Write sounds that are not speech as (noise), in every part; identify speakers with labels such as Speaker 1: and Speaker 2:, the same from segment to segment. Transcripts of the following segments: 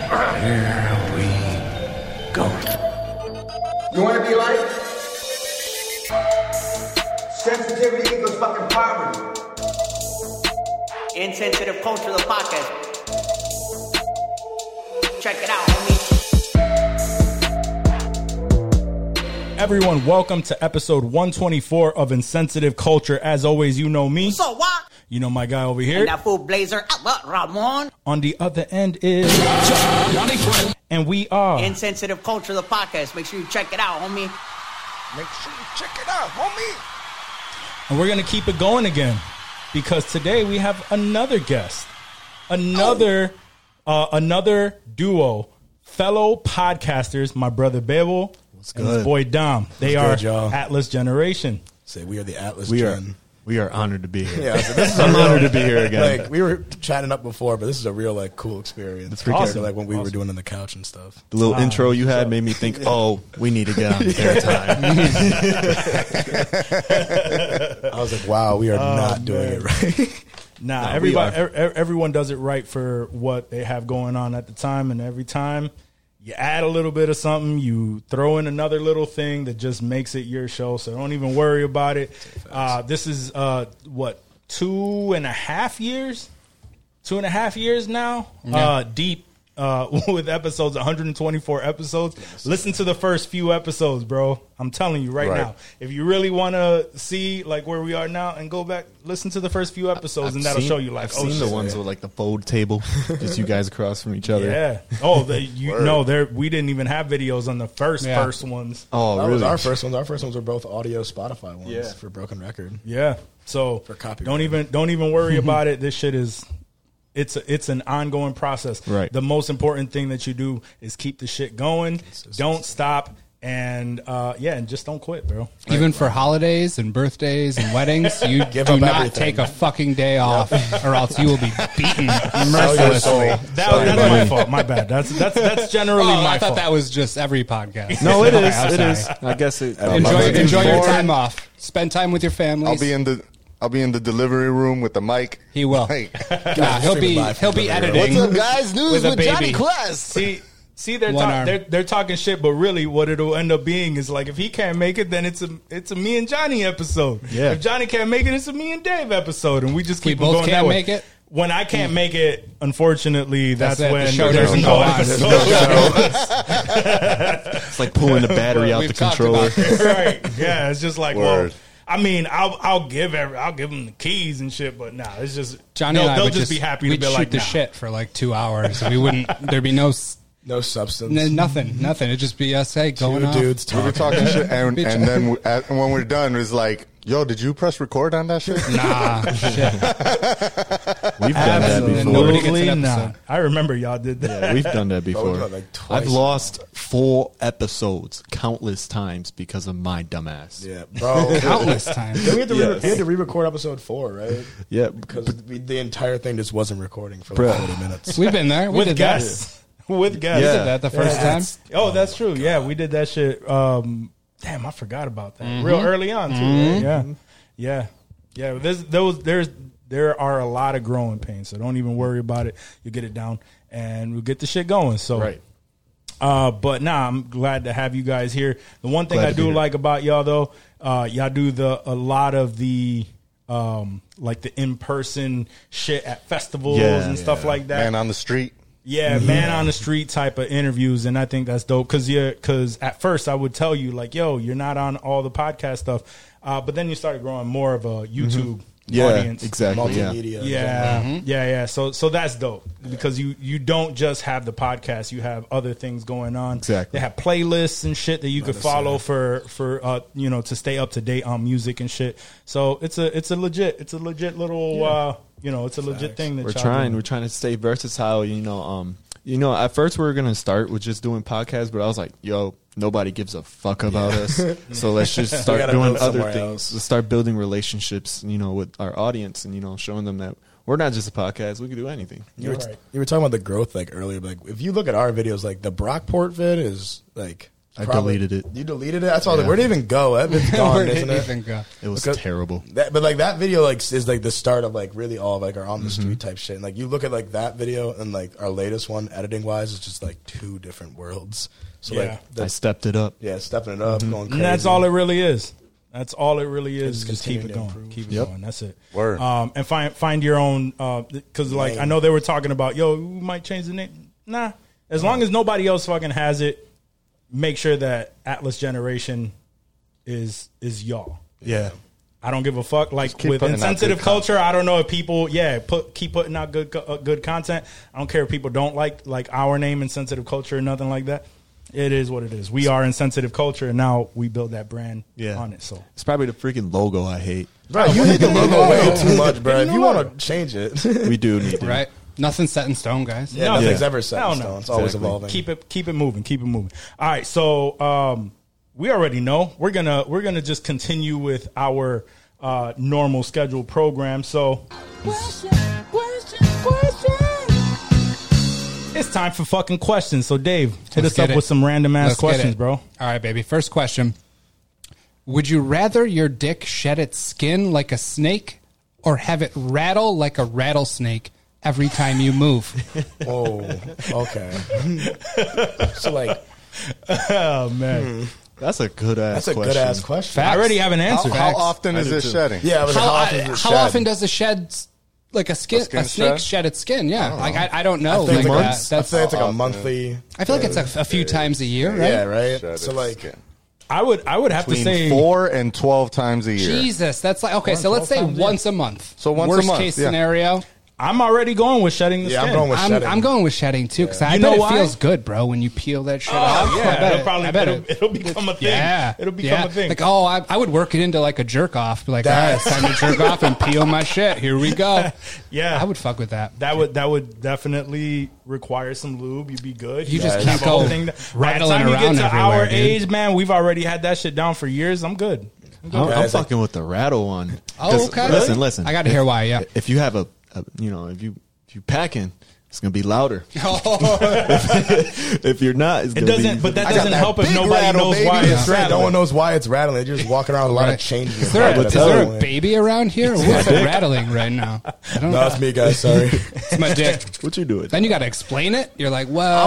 Speaker 1: Here we go.
Speaker 2: You wanna be like? Sensitivity equals fucking poverty.
Speaker 3: Insensitive Culture, the podcast. Check it out, homie.
Speaker 4: Everyone, welcome to episode 124 of Insensitive Culture. As always, you know me.
Speaker 3: So what?
Speaker 4: You know my guy over here.
Speaker 3: And that fool blazer, Albert Ramon.
Speaker 4: On the other end is. And we are.
Speaker 3: Insensitive Culture, the podcast. Make sure you check it out, homie.
Speaker 1: Make sure you check it out, homie.
Speaker 4: And we're going to keep it going again because today we have another guest, another uh, another duo, fellow podcasters, my brother Babel and his
Speaker 5: good?
Speaker 4: boy Dom. They
Speaker 5: What's good,
Speaker 4: are
Speaker 5: y'all?
Speaker 4: Atlas Generation.
Speaker 5: Say we are the Atlas.
Speaker 6: We are
Speaker 5: Gen.
Speaker 6: we are honored to be here.
Speaker 5: Yeah, I was like, this is a
Speaker 6: (laughs) I'm
Speaker 5: real-
Speaker 6: honored to be here again.
Speaker 5: Like we were chatting up before, but this is a real like cool experience.
Speaker 6: It's freaking
Speaker 5: Compared to,
Speaker 4: awesome.
Speaker 5: Like when we were
Speaker 4: Awesome.
Speaker 5: doing on the couch and stuff.
Speaker 6: the little intro you had made me think, oh, we need to get
Speaker 5: (laughs)
Speaker 6: on air time.
Speaker 5: I was like, wow, we are not doing it right.
Speaker 4: Nah,
Speaker 6: we
Speaker 4: everybody,
Speaker 6: are.
Speaker 4: er, er- everyone does it right for what they have going on at the time, and every time you add a little bit of something, you throw in another little thing that just makes it your show. So don't even worry about it. Uh, this is uh, what two and a half years, two and a half years now, uh, deep. Uh, (laughs) with episodes 124 episodes listen to the first few episodes bro i'm telling you right,
Speaker 6: Right.
Speaker 4: now if you really want to see like where we are now and go back listen to the first few episodes and that'll
Speaker 6: I've
Speaker 4: show
Speaker 6: seen-
Speaker 4: you like
Speaker 6: I've
Speaker 4: oh
Speaker 6: seen the
Speaker 4: shit.
Speaker 6: ones with like the fold table, just you guys across from each other.
Speaker 4: yeah oh the, you know there we didn't even have videos on the first
Speaker 7: Yeah.
Speaker 4: first ones
Speaker 6: Oh,
Speaker 5: That
Speaker 6: really?
Speaker 5: was our first ones. Our first ones were both audio Spotify ones
Speaker 6: Yeah.
Speaker 5: for Broken Record.
Speaker 4: yeah so
Speaker 5: For copyright.
Speaker 4: don't even don't even
Speaker 6: (laughs)
Speaker 4: worry about it this shit is it's a, it's an ongoing process
Speaker 6: Right.
Speaker 4: the most important thing that you do is keep the shit going don't stop and uh yeah and just don't quit bro
Speaker 7: Even for holidays and birthdays and weddings, you
Speaker 5: Give
Speaker 7: do
Speaker 5: up
Speaker 7: not
Speaker 5: everything.
Speaker 7: take a fucking day off, or else you will be beaten
Speaker 5: your soul.
Speaker 7: mercilessly.
Speaker 4: that, that's my fault my bad that's that's that's generally
Speaker 7: Oh,
Speaker 4: my
Speaker 7: I thought
Speaker 4: fault
Speaker 7: that was just every podcast.
Speaker 6: No, it
Speaker 7: Okay,
Speaker 6: is.
Speaker 7: I'm
Speaker 6: It
Speaker 7: sorry.
Speaker 6: is. I guess it.
Speaker 7: Enjoy,
Speaker 8: bad.
Speaker 7: enjoy your
Speaker 8: Born.
Speaker 7: time off. Spend time with your families.
Speaker 8: I'll be in the I'll be in the delivery room with the mic.
Speaker 7: He will.
Speaker 8: Like,
Speaker 7: Nah, he'll be
Speaker 5: live
Speaker 7: he'll
Speaker 5: from
Speaker 7: be
Speaker 5: another
Speaker 7: editing.
Speaker 8: guys? News
Speaker 7: With a with Johnny baby.
Speaker 8: Quest.
Speaker 4: See, see, they're,
Speaker 7: One
Speaker 4: talk,
Speaker 7: arm.
Speaker 4: they're they're talking shit, but really, what it'll end up being is like if he can't make it, then it's a it's a me and Johnny episode.
Speaker 6: Yeah.
Speaker 4: If Johnny can't make it, it's a me and Dave episode, and we just
Speaker 7: We
Speaker 4: keep
Speaker 7: both
Speaker 4: on going
Speaker 7: can't
Speaker 4: that way.
Speaker 7: make it?
Speaker 4: When I can't make it, unfortunately, that's,
Speaker 7: That's it. The
Speaker 4: when
Speaker 7: show
Speaker 4: there's
Speaker 7: doesn't
Speaker 4: no
Speaker 7: go on.
Speaker 4: episode. (laughs)
Speaker 7: (laughs)
Speaker 6: It's like pulling the battery out
Speaker 7: We've
Speaker 6: the
Speaker 7: talked
Speaker 6: controller.
Speaker 7: about
Speaker 4: (laughs)
Speaker 7: this.
Speaker 4: right? Yeah, it's just like
Speaker 8: Word.
Speaker 4: well. I mean, I'll I'll give every, I'll give them the keys and shit, but nah, it's just
Speaker 7: Johnny
Speaker 4: they'll,
Speaker 7: and I
Speaker 4: they'll
Speaker 7: would
Speaker 4: just be happy to
Speaker 7: we'd
Speaker 4: be
Speaker 7: shoot
Speaker 4: like
Speaker 7: the
Speaker 4: nah.
Speaker 7: shit for like two hours. We wouldn't. There'd be no s-
Speaker 5: No substance.
Speaker 7: n- nothing. Nothing. It'd just be us. Hey,
Speaker 5: Two
Speaker 7: going off.
Speaker 5: dudes
Speaker 8: We were
Speaker 5: talking.
Speaker 8: talking shit, and,
Speaker 7: Bitch.
Speaker 8: and then we, at, when we're done, it's like, yo, did you press record on that shit?
Speaker 7: Nah, shit.
Speaker 6: We've done that
Speaker 7: Absolutely.
Speaker 6: before.
Speaker 7: Nobody gets an
Speaker 4: Absolutely
Speaker 7: episode.
Speaker 4: not. I remember y'all did that.
Speaker 6: Yeah, we've
Speaker 5: (laughs)
Speaker 6: done that before.
Speaker 5: done it like twice
Speaker 6: I've lost four episodes countless times because of my dumbass.
Speaker 5: Yeah, bro.
Speaker 7: (laughs) countless times.
Speaker 5: Then we had to, re-
Speaker 6: Yes.
Speaker 5: we had to re-record episode four, right?
Speaker 6: Yeah,
Speaker 5: because the entire thing just wasn't recording for like
Speaker 6: Bruh.
Speaker 5: forty minutes.
Speaker 7: We've been there. We
Speaker 4: with
Speaker 7: did
Speaker 4: guests. (laughs) With guests.
Speaker 7: That. We
Speaker 6: Yeah.
Speaker 7: did that the first time.
Speaker 4: Oh, that's true. Yeah, we did that shit. Um, damn, I forgot about that.
Speaker 6: Mm-hmm.
Speaker 4: Real early on, too. Yeah, yeah, yeah. There's those. There's there are a lot of growing pains, so don't even worry about it. You get it down, and we'll get the shit going. So
Speaker 6: Right.
Speaker 4: uh, but nah, I'm glad to have you guys here. The one thing
Speaker 6: Glad
Speaker 4: I
Speaker 6: to be
Speaker 4: do
Speaker 6: here.
Speaker 4: like about y'all though, uh, y'all do the a lot of the um like the in person shit at festivals
Speaker 6: Yeah.
Speaker 4: and stuff
Speaker 6: Yeah.
Speaker 4: like that.
Speaker 8: (laughs) Man on the street.
Speaker 4: Yeah, man on the street type of interviews, and I think that's dope. Cause yeah, cause at first I would tell you like, yo, you're not on all the podcast stuff, uh, but then you started growing more of a YouTube
Speaker 6: yeah,
Speaker 4: audience.
Speaker 6: exactly. Yeah.
Speaker 5: Multimedia.
Speaker 4: Yeah, yeah, yeah. So, so that's dope because you you don't just have the podcast; you have other things going on.
Speaker 6: Exactly.
Speaker 4: they have playlists and shit that you could follow for for uh you know to stay up to date on music and shit. So it's a it's a legit it's a legit little uh you know it's a legit thing that
Speaker 6: We're
Speaker 4: y'all
Speaker 6: trying.
Speaker 4: doing.
Speaker 6: We're trying to stay versatile. You know, um, you know, at first we were gonna start with just doing podcasts, but I was like, yo, nobody gives a fuck
Speaker 5: (laughs)
Speaker 6: about us, so let's just start
Speaker 5: gotta
Speaker 6: doing
Speaker 5: build
Speaker 6: other
Speaker 5: somewhere
Speaker 6: things.
Speaker 5: else.
Speaker 6: Let's start building relationships. You know, with our audience, and you know, showing them that we're not just a podcast. We can do anything.
Speaker 5: You were,
Speaker 4: Right.
Speaker 5: you were talking about the growth like earlier. But, like if you look at our videos, like the Brockport vid is like
Speaker 6: I
Speaker 5: Probably-
Speaker 6: deleted it.
Speaker 5: You deleted it. That's all. I was like,
Speaker 6: Yeah.
Speaker 5: Where did it even go? That
Speaker 6: (laughs)
Speaker 5: bit's
Speaker 7: Where
Speaker 5: gone,
Speaker 7: did
Speaker 5: isn't
Speaker 7: it
Speaker 5: it?
Speaker 7: even go?
Speaker 6: It was
Speaker 5: Because-
Speaker 6: terrible.
Speaker 5: That, but like that video, like is like the start of like really all of like our on the
Speaker 6: Mm-hmm.
Speaker 5: street type shit. And like you look at like that video and like our latest one, editing wise, is just like two different worlds. So
Speaker 4: Yeah.
Speaker 5: like
Speaker 6: I
Speaker 5: the,
Speaker 6: stepped it up.
Speaker 5: yeah, stepping it
Speaker 6: Mm-hmm.
Speaker 5: up, going crazy.
Speaker 4: And that's all it really is. That's all it really is.
Speaker 5: Just
Speaker 4: is just keep
Speaker 5: continue
Speaker 4: it
Speaker 5: to
Speaker 4: going.
Speaker 5: improve.
Speaker 4: Keep it
Speaker 6: Yep.
Speaker 4: going. That's it.
Speaker 8: Word.
Speaker 4: Um, and find find your own because like I
Speaker 5: Lane.
Speaker 4: know they were talking about yo, we might change the name. Nah, as long as nobody else fucking has it, make sure that Atlas Generation is is y'all.
Speaker 5: Yeah.
Speaker 4: I don't give a fuck. Like
Speaker 8: keep
Speaker 4: with
Speaker 8: putting out
Speaker 4: insensitive
Speaker 8: good
Speaker 4: culture, I don't know if people, yeah, put keep putting out good co- uh, good content. I don't care if people don't like like our name, insensitive culture, or nothing like that. It is what it is. We are insensitive culture, and now we build that brand
Speaker 6: Yeah.
Speaker 4: on it. So
Speaker 6: It's probably the freaking logo I hate.
Speaker 5: Bro, you hate the logo way too much, bro. If you want to change it, (laughs)
Speaker 6: We do need to.
Speaker 7: Right? Nothing's set in stone, guys.
Speaker 5: yeah, nothing's
Speaker 6: Yeah.
Speaker 5: ever set
Speaker 4: Hell
Speaker 5: in
Speaker 4: no.
Speaker 5: stone. It's always
Speaker 6: Exactly.
Speaker 5: evolving.
Speaker 4: keep it keep it moving, keep it moving. All right, so um, we already know we're gonna we're gonna just continue with our uh, normal scheduled program. So it's time for fucking questions. So Dave, hit
Speaker 7: Let's
Speaker 4: us up
Speaker 7: get it.
Speaker 4: with some random ass
Speaker 7: Let's get
Speaker 4: questions,
Speaker 7: it.
Speaker 4: bro.
Speaker 7: All right, baby. First question Would you rather your dick shed its skin like a snake or have it rattle like a rattlesnake every time you move?
Speaker 5: Whoa. Oh, (laughs) Okay. so like
Speaker 4: Oh man.
Speaker 6: That's a good ass.
Speaker 5: that's a
Speaker 6: question.
Speaker 5: good ass question.
Speaker 4: I already have an answer.
Speaker 7: Facts.
Speaker 8: How often
Speaker 6: I
Speaker 8: is
Speaker 6: do
Speaker 8: it
Speaker 6: too.
Speaker 8: shedding?
Speaker 5: Yeah. I was like,
Speaker 7: How,
Speaker 5: how often does it
Speaker 7: how
Speaker 5: shed?
Speaker 7: often does it shed s- like a skin? A,
Speaker 8: skin
Speaker 7: snake
Speaker 8: shed?
Speaker 7: shed? its skin? Yeah. like I, I don't know.
Speaker 5: I think
Speaker 7: like
Speaker 5: like
Speaker 7: that.
Speaker 5: a, I
Speaker 7: That's,
Speaker 5: think it's like a
Speaker 8: often.
Speaker 5: monthly.
Speaker 7: I feel like it's a, a few times a year, right?
Speaker 5: Yeah. Right.
Speaker 8: Shed
Speaker 5: so
Speaker 8: its
Speaker 5: like.
Speaker 8: skin.
Speaker 4: I would I would have to
Speaker 8: between
Speaker 4: say
Speaker 8: four and twelve times a year.
Speaker 7: Jesus, that's like okay. So let's say once a month.
Speaker 8: So once a
Speaker 7: worst
Speaker 8: month,
Speaker 7: case
Speaker 8: yeah.
Speaker 7: scenario.
Speaker 4: I'm already going with shedding the
Speaker 5: Yeah,
Speaker 4: skin.
Speaker 5: I'm going with
Speaker 7: I'm,
Speaker 5: shedding.
Speaker 7: I'm going with shedding too because I
Speaker 4: You
Speaker 7: know
Speaker 4: know
Speaker 7: it
Speaker 4: why?
Speaker 7: feels good, bro. When you peel that shit off,
Speaker 4: Oh, (laughs)
Speaker 7: I
Speaker 4: yeah,
Speaker 7: bet
Speaker 4: it'll
Speaker 7: it.
Speaker 4: probably
Speaker 7: I bet
Speaker 4: it'll,
Speaker 7: it.
Speaker 4: it'll become a thing.
Speaker 7: Yeah,
Speaker 4: it'll become
Speaker 7: yeah.
Speaker 4: a thing.
Speaker 7: Like, oh, I, I would work it into like a jerk off. Be like, all right, it's time to jerk
Speaker 4: (laughs)
Speaker 7: off and peel my shit. Here we go.
Speaker 4: yeah,
Speaker 7: I would fuck with
Speaker 4: (laughs)
Speaker 7: that.
Speaker 4: That would that would definitely require some lube. You'd be good.
Speaker 7: You just
Speaker 4: have
Speaker 7: can't
Speaker 4: the whole
Speaker 7: go
Speaker 4: down.
Speaker 7: rattling
Speaker 4: By the time you
Speaker 7: around
Speaker 4: get to
Speaker 7: everywhere,
Speaker 4: our
Speaker 7: dude.
Speaker 4: age, man, we've already had that shit down for years. I'm good.
Speaker 6: I'm, I'm
Speaker 5: Guys, like-
Speaker 6: fucking with the rattle one.
Speaker 7: Oh,
Speaker 6: Just-
Speaker 7: okay.
Speaker 6: Listen, listen.
Speaker 7: I gotta
Speaker 6: If-
Speaker 7: hear why, yeah.
Speaker 6: If you have a, a you know, if you if you packing, it's gonna be louder. (laughs)
Speaker 4: Oh,
Speaker 7: (laughs)
Speaker 6: if you're not, it's
Speaker 4: It
Speaker 6: gonna
Speaker 4: doesn't,
Speaker 6: Be,
Speaker 4: but that
Speaker 5: I got
Speaker 4: doesn't
Speaker 5: that
Speaker 4: help if
Speaker 5: big
Speaker 4: nobody
Speaker 5: rattle,
Speaker 4: knows
Speaker 5: baby.
Speaker 4: why
Speaker 5: Yeah.
Speaker 4: it's
Speaker 5: No one
Speaker 4: rattling.
Speaker 5: knows why it's rattling. They're just walking around with a lot
Speaker 7: Right.
Speaker 5: of changes.
Speaker 7: Is there, a,
Speaker 6: would
Speaker 7: is
Speaker 6: tell
Speaker 7: there
Speaker 6: you.
Speaker 7: a baby around here? What's rattling right now? I don't
Speaker 5: No,
Speaker 7: know.
Speaker 5: it's me, guys.
Speaker 7: (laughs)
Speaker 5: Sorry.
Speaker 7: It's my dick.
Speaker 6: what you doing?
Speaker 7: Then you got to explain it. You're like, well,
Speaker 5: I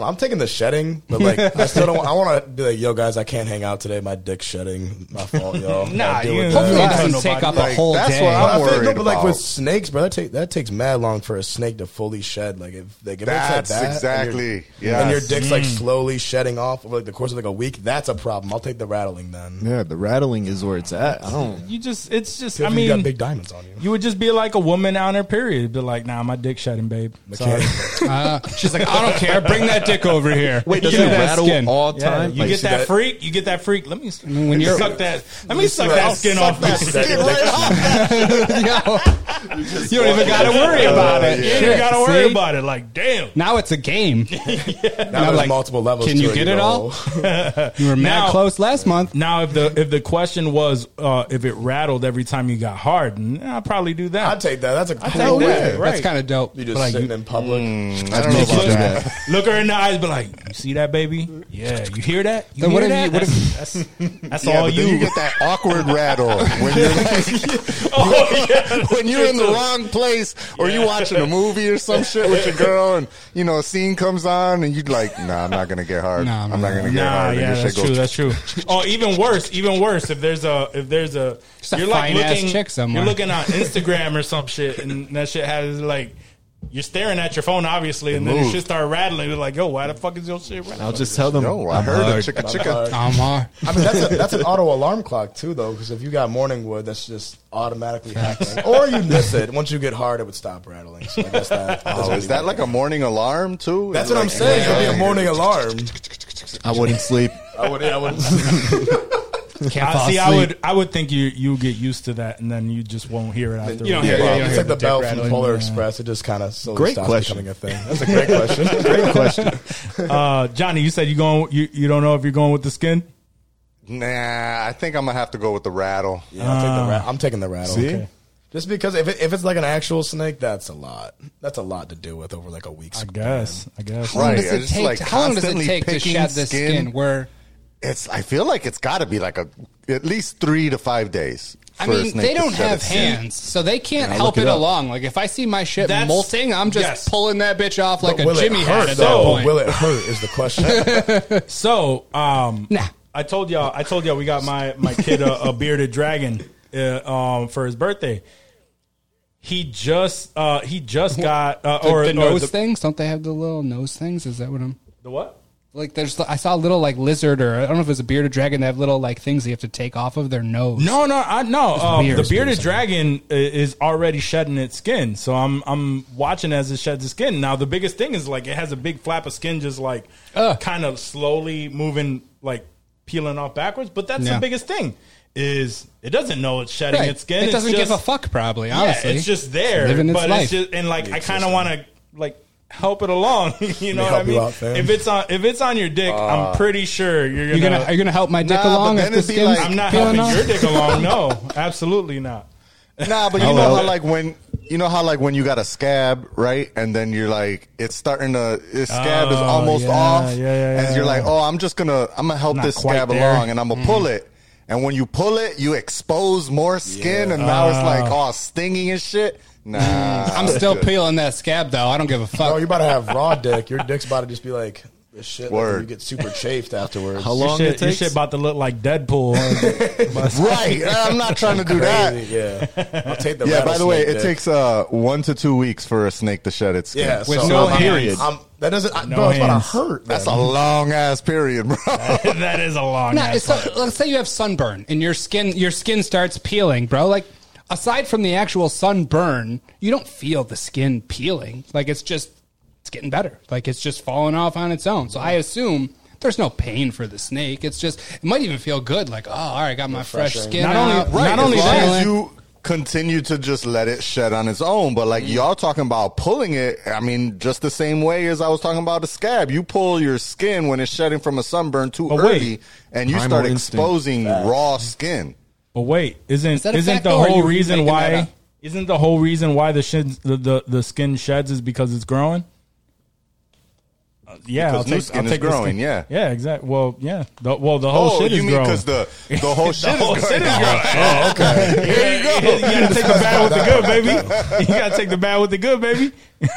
Speaker 5: don't know, I'm taking the shedding, but like I still
Speaker 7: (laughs)
Speaker 5: don't. I want to be like, yo, guys, I can't hang out today. My dick's shedding. My fault, y'all.
Speaker 4: Nah,
Speaker 5: I'll deal
Speaker 4: you-
Speaker 5: with that.
Speaker 7: hopefully it
Speaker 4: Yeah.
Speaker 7: doesn't
Speaker 4: Nobody-
Speaker 7: take up a
Speaker 8: like,
Speaker 7: whole
Speaker 8: that's
Speaker 7: day.
Speaker 8: what I'm
Speaker 5: I feel- no,
Speaker 8: worried
Speaker 5: but like
Speaker 8: about.
Speaker 5: with snakes, bro, that, take, that takes mad long for a snake to fully shed. Like if like if it's
Speaker 8: That's
Speaker 5: like that,
Speaker 8: exactly-
Speaker 5: and your,
Speaker 8: yes.
Speaker 5: and your dick's like
Speaker 7: Mm.
Speaker 5: slowly shedding off over like the course of like a week, that's a problem. I'll take the rattling then.
Speaker 6: yeah, the rattling is where it's at. I don't.
Speaker 4: You just, it's just.
Speaker 5: If
Speaker 4: I
Speaker 5: you got
Speaker 4: mean,
Speaker 5: big diamonds on you.
Speaker 4: you would just be like a woman on her period. Be like, nah, my dick shedding, babe. Sorry.
Speaker 5: Can't-
Speaker 7: (laughs) Uh, she's like, I don't care. Bring that dick over here.
Speaker 6: Wait, does
Speaker 7: Give me
Speaker 6: it
Speaker 7: that
Speaker 6: rattle
Speaker 7: skin.
Speaker 6: all
Speaker 4: Yeah,
Speaker 6: time?
Speaker 4: you
Speaker 6: Like,
Speaker 4: get
Speaker 5: see
Speaker 4: that,
Speaker 5: that-
Speaker 4: freak. You get that freak. Let me
Speaker 7: when you're-
Speaker 4: suck that. Let me suck that skin
Speaker 5: (laughs)
Speaker 4: off.
Speaker 5: that
Speaker 4: (laughs) you.
Speaker 5: skin right off.
Speaker 7: (laughs) Yo, you don't even got to worry about it.
Speaker 4: You ain't
Speaker 7: Shit,
Speaker 4: gotta worry
Speaker 7: see?
Speaker 4: about it. Like, damn.
Speaker 7: Now it's a game.
Speaker 5: Now there's multiple levels.
Speaker 7: Can
Speaker 5: to
Speaker 7: you get it
Speaker 5: know.
Speaker 7: all? You were mad
Speaker 4: Now-
Speaker 7: close last month.
Speaker 4: Now, if the if the question was uh, if it rattled every time you got hard, mm, I'd probably do that.
Speaker 5: (laughs) I'd take that. That's a
Speaker 4: take
Speaker 5: cool
Speaker 4: that.
Speaker 5: way.
Speaker 4: Right.
Speaker 7: That's kind of dope.
Speaker 5: You
Speaker 7: But,
Speaker 5: just
Speaker 7: like,
Speaker 5: sitting in public.
Speaker 8: I don't know
Speaker 6: Make you
Speaker 8: about
Speaker 6: do
Speaker 8: that.
Speaker 6: that.
Speaker 4: Look her in the eyes, be like, "You see that, baby? Yeah, you hear that? You
Speaker 7: Then what
Speaker 4: hear
Speaker 7: if you-
Speaker 4: that?
Speaker 7: what
Speaker 4: that's that's- that's
Speaker 8: Yeah,
Speaker 4: all
Speaker 8: but
Speaker 4: you."
Speaker 8: then you get that awkward rattle when you're
Speaker 4: (laughs)
Speaker 8: (laughs)
Speaker 4: (laughs) oh yeah,
Speaker 8: when you're in the wrong place or you watching a movie or some shit with your girl and you know a scene comes on and you like nah I'm not gonna get hard
Speaker 7: Nah,
Speaker 8: I'm not gonna get
Speaker 4: Nah,
Speaker 8: hard and
Speaker 4: yeah,
Speaker 8: your shit
Speaker 4: that's
Speaker 8: goes-
Speaker 4: true. That's true.
Speaker 7: (laughs)
Speaker 4: Oh, even worse, even worse. If there's a, if there's a,
Speaker 7: Just a fine-ass chick somewhere.
Speaker 4: You're looking on Instagram or some shit, and that shit has like, you're staring at your phone obviously, and then your
Speaker 8: moved.
Speaker 4: shit start rattling. You're like, "Yo, why the fuck is your shit rattling?"
Speaker 6: I'll just tell them.
Speaker 8: no Oh, I
Speaker 6: Uh, I'm (laughs)
Speaker 8: heard
Speaker 6: hard.
Speaker 8: it chicka chicka
Speaker 4: (laughs)
Speaker 7: I'm hard.
Speaker 5: I mean, that's,
Speaker 7: (laughs)
Speaker 5: a, that's an auto alarm clock too, though, because if you got morning wood, that's just automatically happening. Or you miss it. Once you get hard, it would stop rattling. So I guess that.
Speaker 8: (laughs) oh is that like a morning alarm too
Speaker 5: That's
Speaker 8: Is it
Speaker 5: what I'm
Speaker 8: like-
Speaker 5: saying. It would be a morning
Speaker 7: (laughs)
Speaker 5: alarm.
Speaker 6: I wouldn't sleep.
Speaker 5: I would. I would.
Speaker 8: (laughs)
Speaker 7: Can't fall
Speaker 4: I see. I
Speaker 7: asleep.
Speaker 4: would. I would think you you get used to that, and then you just won't hear it after.
Speaker 7: you don't
Speaker 4: a
Speaker 7: hear
Speaker 4: while.
Speaker 7: it.
Speaker 5: Well,
Speaker 7: you don't
Speaker 5: it's
Speaker 7: hear
Speaker 5: like
Speaker 7: the
Speaker 5: the bell
Speaker 7: dick
Speaker 5: from
Speaker 7: rattling.
Speaker 5: Polar Express. It just kind of slowly
Speaker 6: Great
Speaker 5: stops
Speaker 6: question.
Speaker 5: becoming a thing. That's a (laughs) great question.
Speaker 8: (laughs)
Speaker 5: great question.
Speaker 4: (laughs) Uh, Johnny, you said you going. You, you don't know if you're going with the skin.
Speaker 8: nah I think I'm gonna have to go with the rattle
Speaker 7: Uh,
Speaker 5: Yeah, I'll take the ra- I'm taking the rattle.
Speaker 8: see
Speaker 5: Okay. Just because if it, if it's like an actual snake, that's a lot. That's a lot to deal with over like a week.
Speaker 4: I guess. I guess.
Speaker 7: How long
Speaker 8: Right,
Speaker 7: does it
Speaker 8: it's
Speaker 7: take?
Speaker 8: like
Speaker 7: how long does it
Speaker 8: constantly
Speaker 7: take to
Speaker 8: picking
Speaker 7: shed this
Speaker 8: skin.
Speaker 7: skin? Where
Speaker 8: It's. I feel like it's got to be like a at least three to five days.
Speaker 7: I
Speaker 8: for a
Speaker 7: mean,
Speaker 8: snake
Speaker 7: they
Speaker 8: to
Speaker 7: don't
Speaker 8: shed
Speaker 7: have
Speaker 8: its skin.
Speaker 7: hands, so they can't
Speaker 5: Yeah,
Speaker 7: help
Speaker 5: look it
Speaker 7: it,
Speaker 5: up.
Speaker 7: almost. along. Like if I see my shit
Speaker 4: That's-
Speaker 7: molting, I'm just
Speaker 4: yes.
Speaker 7: pulling that bitch off like
Speaker 5: But
Speaker 7: a Jimmy
Speaker 5: it
Speaker 7: hat
Speaker 5: hurt,
Speaker 7: at that
Speaker 5: though?
Speaker 7: point.
Speaker 5: Will it hurt? Is the
Speaker 7: (laughs)
Speaker 5: question.
Speaker 4: So, um,
Speaker 7: Nah.
Speaker 4: I told y'all, I told y'all, we got my my kid a, a bearded dragon uh, um, for his birthday. He just uh, he just got uh,
Speaker 7: The,
Speaker 4: or
Speaker 7: the
Speaker 4: or
Speaker 7: nose
Speaker 4: the,
Speaker 7: things? Don't they have the little nose things? Is that what I'm
Speaker 4: the what?
Speaker 7: like? There's I saw a little like lizard or I don't know if it's a bearded dragon. They have little like things that you have to take off of their nose.
Speaker 4: No, no, I no. Um,
Speaker 7: weird.
Speaker 4: the
Speaker 7: It's weird
Speaker 4: bearded
Speaker 7: something.
Speaker 4: dragon i- is already shedding its skin, so I'm I'm watching as it sheds its skin. Now the biggest thing is like it has a big flap of skin, just like
Speaker 7: Ugh.
Speaker 4: kind of slowly moving, like peeling off backwards. But that's
Speaker 7: Yeah.
Speaker 4: the biggest thing is it doesn't know it's shedding
Speaker 7: Right.
Speaker 4: its skin.
Speaker 7: It
Speaker 4: It's
Speaker 7: doesn't give
Speaker 4: just-
Speaker 7: a fuck, probably.
Speaker 4: Yeah,
Speaker 7: Honestly,
Speaker 4: it's just there,
Speaker 7: living its
Speaker 4: but
Speaker 7: life.
Speaker 4: it's just and like I kind of want to like help it along. (laughs) you know what I
Speaker 5: help you
Speaker 4: mean?
Speaker 5: out, fam.
Speaker 4: if it's on if it's on your dick,
Speaker 6: Uh,
Speaker 4: I'm pretty sure you're gonna.
Speaker 7: You're gonna are you gonna help my dick
Speaker 8: Nah,
Speaker 7: along? If
Speaker 8: but then
Speaker 7: the
Speaker 8: it'd be
Speaker 7: skin's
Speaker 8: like-
Speaker 4: I'm not
Speaker 7: peeling
Speaker 4: helping
Speaker 7: off?
Speaker 4: your dick
Speaker 7: (laughs)
Speaker 4: along. No, absolutely not.
Speaker 8: Nah, but you
Speaker 6: Oh,
Speaker 8: know
Speaker 6: well.
Speaker 8: how like when you know how like when you got a scab, right? And then you're like, it's starting to this scab is
Speaker 4: Oh,
Speaker 8: almost
Speaker 4: yeah,
Speaker 8: off,
Speaker 4: yeah, yeah,
Speaker 8: and
Speaker 4: yeah.
Speaker 8: you're like, oh, I'm just gonna I'm gonna help
Speaker 4: Not
Speaker 8: this
Speaker 4: quite
Speaker 8: scab
Speaker 4: there. Mm-hmm.
Speaker 8: along, and I'm gonna pull it. And when you pull it, you expose more skin, and now it's like
Speaker 4: Oh.
Speaker 8: all stingy and shit. Nah,
Speaker 4: Mm.
Speaker 7: I'm still peeling that scab though. I don't give a fuck.
Speaker 5: oh, you're about to have raw dick. Your dick's about to just be like this shit. Like,
Speaker 8: Word.
Speaker 5: you get super chafed afterwards.
Speaker 6: How long
Speaker 4: Shit,
Speaker 6: it
Speaker 4: your
Speaker 6: takes?
Speaker 4: shit about to look like
Speaker 7: (laughs)
Speaker 4: Deadpool. (laughs)
Speaker 8: right. uh, I'm not trying to do that.
Speaker 5: Crazy, yeah. I'll take the
Speaker 8: Yeah. By the way,
Speaker 5: rattlesnake
Speaker 8: it
Speaker 5: dick.
Speaker 8: takes uh, one to two weeks for a snake to shed its skin.
Speaker 5: yeah
Speaker 7: With
Speaker 5: so
Speaker 7: no
Speaker 5: I'm-
Speaker 7: hands.
Speaker 5: I'm- that doesn't. I,
Speaker 4: No
Speaker 5: bro, it's about
Speaker 4: hands.
Speaker 5: to hurt.
Speaker 8: That's
Speaker 5: man.
Speaker 8: a long ass period, bro.
Speaker 4: that is a long.
Speaker 7: No,
Speaker 4: ass
Speaker 7: it's so, let's say you have sunburn and your skin your skin starts peeling, bro. Like aside from the actual sunburn, you don't feel the skin peeling. Like it's just it's getting better. Like it's just falling off on its own. So I assume there's no pain for the snake. It's just it might even feel good. Like oh, all right, got my fresh
Speaker 5: Refreshing.
Speaker 7: skin.
Speaker 4: Not only-
Speaker 7: out.
Speaker 4: not
Speaker 7: It's
Speaker 4: only
Speaker 8: as long
Speaker 4: that-
Speaker 7: chilling.
Speaker 8: as you continue to just let it shed on its own. But
Speaker 4: Mm-hmm.
Speaker 8: like y'all talking about pulling it, I mean, just the same way as I was talking about the scab. You pull your skin when it's shedding from a sunburn too
Speaker 4: But
Speaker 8: early,
Speaker 4: wait.
Speaker 8: and you
Speaker 6: Primal
Speaker 8: start
Speaker 6: instinct.
Speaker 8: exposing raw skin.
Speaker 4: But wait, isn't
Speaker 7: that a
Speaker 4: isn't
Speaker 7: fact,
Speaker 4: the
Speaker 7: though, or are
Speaker 4: whole
Speaker 7: you
Speaker 4: reason
Speaker 7: making that up?
Speaker 4: why isn't the whole reason why the shin, the, the the skin sheds is because it's growing? Uh, yeah,
Speaker 8: Because
Speaker 4: I'll
Speaker 8: new
Speaker 4: take,
Speaker 8: skin
Speaker 4: I'll
Speaker 8: is
Speaker 4: take the skin.
Speaker 8: growing, yeah.
Speaker 4: yeah, exactly. Well, yeah, the, well the whole
Speaker 8: oh,
Speaker 4: shit
Speaker 8: you
Speaker 4: is
Speaker 8: mean
Speaker 4: growing. (laughs)
Speaker 8: because the the whole shit
Speaker 4: whole
Speaker 8: is
Speaker 4: shit
Speaker 8: going
Speaker 4: is
Speaker 8: down.
Speaker 4: growing.
Speaker 8: Oh, okay. Here you go.
Speaker 4: you gotta take the bad with the good, baby. You gotta take the bad with the good, baby.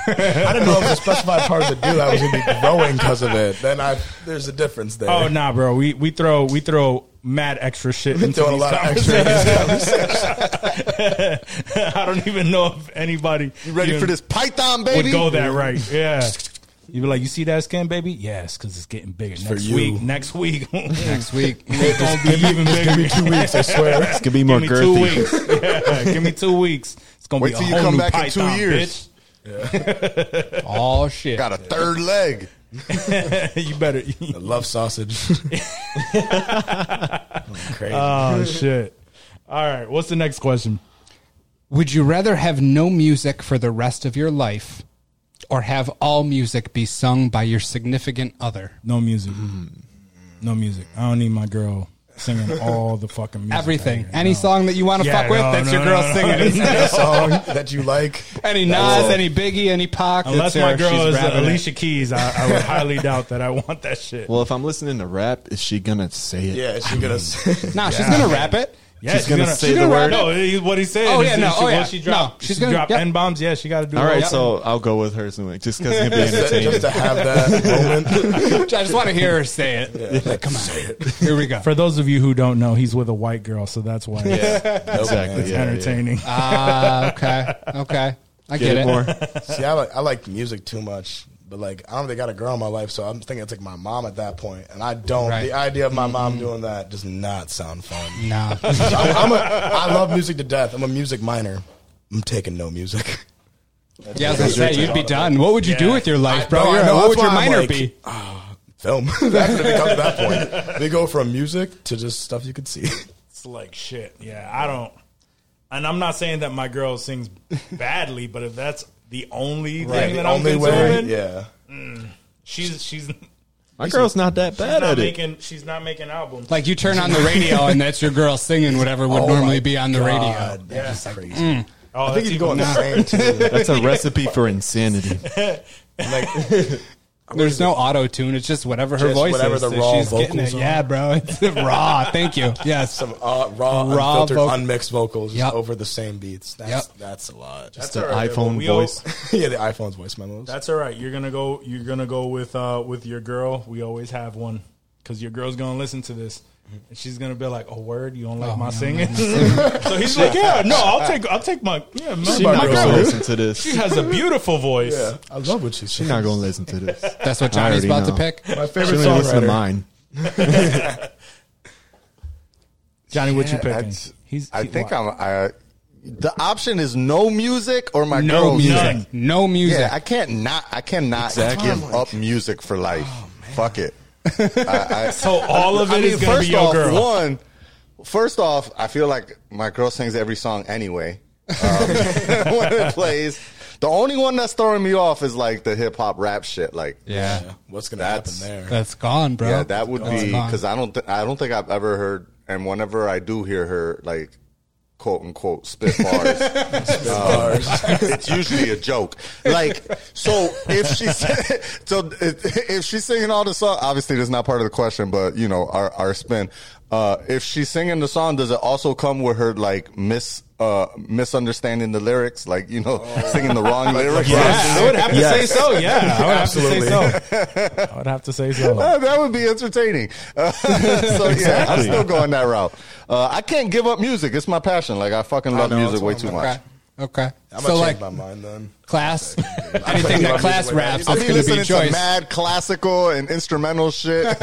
Speaker 5: I didn't know if the specified part of the dude I was gonna be growing because of it. Then I there's a difference there.
Speaker 4: (laughs)
Speaker 5: (laughs)
Speaker 4: Oh nah, bro. We we throw we throw mad extra shit
Speaker 5: Been
Speaker 4: into
Speaker 5: throwing a
Speaker 4: these
Speaker 5: lot of extra.
Speaker 4: conversations. (laughs)
Speaker 5: in
Speaker 7: (laughs)
Speaker 5: these conversations.
Speaker 4: I don't even know if anybody
Speaker 8: (laughs) You ready
Speaker 4: even
Speaker 8: for this python, baby?
Speaker 4: would go that right. Yeah. You'd be like, you see that skin, baby? Yes, because it's getting bigger next
Speaker 5: you.
Speaker 4: week. Next week, (laughs)
Speaker 7: next week. (laughs)
Speaker 4: it's gonna be even bigger. Give me two weeks, I swear. It's
Speaker 6: could be
Speaker 4: (laughs)
Speaker 6: more
Speaker 4: give me two
Speaker 6: girthy.
Speaker 4: weeks. (laughs) Yeah, give me two weeks. It's gonna
Speaker 8: Wait
Speaker 4: be a
Speaker 8: till you
Speaker 4: whole
Speaker 8: come
Speaker 4: new
Speaker 8: back in two
Speaker 4: python,
Speaker 8: years.
Speaker 7: Oh shit.
Speaker 8: Got a third leg.
Speaker 4: bitch. (laughs) you better.
Speaker 5: I love sausage.
Speaker 7: (laughs)
Speaker 5: Crazy.
Speaker 7: Uh,
Speaker 4: oh shit! All right, what's the next question?
Speaker 7: Would you rather have no music for the rest of your life or have all music be sung by your significant other?
Speaker 4: No music. No music. I don't need my girl singing all the fucking music.
Speaker 7: Everything.
Speaker 4: out here.
Speaker 7: Any
Speaker 4: No.
Speaker 7: song that you want to
Speaker 4: Yeah,
Speaker 7: fuck with,
Speaker 4: no,
Speaker 7: that's
Speaker 4: no,
Speaker 7: your
Speaker 4: no,
Speaker 7: girl
Speaker 4: no, (laughs)
Speaker 7: singing.
Speaker 5: That song that you like.
Speaker 7: (laughs) any
Speaker 5: That's
Speaker 7: Nas,
Speaker 5: it.
Speaker 7: any Biggie, any Pac.
Speaker 4: Unless
Speaker 7: it's
Speaker 4: my
Speaker 7: her.
Speaker 4: girl
Speaker 7: She's
Speaker 4: is uh,
Speaker 7: rapping it.
Speaker 4: Alicia Keys, I, I would highly doubt that I want that shit.
Speaker 6: Well, if I'm listening to rap, is she gonna say it?
Speaker 5: Yeah, is she gonna? s- (laughs)
Speaker 7: Nah, she's going to rap it. (laughs)
Speaker 4: Yeah,
Speaker 6: She's gonna say the
Speaker 4: rap
Speaker 6: word.
Speaker 4: No, he- what he said.
Speaker 7: Oh,
Speaker 4: is
Speaker 7: yeah,
Speaker 4: that
Speaker 7: no,
Speaker 4: she,
Speaker 7: oh,
Speaker 4: well,
Speaker 7: yeah.
Speaker 4: she dropped.
Speaker 7: No, she's
Speaker 4: she
Speaker 7: gonna-
Speaker 4: dropped
Speaker 7: yep.
Speaker 4: n bombs. Yeah, she got to do.
Speaker 6: All right,
Speaker 4: all that.
Speaker 6: so I'll go with hers anyway, just because it'll be
Speaker 5: just
Speaker 6: entertaining.
Speaker 5: to have that
Speaker 6: (laughs)
Speaker 5: moment.
Speaker 7: I just want to hear her say it. Like, come on. Here
Speaker 4: (laughs)
Speaker 7: we go.
Speaker 4: for those of you who don't know, he's with a white girl, so that's why it's
Speaker 6: exactly. yeah, yeah.
Speaker 4: entertaining.
Speaker 7: Ah, okay. Okay. I get,
Speaker 6: Get it
Speaker 7: it. (laughs)
Speaker 6: more.
Speaker 5: See, I like I like music too much, but like I don't think I got a girl in my life, so I'm thinking it's like my mom at that point, and I don't.
Speaker 7: Right. Mm-hmm.
Speaker 5: The idea of my mom doing that does not sound fun.
Speaker 4: (laughs)
Speaker 7: No.
Speaker 5: I'm, I'm a, I love music to death. I'm a music minor. I'm taking no music. (laughs)
Speaker 7: Yeah, I was going to say, you'd be done. What would you do with your life, bro?
Speaker 5: I- no, I
Speaker 7: You're-
Speaker 5: know,
Speaker 7: what would
Speaker 5: that's
Speaker 7: your
Speaker 5: why I'm
Speaker 7: minor
Speaker 5: like-
Speaker 7: be?
Speaker 5: Film. (laughs) That's what it becomes at that point. They go from music to just stuff you could see.
Speaker 4: it's like shit. Yeah, I don't. And I'm not saying that my girl sings badly, but if that's the only thing that I'm consuming,
Speaker 5: Yeah.
Speaker 4: she's she's
Speaker 6: My girl's not that bad
Speaker 4: not
Speaker 6: at it.
Speaker 4: making she's not making albums.
Speaker 7: Like you
Speaker 5: Oh
Speaker 7: turn on the radio Mm. and that's your girl singing whatever would normally be on the radio.
Speaker 5: That's crazy.
Speaker 4: Oh,
Speaker 5: I think
Speaker 4: that's
Speaker 5: you'd go
Speaker 4: even
Speaker 5: insane
Speaker 7: (laughs)
Speaker 5: too.
Speaker 6: That's a recipe for insanity.
Speaker 5: Like,
Speaker 7: There's no auto tune. It's just whatever her
Speaker 5: Just
Speaker 7: voice
Speaker 5: whatever
Speaker 7: is.
Speaker 5: the
Speaker 7: that
Speaker 5: raw
Speaker 7: she's getting
Speaker 5: vocals
Speaker 7: it.
Speaker 5: are.
Speaker 7: Yeah, bro. It's (laughs) raw. Thank you. Yes.
Speaker 5: some uh, raw,
Speaker 7: Raw
Speaker 5: unfiltered,
Speaker 7: voc-
Speaker 5: unmixed vocals just
Speaker 7: Yep.
Speaker 5: over the same beats. That's
Speaker 7: Yep.
Speaker 5: that's a lot.
Speaker 6: It's
Speaker 5: That's
Speaker 6: the
Speaker 4: all right, but
Speaker 6: iPhone
Speaker 4: we all-
Speaker 6: voice.
Speaker 5: (laughs) yeah, the iPhone's voice memos.
Speaker 4: That's all right. You're gonna go. You're gonna go with uh, with your girl. We always have one because your girl's gonna listen to this, and she's gonna be like, "Oh, word, you don't like my singing." (laughs) so he's like, "Yeah, no, I'll take I'll take my yeah." My,
Speaker 6: She
Speaker 4: my
Speaker 6: not
Speaker 4: girl,
Speaker 6: gonna listen to this.
Speaker 4: she has a beautiful voice.
Speaker 5: yeah, I love what she's
Speaker 6: She not gonna listen to this.
Speaker 7: That's
Speaker 6: I
Speaker 7: what Johnny's
Speaker 6: already
Speaker 7: about to
Speaker 6: know.
Speaker 7: pick.
Speaker 5: My
Speaker 6: She
Speaker 5: favorite
Speaker 6: don't even listen to
Speaker 5: songwriter.
Speaker 6: mine.
Speaker 4: Johnny, what you
Speaker 8: Yeah,
Speaker 4: picking?
Speaker 8: that's- I think I'm. I, the option is no music or my
Speaker 7: No
Speaker 8: girl's
Speaker 7: music.
Speaker 4: None.
Speaker 7: No music.
Speaker 8: Yeah, I can't not. I cannot give up music for life.
Speaker 4: Oh,
Speaker 8: Fuck it. I, I,
Speaker 4: so all of it
Speaker 8: I mean,
Speaker 4: is gonna be
Speaker 8: first
Speaker 4: your
Speaker 8: off,
Speaker 4: girl.
Speaker 8: one. First off, I feel like my girl sings every song anyway. Um, (laughs) when it plays, the only one that's throwing me off is like the hip hop rap shit. Like,
Speaker 7: yeah.
Speaker 5: What's gonna
Speaker 8: That's-
Speaker 5: happen there?
Speaker 7: That's gone, bro.
Speaker 8: yeah, that would
Speaker 7: That's
Speaker 8: be
Speaker 7: gone.
Speaker 8: because I don't. Th- I don't think I've ever heard. And whenever I do hear her, like quote unquote spit bars, um,
Speaker 5: Bars.
Speaker 8: it's usually a joke. Like, so if (laughs) she's so if she's singing all the song, obviously that's not part of the question, but you know our our spin. Uh, if she's singing the song, does it also come with her like miss uh, misunderstanding the lyrics, like you know singing the wrong lyrics?
Speaker 4: I would have to
Speaker 5: Yes.
Speaker 4: say so. Yeah, I would have to say so. (laughs) I would have to say
Speaker 8: (laughs)
Speaker 4: so.
Speaker 8: Uh, that would be entertaining. (laughs) Uh, so yeah, I'm still going that route. Uh, I can't give up music; it's my passion. Like I fucking love
Speaker 5: know,
Speaker 8: music
Speaker 5: that's
Speaker 8: way
Speaker 5: what
Speaker 8: too
Speaker 5: I'm
Speaker 8: much.
Speaker 7: Okay. Okay.
Speaker 5: I'm
Speaker 7: so
Speaker 5: gonna
Speaker 7: like
Speaker 5: change my mind then.
Speaker 7: class, (laughs) anything that
Speaker 5: (laughs)
Speaker 7: class raps,
Speaker 8: I'll
Speaker 7: that's
Speaker 8: be
Speaker 7: going to
Speaker 8: listening
Speaker 7: be
Speaker 8: to
Speaker 7: choice.
Speaker 8: mad classical and instrumental shit.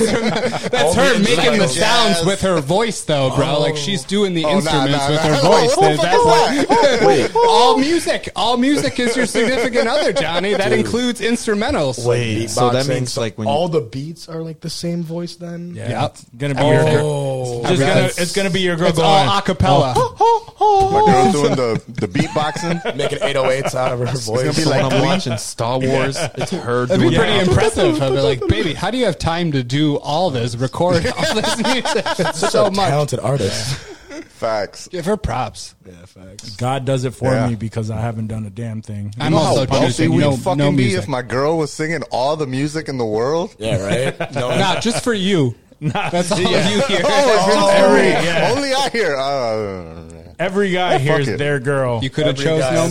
Speaker 7: That's
Speaker 5: All
Speaker 7: her
Speaker 5: the
Speaker 7: making the
Speaker 5: instrumentals.
Speaker 7: sounds
Speaker 8: Yes.
Speaker 7: with her voice, though, bro. Like she's doing the
Speaker 8: Oh, nah,
Speaker 7: instruments
Speaker 8: nah,
Speaker 7: with
Speaker 8: nah.
Speaker 7: her voice.
Speaker 8: Who the fuck
Speaker 7: That's
Speaker 8: is
Speaker 7: like-
Speaker 8: that?
Speaker 7: Wait, (laughs) all music, all music is your significant other, Johnny. That includes instrumentals.
Speaker 6: Wait, so that
Speaker 5: Beatboxing,
Speaker 6: means like when
Speaker 5: all
Speaker 6: you,
Speaker 5: the beats are like the same voice then. Yeah.
Speaker 7: Yep.
Speaker 4: Gonna be your girl.
Speaker 5: Oh,
Speaker 4: Just
Speaker 7: I
Speaker 4: gonna,
Speaker 7: realize-
Speaker 4: it's gonna be your girl
Speaker 7: It's
Speaker 4: going Oh,
Speaker 7: all acapella.
Speaker 8: My girl's doing the the beatboxing.
Speaker 5: making 808s out oh of her voice.
Speaker 8: gonna be
Speaker 6: so
Speaker 5: (laughs)
Speaker 8: like
Speaker 6: when I'm
Speaker 8: Glee.
Speaker 6: watching Star Wars, it's her
Speaker 7: That'd
Speaker 6: doing
Speaker 7: be pretty
Speaker 6: it.
Speaker 7: impressive. I'd be like, baby, how do you have time to do all this, record
Speaker 4: (laughs)
Speaker 7: all this music so much?
Speaker 5: talented artist.
Speaker 8: Facts.
Speaker 7: Give her props.
Speaker 5: Yeah, facts.
Speaker 4: God does it for
Speaker 8: Yeah.
Speaker 4: me because I haven't done a damn thing.
Speaker 7: I'm also
Speaker 8: Bossy
Speaker 7: choosing
Speaker 8: we'd
Speaker 7: no,
Speaker 8: fucking
Speaker 7: no
Speaker 8: be
Speaker 7: music.
Speaker 8: if my girl was singing all the music in the world.
Speaker 5: Yeah, right. No,
Speaker 7: nah, just for you. That's all you hear.
Speaker 8: Oh,
Speaker 7: (laughs)
Speaker 8: it's
Speaker 4: (laughs)
Speaker 8: just
Speaker 4: Oh,
Speaker 8: me.
Speaker 4: yeah.
Speaker 8: Only I hear. Uh,
Speaker 4: Every guy hears
Speaker 8: it.
Speaker 4: their girl.
Speaker 7: You could have chose no
Speaker 5: Their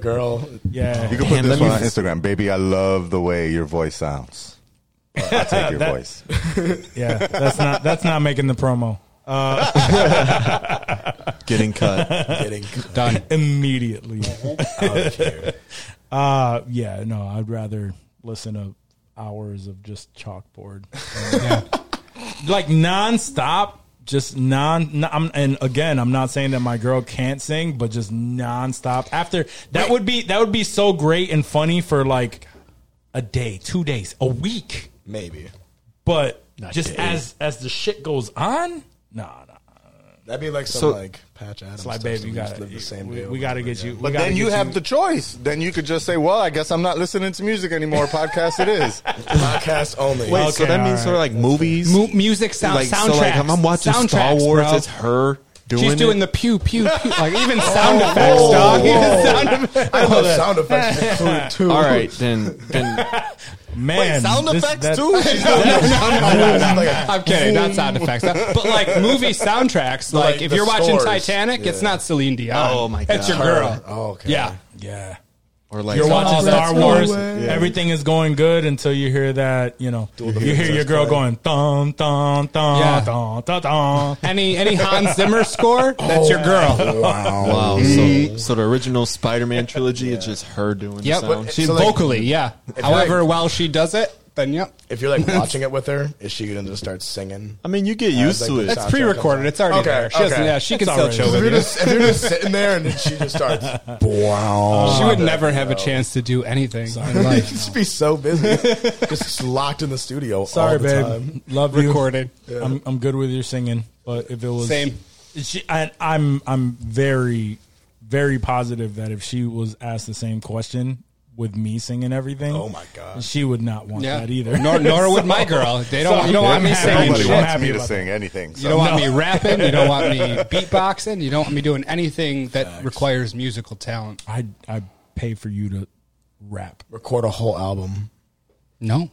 Speaker 5: (laughs) girl.
Speaker 4: yeah.
Speaker 8: you can
Speaker 6: Damn,
Speaker 8: put
Speaker 6: let
Speaker 8: this
Speaker 6: me-
Speaker 8: one on Instagram, baby. I love the way your voice sounds. I take your
Speaker 4: That-
Speaker 8: voice.
Speaker 4: Yeah, that's not that's not making the promo
Speaker 6: Getting cut.
Speaker 5: Getting
Speaker 7: Done.
Speaker 5: (laughs)
Speaker 4: immediately.
Speaker 5: out of here.
Speaker 4: Uh, yeah, no, I'd rather listen to hours of just chalkboard, like nonstop, just non. n- I'm, and again, I'm not saying that my girl can't sing, but just nonstop. After that would be that would be so great and funny for like a day, two days, a week,
Speaker 5: Maybe.
Speaker 4: but
Speaker 6: Not
Speaker 4: just
Speaker 6: day.
Speaker 4: as as the shit goes on, nah, nah.
Speaker 5: That'd be like some
Speaker 6: So-
Speaker 5: like Patch Adams.
Speaker 4: It's like,
Speaker 5: stuff,
Speaker 4: babe,
Speaker 5: so
Speaker 4: you
Speaker 5: we just
Speaker 4: got
Speaker 5: live the
Speaker 4: to
Speaker 5: same
Speaker 4: we,
Speaker 5: day
Speaker 4: we
Speaker 5: over
Speaker 4: got to
Speaker 5: and
Speaker 4: get
Speaker 5: over
Speaker 4: you.
Speaker 5: again.
Speaker 4: we
Speaker 8: But
Speaker 4: gotta
Speaker 8: then you
Speaker 4: get
Speaker 8: have the choice. Then you could just say, "Well, I guess I'm not listening to music anymore." Podcast it is.
Speaker 5: (laughs) podcast only.
Speaker 6: Wait, so
Speaker 4: Okay,
Speaker 6: that means
Speaker 4: all
Speaker 6: sort of like movies,
Speaker 7: Mu- music sound
Speaker 6: like
Speaker 7: soundtracks.
Speaker 6: so like I'm, I'm watching Star
Speaker 7: Soundtracks,
Speaker 6: Wars,
Speaker 7: bro.
Speaker 6: it's her doing.
Speaker 7: She's doing
Speaker 6: it.
Speaker 7: the pew pew pew. Like even sound
Speaker 5: Oh,
Speaker 7: effects,
Speaker 5: whoa,
Speaker 7: dog. (laughs)
Speaker 5: whoa.
Speaker 7: Even sound effects.
Speaker 5: (laughs) I love sound effects included too.
Speaker 6: All right, then then
Speaker 4: man
Speaker 8: sound
Speaker 4: this-
Speaker 8: effects
Speaker 4: that-
Speaker 8: too. She's doing
Speaker 7: No, no, no, no,
Speaker 5: Like
Speaker 7: no. (laughs)
Speaker 5: a-
Speaker 7: I'm kidding. Not sound effects, but like movie soundtracks. Like,
Speaker 5: Like
Speaker 7: if
Speaker 5: the
Speaker 7: you're watching
Speaker 5: scores.
Speaker 7: Titanic, it's
Speaker 5: Yeah.
Speaker 7: not Celine Dion.
Speaker 6: Oh, my
Speaker 7: it's your
Speaker 6: God.
Speaker 7: girl.
Speaker 5: Oh, okay.
Speaker 7: Yeah,
Speaker 4: Yeah.
Speaker 6: or like
Speaker 4: You're
Speaker 6: so-
Speaker 4: watching
Speaker 5: that's
Speaker 4: Star
Speaker 5: no
Speaker 4: Wars.
Speaker 5: way.
Speaker 4: Everything is going good until you hear that, you know, you hear your girl going thum thum thum
Speaker 7: Yeah.
Speaker 4: thum thum thum.
Speaker 7: (laughs) any any Hans Zimmer score, that's your
Speaker 5: Oh.
Speaker 7: girl.
Speaker 6: Wow. So, so the original Spider-Man trilogy is just her doing
Speaker 7: Yep,
Speaker 6: the sound.
Speaker 7: she's
Speaker 5: So, like,
Speaker 7: vocally. yeah. However, while she does it, then yep.
Speaker 5: If you're like watching it with her, is she gonna just start singing?
Speaker 6: I mean, you get
Speaker 5: Yeah,
Speaker 6: used
Speaker 5: like
Speaker 6: to
Speaker 5: the
Speaker 6: it.
Speaker 5: sound-
Speaker 7: It's pre-recorded. It's already
Speaker 5: Okay,
Speaker 7: there. She
Speaker 5: okay.
Speaker 7: doesn't, yeah, she
Speaker 4: That's
Speaker 7: can still
Speaker 4: already
Speaker 7: chill
Speaker 5: If
Speaker 7: with
Speaker 5: you're
Speaker 7: you.
Speaker 5: just if you're just sitting there and then she just starts, wow,
Speaker 7: (laughs) She would never have a chance to do anything. in life.
Speaker 5: She'd be so busy, just locked in the studio.
Speaker 4: Sorry,
Speaker 5: all the
Speaker 4: babe.
Speaker 5: Time.
Speaker 4: Love you.
Speaker 7: Recorded.
Speaker 4: I'm I'm good with your singing, but if it was
Speaker 7: Same.
Speaker 4: she, I, I'm I'm very very positive that if she was asked the same question, with me singing everything.
Speaker 5: Oh my God.
Speaker 4: she would not want
Speaker 7: Yeah.
Speaker 4: that either. (laughs)
Speaker 7: Nor- nor would my girl. They don't- you don't
Speaker 4: I'm
Speaker 7: want me
Speaker 4: happy-
Speaker 7: singing
Speaker 4: I'm
Speaker 8: Nobody
Speaker 7: shit.
Speaker 8: wants
Speaker 4: happy
Speaker 8: me to
Speaker 4: about
Speaker 8: sing anything. So.
Speaker 7: You don't want me rapping. You
Speaker 4: (laughs)
Speaker 7: don't want me beatboxing. You don't want me doing anything that requires musical talent.
Speaker 4: that. I I pay for you to rap.
Speaker 5: Record a whole album.
Speaker 7: No,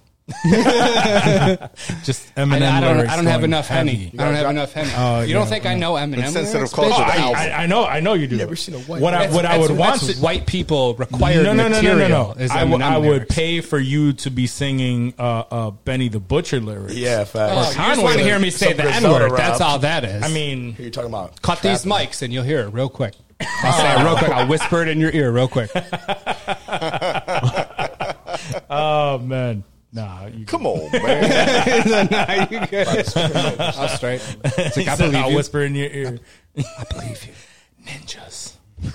Speaker 4: Just
Speaker 7: I,
Speaker 4: Eminem.
Speaker 7: I don't.
Speaker 4: lyrics
Speaker 7: I don't have
Speaker 4: going
Speaker 7: enough Henny.
Speaker 4: heavy.
Speaker 7: I don't have enough Henny. you don't think I know Eminem?
Speaker 8: Insensitive
Speaker 7: lyrics,
Speaker 8: culture.
Speaker 7: bitch?
Speaker 4: Oh, I,
Speaker 8: Album.
Speaker 4: I, I know. I know you do.
Speaker 5: never seen a white
Speaker 4: What I
Speaker 7: That's-
Speaker 4: what I
Speaker 7: that's-
Speaker 4: would want
Speaker 7: that's
Speaker 4: to
Speaker 7: white people required material. Is
Speaker 4: I would-
Speaker 7: Eminem
Speaker 4: I would
Speaker 7: lyrics.
Speaker 4: pay for you to be singing uh, uh, Benny the Butcher lyrics.
Speaker 5: Yeah, facts.
Speaker 7: Oh, you just want to hear me say
Speaker 5: Some
Speaker 7: the N
Speaker 5: Griselda
Speaker 7: word.
Speaker 5: rap.
Speaker 7: That's all that is.
Speaker 4: I mean,
Speaker 5: Who are you talking about?
Speaker 7: cut these
Speaker 5: Trapping.
Speaker 7: mics and you'll hear it
Speaker 4: (laughs)
Speaker 7: real quick. I'll say it real quick. (laughs) I'll whisper it in your ear real quick.
Speaker 4: oh man, nah. You
Speaker 8: Come
Speaker 7: (laughs)
Speaker 8: on, man.
Speaker 7: nah, you good. I'm straight. (laughs) It's like, I
Speaker 4: said,
Speaker 7: believe
Speaker 4: I'll
Speaker 7: you.
Speaker 4: whisper in your ear.
Speaker 7: I believe you. Ninjas.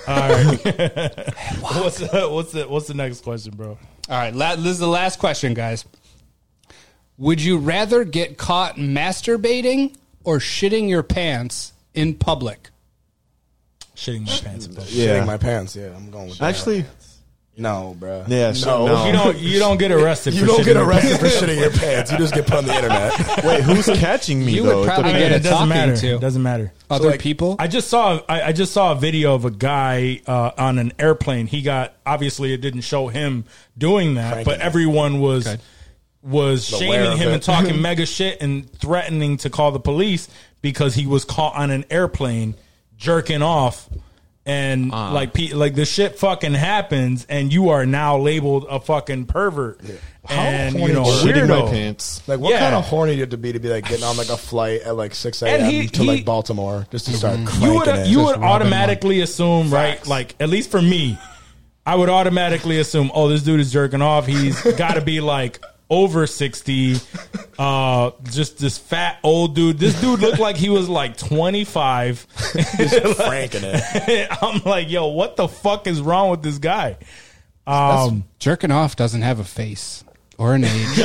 Speaker 4: All right. (laughs) what's the, what's the what's the next question, bro?
Speaker 7: All right, la- this is the last question, guys. Would you rather get caught masturbating or shitting your pants in public?
Speaker 4: Shitting my pants. Bro.
Speaker 5: Shitting
Speaker 6: Yeah.
Speaker 5: my pants. Yeah, I'm going with that.
Speaker 6: Actually,
Speaker 5: no, bro.
Speaker 6: Yeah,
Speaker 5: no.
Speaker 6: shit, no.
Speaker 4: You don't you don't get arrested.
Speaker 5: You
Speaker 4: for
Speaker 5: don't
Speaker 4: shitting
Speaker 5: get
Speaker 4: your pants.
Speaker 5: arrested for shitting your pants. You just get put on the
Speaker 4: (laughs)
Speaker 5: internet.
Speaker 6: wait, who's catching me
Speaker 7: You would
Speaker 6: though?
Speaker 4: I
Speaker 7: probably
Speaker 4: mean,
Speaker 7: get a
Speaker 4: it doesn't
Speaker 7: talking
Speaker 4: matter.
Speaker 7: to.
Speaker 4: It doesn't matter.
Speaker 7: Other
Speaker 5: like,
Speaker 7: people?
Speaker 4: I just saw I, I just saw a video of a guy uh, on an airplane. He got obviously it didn't show him doing that,
Speaker 5: Cranking
Speaker 4: but
Speaker 5: it.
Speaker 4: everyone was
Speaker 7: Okay.
Speaker 4: was
Speaker 5: Aware
Speaker 4: shaming
Speaker 5: of
Speaker 4: him
Speaker 5: it. (laughs)
Speaker 4: and talking mega shit and threatening to call the police because he was caught on an airplane jerking off. And
Speaker 6: Ah.
Speaker 4: like pe- like the shit fucking happens, and you are now labeled a fucking pervert, and you
Speaker 5: horny
Speaker 4: know a
Speaker 5: is
Speaker 6: shitting my
Speaker 4: weirdo.
Speaker 6: pants.
Speaker 5: Like, what
Speaker 4: Yeah.
Speaker 5: kind of horny do you have to be to be like getting on like a flight at like 6
Speaker 4: And
Speaker 5: a.m.
Speaker 4: he-
Speaker 5: to
Speaker 4: he-
Speaker 5: like Baltimore just to start cranking
Speaker 4: you would
Speaker 5: it?
Speaker 4: you
Speaker 5: Just-
Speaker 4: would automatically assume right like at least for me i would automatically assume oh this dude is jerking off
Speaker 7: (laughs)
Speaker 4: he's got to be like over 60 uh just this fat old dude this dude looked like he was like 25
Speaker 5: (laughs) just cranking it.
Speaker 4: (laughs) i'm like yo what the fuck is wrong with this guy um
Speaker 7: Jerking off doesn't have a face or an age.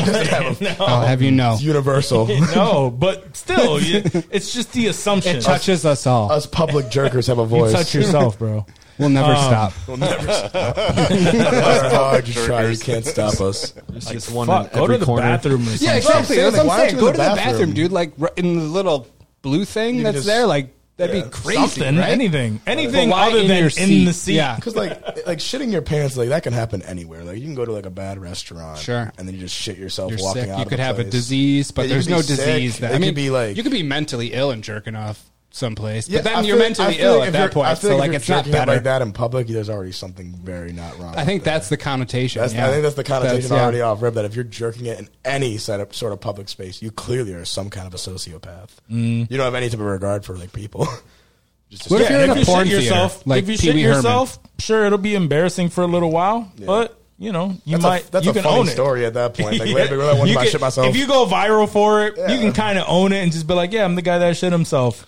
Speaker 7: I'll have you know.
Speaker 5: It's universal.
Speaker 4: no but still you- it's just the assumption
Speaker 7: It touches us all.
Speaker 5: Us public jerkers have a
Speaker 4: you
Speaker 5: voice.
Speaker 4: touch yourself bro
Speaker 7: We'll never stop.
Speaker 5: We'll never stop. Our
Speaker 7: (laughs)
Speaker 5: dog, you try, you
Speaker 8: Jerkers.
Speaker 5: can't stop (laughs) us.
Speaker 6: There's just one in
Speaker 4: Fuck, go
Speaker 6: every
Speaker 4: to the
Speaker 6: corner.
Speaker 4: bathroom or
Speaker 7: Yeah,
Speaker 4: something.
Speaker 7: exactly.
Speaker 5: That's
Speaker 7: That's
Speaker 5: what I'm
Speaker 7: what I'm
Speaker 5: saying.
Speaker 7: saying.
Speaker 5: Like, why don't you
Speaker 7: Go to the
Speaker 5: go to
Speaker 7: bathroom,
Speaker 5: the bathroom?
Speaker 7: dude. Like r- in the little blue thing
Speaker 5: can
Speaker 7: that's
Speaker 5: just-
Speaker 7: there. Like that'd be
Speaker 5: yeah.
Speaker 7: crazy,
Speaker 4: something
Speaker 7: right?
Speaker 4: anything anything
Speaker 7: But why
Speaker 4: other
Speaker 7: in
Speaker 4: than
Speaker 7: your
Speaker 4: in the
Speaker 7: seat?
Speaker 4: seat
Speaker 7: Yeah.
Speaker 5: Because like like shitting your pants like that can happen anywhere. Like you can go to like a bad restaurant,
Speaker 7: Sure.
Speaker 5: and then you just shit yourself
Speaker 7: You're
Speaker 5: walking
Speaker 7: sick.
Speaker 5: out.
Speaker 7: You
Speaker 5: of
Speaker 7: could
Speaker 5: the
Speaker 7: have a
Speaker 5: place.
Speaker 7: disease, but
Speaker 5: Yeah, you
Speaker 7: there's
Speaker 5: could be
Speaker 7: no
Speaker 5: sick.
Speaker 7: disease. That,
Speaker 5: It
Speaker 7: I mean,
Speaker 5: could be like
Speaker 7: you could be mentally ill and jerking off someplace,
Speaker 5: Yeah,
Speaker 7: but then
Speaker 5: I feel-
Speaker 7: you're
Speaker 5: I
Speaker 7: mentally
Speaker 5: feel
Speaker 7: ill
Speaker 5: like
Speaker 7: at
Speaker 5: if
Speaker 7: that
Speaker 5: you're- I
Speaker 7: point.
Speaker 5: feel
Speaker 7: So
Speaker 5: if
Speaker 7: like
Speaker 5: you're
Speaker 7: it's not
Speaker 5: jerking up
Speaker 7: better.
Speaker 5: like that in public. There's already something very not wrong.
Speaker 7: I think that's the connotation.
Speaker 5: That's,
Speaker 7: yeah.
Speaker 5: I think that's the connotation
Speaker 7: That's- yeah.
Speaker 5: already off rip. That if you're jerking it in any set of, sort of public space, you clearly are some kind of a sociopath. You don't have any type of regard for like people. (laughs) Just
Speaker 7: Mm. What if
Speaker 4: Yeah,
Speaker 7: you're in
Speaker 4: if
Speaker 7: a
Speaker 4: you
Speaker 7: porn
Speaker 4: shit
Speaker 7: theater,
Speaker 4: yourself,
Speaker 7: like
Speaker 4: if you
Speaker 7: Pee
Speaker 4: shit
Speaker 7: Wee Herman.
Speaker 4: yourself, sure it'll be embarrassing for a little while, but you know you
Speaker 5: that's
Speaker 4: might
Speaker 5: a, that's
Speaker 4: you
Speaker 5: a
Speaker 4: can
Speaker 5: funny
Speaker 4: own it.
Speaker 5: story at that
Speaker 4: (laughs)
Speaker 5: point. Like
Speaker 7: (laughs)
Speaker 5: later,
Speaker 4: Yeah.
Speaker 5: that one
Speaker 4: You
Speaker 5: time I
Speaker 4: can-
Speaker 5: shit myself.
Speaker 4: If you go viral for it, you
Speaker 5: Yeah.
Speaker 4: can kind of own it and just be like, "Yeah, I'm the guy that shit himself."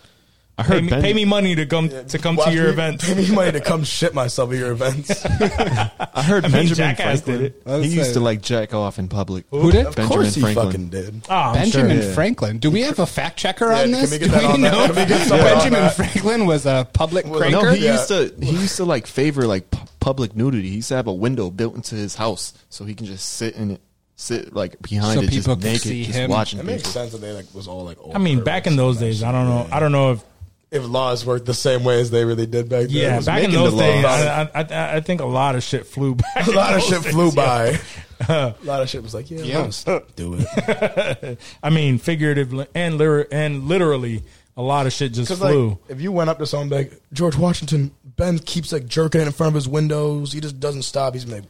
Speaker 6: I
Speaker 4: Pay
Speaker 6: heard
Speaker 4: me,
Speaker 6: Benny-
Speaker 4: pay me money to come to come to
Speaker 5: Watch
Speaker 4: your
Speaker 5: me-
Speaker 4: event.
Speaker 5: (laughs)
Speaker 4: (laughs)
Speaker 5: Give me money to come shit myself at your (laughs) events.
Speaker 6: I heard
Speaker 4: mean,
Speaker 6: Benjamin
Speaker 4: Jackass
Speaker 6: Franklin. (laughs)
Speaker 4: did it.
Speaker 6: He
Speaker 7: That's
Speaker 6: used
Speaker 7: a-
Speaker 6: to like jack off in public.
Speaker 7: Who did?
Speaker 5: of course, he
Speaker 6: Franklin.
Speaker 5: fucking did.
Speaker 4: Ah, I'm sure.
Speaker 7: Benjamin
Speaker 6: Yeah.
Speaker 7: Franklin. Do we have a fact checker on
Speaker 5: can we
Speaker 7: this?
Speaker 5: get
Speaker 7: Do
Speaker 5: that
Speaker 7: we
Speaker 5: on that?
Speaker 7: know
Speaker 5: Can we get someone on
Speaker 7: Benjamin
Speaker 5: that?
Speaker 7: Franklin was a public
Speaker 5: Well, no,
Speaker 7: cranker?
Speaker 6: No, he
Speaker 5: Yeah.
Speaker 6: used to he used to like favor like pu- public nudity. He used to have a window built into his house so he can just sit in it, sit like behind
Speaker 7: So
Speaker 6: it, just
Speaker 7: people can
Speaker 6: naked,
Speaker 7: see
Speaker 6: just
Speaker 7: him.
Speaker 6: watching.
Speaker 5: It makes
Speaker 6: people.
Speaker 5: sense that they like was all like. Old
Speaker 4: I mean, back in those days, I don't know. I don't know if
Speaker 5: if laws worked the same way as they really did back then. It
Speaker 4: yeah,
Speaker 5: was
Speaker 4: back in
Speaker 6: making
Speaker 4: those
Speaker 6: the law.
Speaker 4: days, I, I, I, I think a lot of shit flew (laughs)
Speaker 5: (laughs)
Speaker 4: back.
Speaker 5: a lot of
Speaker 4: in
Speaker 5: shit
Speaker 4: those
Speaker 5: flew
Speaker 4: days, yeah. (laughs)
Speaker 5: by. a lot of shit was like, yeah,
Speaker 7: Yeah.
Speaker 5: let's do it.
Speaker 4: (laughs) I mean, figuratively and liter- and literally, a lot of shit just
Speaker 5: Because
Speaker 4: flew.
Speaker 5: like, if you went up to someone like George Washington, Ben keeps like jerking it in front of his windows. He just doesn't stop. He's like,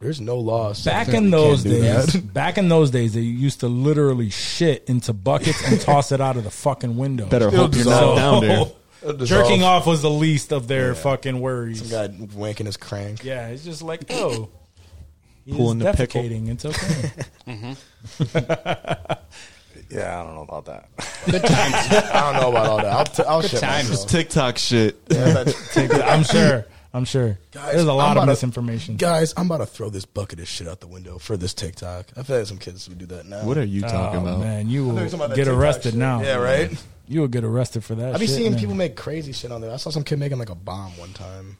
Speaker 5: there's no law. saying
Speaker 4: Back
Speaker 5: that we
Speaker 4: in
Speaker 5: can't
Speaker 4: those
Speaker 5: do
Speaker 4: days,
Speaker 5: that.
Speaker 4: back in those days, they used to literally shit into buckets and toss it out of the fucking window.
Speaker 6: Better hope you're
Speaker 5: dissolve.
Speaker 6: not down there.
Speaker 5: It'll dissolve.
Speaker 4: Jerking off was the least of their fucking worries.
Speaker 5: guy wanking his crank.
Speaker 4: Yeah, it's just like oh, he's
Speaker 6: Pulling the pickle.
Speaker 4: defecating. It's okay.
Speaker 8: yeah, I don't know about that.
Speaker 5: (laughs) I don't know about all that. I'll, t- I'll shit
Speaker 7: times.
Speaker 5: myself.
Speaker 6: TikTok shit. (laughs)
Speaker 5: Yeah,
Speaker 4: (laughs)
Speaker 5: that's-
Speaker 4: I'm sure. I'm sure.
Speaker 5: Guys,
Speaker 4: There's a lot
Speaker 5: I'm
Speaker 4: of
Speaker 5: about to-
Speaker 4: misinformation.
Speaker 5: Guys, I'm about to throw this bucket of shit out the window for this TikTok. I feel like some kids who do that now.
Speaker 6: What are you talking
Speaker 4: Oh,
Speaker 6: about?
Speaker 4: man, you will
Speaker 5: They're talking about that
Speaker 4: get
Speaker 5: TikTok
Speaker 4: arrested
Speaker 5: shit.
Speaker 4: now.
Speaker 5: Yeah, right.
Speaker 4: You will get arrested for that.
Speaker 5: I be
Speaker 4: shit,
Speaker 5: seeing
Speaker 4: man.
Speaker 5: people make crazy shit on there. I saw some kid making like a bomb one time.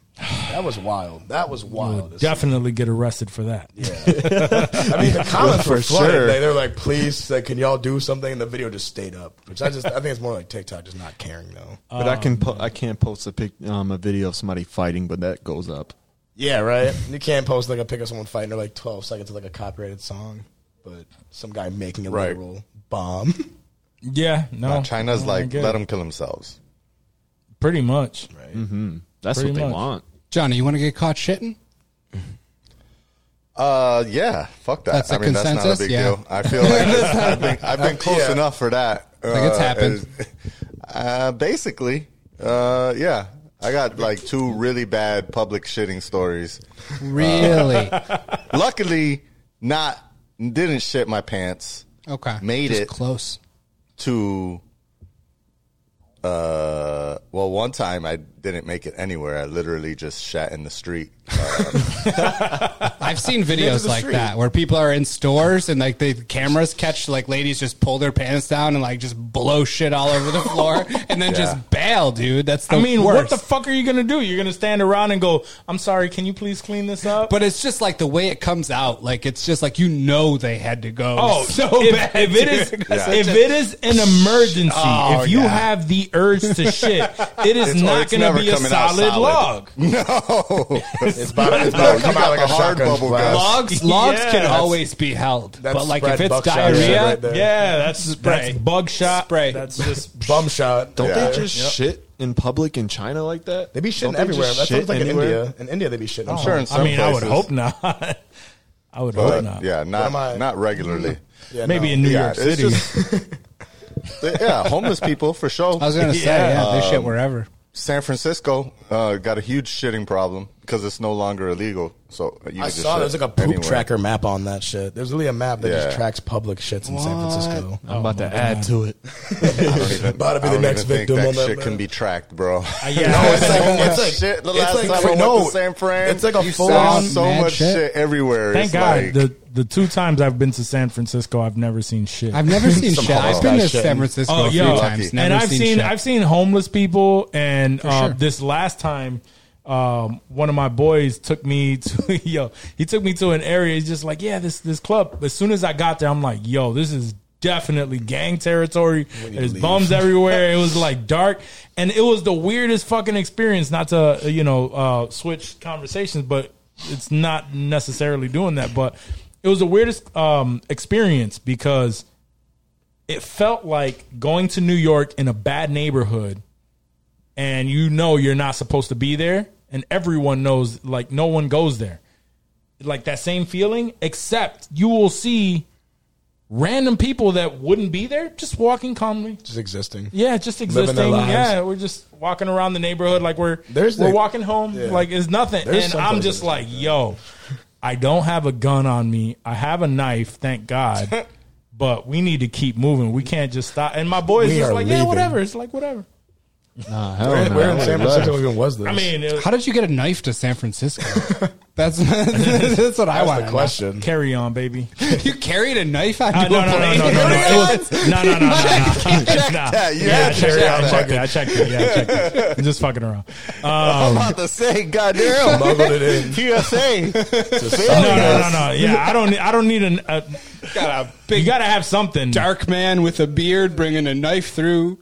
Speaker 5: That was wild. That was wild. as-
Speaker 4: Definitely get arrested for that.
Speaker 5: I mean, the comments were
Speaker 6: Well, for
Speaker 5: flooded.
Speaker 6: sure.
Speaker 5: Like, they were like, "Please, like, can y'all do something?" And the video just stayed up. Which I just, I think it's more like TikTok just not caring though.
Speaker 6: But I can po- I can't post a pic um, a video of somebody fighting, but that goes up.
Speaker 5: Yeah, right. You can't post like a pick of someone fighting or like twelve seconds of like a copyrighted song, but some guy making a
Speaker 8: Right.
Speaker 5: literal bomb. (laughs)
Speaker 4: Yeah, no.
Speaker 8: Uh, China's
Speaker 4: Oh, I
Speaker 8: like,
Speaker 4: get
Speaker 8: let
Speaker 4: it.
Speaker 8: them kill themselves.
Speaker 4: Pretty much.
Speaker 6: That's
Speaker 4: Pretty
Speaker 6: what they
Speaker 4: much.
Speaker 6: want.
Speaker 7: Johnny, you want to get caught shitting?
Speaker 8: Uh, yeah, fuck that.
Speaker 7: That's
Speaker 8: I
Speaker 7: a
Speaker 8: mean, that's not a
Speaker 7: consensus?
Speaker 8: big
Speaker 7: Yeah.
Speaker 8: deal. I
Speaker 7: (laughs)
Speaker 8: feel like I've been, I've been close
Speaker 5: yeah.
Speaker 8: enough for that. I
Speaker 7: think it's happened.
Speaker 8: Uh, basically, uh, yeah, I got like two really bad public shitting stories.
Speaker 5: Uh, (laughs)
Speaker 7: Really?
Speaker 8: Luckily, not didn't shit my pants.
Speaker 7: okay.
Speaker 8: Made
Speaker 7: Just
Speaker 8: it.
Speaker 7: close.
Speaker 8: to uh well one time i didn't make it anywhere i literally just shat in the street (laughs)
Speaker 7: I've seen
Speaker 5: Into
Speaker 7: videos
Speaker 5: the
Speaker 7: like
Speaker 5: street.
Speaker 7: that where people are in stores and like the cameras catch like ladies just pull their pants down and like just blow shit all over
Speaker 4: (laughs)
Speaker 7: the floor and then just bail, dude. That's the
Speaker 4: I mean, what
Speaker 7: worst.
Speaker 4: the fuck are you gonna do? You're gonna stand around and go, "I'm sorry, can you please clean this up?"
Speaker 7: but it's just like the way it comes out. Like it's just like you know they had to
Speaker 4: (laughs)
Speaker 7: go.
Speaker 4: Oh,
Speaker 7: (laughs) so
Speaker 4: if,
Speaker 7: bad.
Speaker 4: if it is (laughs)
Speaker 7: dude.
Speaker 4: if it is an emergency,
Speaker 7: Oh,
Speaker 4: if you
Speaker 7: yeah.
Speaker 4: have the urge (laughs) to shit, it is
Speaker 8: It's- or
Speaker 4: not
Speaker 8: it's
Speaker 4: going
Speaker 8: never
Speaker 4: to be a
Speaker 8: coming out
Speaker 4: solid,
Speaker 8: solid.
Speaker 4: log.
Speaker 8: no
Speaker 5: It's about, it's
Speaker 8: No,
Speaker 5: about
Speaker 8: you
Speaker 5: to come
Speaker 8: got
Speaker 5: out like
Speaker 8: the
Speaker 5: a
Speaker 8: hard
Speaker 5: shotgun
Speaker 8: bubble
Speaker 5: blast.
Speaker 4: (laughs)
Speaker 7: (laughs)
Speaker 8: gum.
Speaker 7: logs logs
Speaker 4: Yeah.
Speaker 7: can
Speaker 4: That's-
Speaker 7: always be held,
Speaker 5: that's
Speaker 7: but like if
Speaker 5: spread
Speaker 7: it's
Speaker 5: buckshot shit
Speaker 7: diarrhea,
Speaker 5: right there.
Speaker 4: Yeah, that's spray.
Speaker 7: Spray.
Speaker 4: bug shot.
Speaker 7: Spray.
Speaker 4: (laughs) That's just
Speaker 5: Bum shot.
Speaker 6: Don't
Speaker 8: Yeah.
Speaker 6: they just shit in public in China like that?
Speaker 5: They be shitting
Speaker 6: Don't just
Speaker 5: everywhere. That's what
Speaker 6: shit
Speaker 5: it's like
Speaker 6: anywhere?
Speaker 5: in India. In India, they be shitting.
Speaker 8: i'm sure in some
Speaker 4: I mean,
Speaker 8: places,
Speaker 4: I would hope not. (laughs) I would hope
Speaker 8: but
Speaker 4: not.
Speaker 8: yeah
Speaker 5: Am I-
Speaker 8: not not regularly
Speaker 5: Yeah,
Speaker 4: Maybe
Speaker 5: no.
Speaker 4: in New
Speaker 8: yeah
Speaker 4: York City.
Speaker 8: just- yeah homeless people for sure
Speaker 7: I was gonna say yeah, they
Speaker 4: Um,
Speaker 7: shit wherever.
Speaker 8: san francisco uh got a huge shitting problem because it's no longer illegal so you
Speaker 5: I
Speaker 8: can just
Speaker 5: saw
Speaker 8: shit
Speaker 5: there's like a poop
Speaker 8: anywhere.
Speaker 5: tracker map on that shit. There's really a map that
Speaker 8: Yeah.
Speaker 5: just tracks public shits in San Francisco.
Speaker 6: I'm about
Speaker 4: Oh,
Speaker 6: to add to it.
Speaker 8: I don't even-
Speaker 5: About to be the
Speaker 8: I don't
Speaker 5: next
Speaker 8: even think
Speaker 5: victim
Speaker 8: that
Speaker 5: on that
Speaker 8: shit can
Speaker 5: map.
Speaker 8: be tracked bro
Speaker 4: Uh,
Speaker 8: (laughs)
Speaker 4: yeah.
Speaker 8: No, it's like,
Speaker 5: It's
Speaker 8: it's
Speaker 5: like-
Speaker 8: shit. The
Speaker 5: it's
Speaker 8: last
Speaker 5: like-
Speaker 8: time I went
Speaker 5: no,
Speaker 8: to San Fran,
Speaker 5: it's like a
Speaker 8: you
Speaker 5: full
Speaker 8: saw
Speaker 5: on
Speaker 8: so
Speaker 7: mad
Speaker 8: much shit,
Speaker 7: shit.
Speaker 8: everywhere.
Speaker 4: Thank
Speaker 8: It's
Speaker 4: God.
Speaker 8: like-
Speaker 4: the the two times I've been to San Francisco, I've never seen shit. (laughs)
Speaker 7: I've never seen shit. I've been to
Speaker 5: shit.
Speaker 7: San Francisco a few
Speaker 4: Oh, yo.
Speaker 7: times. Never
Speaker 4: and I've
Speaker 7: seen,
Speaker 4: seen,
Speaker 7: shit.
Speaker 4: I've seen homeless people, and uh,
Speaker 7: sure.
Speaker 4: this last time, um, one of my boys took me to (laughs) yo. He took me to an area. He's just like, yeah, this this club. As soon as I got there, I'm like, yo, this is definitely gang territory. There's bums
Speaker 7: (laughs)
Speaker 4: everywhere. It was like dark, and it was the weirdest fucking experience. Not to uh, you know uh, switch conversations, but it's not necessarily doing that. But it was the weirdest um, experience because it felt like going to New York in a bad neighborhood and you know you're not supposed to be there and everyone knows like no one goes there. Like that same feeling except you will see random people that wouldn't be there just walking calmly.
Speaker 5: Just existing.
Speaker 4: Yeah, just
Speaker 5: their
Speaker 4: existing.
Speaker 5: lives.
Speaker 4: Yeah, we're just walking around the neighborhood like we're
Speaker 5: There's
Speaker 4: we're
Speaker 5: the-
Speaker 4: walking home
Speaker 5: yeah.
Speaker 4: like it's nothing.
Speaker 5: There's
Speaker 4: and
Speaker 5: some
Speaker 4: I'm
Speaker 5: places
Speaker 4: just
Speaker 5: that's
Speaker 4: like, yo, I don't have a gun on me. I have a knife, thank God.
Speaker 5: (laughs)
Speaker 4: but we need to keep moving. We can't just stop. And my boy's
Speaker 5: We
Speaker 4: just
Speaker 5: are
Speaker 4: like, yeah,
Speaker 5: leaving.
Speaker 4: whatever. It's like whatever.
Speaker 6: Nah, hell
Speaker 5: Where,
Speaker 6: no.
Speaker 5: where in San
Speaker 6: I would've left.
Speaker 5: Francisco even was this?
Speaker 4: I mean, it,
Speaker 7: How did you get a knife to San Francisco? that's (laughs) that's what I
Speaker 5: that's
Speaker 7: want.
Speaker 5: the
Speaker 7: to
Speaker 5: question.
Speaker 4: carry
Speaker 5: (laughs)
Speaker 4: on, baby.
Speaker 7: know. You carried a knife out
Speaker 4: Uh,
Speaker 7: to
Speaker 4: no, no,
Speaker 7: a
Speaker 4: no,
Speaker 7: plane?
Speaker 4: no, no,
Speaker 7: (laughs)
Speaker 4: no. It was, (laughs) no,
Speaker 5: (laughs)
Speaker 4: no, no, no, no. It's not.
Speaker 8: that. You
Speaker 4: Yeah, I
Speaker 8: had to
Speaker 4: checked it. I
Speaker 8: check that.
Speaker 4: checked it. I checked it. Yeah, I checked it. I'm just
Speaker 5: (laughs)
Speaker 4: fucking around. Um,
Speaker 8: (laughs) I'm about to say, goddamn,
Speaker 5: Smuggled it in.
Speaker 8: (laughs)
Speaker 4: (laughs)
Speaker 8: TSA.
Speaker 4: No, no, no, no. Yeah, I don't. I don't need an. A,
Speaker 7: Got a
Speaker 4: you
Speaker 7: big
Speaker 4: gotta have something.
Speaker 7: dark man with a beard bringing a knife through.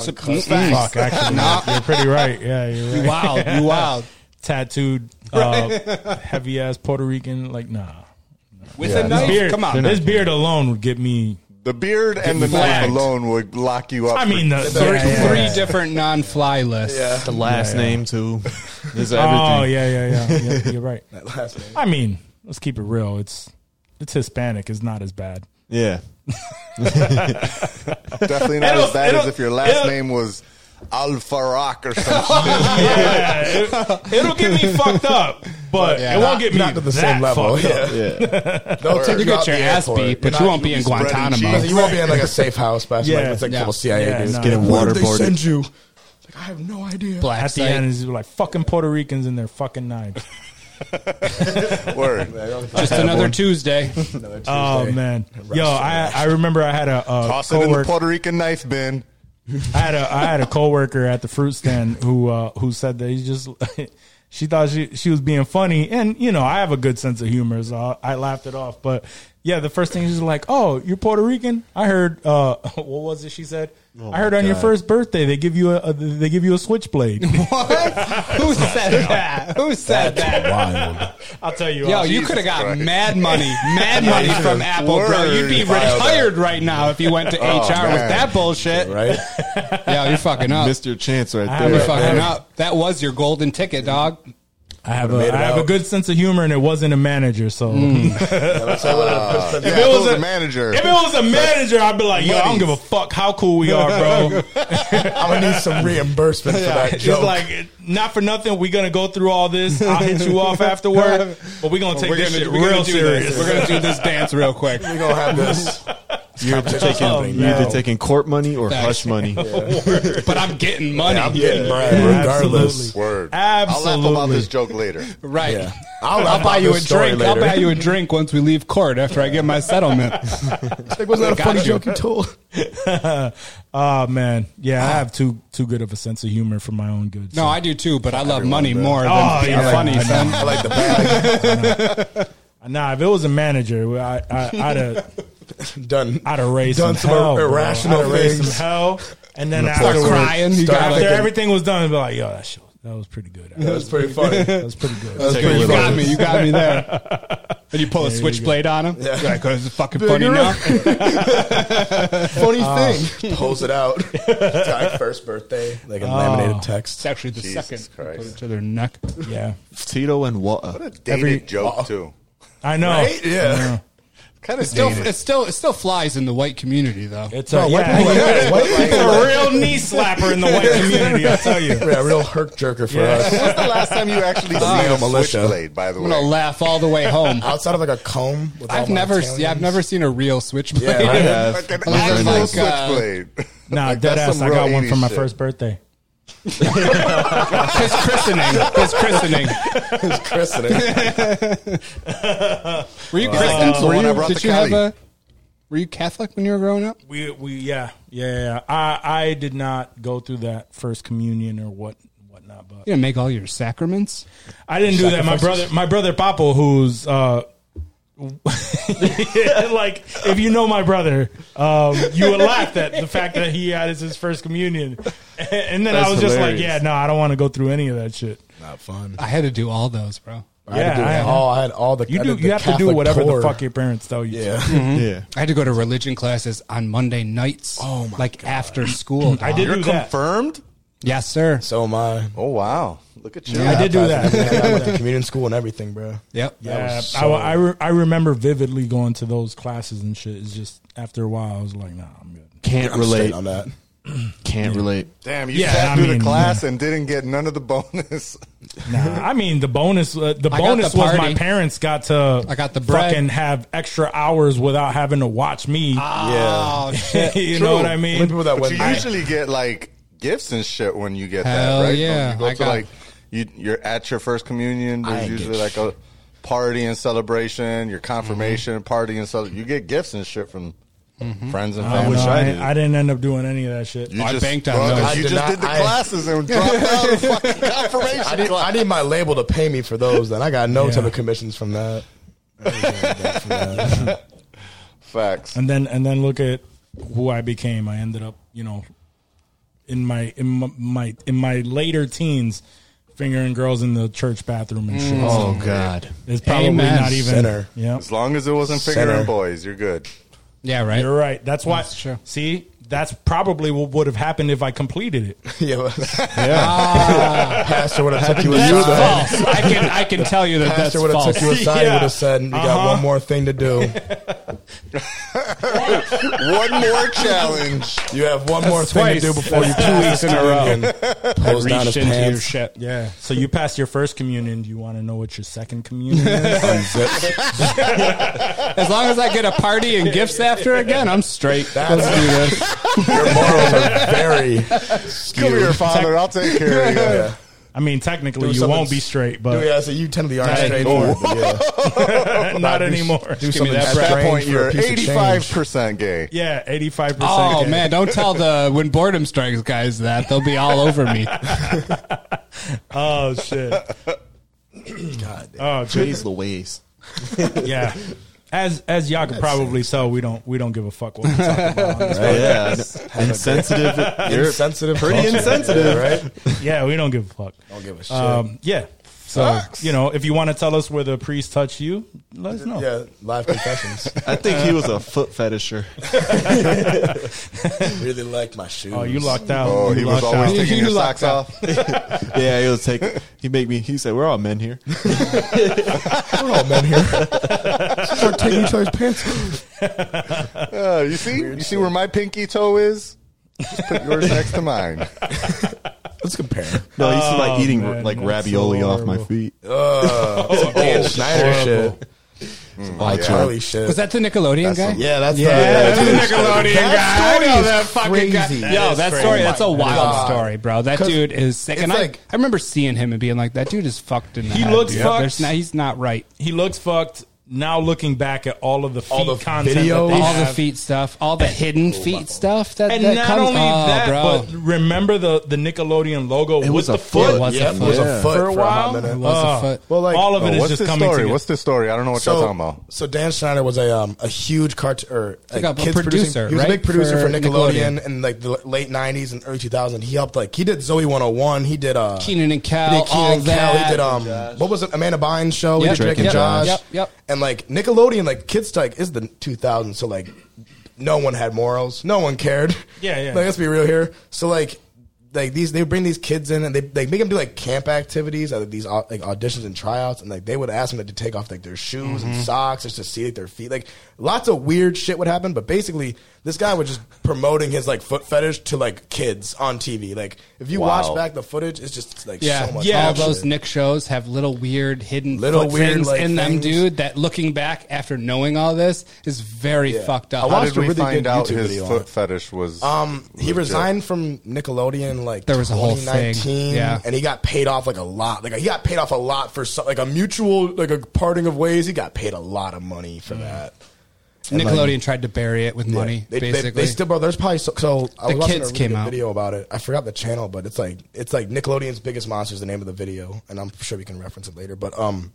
Speaker 7: So- Mm-mm.
Speaker 4: Fuck, (laughs) actually, you're pretty right. Yeah, you're right.
Speaker 7: Wild, you wild.
Speaker 4: Tattooed, uh, heavy ass Puerto Rican. Like, nah.
Speaker 7: (laughs) With
Speaker 8: Yeah.
Speaker 7: a
Speaker 4: This
Speaker 7: knife?
Speaker 4: beard,
Speaker 7: Come on.
Speaker 4: this beard alone would get me.
Speaker 8: The beard and the knife
Speaker 4: Flagged.
Speaker 8: alone would lock you up.
Speaker 4: I mean, the,
Speaker 7: Three,
Speaker 4: yeah, yeah,
Speaker 7: three
Speaker 4: yeah.
Speaker 7: different non-fly lists.
Speaker 6: The last
Speaker 4: (laughs)
Speaker 6: name too. Is everything.
Speaker 4: Oh yeah, yeah, yeah, yeah. You're right.
Speaker 5: Last name.
Speaker 4: I mean, let's keep it real. It's it's Hispanic. It's not as bad.
Speaker 6: yeah.
Speaker 8: definitely not
Speaker 4: It'll-
Speaker 8: as bad as
Speaker 4: it'll-
Speaker 8: if your last
Speaker 4: it'll-
Speaker 8: name was Al Farak or (laughs) something.
Speaker 4: Yeah, it, (laughs) it'll get me fucked up, but
Speaker 7: Yeah.
Speaker 4: it won't get me
Speaker 5: Not to the same
Speaker 4: that
Speaker 5: level. (laughs)
Speaker 4: fucked up.
Speaker 5: Yeah.
Speaker 6: Yeah.
Speaker 5: They'll take
Speaker 7: You
Speaker 5: you out
Speaker 7: get your
Speaker 5: the
Speaker 7: ass
Speaker 5: airport.
Speaker 7: beat, but
Speaker 5: You're
Speaker 7: you
Speaker 5: not-
Speaker 7: won't be in
Speaker 8: spreading
Speaker 7: Guantanamo.
Speaker 8: cheese.
Speaker 5: You won't be in like a safe house, but
Speaker 4: Yeah.
Speaker 5: yeah. it's like
Speaker 7: Yeah.
Speaker 5: full CIA
Speaker 4: Yeah,
Speaker 5: dudes.
Speaker 4: no.
Speaker 6: Getting
Speaker 5: Where did
Speaker 6: waterboarded.
Speaker 5: They send you. Like, I have no idea.
Speaker 7: Black
Speaker 4: At the
Speaker 7: site.
Speaker 4: end, it's like fucking Puerto Ricans and their fucking knives.
Speaker 8: Word.
Speaker 7: Just another Tuesday.
Speaker 5: (laughs) Another Tuesday.
Speaker 4: Oh man, yo, I I remember I had a, a
Speaker 8: Toss it in the
Speaker 4: coworker.
Speaker 8: Puerto Rican knife bin.
Speaker 4: I had a I had a coworker at the fruit stand who uh, who said that he's just (laughs) She thought she she was being funny, and you know I have a good sense of humor, so I, I laughed it off. But yeah, the first thing she's like, "Oh, you're Puerto Rican." I heard uh, (laughs) what was it she said? I heard on your first birthday they give you a, a they give you a switchblade.
Speaker 7: What? Who said that? Who said that?
Speaker 5: Wild.
Speaker 4: I'll tell you.
Speaker 7: Yo,
Speaker 4: off.
Speaker 7: you
Speaker 8: Jesus
Speaker 7: could have got
Speaker 8: Christ.
Speaker 7: mad money,
Speaker 5: (laughs)
Speaker 7: mad money from Apple, bro. You'd be
Speaker 8: Word.
Speaker 7: retired right now if you went to HR with
Speaker 8: man.
Speaker 7: that bullshit.
Speaker 5: Oh, Right?
Speaker 7: Yo, you're fucking up.
Speaker 6: Missed your chance right
Speaker 4: I
Speaker 7: You're
Speaker 6: there.
Speaker 4: have
Speaker 7: fucking up. That was your golden ticket, dog.
Speaker 4: I have a,
Speaker 5: made it
Speaker 4: I have a
Speaker 5: out.
Speaker 4: good sense of humor, and it wasn't a manager. So
Speaker 8: Yeah,
Speaker 4: if it was a,
Speaker 8: manager,
Speaker 4: (laughs) if it
Speaker 8: (laughs)
Speaker 4: was a manager, I'd be like, yo, I don't
Speaker 8: Money.
Speaker 4: give a fuck how cool we are, bro.
Speaker 5: I'm going to need some reimbursement for that
Speaker 4: (laughs) He's
Speaker 5: joke. (laughs)
Speaker 4: like, not for nothing. We're gonna go through all this. I'll hit you off after work, but we're gonna take
Speaker 7: We're
Speaker 4: this
Speaker 7: gonna,
Speaker 4: shit
Speaker 7: we're
Speaker 4: real
Speaker 7: gonna do
Speaker 4: serious.
Speaker 7: this. We're (laughs) gonna do this dance real quick.
Speaker 5: We're going to have this.
Speaker 6: You're taking
Speaker 4: Oh,
Speaker 6: you're
Speaker 4: no.
Speaker 6: either taking court money or
Speaker 7: Facts.
Speaker 6: hush money.
Speaker 4: (laughs)
Speaker 7: But I'm getting money.
Speaker 5: I'm getting bread regardless.
Speaker 8: word. I'll laugh about
Speaker 4: Absolutely.
Speaker 8: this joke later.
Speaker 7: Right.
Speaker 5: Yeah.
Speaker 7: I'll,
Speaker 5: I'll
Speaker 7: buy
Speaker 5: buy
Speaker 7: you a
Speaker 5: this story
Speaker 7: drink. I'll
Speaker 5: later.
Speaker 7: buy you a drink once we leave court after I get my settlement.
Speaker 5: Like, wasn't that a
Speaker 7: Got
Speaker 5: funny
Speaker 7: you.
Speaker 5: joke you told?
Speaker 4: Oh man, yeah, I have too too good of a sense of humor for my own good.
Speaker 7: No,
Speaker 4: so.
Speaker 7: I do too, but I love money more than
Speaker 4: Oh,
Speaker 7: being
Speaker 4: yeah.
Speaker 7: funny,
Speaker 4: I
Speaker 7: son.
Speaker 5: I like the bag.
Speaker 4: nah, if it was a manager, I, I, I'd have
Speaker 5: Done.
Speaker 7: (laughs)
Speaker 4: I'd have raised
Speaker 5: Done
Speaker 4: some,
Speaker 5: some
Speaker 4: hell, bro.
Speaker 5: irrational
Speaker 4: I'd have raised
Speaker 5: things.
Speaker 4: some hell, and then
Speaker 7: Start
Speaker 4: afterwards,
Speaker 7: crying. You got,
Speaker 5: Start
Speaker 4: after
Speaker 7: like, a-
Speaker 4: everything was done, I'd be like, yo, that shit, that was pretty good. That
Speaker 5: That's pretty
Speaker 7: (laughs)
Speaker 5: funny.
Speaker 4: was pretty
Speaker 8: (laughs)
Speaker 4: good.
Speaker 5: That's
Speaker 7: you
Speaker 5: pretty
Speaker 7: got me.
Speaker 5: funny.
Speaker 7: You got me there. (laughs) And you pull a switchblade on him. Yeah. Like, it's fucking funny now.
Speaker 5: Funny thing. Pulls it out. It's our first birthday. Like a laminated text.
Speaker 7: Oh. It's actually the
Speaker 8: Jesus
Speaker 7: second.
Speaker 8: Christ.
Speaker 7: Put it to their neck.
Speaker 4: yeah,
Speaker 6: Tito and Wata.
Speaker 8: Dated joke
Speaker 5: Oh.
Speaker 8: too.
Speaker 4: I know.
Speaker 5: Right? Yeah.
Speaker 8: Kind of
Speaker 7: Still,
Speaker 8: still.
Speaker 7: it still, it still flies in the white community though.
Speaker 4: It's a, yeah,
Speaker 5: people-
Speaker 4: it's
Speaker 5: white people
Speaker 4: a real knee slapper in the (laughs) white community. I tell you.
Speaker 5: Yeah,
Speaker 7: (laughs)
Speaker 5: real herc jerker for
Speaker 4: Yeah.
Speaker 5: us.
Speaker 8: When's the last time you actually
Speaker 5: Ah,
Speaker 8: seen a
Speaker 5: militia.
Speaker 8: switchblade? By the
Speaker 7: I'm gonna
Speaker 8: way,
Speaker 7: laugh all the way (laughs) home.
Speaker 5: Outside of like a comb. With all
Speaker 7: I've
Speaker 5: my
Speaker 7: never,
Speaker 5: Italians.
Speaker 7: yeah, I've never seen a real switchblade.
Speaker 5: Yeah,
Speaker 7: (laughs)
Speaker 5: I have.
Speaker 8: like an
Speaker 7: I'm gonna
Speaker 8: actual
Speaker 7: like, uh,
Speaker 8: switchblade.
Speaker 4: (laughs) Nah,
Speaker 8: (laughs) Like,
Speaker 4: dead
Speaker 8: that's
Speaker 4: ass.
Speaker 8: some
Speaker 4: I
Speaker 8: real
Speaker 4: got one for
Speaker 8: 80s
Speaker 4: my
Speaker 8: shit.
Speaker 4: first birthday.
Speaker 7: His christening, his christening.
Speaker 5: It's
Speaker 4: (laughs)
Speaker 5: christening.
Speaker 7: Were you
Speaker 8: that's
Speaker 7: christened?
Speaker 8: the
Speaker 7: Were
Speaker 8: one I
Speaker 7: you,
Speaker 8: brought
Speaker 7: did
Speaker 8: to
Speaker 7: you have
Speaker 8: Cali.
Speaker 7: a? Were you Catholic when you were growing up?
Speaker 4: We we yeah yeah. yeah. I I did not go through that first communion or what whatnot, but
Speaker 7: You didn't make all your sacraments.
Speaker 4: I didn't do that. My brother my brother Papo, who's uh, (laughs) like if you know my brother, um, you would laugh at the fact that he had his first communion, and then I
Speaker 6: That's
Speaker 4: was just like,
Speaker 6: hilarious.
Speaker 4: yeah, no, I don't want to go through any of that shit.
Speaker 5: Not fun.
Speaker 7: I had to do all those, bro.
Speaker 5: I had to do
Speaker 4: Yeah, I-
Speaker 5: all. I had all the.
Speaker 4: You
Speaker 5: I
Speaker 4: do.
Speaker 5: did the
Speaker 4: You have to do
Speaker 5: Catholic
Speaker 4: whatever
Speaker 5: tour.
Speaker 4: the fuck your parents tell you. to. (laughs)
Speaker 5: Yeah. Mm-hmm.
Speaker 6: Yeah.
Speaker 7: I had to go to religion classes on Monday nights.
Speaker 5: Oh my
Speaker 7: Like after school.
Speaker 4: I
Speaker 7: dog.
Speaker 4: did do that.
Speaker 8: Confirmed.
Speaker 7: Yes, sir.
Speaker 5: So am I.
Speaker 8: Oh wow! Look at you.
Speaker 4: I did do that. (laughs)
Speaker 5: I went to community school and everything, bro.
Speaker 7: Yep.
Speaker 4: Yeah,
Speaker 5: was
Speaker 4: I,
Speaker 5: so-
Speaker 4: I, re- I remember vividly going to those classes and shit. It's just after a while, I was like, nah, I'm
Speaker 5: (laughs)
Speaker 4: good.
Speaker 6: Can't
Speaker 5: I'm
Speaker 6: relate.
Speaker 5: straight on
Speaker 4: (laughs)
Speaker 5: that.
Speaker 6: Can't relate.
Speaker 8: Damn, you
Speaker 4: Yeah,
Speaker 8: sat
Speaker 4: I
Speaker 8: through
Speaker 4: mean,
Speaker 8: the class and didn't get none of the (laughs) bonus.
Speaker 4: Nah, I mean the bonus. Uh, the
Speaker 7: I got
Speaker 4: bonus
Speaker 7: the
Speaker 4: was my
Speaker 7: party.
Speaker 4: parents got to.
Speaker 7: I got the bread.
Speaker 4: fucking have extra hours without having to watch me.
Speaker 5: Yeah.
Speaker 7: (laughs) Oh
Speaker 4: (laughs)
Speaker 7: shit.
Speaker 4: you
Speaker 5: True.
Speaker 4: know what
Speaker 5: How
Speaker 4: I
Speaker 5: many people
Speaker 4: mean?
Speaker 5: that
Speaker 8: But
Speaker 5: went.
Speaker 8: you usually get like gifts and shit when you get
Speaker 7: Hell
Speaker 8: that, right?
Speaker 7: yeah,
Speaker 8: Don't You go
Speaker 7: I
Speaker 8: to
Speaker 7: got-
Speaker 8: like you, you're at your first communion. There's
Speaker 5: ain't
Speaker 8: usually
Speaker 5: get
Speaker 8: like a party and celebration.
Speaker 4: Mm-hmm.
Speaker 8: Your confirmation party and celebration. You get gifts and shit from friends and
Speaker 4: Mm-hmm. I,
Speaker 8: family.
Speaker 4: wish I, did. I didn't end up doing any of that shit.
Speaker 8: You
Speaker 7: I banked on
Speaker 8: bro,
Speaker 7: those.
Speaker 5: I
Speaker 8: You
Speaker 5: did
Speaker 8: just
Speaker 5: not-
Speaker 8: did the
Speaker 5: I-
Speaker 8: classes and dropped out of fucking
Speaker 5: (laughs)
Speaker 8: confirmation.
Speaker 5: I need, I need my label to pay me for those. Then I got no
Speaker 4: Yeah.
Speaker 5: type of commissions from that. (laughs) I didn't get anything from that.
Speaker 8: Facts.
Speaker 4: and then and then look at who I became. I ended up, you know, in my in my, my in my later teens, fingering girls in the church bathroom and shit.
Speaker 6: Oh God.
Speaker 4: It's probably
Speaker 7: Amen.
Speaker 4: not even.
Speaker 5: Sinner.
Speaker 4: Yeah,
Speaker 8: As long as it wasn't figuring
Speaker 5: Center.
Speaker 8: boys, you're good.
Speaker 7: Yeah, right.
Speaker 4: You're right. That's why.
Speaker 7: That's true.
Speaker 4: See, that's probably what would have happened if I completed it.
Speaker 5: yeah, but- (laughs) pastor would have took you
Speaker 7: That's
Speaker 5: aside.
Speaker 7: false. I can I can tell you that that's
Speaker 5: Pastor would have
Speaker 7: false.
Speaker 5: took you aside.
Speaker 4: Yeah.
Speaker 5: Would have said, "You
Speaker 4: Uh-huh.
Speaker 5: got one more thing to do.
Speaker 4: (laughs)
Speaker 8: One more challenge.
Speaker 5: You have one more thing
Speaker 7: twice.
Speaker 5: to do before you two weeks in a row." Pulls down his
Speaker 7: Reached into your
Speaker 5: pants.
Speaker 7: shit.
Speaker 4: Yeah. So you passed your first communion. Do you want to know what your second communion is?
Speaker 7: As long as I get a party and gifts after again, I'm straight.
Speaker 5: That's-
Speaker 7: Let's do this.
Speaker 5: Your morals are very.
Speaker 8: Come here, father. I'll take
Speaker 4: (laughs)
Speaker 8: care of you.
Speaker 5: Yeah.
Speaker 4: I mean,
Speaker 5: Do
Speaker 4: technically, you
Speaker 5: something
Speaker 4: won't be
Speaker 5: s-
Speaker 4: straight,
Speaker 5: Do-
Speaker 4: but
Speaker 5: yeah, so you technically aren't
Speaker 7: Hey.
Speaker 5: straight for it, but yeah.
Speaker 4: (laughs) not anymore.
Speaker 5: Do something
Speaker 7: that
Speaker 5: strange
Speaker 8: At that point,
Speaker 5: for
Speaker 8: you're
Speaker 5: a piece of
Speaker 8: eighty-five
Speaker 5: change.
Speaker 8: percent gay.
Speaker 4: Yeah, eighty-five percent.
Speaker 7: Oh man, don't tell the when boredom strikes guys that they'll be all over me.
Speaker 4: Oh shit.
Speaker 5: God, damn.
Speaker 4: Oh, jeez.
Speaker 6: Praise (laughs) Louise.
Speaker 4: yeah. As as y'all can probably tell, we don't we don't give a fuck what we talk about. on this
Speaker 6: Right, (laughs) yeah, (laughs) insensitive. you're
Speaker 5: insensitive,
Speaker 6: pretty
Speaker 5: culture,
Speaker 6: insensitive.
Speaker 5: right?
Speaker 4: yeah, we don't give a fuck.
Speaker 5: Don't give a shit.
Speaker 4: Um, yeah. So you know, if you want to tell us where the priest touched you, let us know.
Speaker 5: yeah, live confessions.
Speaker 6: I think he was a foot fetisher.
Speaker 5: (laughs) really like my shoes.
Speaker 4: Oh, you locked out.
Speaker 8: Oh,
Speaker 4: You
Speaker 8: he was
Speaker 4: locked
Speaker 8: always
Speaker 4: out.
Speaker 8: taking
Speaker 7: You
Speaker 8: your
Speaker 7: locked
Speaker 8: socks off.
Speaker 6: (laughs) yeah, he was take. He made me. He said, "We're all men here."
Speaker 5: We're all men here. Start taking each other's pants. off.
Speaker 8: Uh, you see, you see where my pinky toe is. Just
Speaker 5: (laughs)
Speaker 8: put yours next to mine.
Speaker 5: Let's compare.
Speaker 6: No, he was like eating
Speaker 4: man,
Speaker 6: like
Speaker 4: that's
Speaker 6: ravioli
Speaker 4: so
Speaker 6: off my
Speaker 4: horrible.
Speaker 6: feet.
Speaker 5: (laughs) Dan Schneider shit.
Speaker 6: Oh,
Speaker 5: Charlie shit.
Speaker 7: Was that the Nickelodeon guy?
Speaker 6: Yeah, that's
Speaker 7: Yeah, that's
Speaker 6: the.
Speaker 7: the Nickelodeon guy. I know that fucking
Speaker 5: crazy.
Speaker 7: guy. Yo, that story, that's a wild story, bro. That
Speaker 5: 'Cause
Speaker 7: dude is sick. And
Speaker 5: it's
Speaker 7: I,
Speaker 5: like-
Speaker 7: I remember seeing him and being like, that dude is fucked in the
Speaker 4: He
Speaker 7: head,
Speaker 4: looks
Speaker 7: dude.
Speaker 4: fucked.
Speaker 7: There's not- he's not right.
Speaker 4: He looks fucked. Now looking back at all of the feet
Speaker 5: All the
Speaker 4: content,
Speaker 5: videos.
Speaker 4: that they
Speaker 7: all the
Speaker 4: have.
Speaker 7: feet stuff, all the hidden feet stuff that,
Speaker 4: and
Speaker 7: that
Speaker 4: not
Speaker 7: comes
Speaker 4: only
Speaker 7: oh,
Speaker 4: that,
Speaker 7: bro.
Speaker 4: but remember the the Nickelodeon logo with
Speaker 6: was
Speaker 4: the
Speaker 6: a
Speaker 4: foot.
Speaker 6: foot.
Speaker 7: it was
Speaker 5: yeah,
Speaker 7: a
Speaker 5: it
Speaker 7: foot.
Speaker 5: was a
Speaker 6: Yeah.
Speaker 5: foot
Speaker 4: for a while.
Speaker 5: hot minute.
Speaker 7: was a
Speaker 4: Uh,
Speaker 7: foot.
Speaker 5: Well, like-
Speaker 4: all of it
Speaker 8: Oh,
Speaker 4: is
Speaker 8: what's
Speaker 4: just
Speaker 8: the
Speaker 4: coming
Speaker 8: story?
Speaker 4: together.
Speaker 8: What's the story? I don't know what y'all talking about.
Speaker 5: so Dan Schneider was a um, a huge cart or
Speaker 7: Like a
Speaker 5: kids
Speaker 7: producer,
Speaker 5: producing- He was
Speaker 7: right?
Speaker 5: a big producer
Speaker 7: For
Speaker 5: for, Nickelodeon,
Speaker 7: Nickelodeon.
Speaker 5: in like the late '90s and early 2000s. He helped like he did Zoe 101. He did uh,
Speaker 7: Keenan and Kel,
Speaker 5: He did Keenan
Speaker 7: all
Speaker 5: and Kel.
Speaker 7: that.
Speaker 5: He did um, what was it? Amanda Bynes show. He
Speaker 7: Yep.
Speaker 5: did Drake and
Speaker 7: Yep.
Speaker 5: Josh.
Speaker 7: Yep. Yep.
Speaker 5: And like Nickelodeon, like kids like is the 2000s. So like no one had morals. No one cared.
Speaker 4: Yeah,
Speaker 5: (laughs)
Speaker 4: yeah.
Speaker 5: Like, let's be real here. So like. Like these, they bring these kids in and they, they make them do like camp activities, like these au- like auditions and tryouts, and like they would ask them to take off like their shoes
Speaker 7: Mm-hmm.
Speaker 5: and socks just to see like, their feet. Like lots of weird shit would happen, but basically this guy was just promoting his like foot fetish to like kids on TV. Like if you watch back the footage, it's just like
Speaker 7: yeah,
Speaker 5: so much.
Speaker 7: yeah. All
Speaker 5: bullshit.
Speaker 7: those Nick shows have little weird hidden
Speaker 5: Little
Speaker 7: foot
Speaker 5: weird,
Speaker 7: things
Speaker 5: like,
Speaker 7: in them,
Speaker 5: things.
Speaker 7: dude. That looking back after knowing all this is very
Speaker 5: Yeah.
Speaker 7: fucked up.
Speaker 5: I
Speaker 8: How
Speaker 5: watched
Speaker 8: did
Speaker 5: a
Speaker 8: we
Speaker 5: really
Speaker 8: find
Speaker 5: good
Speaker 8: out
Speaker 5: YouTube
Speaker 8: his
Speaker 5: video on
Speaker 8: foot
Speaker 5: it.
Speaker 8: fetish was?
Speaker 5: Um, he
Speaker 8: legit?
Speaker 5: resigned from Nickelodeon like
Speaker 7: There was a whole
Speaker 5: 2019,
Speaker 7: thing, yeah.
Speaker 5: and he got paid off like a lot. Like he got paid off a lot for some, like a mutual like a parting of ways. He got paid a lot of money for that. And, like,
Speaker 7: Nickelodeon tried to bury it with
Speaker 5: yeah,
Speaker 7: Mm. money,
Speaker 5: They, they,
Speaker 7: basically.
Speaker 5: they still, bro. There's probably so. so I
Speaker 7: The
Speaker 5: was watching
Speaker 7: kids
Speaker 5: a really
Speaker 7: came
Speaker 5: good
Speaker 7: out.
Speaker 5: video about it. I forgot the channel, but it's like it's like Nickelodeon's biggest monster is the name of the video, and I'm sure we can reference it later. But um,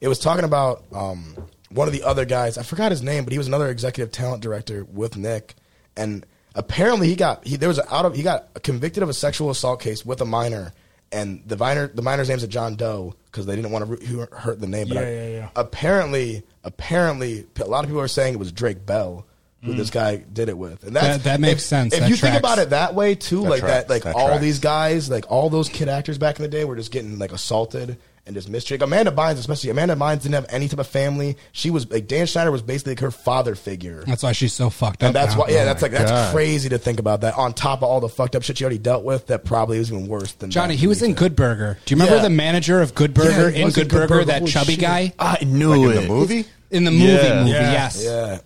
Speaker 5: it was talking about um one of the other guys. I forgot his name, but he was another executive talent director with Nick, and apparently he got he there was an out of he got convicted of a sexual assault case with a minor. And the minor, the minor's name's a John Doe because they didn't want to hurt the name. But
Speaker 4: Yeah,
Speaker 5: I-
Speaker 4: yeah, yeah.
Speaker 5: apparently, apparently, a lot of people are saying it was Drake Bell who
Speaker 4: Mm.
Speaker 5: this guy did it with, and that's,
Speaker 7: That- that makes
Speaker 5: if-
Speaker 7: sense.
Speaker 5: If
Speaker 7: That
Speaker 5: you
Speaker 7: tracks.
Speaker 5: think about it that way too,
Speaker 8: That
Speaker 5: like
Speaker 8: tracks.
Speaker 5: that, like
Speaker 8: That
Speaker 5: all
Speaker 8: tracks.
Speaker 5: these guys, like all those kid actors back in the day, were just getting like assaulted and just mistreated. Amanda Bynes, especially Amanda Bynes, didn't have any type of family. She was like Dan Schneider was basically like her father figure.
Speaker 7: that's why she's so fucked up.
Speaker 5: And that's
Speaker 7: now.
Speaker 5: why, yeah,
Speaker 7: Oh
Speaker 5: that's
Speaker 7: my
Speaker 5: like that's
Speaker 7: God.
Speaker 5: crazy to think about that. On top of all the fucked up shit she already dealt with, that probably was even worse than
Speaker 7: Johnny,
Speaker 5: that.
Speaker 7: he was in Good Burger. Do you remember
Speaker 5: Yeah.
Speaker 7: the manager of Good
Speaker 5: Yeah, he
Speaker 7: Burger
Speaker 5: was
Speaker 7: in Good, Burger, that
Speaker 5: Holy
Speaker 7: chubby
Speaker 5: shit. Uh,
Speaker 7: guy?
Speaker 6: I knew
Speaker 8: Like
Speaker 6: it.
Speaker 8: in the movie.
Speaker 7: In the movie,
Speaker 6: Yeah.
Speaker 7: movie,
Speaker 4: Yeah.
Speaker 7: yes.
Speaker 5: Yeah,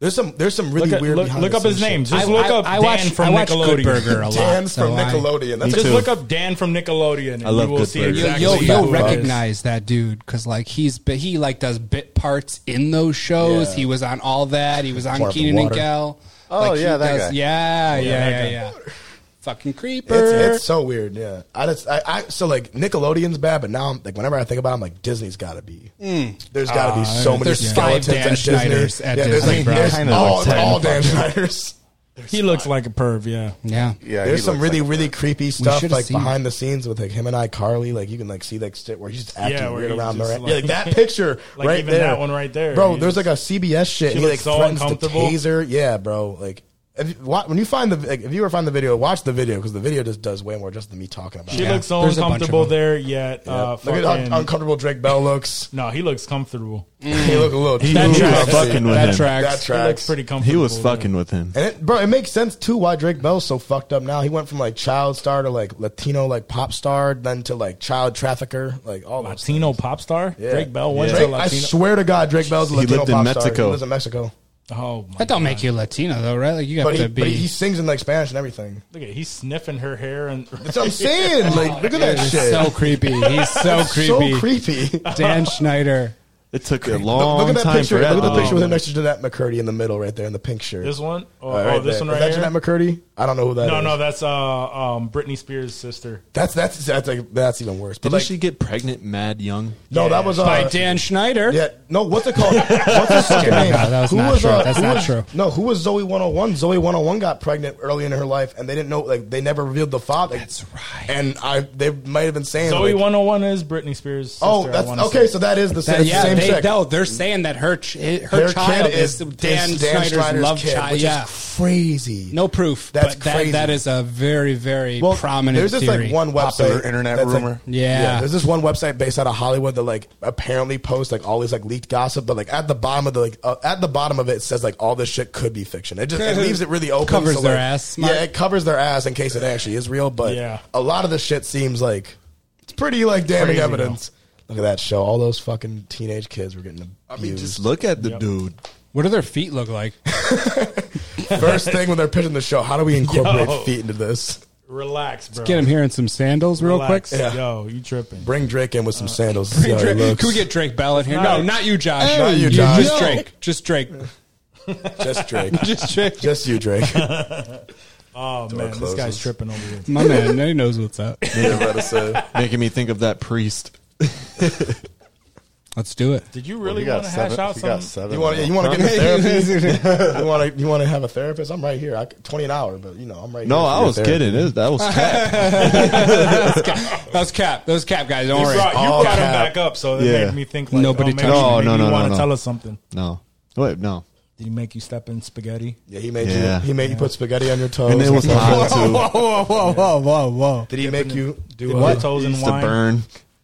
Speaker 5: there's some there's some really
Speaker 4: Look, at,
Speaker 5: weird.
Speaker 4: look,
Speaker 5: behind
Speaker 4: look
Speaker 5: the
Speaker 4: up his
Speaker 5: scenes
Speaker 4: name.
Speaker 5: shit.
Speaker 4: Just
Speaker 7: I-
Speaker 4: look
Speaker 7: I-
Speaker 4: up
Speaker 7: I
Speaker 4: Dan
Speaker 7: watch-
Speaker 4: from
Speaker 7: I watch Good
Speaker 4: Nickelodeon.
Speaker 7: Burger a lot.
Speaker 5: Dan's
Speaker 7: so
Speaker 5: from
Speaker 7: I-
Speaker 5: Nickelodeon. That's
Speaker 4: Just
Speaker 5: a-
Speaker 4: look up Dan from Nickelodeon, and
Speaker 6: I love
Speaker 4: you will
Speaker 6: Good
Speaker 4: see
Speaker 6: Burger.
Speaker 7: You'll,
Speaker 4: exactly.
Speaker 7: you'll,
Speaker 4: who
Speaker 7: you'll
Speaker 4: it is.
Speaker 7: recognize that dude because like he's but he like does bit parts in those shows.
Speaker 5: Yeah.
Speaker 7: He was on all that. He was on
Speaker 5: Pour up the
Speaker 7: Keenan and
Speaker 5: water.
Speaker 7: Kel.
Speaker 8: Oh,
Speaker 7: Like, he
Speaker 8: yeah, that
Speaker 7: Yeah,
Speaker 8: guy.
Speaker 7: yeah,
Speaker 4: that
Speaker 7: yeah,
Speaker 4: guy.
Speaker 7: yeah. Fucking creeper.
Speaker 5: It's, it's so weird, yeah. I just, I, I, so like Nickelodeon's bad, but now I'm like, whenever I think about, it, I'm like, Disney's got to be. There's got to be
Speaker 4: Ah,
Speaker 5: so many.
Speaker 7: there's five
Speaker 5: skeletons
Speaker 7: Dan
Speaker 5: at Disney.
Speaker 7: Schneiders at
Speaker 5: yeah,
Speaker 7: Disney,
Speaker 5: There's,
Speaker 7: bro.
Speaker 5: like, there's
Speaker 8: Kinda
Speaker 5: all,
Speaker 8: looks like
Speaker 5: all
Speaker 8: ten.
Speaker 5: Dan Schneiders.
Speaker 4: He looks like a perv. (laughs) Yeah.
Speaker 7: yeah.
Speaker 8: Yeah,
Speaker 5: there's
Speaker 8: he
Speaker 5: some
Speaker 8: looks
Speaker 5: really,
Speaker 8: like-
Speaker 5: really creepy stuff
Speaker 7: should've
Speaker 5: like
Speaker 7: seen
Speaker 5: behind the scenes with like him and I, Carly. Like you can like see like shit where he's just acting
Speaker 4: Yeah, where
Speaker 5: weird
Speaker 4: he's
Speaker 5: around the
Speaker 4: just
Speaker 5: right.
Speaker 4: like-
Speaker 5: yeah, like
Speaker 4: (laughs)
Speaker 5: that picture
Speaker 4: Like
Speaker 5: right
Speaker 4: even
Speaker 5: there.
Speaker 4: that one right there.
Speaker 5: bro.
Speaker 4: He
Speaker 5: There's
Speaker 4: just-
Speaker 5: like a CBS shit. and
Speaker 4: She
Speaker 5: He like
Speaker 4: looks so
Speaker 5: threatens to
Speaker 4: uncomfortable.
Speaker 5: taser. Yeah, bro. Like. If you, wa- when you find the like, if you ever find the video, watch the video because the video just does way more just than me talking about.
Speaker 4: She
Speaker 5: it.
Speaker 4: looks so
Speaker 7: There's a bunch of
Speaker 4: uncomfortable
Speaker 7: them.
Speaker 4: there. Yet, uh,
Speaker 5: Look at how
Speaker 4: fucking-
Speaker 5: uncomfortable Drake Bell looks.
Speaker 4: no, he looks comfortable.
Speaker 5: He look a little. He
Speaker 4: That
Speaker 6: He was
Speaker 4: tracks.
Speaker 6: fucking with
Speaker 7: That
Speaker 6: him.
Speaker 7: tracks.
Speaker 5: That
Speaker 4: He looks
Speaker 5: tracks.
Speaker 4: pretty comfortable.
Speaker 6: He was
Speaker 4: there.
Speaker 6: fucking with him.
Speaker 5: And it, bro, it makes sense too why Drake Bell's so fucked up now. He went from like child star to like Latino like pop star, then to like child trafficker, like all those things.
Speaker 4: Latino pop star.
Speaker 5: Yeah.
Speaker 4: Drake Bell went to
Speaker 5: Drake, I
Speaker 4: Latino.
Speaker 5: swear to God, Drake Bell's a
Speaker 6: He
Speaker 5: Latino
Speaker 6: lived in
Speaker 5: pop star.
Speaker 6: Mexico.
Speaker 5: He lives in Mexico,
Speaker 4: oh my!
Speaker 7: That don't make you Latino though, right? Like you got
Speaker 5: but
Speaker 7: to
Speaker 5: he,
Speaker 7: be.
Speaker 5: but he sings in like Spanish and everything.
Speaker 4: Look at he's sniffing her hair
Speaker 5: (laughs)
Speaker 4: and.
Speaker 5: That's
Speaker 4: (laughs)
Speaker 5: what I'm saying. Like, look at that
Speaker 7: It's
Speaker 5: shit. (laughs)
Speaker 7: so creepy. He's so
Speaker 5: So
Speaker 7: creepy.
Speaker 5: creepy. (laughs)
Speaker 7: Dan Schneider.
Speaker 6: It took a
Speaker 5: Look-
Speaker 6: long
Speaker 5: look at that
Speaker 6: time
Speaker 5: picture.
Speaker 6: for that.
Speaker 5: Look at the
Speaker 6: to
Speaker 5: picture with
Speaker 6: load.
Speaker 5: him next to Jeanette McCurdy in the middle, right there in the pink shirt.
Speaker 4: This one? Oh,
Speaker 5: All
Speaker 4: oh, this one
Speaker 5: there.
Speaker 4: right
Speaker 5: Is
Speaker 4: here?
Speaker 5: that Jeanette McCurdy? I don't know who that is.
Speaker 4: No, no, that's uh, um, Britney Spears' sister.
Speaker 5: that's that's that's, like, that's even worse. But
Speaker 6: Didn't
Speaker 5: like,
Speaker 6: she get pregnant mad young?
Speaker 5: no, that was uh,
Speaker 7: by Dan Schneider.
Speaker 5: Yeah, no, what's it called? what's
Speaker 7: (laughs)
Speaker 5: his second name?
Speaker 7: No, that was not true. That's
Speaker 5: who
Speaker 7: not
Speaker 5: was-
Speaker 7: true.
Speaker 5: No, who was Zoe 101? Zoe 101 got pregnant early in her life, and they didn't know. Like they never revealed the father. That's right. And I, they might have been saying
Speaker 4: Zoe
Speaker 5: like,
Speaker 4: 101 is Britney Spears' sister.
Speaker 5: Oh,
Speaker 4: I
Speaker 5: that's
Speaker 4: wanna
Speaker 5: okay.
Speaker 4: say.
Speaker 5: So that is the sa-
Speaker 7: That-
Speaker 5: it's the
Speaker 7: yeah,
Speaker 5: same
Speaker 7: they
Speaker 5: sex.
Speaker 7: no, they're saying that her ch- eh, her
Speaker 5: Their
Speaker 7: child
Speaker 5: kid
Speaker 7: is, Dan, Schneider's, love
Speaker 5: kid,
Speaker 7: child.
Speaker 5: which
Speaker 7: yeah,
Speaker 5: is crazy.
Speaker 7: no proof.
Speaker 5: That's
Speaker 7: but that-
Speaker 5: crazy.
Speaker 7: that is a very very prominent.
Speaker 5: There's this
Speaker 7: theory.
Speaker 5: like one website,
Speaker 8: Popular internet
Speaker 5: that's, like-
Speaker 8: rumor.
Speaker 7: Yeah.
Speaker 5: there's this one website based out of Hollywood that like apparently posts like all these like leaked gossip, but like at the bottom of the like uh, at the bottom of it, it says like all this shit could be fiction. It
Speaker 7: (laughs)
Speaker 5: just it leaves it really open.
Speaker 7: Covers
Speaker 5: so,
Speaker 7: their
Speaker 5: like,
Speaker 7: ass, smart.
Speaker 5: Yeah, it covers their ass in case it actually is real. But
Speaker 4: Yeah.
Speaker 5: a lot of the shit seems like it's pretty like damning
Speaker 4: Crazy,
Speaker 5: evidence. Look at that show. All those fucking teenage kids were getting abused.
Speaker 6: I mean, just look at the dude.
Speaker 7: What do their feet look like?
Speaker 5: (laughs) First thing when they're pitching the show, how do we incorporate
Speaker 4: Yo.
Speaker 5: feet into this?
Speaker 4: Relax, bro.
Speaker 7: Get him here in some sandals, real
Speaker 4: Relax.
Speaker 7: quick.
Speaker 5: Yeah.
Speaker 4: Yo, you tripping.
Speaker 5: Bring Drake in with some sandals. See how he
Speaker 7: Drake-
Speaker 5: looks.
Speaker 7: Can we get Drake Bell in here? No,
Speaker 4: Not-
Speaker 7: not you, Josh.
Speaker 5: Not you, Josh.
Speaker 7: Just
Speaker 5: No.
Speaker 7: Drake.
Speaker 5: (laughs)
Speaker 7: Just Drake.
Speaker 5: just Drake?
Speaker 7: (laughs) Just Drake.
Speaker 5: Just you, Drake.
Speaker 6: (laughs)
Speaker 4: Oh, man, this
Speaker 5: closes.
Speaker 4: guy's tripping over here.
Speaker 7: My man, he knows what's up.
Speaker 6: Making me think of that priest.
Speaker 7: Let's do it.
Speaker 4: Did you
Speaker 8: Well,
Speaker 4: really
Speaker 8: he got
Speaker 4: want to hash
Speaker 8: seven-
Speaker 4: out
Speaker 8: he got
Speaker 4: some?
Speaker 8: seven
Speaker 5: You want
Speaker 8: now.
Speaker 5: you want to get (laughs) a therapist? you want to you want to have a therapist? I'm right here. I, could- Twenty an hour, but you know I'm right.
Speaker 6: No,
Speaker 5: here for
Speaker 6: I
Speaker 5: your
Speaker 6: was
Speaker 5: therapy.
Speaker 6: kidding. It- (laughs) that was cat.
Speaker 7: That was Cap. That was Cap, guys. Don't
Speaker 4: You
Speaker 7: worry.
Speaker 4: brought, you
Speaker 5: All
Speaker 4: brought him
Speaker 5: cap.
Speaker 4: back up, so it
Speaker 6: Yeah.
Speaker 4: made me think like,
Speaker 7: Nobody
Speaker 4: oh, maybe,
Speaker 7: touched
Speaker 6: No,
Speaker 4: maybe
Speaker 6: no, no,
Speaker 4: you want to
Speaker 6: no.
Speaker 4: tell us something.
Speaker 6: no, wait, no.
Speaker 4: Did he make you step in spaghetti?
Speaker 5: Yeah, he made
Speaker 6: Yeah.
Speaker 5: you. He made you put spaghetti on your toes.
Speaker 6: And it was hot
Speaker 7: Whoa,
Speaker 6: too.
Speaker 7: whoa, whoa, whoa, whoa, whoa.
Speaker 5: (laughs) Did he make you do
Speaker 4: What?
Speaker 5: what?
Speaker 4: Toes
Speaker 6: It
Speaker 4: in
Speaker 6: used to
Speaker 4: wine.
Speaker 6: burn.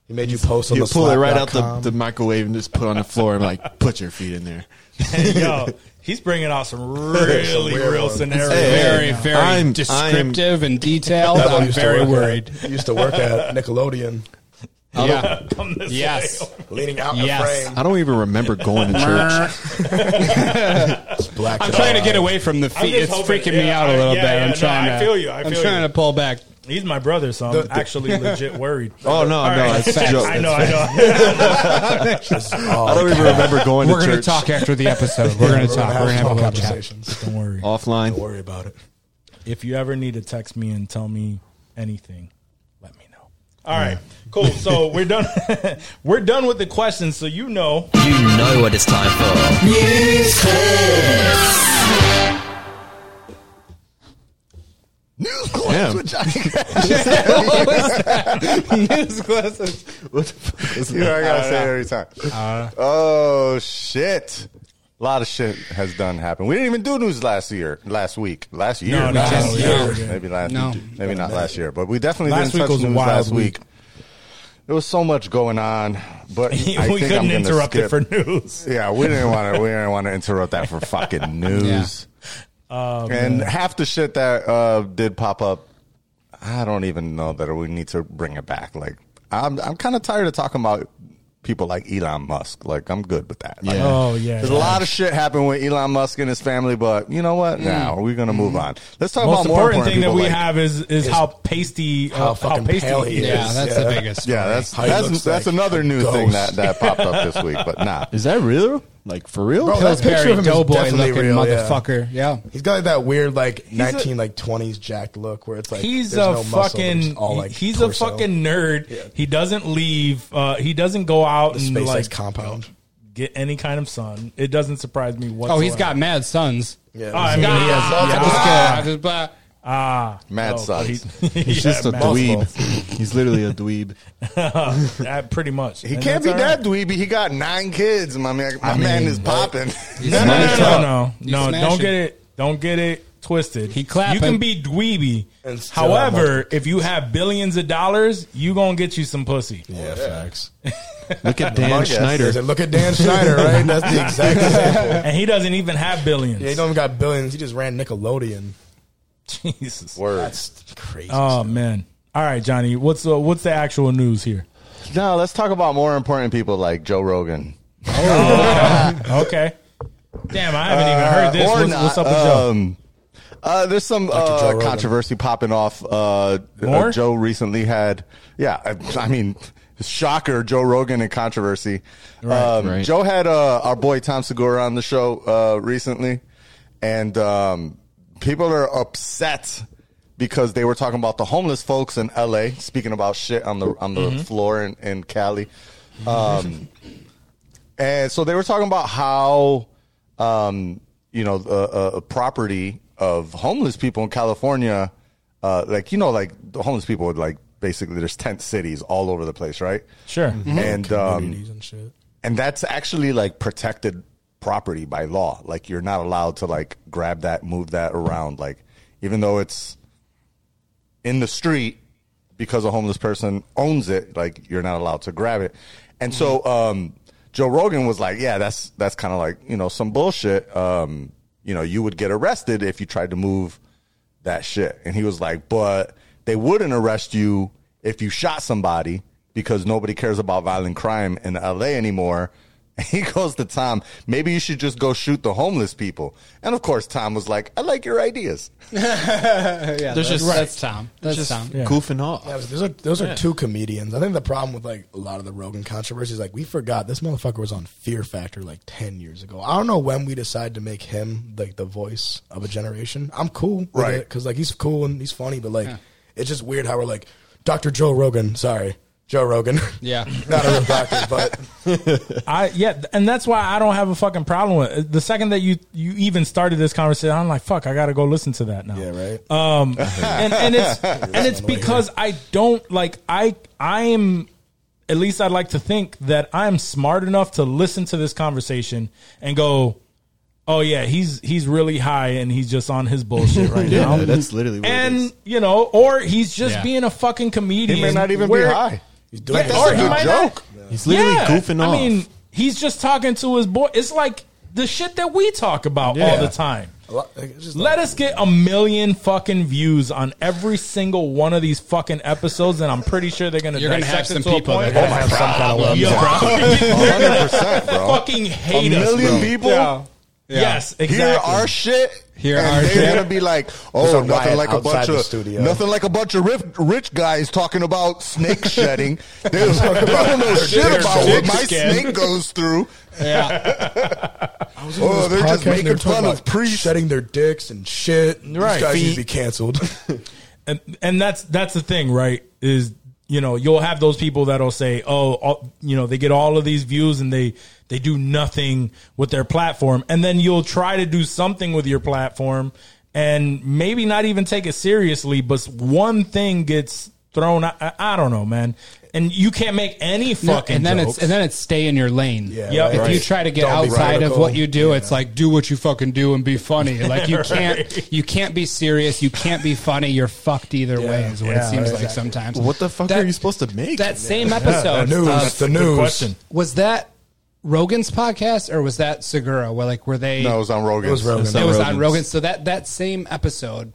Speaker 5: He made you post on
Speaker 6: You
Speaker 5: the
Speaker 6: pull it right out the, (laughs)
Speaker 5: slap.com?
Speaker 6: the microwave and just put it on the floor and like put your feet in there.
Speaker 4: (laughs) Yo, he's bringing out
Speaker 6: (laughs)
Speaker 4: some really
Speaker 5: weird
Speaker 4: real
Speaker 5: ones.
Speaker 4: scenarios.
Speaker 7: Very, very
Speaker 6: I'm-
Speaker 7: descriptive and detailed.
Speaker 5: That one
Speaker 7: Oh, I'm
Speaker 5: used to
Speaker 7: very
Speaker 5: work at-
Speaker 7: worried.
Speaker 5: used to work
Speaker 7: (laughs)
Speaker 5: at Nickelodeon,
Speaker 7: Yeah.
Speaker 4: (laughs) Come this
Speaker 7: Yes.
Speaker 4: way.
Speaker 5: leaning out
Speaker 7: Yes.
Speaker 5: in the frame.
Speaker 6: I don't even remember going to church.
Speaker 5: Black
Speaker 7: I'm trying to get away from the feet.
Speaker 4: just
Speaker 7: It's
Speaker 4: hoping-
Speaker 7: freaking me
Speaker 4: yeah,
Speaker 7: out a
Speaker 4: I-
Speaker 7: little
Speaker 4: yeah,
Speaker 7: bit.
Speaker 4: yeah,
Speaker 7: I'm
Speaker 4: no,
Speaker 7: trying
Speaker 4: I
Speaker 7: to.
Speaker 4: feel you, I
Speaker 7: am
Speaker 4: feel
Speaker 7: trying
Speaker 4: you.
Speaker 7: to pull back.
Speaker 4: He's my brother, so I'm
Speaker 5: The- the-
Speaker 4: actually legit worried.
Speaker 6: (laughs) Oh no,
Speaker 4: All
Speaker 6: no,
Speaker 4: right.
Speaker 6: it's a joke.
Speaker 4: (laughs) I know, I
Speaker 6: (laughs)
Speaker 4: know.
Speaker 5: Oh,
Speaker 6: I don't even remember going
Speaker 7: We're
Speaker 6: to
Speaker 7: going to
Speaker 6: church
Speaker 7: talk after the episode. (laughs) We're going to talk. We're going to have a little chat.
Speaker 5: conversations.
Speaker 4: Don't worry.
Speaker 5: Don't
Speaker 6: offline.
Speaker 5: worry about it.
Speaker 4: If you ever need to text me and tell me anything, let me know. All right, cool. So we're done. (laughs) we're done with the questions, so you know.
Speaker 9: You know what it's time for.
Speaker 5: News
Speaker 6: Damn.
Speaker 5: with Johnny.
Speaker 7: What was that? News glasses.
Speaker 6: What the fuck is
Speaker 8: You know, I
Speaker 6: that?
Speaker 8: gotta say it every
Speaker 4: Uh.
Speaker 8: time. oh shit! A lot of shit has done happen. We didn't even do news last year, last week, last year.
Speaker 4: No, no, no,
Speaker 8: last year.
Speaker 4: no.
Speaker 8: Maybe last,
Speaker 7: No.
Speaker 8: maybe not last year, but we definitely
Speaker 4: Last
Speaker 8: didn't
Speaker 4: week
Speaker 8: touch
Speaker 4: was a
Speaker 8: news
Speaker 4: wild
Speaker 8: last
Speaker 4: week.
Speaker 8: week. There was so much going on,
Speaker 4: (laughs)
Speaker 8: but
Speaker 4: we
Speaker 8: I think I'm
Speaker 4: couldn't
Speaker 8: gonna
Speaker 4: interrupt it
Speaker 8: skip-
Speaker 4: for news.
Speaker 8: Yeah, we didn't want to. We didn't want to interrupt that for
Speaker 6: (laughs)
Speaker 8: fucking news.
Speaker 4: Um,
Speaker 8: and half the shit that uh, did pop up, I don't even know that we need to bring it back. Like, I'm I'm kind of tired of talking about people like Elon Musk. Like, I'm good with that. Like,
Speaker 6: Yeah.
Speaker 4: Oh yeah, Mm.
Speaker 8: There's a lot of shit happened with Elon Musk and his family, but you know what? Now we're gonna move on. Let's talk
Speaker 4: Most
Speaker 8: about more
Speaker 4: important thing that
Speaker 8: people
Speaker 4: we
Speaker 8: like-
Speaker 4: have is is how pasty, uh,
Speaker 5: How
Speaker 4: how,
Speaker 5: fucking
Speaker 4: pasty
Speaker 5: pale
Speaker 4: he
Speaker 5: he
Speaker 4: is.
Speaker 5: is.
Speaker 7: Yeah, that's the
Speaker 5: Yeah.
Speaker 7: biggest.
Speaker 8: Yeah, that's
Speaker 5: How he
Speaker 8: that's
Speaker 5: looks
Speaker 8: that's
Speaker 5: like
Speaker 8: another
Speaker 5: a
Speaker 8: new thing
Speaker 5: ghost.
Speaker 8: that, that popped up this week,
Speaker 4: (laughs)
Speaker 8: but nah.
Speaker 6: Is that real? Like for real?
Speaker 5: Bro, that picture
Speaker 7: Pillsbury
Speaker 5: of him is
Speaker 7: doughboy
Speaker 5: definitely
Speaker 7: looking
Speaker 5: real, yeah.
Speaker 7: motherfucker. Yeah.
Speaker 5: He's got like that weird like nineteen like twenties jacked look where it's like
Speaker 4: he's
Speaker 5: there's
Speaker 4: a
Speaker 5: no muscle,
Speaker 4: fucking
Speaker 5: there's all, like,
Speaker 4: he- he's
Speaker 5: torso.
Speaker 4: a fucking nerd. He doesn't leave. Uh, he doesn't go out
Speaker 5: The
Speaker 4: and
Speaker 5: SpaceX
Speaker 4: like
Speaker 5: compound.
Speaker 4: get any kind of sun. It doesn't surprise me whatsoever.
Speaker 7: Oh, he's got mad sons.
Speaker 5: Yeah,
Speaker 4: I
Speaker 5: he's
Speaker 4: mean,
Speaker 5: got-
Speaker 4: he has-
Speaker 5: Ah,
Speaker 4: yeah.
Speaker 7: Just kidding. I just- but-
Speaker 8: Mad
Speaker 4: Oh,
Speaker 8: sucks.
Speaker 4: he- (laughs)
Speaker 6: He's
Speaker 4: yeah,
Speaker 6: just a
Speaker 4: man. (laughs)
Speaker 6: dweeb. He's literally a dweeb.
Speaker 4: Yeah, pretty much.
Speaker 8: He can't be that dweeby. He got nine kids. My man, my man is popping.
Speaker 4: No, no, no,
Speaker 6: He's
Speaker 4: no,
Speaker 6: up.
Speaker 4: no,
Speaker 7: He's
Speaker 4: no,
Speaker 7: smashing.
Speaker 4: Don't get it. Don't get it twisted.
Speaker 7: He clapping.
Speaker 4: You can be dweeby.
Speaker 5: And still have
Speaker 4: However,
Speaker 5: multiple
Speaker 4: if you have billions of dollars, you gonna get you some pussy.
Speaker 5: Yeah, facts.
Speaker 6: Look at Dan
Speaker 8: Among Us.
Speaker 6: Schneider.
Speaker 5: Is it- look at Dan Schneider,
Speaker 4: (laughs)
Speaker 5: right? That's the exact example.
Speaker 4: And he doesn't even have billions.
Speaker 5: Yeah, he don't even got billions. He just ran Nickelodeon.
Speaker 4: Jesus.
Speaker 5: That's crazy.
Speaker 4: Oh man. All right, Johnny. What's uh, what's the actual news here?
Speaker 8: No, let's talk about more important people like Joe Rogan.
Speaker 5: Oh.
Speaker 4: (laughs) Okay. Damn, I haven't
Speaker 5: Uh,
Speaker 4: even heard this. What's, what's up with Joe?
Speaker 8: Uh, Um, uh, there's some
Speaker 5: Joe
Speaker 8: uh,
Speaker 5: Rogan.
Speaker 8: controversy popping off. Uh,
Speaker 4: More?
Speaker 8: uh, Joe recently had, yeah, I, I mean, Shocker, Joe Rogan and controversy. um,
Speaker 6: right.
Speaker 8: Joe had uh, our boy Tom Segura on the show uh, recently, and um, people are upset because they were talking about the homeless folks in LA, speaking about shit on the on the
Speaker 4: Mm-hmm.
Speaker 8: floor in, in Cali. Um, and so they were talking about how, um, you know, uh, uh, property of homeless people in California, uh, like you know, like the homeless people would like basically there's tent cities all over the place, right?
Speaker 4: Sure.
Speaker 8: And um,
Speaker 5: Mm-hmm. and shit.
Speaker 8: and that's actually like protected property by law. Like you're not allowed to like grab that, move that around. Like even though it's in the street because a homeless person owns it, like you're not allowed to grab it. And so um, Joe Rogan was like, "Yeah, that's that's kind of like you know some bullshit. Um, you know, you would get arrested if you tried to move that shit." And he was like, "But they wouldn't arrest you if you shot somebody because nobody cares about violent crime in L.A. anymore." (laughs) And he goes to Tom, maybe you should just go shoot the homeless people. And of course, Tom was like, I like your ideas.
Speaker 7: Yeah,
Speaker 6: There's
Speaker 7: that's,
Speaker 6: just-
Speaker 7: that's Tom. That's Tom.
Speaker 6: goofing off.
Speaker 5: Yeah, but those are those are two comedians. I think the problem with like a lot of the Rogan controversy is like we forgot this motherfucker was on Fear Factor like ten years ago. I don't know when we decided to make him like the voice of a generation. I'm cool, with
Speaker 8: Right.
Speaker 5: Because like he's cool and he's funny, but like it's just weird how we're like Dr. Joe Rogan. Sorry, Joe Rogan.
Speaker 7: Yeah.
Speaker 5: (laughs) not a real doctor, but
Speaker 4: I yeah, th- and that's why I don't have a fucking problem with it. the second that you you even started this conversation. I'm like, fuck, I gotta go listen to that now.
Speaker 5: yeah, right.
Speaker 4: Um, (laughs) and, and it's and it's because I don't like I I am at least I'd like to think that I'm smart enough to listen to this conversation and go, oh yeah, he's he's really high and he's just on his bullshit right
Speaker 6: Yeah,
Speaker 4: now.
Speaker 6: that's literally what it is.
Speaker 4: And you know, or he's just
Speaker 7: Yeah.
Speaker 4: being a fucking comedian.
Speaker 8: He may not even
Speaker 4: where-
Speaker 8: be high.
Speaker 5: He's doing
Speaker 4: Yeah,
Speaker 5: it.
Speaker 4: or
Speaker 8: That's a
Speaker 4: he
Speaker 8: good
Speaker 4: might not-
Speaker 8: joke.
Speaker 6: He's literally
Speaker 4: yeah.
Speaker 6: goofing off.
Speaker 4: I mean, he's just talking to his boy. It's like the shit that we talk about all
Speaker 6: Yeah.
Speaker 4: the time.
Speaker 5: A lot- like, it's just like-
Speaker 4: Let us get a million fucking views on every single one of these fucking episodes, and I'm pretty sure they're gonna
Speaker 7: You're gonna have
Speaker 4: dissect it to
Speaker 7: some
Speaker 4: a
Speaker 7: people
Speaker 4: point.
Speaker 7: that are gonna have some kind of
Speaker 4: Yo,
Speaker 8: (laughs)
Speaker 4: they're gonna
Speaker 8: 100%, bro.
Speaker 4: fucking
Speaker 8: a
Speaker 4: hate us.
Speaker 8: million
Speaker 4: bro.
Speaker 8: people
Speaker 4: Yes, exactly.
Speaker 8: hear our shit.
Speaker 7: Hear
Speaker 8: and
Speaker 7: our
Speaker 8: they're
Speaker 7: shit.
Speaker 8: gonna be like,
Speaker 5: There's
Speaker 8: oh,
Speaker 5: a
Speaker 8: nothing
Speaker 5: riot
Speaker 8: like a
Speaker 5: outside
Speaker 8: bunch
Speaker 5: the
Speaker 8: of
Speaker 5: studio.
Speaker 8: nothing like a bunch of rich, rich guys talking about snake shedding. they, was, they don't know shit
Speaker 7: Their
Speaker 8: about what
Speaker 7: dick
Speaker 8: my
Speaker 7: skin.
Speaker 8: snake goes through.
Speaker 7: Yeah.
Speaker 8: Oh, they're just
Speaker 5: Podcast, and
Speaker 8: making
Speaker 5: they were talking
Speaker 8: fun
Speaker 5: about
Speaker 8: of priests.
Speaker 5: shedding their dicks and shit.
Speaker 4: Right.
Speaker 5: These guys
Speaker 4: Feet.
Speaker 5: should be canceled. (laughs)
Speaker 4: and and that's that's the thing, right? Is you know you'll have those people that'll say, oh, all, you know they get all of these views and they they do nothing with their platform, and then you'll try to do something with your platform, and maybe not even take it seriously, but one thing gets thrown. out. I, I don't know, man, and you can't make any fucking.
Speaker 7: and then it's
Speaker 4: jokes.
Speaker 7: and then it's stay in your lane.
Speaker 5: Yeah,
Speaker 4: Yep.
Speaker 7: If
Speaker 4: right.
Speaker 7: you try to get
Speaker 5: Don't be
Speaker 7: outside of
Speaker 5: radical.
Speaker 7: what you do, it's like do what you fucking do and
Speaker 5: (laughs)
Speaker 7: be funny. Like you can't you can't be serious, you can't be funny. You're fucked either way. Is what it
Speaker 4: Yeah,
Speaker 7: seems
Speaker 4: right,
Speaker 7: like sometimes.
Speaker 6: what the fuck
Speaker 7: That-
Speaker 6: are you supposed to make?
Speaker 7: That same episode
Speaker 5: the news,
Speaker 7: uh,
Speaker 5: the
Speaker 4: Good
Speaker 5: news.
Speaker 4: question.
Speaker 7: was that Rogan's podcast or was that Segura? Where like were they?
Speaker 8: No, it was on Rogan.
Speaker 5: It was Rogan.
Speaker 7: it
Speaker 5: on
Speaker 7: was on
Speaker 6: Rogan's.
Speaker 7: Rogan. So that that same episode,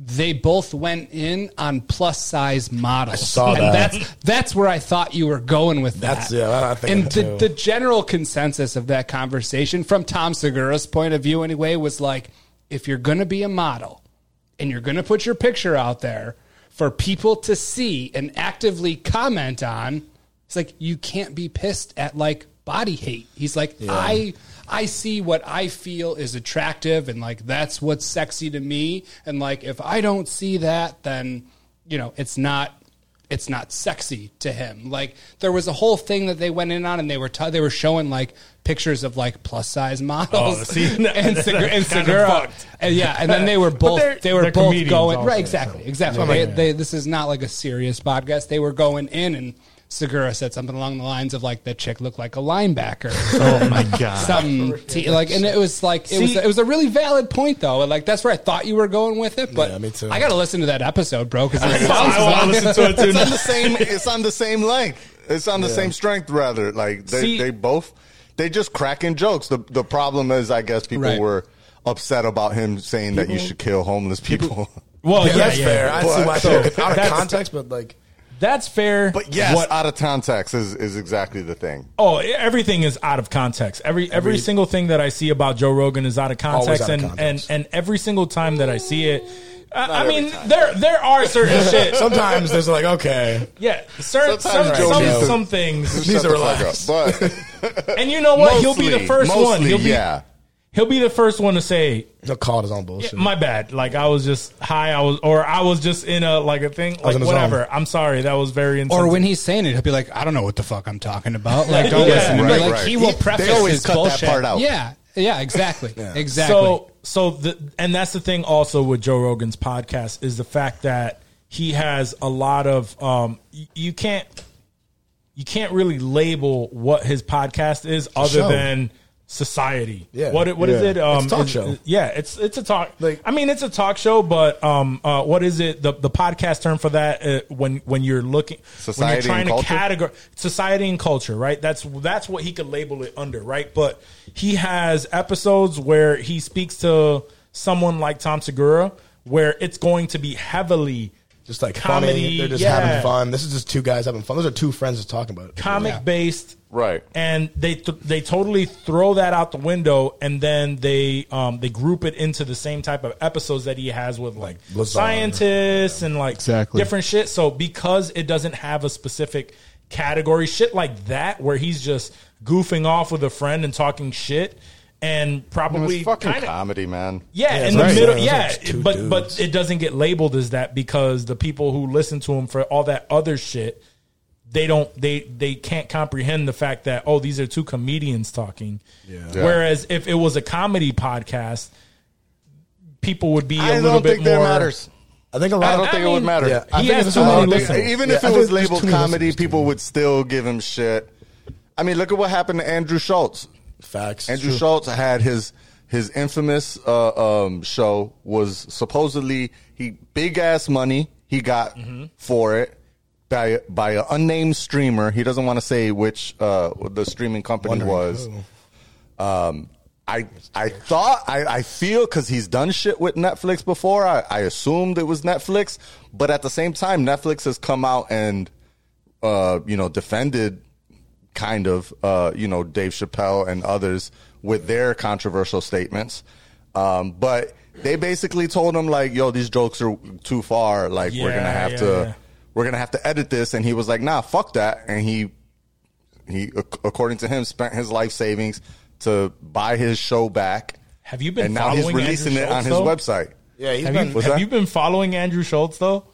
Speaker 7: they both went in on plus size models. I
Speaker 5: saw
Speaker 7: and
Speaker 5: that.
Speaker 7: That's that's where I thought you were going with that.
Speaker 5: That's- yeah, I think
Speaker 7: and
Speaker 5: that
Speaker 7: the,
Speaker 5: too.
Speaker 7: the general consensus of that conversation, from Tom Segura's point of view, anyway, was like, if you're going to be a model and you're going to put your picture out there for people to see and actively comment on, it's like you can't be pissed at like body hate. He's like, I I see what I feel is attractive and like that's what's sexy to me and like if I don't see that then you know, it's not it's not sexy to him. Like there was a whole thing that they went in on, and they were t- they were showing like pictures of like plus size models
Speaker 4: Oh, see, (laughs)
Speaker 7: (laughs) and,
Speaker 4: that's
Speaker 7: Segura,
Speaker 4: kinda
Speaker 7: and Segura,
Speaker 4: fucked.
Speaker 7: and yeah, and then they
Speaker 4: (laughs)
Speaker 7: were
Speaker 4: But
Speaker 7: both
Speaker 4: they're-
Speaker 7: they were
Speaker 4: they're
Speaker 7: both
Speaker 4: comedians
Speaker 7: going
Speaker 4: also,
Speaker 7: right exactly exactly. They, they, this is not like a serious podcast. They were going in and. Segura said something along the lines of like that chick looked like
Speaker 4: (laughs)
Speaker 7: a linebacker. Oh (laughs) my god! Something t- like, and it was like it was
Speaker 4: See-
Speaker 7: it was a really valid point though. And, Like that's where I thought you were going with it, but
Speaker 5: Yeah, me too.
Speaker 7: I got to listen to that episode, bro, because it sounds
Speaker 4: I want to listen to it too.
Speaker 8: It's on
Speaker 4: now.
Speaker 8: the same. It's on the same length. It's on the same strength, rather. Like they,
Speaker 4: See-
Speaker 8: they both, they just cracking jokes. The the problem is, I guess people
Speaker 7: Right.
Speaker 8: were upset about him saying that you should kill
Speaker 4: (laughs)
Speaker 8: homeless people.
Speaker 4: Well, yeah,
Speaker 5: Yeah, that's
Speaker 4: yeah,
Speaker 5: Oh, fair.
Speaker 4: yeah.
Speaker 5: I see why
Speaker 4: So,
Speaker 5: so, out of
Speaker 4: that's-
Speaker 5: context, but like
Speaker 4: That's fair.
Speaker 8: But yes,
Speaker 4: What-
Speaker 8: out of context is is exactly the thing.
Speaker 4: Oh, everything is out of context. Every, every single thing that I see about Joe Rogan is out of context,
Speaker 5: Always out of
Speaker 4: and
Speaker 5: context.
Speaker 4: and and every single time that I see it, I, I mean, there there are certain shit.
Speaker 5: Sometimes there's like, okay,
Speaker 4: Yeah, certain some,
Speaker 8: Sometimes
Speaker 4: some,
Speaker 8: Joe knows.
Speaker 4: some things.
Speaker 5: these
Speaker 8: Shut
Speaker 5: are
Speaker 8: the fuck
Speaker 5: relaxed.
Speaker 8: up.
Speaker 4: (laughs)
Speaker 8: But (laughs)
Speaker 4: And you know what? he'll be the
Speaker 8: mostly-
Speaker 4: first one.
Speaker 8: mostly,
Speaker 4: He'll be
Speaker 8: yeah.
Speaker 4: he'll be the first one to say,
Speaker 5: He'll call it his own bullshit.
Speaker 4: "My bad. Like I was just high. I was or I was just in a like a thing.
Speaker 5: was
Speaker 4: Like
Speaker 5: in a
Speaker 4: whatever.
Speaker 5: zone.
Speaker 4: I'm sorry. That was very insensitive.
Speaker 7: Or when he's saying it, he'll be like, "I don't know what the fuck I'm talking about." Like, don't
Speaker 4: Yeah.
Speaker 7: listen. to me.
Speaker 8: Right,
Speaker 7: like
Speaker 8: right.
Speaker 7: he will
Speaker 8: He- they
Speaker 7: preface
Speaker 8: always
Speaker 7: his
Speaker 8: cut that
Speaker 7: bullshit.
Speaker 8: part out.
Speaker 7: Yeah, yeah, exactly, exactly.
Speaker 4: So, so the and that's the thing also with Joe Rogan's podcast is the fact that he has a lot of um y- you can't you can't really label what his podcast is other
Speaker 5: show.
Speaker 4: than society.
Speaker 5: Yeah.
Speaker 4: What it- what is
Speaker 5: Yeah.
Speaker 4: it? Um
Speaker 5: It's a talk
Speaker 4: is-
Speaker 5: show.
Speaker 4: Yeah, it's it's a talk
Speaker 5: Like-
Speaker 4: I mean it's a talk show but um uh what is it the the podcast term for that uh, when when you're looking when you're
Speaker 8: Society
Speaker 4: trying
Speaker 8: and
Speaker 4: to
Speaker 8: culture?
Speaker 4: categor- society and culture, right? That's that's what he could label it under, right? But he has episodes where he speaks to someone like Tom Segura, where it's going to be heavily
Speaker 5: (laughs) just like
Speaker 4: Comedy,
Speaker 5: funny. They're just
Speaker 4: yeah.
Speaker 5: having fun. This is just two guys having fun. Those are two friends just talking about it.
Speaker 4: comic based,
Speaker 8: Right.
Speaker 4: And they th- they totally throw that out the window, and then they um they group it into the same type of episodes that he has with like,
Speaker 5: Like Lazar.
Speaker 4: scientists and like
Speaker 6: Exactly.
Speaker 4: different shit. So because it doesn't have a specific category, shit like that, where he's just goofing off with a friend and talking shit. And probably
Speaker 8: it's fucking
Speaker 4: kinda-
Speaker 8: comedy, man.
Speaker 4: yeah,
Speaker 5: Yeah,
Speaker 4: in the
Speaker 5: right.
Speaker 4: middle.
Speaker 5: Yeah,
Speaker 4: Yeah,
Speaker 5: it's two
Speaker 4: but but
Speaker 5: dudes.
Speaker 4: it doesn't get labeled as that because the people who listen to him for all that other shit, they don't they they can't comprehend the fact that oh these are two comedians talking.
Speaker 8: Yeah.
Speaker 4: Whereas if it was a comedy podcast, people would be a
Speaker 8: I
Speaker 4: little
Speaker 8: don't
Speaker 4: bit
Speaker 8: think
Speaker 4: more.
Speaker 8: that matters.
Speaker 5: I think a
Speaker 8: I
Speaker 5: lot.
Speaker 7: Uh,
Speaker 8: don't
Speaker 5: of
Speaker 8: think it
Speaker 4: mean,
Speaker 8: would matter.
Speaker 5: Yeah, I
Speaker 4: He
Speaker 5: think
Speaker 4: has
Speaker 5: it's
Speaker 4: too
Speaker 5: a lot
Speaker 4: many
Speaker 5: of-
Speaker 8: Like,
Speaker 4: listeners.
Speaker 8: Even
Speaker 5: Yeah,
Speaker 8: if
Speaker 5: I
Speaker 8: it
Speaker 5: think
Speaker 8: was
Speaker 5: there's
Speaker 8: labeled
Speaker 5: too many
Speaker 8: comedy,
Speaker 5: listeners to
Speaker 8: people
Speaker 5: it.
Speaker 8: would still give him shit. I mean, look at what happened to Andrew Schultz.
Speaker 5: Facts.
Speaker 8: Andrew
Speaker 5: True.
Speaker 8: Schultz had his his infamous uh, um, show was supposedly he big ass money he got
Speaker 5: Mm-hmm.
Speaker 8: for it by by an unnamed streamer. He doesn't want to say which uh, the streaming company
Speaker 5: Wondering
Speaker 8: was.
Speaker 5: who.
Speaker 8: Um, I I thought I, I feel because he's done shit with Netflix before. I, I assumed it was Netflix, but at the same time, Netflix has come out and uh, you know defended kind of uh, you know Dave Chappelle and others with their controversial statements. Um, but they basically told him like, "Yo, these jokes are too far. Like we're gonna
Speaker 4: Yeah,
Speaker 8: have
Speaker 4: yeah,
Speaker 8: to."
Speaker 4: yeah.
Speaker 8: We're gonna have to edit this, and he was like, "Nah, fuck that," and he he ac- according to him spent his life savings to buy his show back
Speaker 4: Have you been
Speaker 8: and now he's
Speaker 4: following
Speaker 8: releasing
Speaker 4: Andrew
Speaker 8: it on his
Speaker 4: Schultz,
Speaker 8: website
Speaker 5: Yeah, he's
Speaker 4: Have
Speaker 5: been.
Speaker 4: you
Speaker 8: What's
Speaker 4: have
Speaker 8: that?
Speaker 4: you been following Andrew Schultz though?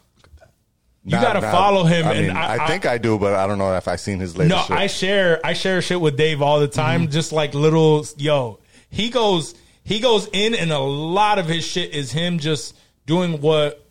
Speaker 4: You
Speaker 8: Nah,
Speaker 4: gotta
Speaker 8: nah,
Speaker 4: follow him.
Speaker 8: I,
Speaker 4: and
Speaker 8: mean, I, think I do but I don't know if I've seen his
Speaker 4: No,
Speaker 8: latest shit. Mm-hmm.
Speaker 4: I share I share shit with Dave all the time. Just like little yo, he goes he goes in, and a lot of his shit is him just doing what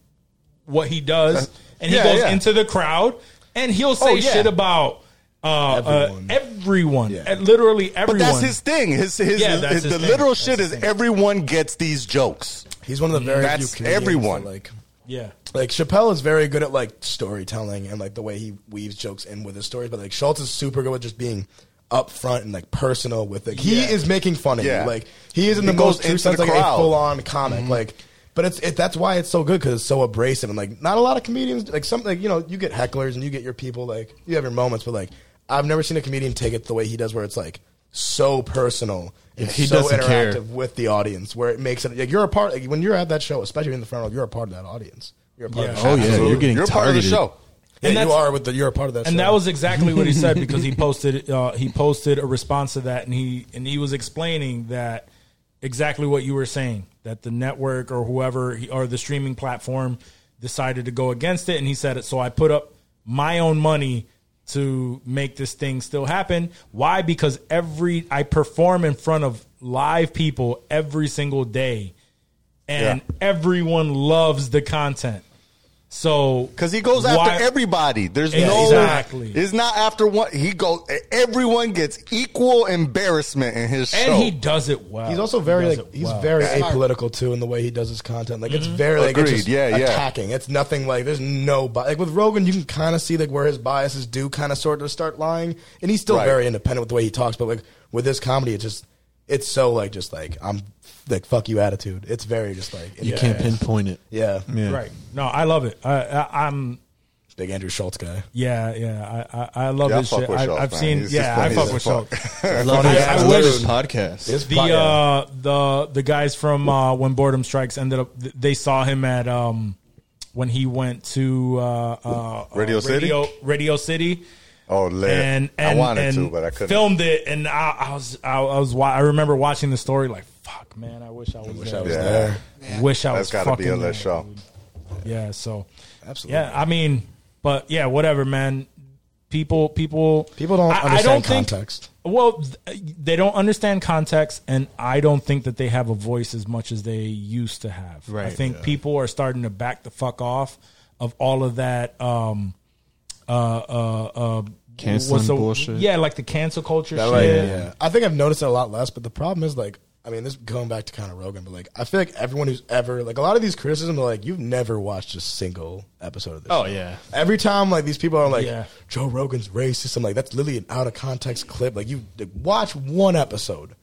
Speaker 4: what he does, and he
Speaker 8: yeah,
Speaker 4: goes
Speaker 8: yeah.
Speaker 4: into the crowd, and he'll say
Speaker 8: Oh, yeah.
Speaker 4: shit about uh, everyone,
Speaker 5: Everyone.
Speaker 4: uh, everyone
Speaker 5: Yeah.
Speaker 4: and literally
Speaker 8: but
Speaker 4: everyone.
Speaker 8: that's his thing his, his,
Speaker 4: Yeah,
Speaker 8: his-
Speaker 4: that's
Speaker 8: the
Speaker 4: his thing.
Speaker 8: literal
Speaker 4: That's
Speaker 8: shit is everyone gets these jokes
Speaker 5: He's one of the very
Speaker 8: That's
Speaker 5: few comedians that,
Speaker 8: everyone.
Speaker 5: like
Speaker 4: yeah,
Speaker 5: like Chappelle is very good at like storytelling and like the way he weaves jokes in with his stories, but like Schultz is super good with just being upfront and like personal with it. He
Speaker 8: Yeah.
Speaker 5: is making fun of
Speaker 8: Yeah.
Speaker 5: you. Like he is in
Speaker 8: He
Speaker 5: the
Speaker 8: goes
Speaker 5: most true
Speaker 8: into
Speaker 5: sense
Speaker 8: the
Speaker 5: like a
Speaker 8: crowd.
Speaker 5: full on comic.
Speaker 6: Mm-hmm.
Speaker 5: Like, but it's it, that's why it's so good because it's so abrasive and like not a lot of comedians like some like you know you get hecklers and you get your people like you have your moments, but like I've never seen a comedian take it the way he does, where it's like so personal. and
Speaker 6: he
Speaker 5: so
Speaker 6: doesn't
Speaker 5: interactive
Speaker 6: care.
Speaker 5: with the audience where it makes it like you're a part like, when you're at that show, especially in the front row, you're a part of that audience. You're a part of
Speaker 4: Yeah.
Speaker 5: that show.
Speaker 4: Oh,
Speaker 6: yeah,
Speaker 5: Absolutely.
Speaker 6: you're getting
Speaker 8: you're part of the
Speaker 6: targeted.
Speaker 8: show
Speaker 5: Yeah,
Speaker 4: And
Speaker 5: you
Speaker 4: that's-
Speaker 5: are with the you're a part of that
Speaker 4: and
Speaker 5: show.
Speaker 4: that was exactly what he said because
Speaker 8: (laughs)
Speaker 4: he posted uh, he posted a response to that and he and he was explaining that exactly what you were saying that the network or whoever he, or the streaming platform decided to go against it and he said it so I put up my own money to make this thing still happen why because every I perform in front of live people every single day and everyone loves the content so
Speaker 8: because he goes after
Speaker 4: why-
Speaker 8: everybody there's no
Speaker 4: Exactly.
Speaker 8: it's not after one he goes everyone gets equal embarrassment in his
Speaker 4: and
Speaker 8: show
Speaker 4: he does it well.
Speaker 5: He's also very
Speaker 4: does
Speaker 5: like
Speaker 4: it
Speaker 5: he's
Speaker 4: well. Mm-hmm.
Speaker 5: very apolitical too in the way he does his content. Like it's very like it's
Speaker 8: Agreed.
Speaker 5: just
Speaker 8: Yeah, yeah.
Speaker 5: attacking. It's nothing like there's no bi- like with Rogan you can kind of see like where his biases do kind of sort of start lying, and he's still
Speaker 8: Right.
Speaker 5: very independent with the way he talks. But like with this comedy, it's just it's so like just like I'm like fuck you attitude. It's very just like
Speaker 6: You can't pinpoint it.
Speaker 5: yeah
Speaker 6: Yeah.
Speaker 4: right. No, I love it. I, I, I'm
Speaker 5: Big Andrew Schultz guy.
Speaker 4: Yeah, yeah. I I, I love
Speaker 8: Yeah, I
Speaker 4: his
Speaker 8: fuck
Speaker 4: shit.
Speaker 8: with
Speaker 4: I,
Speaker 8: Schultz,
Speaker 4: I've
Speaker 8: man.
Speaker 4: seen.
Speaker 8: He's just
Speaker 4: yeah, I
Speaker 8: funny
Speaker 4: fuck
Speaker 8: as
Speaker 4: with
Speaker 8: fuck. (laughs)
Speaker 4: Schultz.
Speaker 6: Love
Speaker 4: I- I wish-
Speaker 6: podcast.
Speaker 5: It's
Speaker 4: The uh, the the guys from uh, when boredom strikes ended up. th- They saw him at um when he went to uh, uh,
Speaker 8: Radio
Speaker 4: uh,
Speaker 8: City?
Speaker 4: Radio, Radio City.
Speaker 8: Oh, lit.
Speaker 4: and, and
Speaker 8: I wanted
Speaker 4: and
Speaker 8: to, but I couldn't.
Speaker 4: Filmed it, and I, I was I, I was wa- I remember watching the story like fuck, man. I wish I was
Speaker 5: Wish
Speaker 4: there.
Speaker 5: I was
Speaker 8: Yeah.
Speaker 5: there.
Speaker 4: Wish I was.
Speaker 8: That's got to be
Speaker 4: fucking
Speaker 8: a lit
Speaker 4: there,
Speaker 8: show.
Speaker 4: dude. Yeah. So
Speaker 5: Absolutely.
Speaker 4: yeah, I mean, but yeah, whatever, man. People, people,
Speaker 5: People don't
Speaker 4: I, I
Speaker 5: understand
Speaker 4: don't think-
Speaker 5: context.
Speaker 4: well, th- they don't understand context, and I don't think that they have a voice as much as they used to have. I
Speaker 6: Right,
Speaker 4: think
Speaker 6: yeah.
Speaker 4: people are starting to back the fuck off of all of that. Um, uh, uh, uh,
Speaker 6: Canceling
Speaker 4: what's the-
Speaker 6: bullshit.
Speaker 4: Yeah, like the cancel culture
Speaker 5: I
Speaker 4: shit.
Speaker 5: like- yeah. I think I've noticed it a lot less, but the problem is like, I mean, this going back to kind of Rogan, but like, I feel like everyone who's ever like a lot of these criticisms are like, you've never watched a single episode of this.
Speaker 6: Oh,
Speaker 5: show.
Speaker 6: yeah.
Speaker 5: Every time like these people are like,
Speaker 4: Yeah.
Speaker 5: Joe Rogan's racist. I'm like, that's literally an out of context clip. Like you like, watch one episode,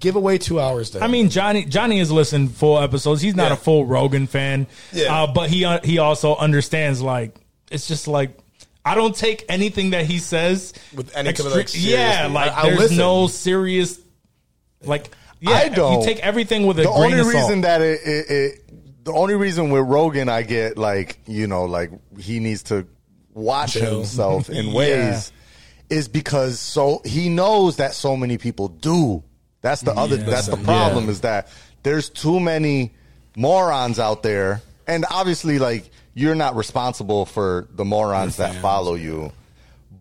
Speaker 5: give away two hours. To
Speaker 4: I mean, Johnny Johnny has listened full episodes. He's not
Speaker 5: Yeah.
Speaker 4: a full Rogan fan,
Speaker 5: Yeah.
Speaker 4: uh, but he uh, he also understands. Like it's just like I don't take anything that he says
Speaker 5: With any kind of, like, seriously.
Speaker 4: yeah, like
Speaker 5: I- I'll
Speaker 4: there's
Speaker 5: listen.
Speaker 4: no serious like. Yeah,
Speaker 8: I don't.
Speaker 4: You take everything with a
Speaker 8: the
Speaker 4: grain
Speaker 8: only
Speaker 4: of salt.
Speaker 8: reason that it, it, it the only reason with Rogan I get like you know like he needs to watch
Speaker 5: Chill.
Speaker 8: himself
Speaker 4: (laughs)
Speaker 8: in
Speaker 4: Yeah.
Speaker 8: ways is because so he knows that so many people do. That's the other. That's the problem is that there's too many morons out there, and obviously like you're not responsible for the morons that follow you.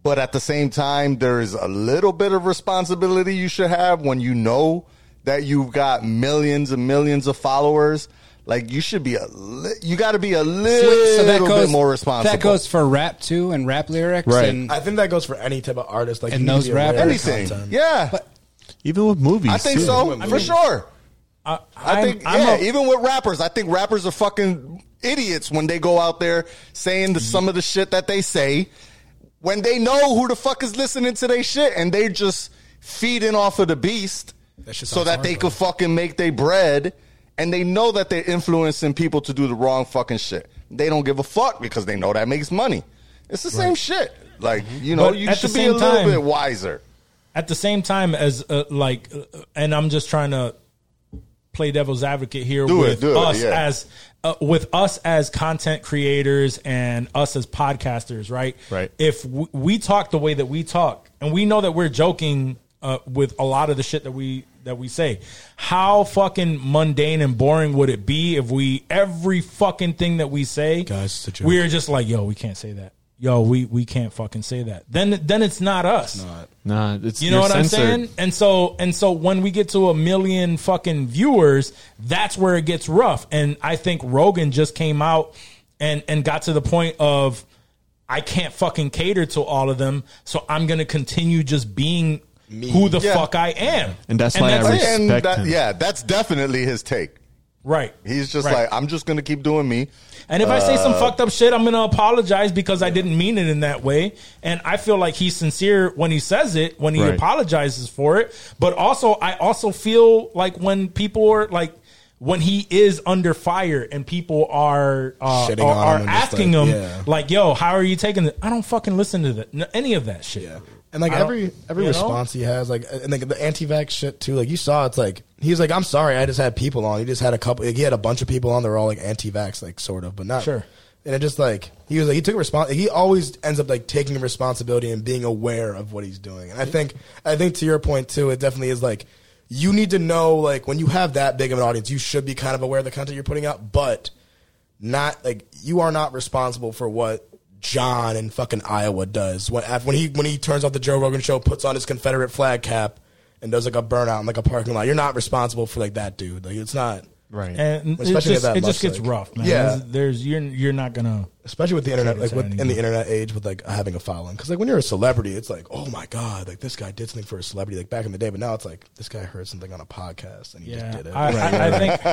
Speaker 8: But at the same time, there is a little bit of responsibility you should have when you know that you've got millions and millions of followers. Like you should be a, li- you got to be a little
Speaker 7: So that goes
Speaker 8: bit more responsible.
Speaker 7: That goes for rap too and rap lyrics.
Speaker 6: Right.
Speaker 7: And
Speaker 5: I think that goes for any type of artist. Like
Speaker 7: And
Speaker 5: you need
Speaker 7: those
Speaker 5: to be aware of
Speaker 7: rappers.
Speaker 8: anything.
Speaker 5: content.
Speaker 8: Yeah,
Speaker 6: Even with movies,
Speaker 8: I think
Speaker 6: too.
Speaker 8: so for sure.
Speaker 4: I,
Speaker 8: I think
Speaker 4: I'm,
Speaker 8: yeah,
Speaker 4: I'm a-
Speaker 8: even with rappers, I think rappers are fucking idiots when they go out there saying the,
Speaker 4: Mm-hmm.
Speaker 8: some of the shit that they say when they know who the fuck is listening to their shit and they just feeding off of the beast
Speaker 5: That shit
Speaker 8: so
Speaker 5: sounds
Speaker 8: that
Speaker 5: hard,
Speaker 8: they
Speaker 5: bro.
Speaker 8: could fucking make their bread and they know that they're influencing people to do the wrong fucking shit. They don't give a fuck because they know that makes money. It's the same shit. Like, you know,
Speaker 4: But
Speaker 8: you
Speaker 4: at the
Speaker 8: should be
Speaker 4: same
Speaker 8: a little
Speaker 4: time-
Speaker 8: bit wiser.
Speaker 4: at the same time as uh, like, uh, and I'm just trying to play devil's advocate here
Speaker 8: Do it,
Speaker 4: with
Speaker 8: do it,
Speaker 4: us
Speaker 8: yeah.
Speaker 4: as uh, with us as content creators and us as podcasters, right?
Speaker 6: Right.
Speaker 4: If w- we talk the way that we talk, and we know that we're joking uh, with a lot of the shit that we that we say, how fucking mundane and boring would it be if we every fucking thing that we say,
Speaker 5: Guys, it's a joke.
Speaker 4: we're just like, yo, we can't say that. Yo, we, we can't fucking say that. Then then it's not us.
Speaker 6: Nah, it's
Speaker 4: You know
Speaker 6: you're
Speaker 4: what I'm
Speaker 6: censored.
Speaker 4: saying? And so and so when we get to a million fucking viewers, that's where it gets rough. And I think Rogan just came out and and got to the point of I can't fucking cater to all of them, so I'm gonna continue just being who the
Speaker 8: Yeah.
Speaker 4: fuck I am.
Speaker 6: And that's why I
Speaker 4: it.
Speaker 6: respect-
Speaker 8: And that,
Speaker 6: him.
Speaker 8: yeah, that's definitely his take.
Speaker 4: right.
Speaker 8: He's just
Speaker 4: Right.
Speaker 8: like, I'm just gonna keep doing me.
Speaker 4: And if I say
Speaker 5: Uh,
Speaker 4: some fucked up shit, I'm gonna apologize because I didn't mean it in that way. And I feel like he's sincere when he says it, when he
Speaker 6: Right.
Speaker 4: apologizes for it. But also, I also feel like when people are like, when he is under fire and people are uh,
Speaker 5: Shitting
Speaker 4: are,
Speaker 5: on
Speaker 4: are
Speaker 5: him and just
Speaker 4: asking
Speaker 5: like,
Speaker 4: him,
Speaker 5: yeah.
Speaker 4: like, "Yo, how are you taking it?" I don't fucking listen to that, n- any of that shit.
Speaker 5: Yeah. And like
Speaker 4: I don't-
Speaker 5: every every
Speaker 4: you know?
Speaker 5: response he has, like and like the anti-vax shit too. Like you saw, it's like he's like, I'm sorry, I just had people on. He just had a couple. Like, he had a bunch of people on. They're all like anti-vax, like sort of, but not
Speaker 4: Sure.
Speaker 5: And it just like he was like he took response. he always ends up like taking responsibility and being aware of what he's doing. And I think I think to your point too, it definitely is like you need to know like when you have that big of an audience, you should be kind of aware of the content you're putting out, but not like you are not responsible for what John in fucking Iowa does when af- when he when he turns off the Joe Rogan show, puts on his Confederate flag cap, and does like a burnout in like a parking lot. You're not responsible for like that dude. Like it's not
Speaker 6: Right.
Speaker 4: and it
Speaker 5: Especially
Speaker 4: just,
Speaker 5: that
Speaker 4: it just
Speaker 5: much,
Speaker 4: gets
Speaker 5: like-
Speaker 4: rough, man.
Speaker 5: Yeah.
Speaker 4: There's, there's you're you're not gonna
Speaker 5: especially with the internet, like
Speaker 4: to
Speaker 5: with, in
Speaker 4: anyone.
Speaker 5: the internet age, with like having a following. Because like when you're a celebrity, it's like, oh my god, like this guy did something for a celebrity. Like back in the day, but now it's like this guy heard something on a podcast and he
Speaker 4: Yeah,
Speaker 5: just did it.
Speaker 4: I, I, I think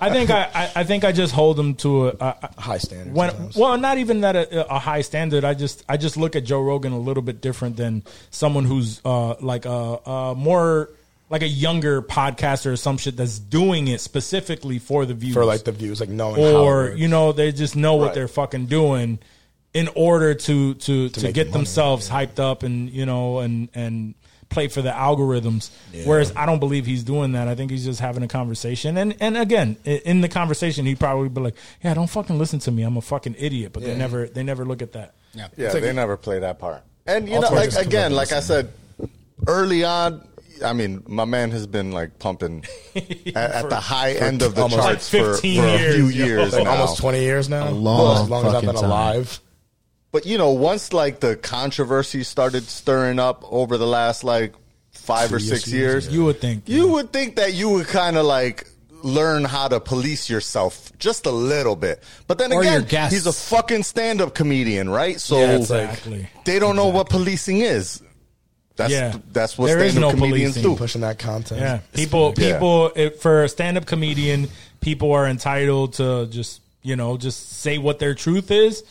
Speaker 4: I think I, I, I think I just hold him to a, a, a
Speaker 5: High standards
Speaker 4: When,
Speaker 5: sometimes.
Speaker 4: well, not even that a, a high standard. I just I just look at Joe Rogan a little bit different than someone who's uh, like a, a more like a younger podcaster or some shit that's doing it specifically for the views
Speaker 5: for like the views, like knowing how it
Speaker 4: or
Speaker 5: works.
Speaker 4: you know they just know what
Speaker 8: Right.
Speaker 4: they're fucking doing in order to to to,
Speaker 5: make
Speaker 4: get
Speaker 5: the money,
Speaker 4: themselves hyped up and you know and and play for the algorithms. Whereas I don't believe he's doing that. I think he's just having a conversation. And and again, i- in the conversation, he'd probably be like, "Yeah, don't fucking listen to me. I'm a fucking idiot." But they never they never look at that.
Speaker 7: Yeah.
Speaker 8: Yeah,
Speaker 5: like-
Speaker 8: they never play that part. And you
Speaker 5: All
Speaker 8: know,
Speaker 5: toys
Speaker 8: like
Speaker 5: just come
Speaker 8: again,
Speaker 5: up
Speaker 8: like I
Speaker 5: with
Speaker 8: said early on, I mean, my man has been like pumping at, at the high end of the
Speaker 5: almost
Speaker 8: charts
Speaker 4: like
Speaker 8: for, for
Speaker 4: 15
Speaker 8: a
Speaker 4: years,
Speaker 8: few
Speaker 4: yo.
Speaker 8: years
Speaker 5: Like
Speaker 8: now.
Speaker 5: almost 20 years now.
Speaker 6: long
Speaker 5: Well, as long as I've
Speaker 6: fucking
Speaker 5: been
Speaker 6: time.
Speaker 5: alive.
Speaker 8: But you know, once like the controversy started stirring up over the last like five or
Speaker 5: Three
Speaker 8: six
Speaker 5: years,
Speaker 8: years,
Speaker 4: You would think
Speaker 8: you would think that you would kind of like learn how to police yourself just a little bit. But then
Speaker 7: Or your
Speaker 8: again,
Speaker 7: guests.
Speaker 8: he's a fucking stand-up comedian, right? So
Speaker 5: Yeah, it's like-
Speaker 4: exactly.
Speaker 8: they don't know what policing is. That's
Speaker 4: Yeah.
Speaker 8: that's what
Speaker 4: There is
Speaker 8: stand-up
Speaker 4: no
Speaker 8: comedians
Speaker 4: policing.
Speaker 8: do.
Speaker 5: Pushing that content.
Speaker 4: Yeah, people,
Speaker 8: Yeah.
Speaker 4: people. It, for a stand-up comedian, people are entitled to just you know just say what their truth is,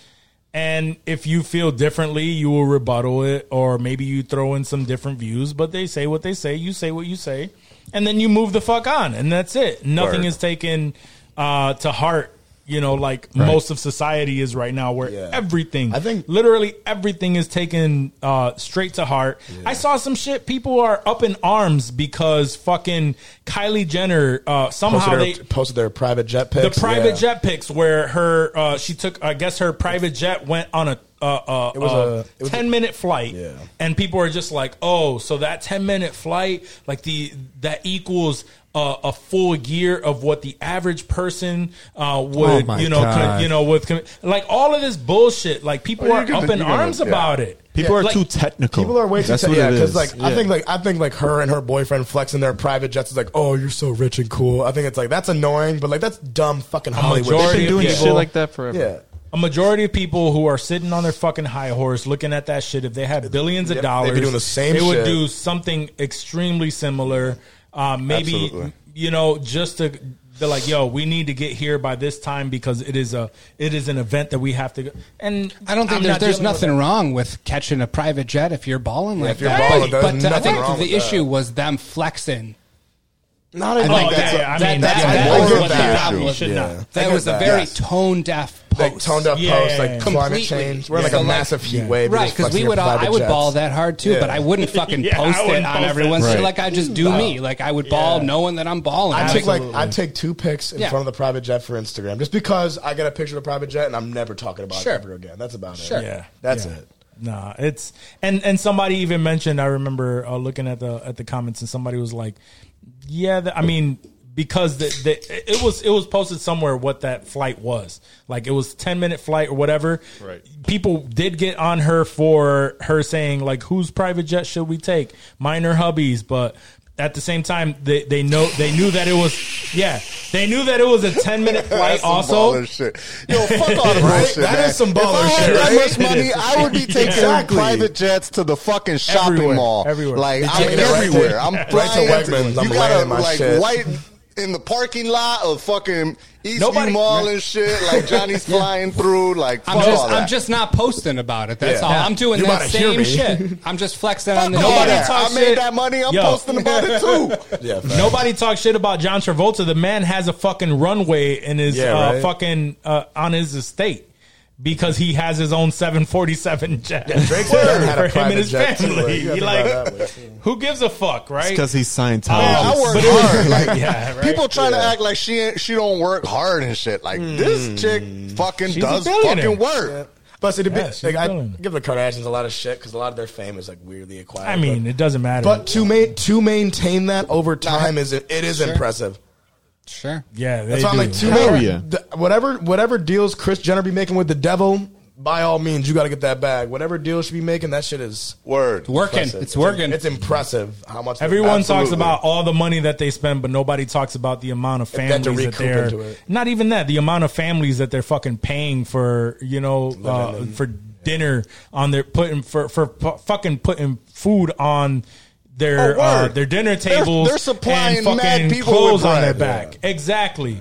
Speaker 4: and if you feel differently, you will rebuttal it, or maybe you throw in some different views. But they say what they say, you say what you say, and then you move the fuck on, and that's it. Nothing
Speaker 8: Word.
Speaker 4: is taken uh, to heart. You know, like most of society is right now, where
Speaker 5: Yeah.
Speaker 4: everything,
Speaker 5: I think-
Speaker 4: literally everything is taken uh, straight to heart. I saw some shit. People are up in arms because fucking Kylie Jenner uh, somehow
Speaker 5: Posted,
Speaker 4: they
Speaker 5: their, posted their private jet
Speaker 4: the
Speaker 5: pics.
Speaker 4: private
Speaker 5: yeah.
Speaker 4: jet pics where her uh, she took I guess her private jet went on a uh, uh,
Speaker 5: was
Speaker 4: uh,
Speaker 5: a- it was a-
Speaker 4: ten minute flight
Speaker 5: Yeah.
Speaker 4: and people are just like oh so that ten minute flight like the that equals. Uh, a full year of what the average person
Speaker 5: Oh
Speaker 4: uh, would,
Speaker 6: my
Speaker 4: you know, could-
Speaker 6: God.
Speaker 4: you know, with com- like all of this bullshit. Like people
Speaker 8: you're
Speaker 4: are
Speaker 8: gonna-
Speaker 4: up in
Speaker 8: you're gonna-
Speaker 4: arms
Speaker 8: yeah.
Speaker 4: about it.
Speaker 6: People are
Speaker 4: Like-
Speaker 6: too technical.
Speaker 5: People are way too
Speaker 6: That's
Speaker 5: te-
Speaker 6: what
Speaker 5: yeah,
Speaker 6: it is.
Speaker 5: like I
Speaker 6: Yeah.
Speaker 5: think like I think like her and her boyfriend flexing their private jets is like, oh, you're so rich and cool. I think it's like that's annoying, but like that's dumb fucking Hollywood.
Speaker 4: majority
Speaker 5: shit.
Speaker 4: of
Speaker 6: doing
Speaker 4: people-
Speaker 6: shit like that forever.
Speaker 5: Yeah,
Speaker 4: A majority of people who are sitting on their fucking high horse looking at that shit, if they had billions of
Speaker 5: Yep, they'd be
Speaker 4: dollars,
Speaker 5: doing the same
Speaker 4: they would
Speaker 5: shit.
Speaker 4: do something extremely similar. Uh, maybe,
Speaker 8: Absolutely.
Speaker 4: you know, just to, they're like, yo, we need to get here by this time because it is a, it is an event that we have to go. And
Speaker 7: I don't think
Speaker 4: I'm not
Speaker 7: there's, there's
Speaker 4: dealing with
Speaker 7: nothing
Speaker 4: that.
Speaker 7: wrong with catching a private jet if you're balling like
Speaker 5: if you're
Speaker 7: that.
Speaker 5: balling, there's
Speaker 7: but uh, I
Speaker 5: nothing
Speaker 7: think
Speaker 5: wrong
Speaker 7: the
Speaker 5: with
Speaker 7: issue
Speaker 5: that.
Speaker 7: was them flexing.
Speaker 5: not a,
Speaker 7: I
Speaker 4: Oh,
Speaker 7: think
Speaker 4: yeah,
Speaker 7: that's
Speaker 4: yeah, I mean,
Speaker 7: that,
Speaker 4: that's,
Speaker 7: that,
Speaker 8: that's
Speaker 7: that
Speaker 8: more
Speaker 7: was
Speaker 8: of
Speaker 7: what the
Speaker 8: that
Speaker 7: problem
Speaker 8: issue.
Speaker 7: was.
Speaker 4: should
Speaker 5: Yeah.
Speaker 4: not.
Speaker 5: I
Speaker 7: That
Speaker 5: get
Speaker 7: was a
Speaker 5: that.
Speaker 7: very
Speaker 5: Yes.
Speaker 7: tone deaf
Speaker 5: like
Speaker 7: post.
Speaker 5: toned up
Speaker 4: Yeah,
Speaker 5: posts,
Speaker 4: yeah,
Speaker 5: like
Speaker 4: yeah.
Speaker 5: climate
Speaker 7: Completely.
Speaker 5: change. We're in,
Speaker 7: Yeah.
Speaker 5: like
Speaker 7: So,
Speaker 5: a
Speaker 7: like-
Speaker 5: massive heat wave. You're
Speaker 7: right
Speaker 5: just
Speaker 7: because we
Speaker 5: flexing
Speaker 7: would
Speaker 5: your
Speaker 7: all, i
Speaker 5: private
Speaker 7: would
Speaker 5: jets.
Speaker 7: ball that hard too
Speaker 5: Yeah.
Speaker 7: but i wouldn't fucking
Speaker 4: Yeah, I
Speaker 7: post it
Speaker 4: wouldn't
Speaker 7: on
Speaker 4: post
Speaker 7: everyone's
Speaker 4: it.
Speaker 7: shit
Speaker 6: Right.
Speaker 7: like i just do me like i would ball
Speaker 4: Yeah.
Speaker 7: knowing that i'm balling
Speaker 5: I take like
Speaker 4: Absolutely.
Speaker 5: I take two pics in
Speaker 7: Yeah.
Speaker 5: front of the private jet for Instagram just because I get a picture of the private jet and I'm never talking about
Speaker 7: Sure.
Speaker 5: it ever again. That's about
Speaker 7: Sure.
Speaker 5: it.
Speaker 4: Yeah,
Speaker 5: That's
Speaker 4: yeah.
Speaker 5: it.
Speaker 4: Nah, it's and and somebody even mentioned. I remember uh, looking at the at the comments, and somebody was like, "Yeah, the, I mean." Because the, the, it was it was posted somewhere what that flight was like it was ten minute flight or whatever.
Speaker 6: Right.
Speaker 4: People did get on her for her saying like whose private jet should we take? Mine or hubby's? But at the same time they, they know they knew that it was yeah they knew that it was a ten minute flight
Speaker 8: That's some
Speaker 4: also
Speaker 8: baller shit. Yo, fuck all the bullshit.
Speaker 5: That
Speaker 8: man.
Speaker 5: is some
Speaker 8: If
Speaker 5: baller
Speaker 8: I had
Speaker 5: shit,
Speaker 8: That
Speaker 5: right?
Speaker 8: much money, I would be taking
Speaker 5: Exactly.
Speaker 8: private jets to the fucking shopping
Speaker 4: Everywhere,
Speaker 8: mall.
Speaker 4: everywhere.
Speaker 8: Like I'm
Speaker 5: taking it right
Speaker 8: everywhere.
Speaker 5: to-
Speaker 8: I'm
Speaker 5: right to
Speaker 8: flying.
Speaker 5: Wegmans, I'm
Speaker 8: you gotta
Speaker 5: landing my
Speaker 8: like
Speaker 5: shit.
Speaker 8: white in the parking lot of fucking Eastview
Speaker 4: Nobody-
Speaker 8: Mall and shit. Like Johnny's flying through. Like fuck
Speaker 7: I'm just,
Speaker 8: all that.
Speaker 7: I'm just not posting about it. That's
Speaker 5: Yeah.
Speaker 7: all. I'm doing
Speaker 5: You
Speaker 7: that
Speaker 5: gotta hear
Speaker 7: same
Speaker 5: me.
Speaker 7: shit. I'm just flexing on the
Speaker 8: Fuck all
Speaker 4: Nobody
Speaker 8: that.
Speaker 4: talks
Speaker 8: I made
Speaker 4: shit.
Speaker 8: that money. I'm
Speaker 4: Yo.
Speaker 8: posting about it too.
Speaker 5: Yeah. facts.
Speaker 4: Nobody talks shit about John Travolta. The man has a fucking runway in his
Speaker 5: Yeah,
Speaker 4: uh,
Speaker 5: right.
Speaker 4: fucking uh, on his estate because he has his own 747 jet
Speaker 5: Drake's
Speaker 4: Word
Speaker 5: dad had a
Speaker 4: (laughs) for him
Speaker 5: private
Speaker 4: and his
Speaker 5: jet, too,
Speaker 4: family.
Speaker 5: like, you gotta
Speaker 4: He
Speaker 5: think
Speaker 4: like,
Speaker 5: about it that way,
Speaker 4: who gives a fuck, right? Um,
Speaker 6: because he's Scientologist.
Speaker 8: I work
Speaker 4: But it was- (laughs)
Speaker 8: hard. Like,
Speaker 4: Yeah, right.
Speaker 8: People try to act like she ain't- she don't work hard and shit. Like this chick fucking
Speaker 4: She's a
Speaker 8: does
Speaker 4: billionaire.
Speaker 8: fucking work.
Speaker 5: Plus, it'd be,
Speaker 4: Yeah, she's
Speaker 5: like, I
Speaker 4: killing it.
Speaker 5: give the Kardashians a lot of shit because a lot of their fame is like weirdly acquired.
Speaker 4: I mean, it doesn't matter.
Speaker 5: but, but to ma- to maintain that over time is it is impressive.
Speaker 7: Sure.
Speaker 4: yeah, they
Speaker 5: That's why I'm
Speaker 4: do.
Speaker 5: like, to
Speaker 6: Hell
Speaker 5: main-
Speaker 6: yeah.
Speaker 5: th- whatever whatever deals Chris Jenner be making with the devil, by all means, you got to get that bag. Whatever deal she be making, that shit is
Speaker 8: Word.
Speaker 7: Working.
Speaker 5: impressive.
Speaker 7: It's working.
Speaker 5: It's impressive how much
Speaker 4: Everyone talks
Speaker 8: Absolutely.
Speaker 4: about all the money that they spend, but nobody talks about the amount of
Speaker 5: If that to
Speaker 4: families that
Speaker 5: recoup into
Speaker 4: they're
Speaker 5: it.
Speaker 4: not even that the amount of families that they're fucking paying for you know uh, for dinner on their putting for for pu- fucking putting food on their
Speaker 8: Oh,
Speaker 4: uh,
Speaker 8: word.
Speaker 4: their dinner
Speaker 8: They're-
Speaker 4: tables.
Speaker 8: they're supplying
Speaker 4: and fucking
Speaker 8: mad people with
Speaker 4: clothes on their
Speaker 8: bread.
Speaker 4: back. Exactly.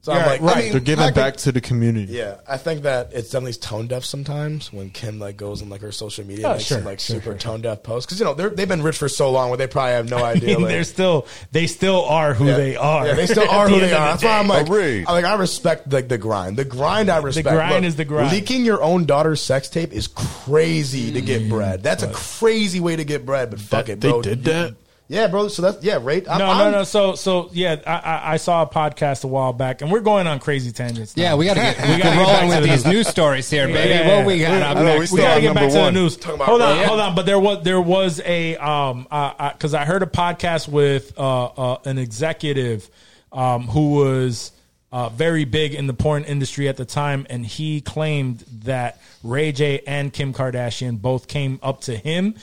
Speaker 5: So I'm like, I mean,
Speaker 6: They're giving
Speaker 5: I could-
Speaker 6: back to the community.
Speaker 5: Yeah, I think that it's definitely tone deaf sometimes when Kim like goes on like her social media
Speaker 4: Oh,
Speaker 5: and makes
Speaker 4: sure,
Speaker 5: some like
Speaker 4: sure,
Speaker 5: super
Speaker 4: sure.
Speaker 5: tone deaf posts because you know they're, they've been rich for so long where they probably have
Speaker 4: (laughs)
Speaker 5: no idea. like-
Speaker 4: they're still they still are who
Speaker 5: Yeah.
Speaker 4: they are.
Speaker 5: Yeah, they still
Speaker 4: (laughs) At
Speaker 5: are
Speaker 4: the
Speaker 5: who
Speaker 4: end
Speaker 5: they
Speaker 4: of
Speaker 5: are.
Speaker 4: the
Speaker 5: That's why I'm
Speaker 4: day.
Speaker 5: like,
Speaker 8: Agreed.
Speaker 5: I'm like, I respect like the grind. The grind, I respect.
Speaker 4: grind is the grind.
Speaker 5: Leaking your own daughter's sex tape is crazy to
Speaker 4: Mm,
Speaker 5: get bread. That's a crazy way to get bread. But fuck it,
Speaker 6: they
Speaker 5: bro.
Speaker 6: did that?
Speaker 5: Yeah, bro. So that's yeah, right. I'm-
Speaker 4: no,
Speaker 5: I'm-
Speaker 4: no, no. So, so yeah, I, I, I saw a podcast a while back, and we're going on crazy tangents. now.
Speaker 7: Yeah, we got to get we
Speaker 4: gotta get
Speaker 7: got
Speaker 4: back
Speaker 7: rolling
Speaker 4: to
Speaker 7: with
Speaker 4: the-
Speaker 7: these news stories here, baby.
Speaker 4: Yeah,
Speaker 7: what
Speaker 4: yeah,
Speaker 7: we
Speaker 4: yeah.
Speaker 7: got?
Speaker 8: I
Speaker 7: up
Speaker 8: know,
Speaker 7: next?
Speaker 8: we
Speaker 4: we
Speaker 8: still
Speaker 4: gotta
Speaker 8: on
Speaker 4: get back
Speaker 8: number
Speaker 4: to the
Speaker 8: one.
Speaker 4: news.
Speaker 5: Talking about
Speaker 4: hold on,
Speaker 5: Ryan.
Speaker 4: hold on. But there was there was a um because I heard a podcast with uh, uh an executive um who was uh very big in the porn industry at the time, and he claimed that Ray J and Kim Kardashian both came up to him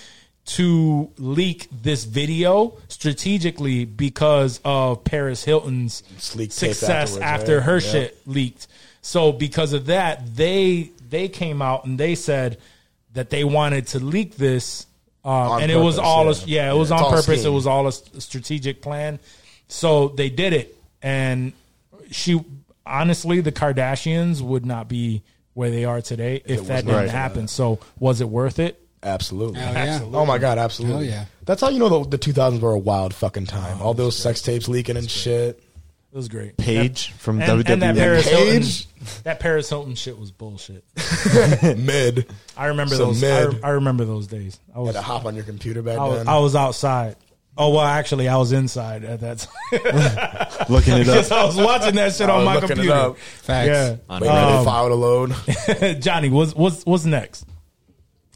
Speaker 4: to leak this video strategically because of Paris Hilton's
Speaker 5: Sleek tape
Speaker 4: success
Speaker 5: afterwards,
Speaker 4: after
Speaker 5: right?
Speaker 4: her
Speaker 5: Yeah.
Speaker 4: shit leaked. So because of that, they they came out and they said that they wanted to leak this, um,
Speaker 5: On
Speaker 4: and it was
Speaker 5: purpose,
Speaker 4: all a-
Speaker 5: yeah.
Speaker 4: yeah, it was
Speaker 5: It's
Speaker 4: on
Speaker 5: all
Speaker 4: purpose.
Speaker 5: scheme.
Speaker 4: It was all a s- strategic plan. So they did it, and she honestly, the Kardashians would not be where they are today if,
Speaker 5: was
Speaker 4: that
Speaker 5: not
Speaker 4: didn't
Speaker 5: for
Speaker 4: happen. So was it worth it?
Speaker 5: Absolutely.
Speaker 7: Hell yeah. Absolutely.
Speaker 5: Oh my god, absolutely.
Speaker 7: Hell yeah.
Speaker 5: That's how you know the, the 2000s were a wild fucking
Speaker 4: Oh,
Speaker 5: time. All those sex tapes leaking and
Speaker 4: (laughs)
Speaker 5: shit.
Speaker 4: It was great.
Speaker 6: Page from
Speaker 4: And, and that
Speaker 6: WWE.
Speaker 4: Paris
Speaker 5: Page?
Speaker 4: Hilton, that Paris Hilton shit was bullshit.
Speaker 5: Mid.
Speaker 4: I remember
Speaker 5: Some
Speaker 4: those. I,
Speaker 5: mid.
Speaker 4: re- I remember those days. I
Speaker 5: Had
Speaker 4: was
Speaker 5: to hop on your computer back
Speaker 4: I was,
Speaker 5: then.
Speaker 4: I was outside. Oh well, actually, I was inside at that time (laughs)
Speaker 6: Looking (laughs) it
Speaker 4: because
Speaker 6: up.
Speaker 4: I was watching that shit
Speaker 5: I
Speaker 4: on
Speaker 5: was
Speaker 4: my
Speaker 5: looking it
Speaker 4: computer.
Speaker 5: up.
Speaker 7: Facts.
Speaker 4: Yeah,
Speaker 5: Wait,
Speaker 6: oh.
Speaker 5: ready to file to
Speaker 4: (laughs)
Speaker 5: load.
Speaker 4: Johnny, what's what's what's next?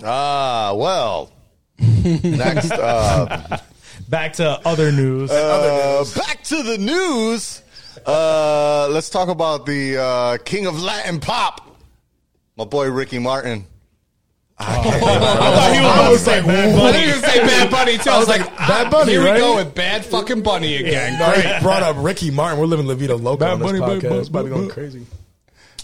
Speaker 8: Ah,
Speaker 4: (laughs)
Speaker 8: well. Next, uh,
Speaker 4: Back to other news.
Speaker 8: uh, back to the news. Uh, let's talk about the uh, king of Latin pop, my boy Ricky Martin.
Speaker 4: I thought he was about to say Bad
Speaker 7: I
Speaker 4: Bunny.
Speaker 7: thought you were gonna say Bad Bunny too. I was like,
Speaker 5: Bad Bunny,
Speaker 7: Here we
Speaker 5: right?
Speaker 7: go with Bad fucking Bunny again.
Speaker 5: No, he brought up Ricky Martin. We're living La Vida Loca
Speaker 4: Bad
Speaker 5: on this
Speaker 4: Bunny,
Speaker 5: podcast.
Speaker 4: bad Bunny,
Speaker 5: it's about to be
Speaker 4: bad
Speaker 5: going
Speaker 4: Bunny.
Speaker 5: crazy.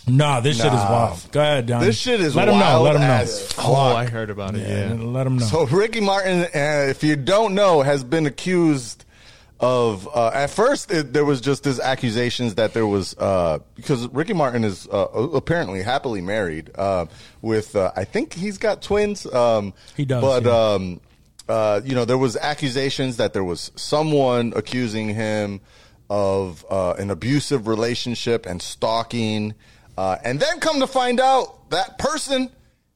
Speaker 4: Nah, this shit is
Speaker 8: Nah.
Speaker 4: wild. Go ahead, Johnny.
Speaker 8: This shit is
Speaker 4: let him know.
Speaker 8: wild
Speaker 4: Let him know.
Speaker 8: as fuck.
Speaker 6: Oh, I heard about it.
Speaker 4: Yeah,
Speaker 6: Yeah.
Speaker 4: Let him know.
Speaker 8: So Ricky Martin, uh, if you don't know, has been accused of. Uh, at first, it, there was just this accusations that there was uh, because Ricky Martin is uh, apparently happily married uh, with. Uh, I think he's got twins. Um,
Speaker 4: He does,
Speaker 8: but
Speaker 4: yeah.
Speaker 8: um, uh, you know, there was accusations that there was someone accusing him of uh, an abusive relationship and stalking, uh, and then come to find out that person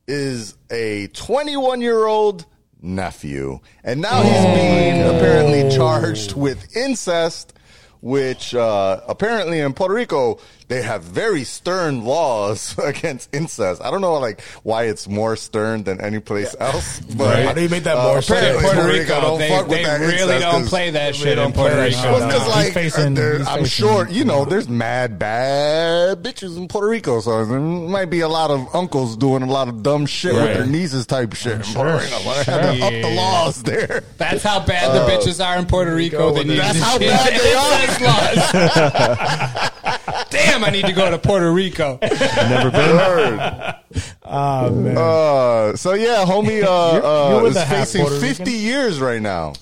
Speaker 8: is a 21 year old nephew, and now he's being apparently charged with incest. Which uh, apparently in Puerto Rico they have very stern laws (laughs) against incest. I don't know like why it's more stern than any place else, but
Speaker 5: How do you make that more sense?
Speaker 8: apparently
Speaker 7: Puerto
Speaker 8: Puerto
Speaker 7: Rico,
Speaker 8: Rico don't
Speaker 7: they,
Speaker 8: fuck with
Speaker 7: they
Speaker 8: that
Speaker 7: really
Speaker 8: incest
Speaker 7: don't
Speaker 8: 'cause-
Speaker 7: play that shit
Speaker 5: don't
Speaker 7: in
Speaker 5: play
Speaker 7: Puerto
Speaker 5: that
Speaker 7: Rico.
Speaker 5: shit.
Speaker 8: Well,
Speaker 4: No,
Speaker 8: 'cause,
Speaker 4: he's
Speaker 8: like,
Speaker 4: facing-
Speaker 8: there-
Speaker 4: he's
Speaker 8: I'm
Speaker 4: facing-
Speaker 8: sure you know there's mad bad bitches in Puerto Rico, so there might be a lot of uncles doing a lot of dumb shit with
Speaker 6: Right.
Speaker 8: their nieces type shit. in Puerto Rico. They had to up the laws there.
Speaker 7: That's how bad
Speaker 5: Uh,
Speaker 7: the bitches are in Puerto Rico. They need
Speaker 8: That's
Speaker 7: to
Speaker 8: how
Speaker 7: change
Speaker 8: bad
Speaker 7: the
Speaker 8: they are.
Speaker 7: incest laws.
Speaker 5: (laughs)
Speaker 7: Damn, I need to go to Puerto Rico.
Speaker 6: Never
Speaker 8: (laughs)
Speaker 6: been.
Speaker 8: Uh, so yeah, homie uh, uh,
Speaker 4: (laughs) you're with a
Speaker 8: is
Speaker 4: half
Speaker 8: facing
Speaker 4: Puerto
Speaker 8: 50
Speaker 4: Rican?
Speaker 8: years right now.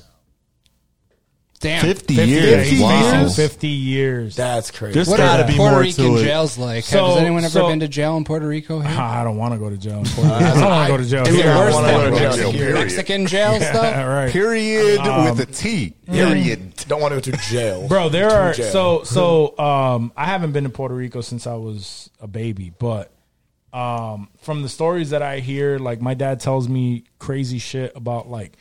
Speaker 7: Damn,
Speaker 6: 50
Speaker 4: Yeah,
Speaker 6: years.
Speaker 4: he's
Speaker 6: Wow.
Speaker 4: facing fifty years.
Speaker 5: That's crazy.
Speaker 6: There's
Speaker 7: what
Speaker 6: got
Speaker 7: are
Speaker 6: to be
Speaker 7: Puerto
Speaker 6: more
Speaker 7: Rican
Speaker 6: to it.
Speaker 7: jails like?
Speaker 4: So-
Speaker 7: Has anyone ever
Speaker 4: so-
Speaker 7: been to jail in Puerto Rico? Here?
Speaker 4: I don't want to go to jail. unfortunately. I don't want to go to jail.
Speaker 7: Is it
Speaker 4: Yeah, I
Speaker 7: worse
Speaker 4: wanna
Speaker 7: than
Speaker 4: go to jail.
Speaker 7: Mexican,
Speaker 8: period.
Speaker 7: Mexican jail
Speaker 4: (laughs) All
Speaker 7: stuff?
Speaker 4: right.
Speaker 8: Period with a T. Period.
Speaker 5: Don't want to go to jail,
Speaker 4: (laughs) bro there
Speaker 5: To
Speaker 4: are
Speaker 5: jail.
Speaker 4: so so um i haven't been to puerto rico since i was a baby but um from the stories that i hear like my dad tells me crazy shit about like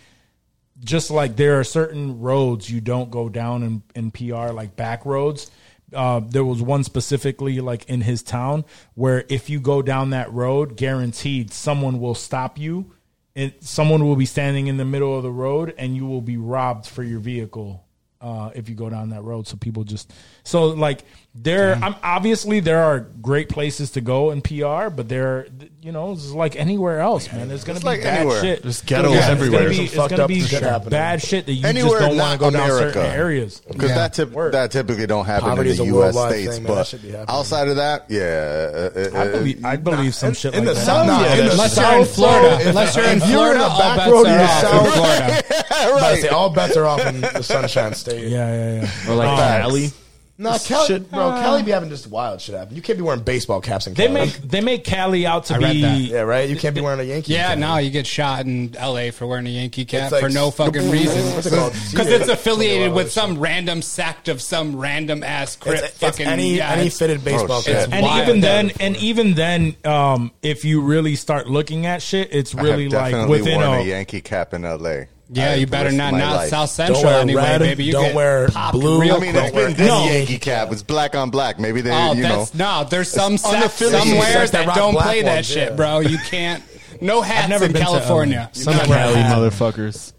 Speaker 4: just like there are certain roads you don't go down in, in pr like back roads uh, there was one specifically like in his town where if you go down that road guaranteed someone will stop you and someone will be standing in the middle of the road and you will be robbed for your vehicle uh, if you go down that road. So people just so like there. I'm obviously there are great places to go in PR, but there you know it's like anywhere else, man. There's gonna be
Speaker 8: like
Speaker 4: bad
Speaker 8: anywhere.
Speaker 4: shit.
Speaker 6: There's ghettos
Speaker 4: It's gonna
Speaker 6: everywhere.
Speaker 4: be-
Speaker 5: Some
Speaker 4: It's
Speaker 5: fucked
Speaker 4: gonna
Speaker 5: up
Speaker 4: be,
Speaker 5: shit happening.
Speaker 4: bad shit that you
Speaker 8: Anywhere
Speaker 4: just don't want
Speaker 8: not
Speaker 4: to go down
Speaker 8: America.
Speaker 4: certain areas.
Speaker 8: because
Speaker 7: Yeah.
Speaker 8: that tip,
Speaker 4: Word.
Speaker 8: that typically don't happen
Speaker 5: Poverty
Speaker 8: in
Speaker 5: is
Speaker 8: the
Speaker 5: a
Speaker 8: U.S.
Speaker 5: worldwide
Speaker 8: states,
Speaker 5: thing, man. That should be
Speaker 8: but
Speaker 5: happening.
Speaker 8: outside of that, yeah, uh, uh,
Speaker 4: I believe, I believe some shit
Speaker 5: in
Speaker 4: like
Speaker 5: the
Speaker 4: that.
Speaker 5: south, nah, in the
Speaker 7: Unless you're in
Speaker 5: South,
Speaker 7: Florida.
Speaker 5: if-
Speaker 7: Unless you're in
Speaker 5: if you're in
Speaker 7: Florida,
Speaker 5: a
Speaker 7: all
Speaker 5: back
Speaker 7: bets
Speaker 5: road in
Speaker 7: are
Speaker 5: the
Speaker 7: off in
Speaker 5: South-
Speaker 7: Florida.
Speaker 8: (laughs) yeah,
Speaker 5: About to
Speaker 8: right.
Speaker 5: say, all bets are off in the Sunshine State.
Speaker 4: (laughs) yeah, Uh, yeah, yeah.
Speaker 6: Or like
Speaker 8: Facts.
Speaker 6: Cali.
Speaker 5: No, Cali,
Speaker 6: shit.
Speaker 5: bro, Cali be having just wild shit happen. You can't be wearing baseball caps in
Speaker 4: Ah. They
Speaker 5: Cali.
Speaker 4: make they make Cali out to
Speaker 7: I read
Speaker 4: be
Speaker 7: that.
Speaker 5: yeah, right. You can't be wearing a Yankee.
Speaker 7: Yeah,
Speaker 5: cap.
Speaker 7: no, you get shot in L.A. for wearing a Yankee
Speaker 5: It's
Speaker 7: cap
Speaker 5: like-
Speaker 7: for
Speaker 5: (laughs)
Speaker 7: no fucking reason
Speaker 5: What's it called?
Speaker 7: because it's affiliated with
Speaker 5: It's-
Speaker 7: some random sect of some random ass crip
Speaker 5: It's, it's
Speaker 7: fucking
Speaker 5: any
Speaker 7: yeah,
Speaker 5: any
Speaker 7: it's-
Speaker 5: fitted baseball
Speaker 8: shit.
Speaker 5: cap.
Speaker 4: and
Speaker 7: wild.
Speaker 4: even then,
Speaker 7: Down
Speaker 4: and even then, um, if you really start looking at shit, it's really like within
Speaker 8: worn a,
Speaker 4: a,
Speaker 8: Yankee cap in L.A.
Speaker 7: Yeah,
Speaker 8: I
Speaker 7: you
Speaker 8: have
Speaker 7: better
Speaker 8: risked
Speaker 7: not
Speaker 8: my
Speaker 7: not
Speaker 8: life.
Speaker 7: South
Speaker 5: Don't
Speaker 7: Central
Speaker 5: wear
Speaker 7: anyway,
Speaker 5: red.
Speaker 7: baby. You
Speaker 5: don't
Speaker 7: get
Speaker 5: wear
Speaker 7: popped
Speaker 5: blue.
Speaker 7: real
Speaker 8: I mean, it's
Speaker 7: quick.
Speaker 8: been this
Speaker 4: No.
Speaker 8: Yankee cap. It's black on black. Maybe they,
Speaker 7: Oh,
Speaker 8: you know.
Speaker 7: that's no. There's some sect
Speaker 5: unaffiliated
Speaker 7: somewhere
Speaker 5: sects that
Speaker 7: that,
Speaker 5: rock
Speaker 7: don't
Speaker 5: black
Speaker 7: play that
Speaker 5: ones,
Speaker 7: shit,
Speaker 5: yeah.
Speaker 7: bro. You can't. No hats
Speaker 4: never
Speaker 7: in
Speaker 4: been to um,
Speaker 7: California.
Speaker 4: LA.
Speaker 7: You
Speaker 6: Some
Speaker 7: can't
Speaker 6: Cali
Speaker 7: have-
Speaker 6: motherfuckers.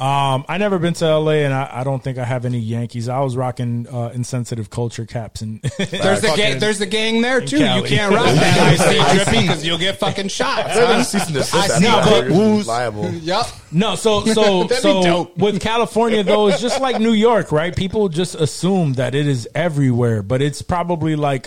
Speaker 4: Um, I never been to LA, and I, I don't think I have any Yankees. I was rocking uh, insensitive culture caps, and (laughs)
Speaker 7: There's a gang.
Speaker 4: Fucking-
Speaker 7: There's a gang there too. You
Speaker 4: Cali.
Speaker 7: can't rock that high street trippy because you'll get fucking shot.
Speaker 5: They're gonna
Speaker 7: son.
Speaker 5: cease and desist.
Speaker 7: I
Speaker 5: after
Speaker 7: see
Speaker 5: that.
Speaker 7: no
Speaker 5: They're gonna be
Speaker 7: booze.
Speaker 5: liable.
Speaker 7: Yup.
Speaker 4: no.
Speaker 7: (laughs)
Speaker 4: So so
Speaker 7: That'd be
Speaker 4: so
Speaker 7: dope.
Speaker 4: with California though, it's just like New York, right? People just assume that it is everywhere, but it's probably like.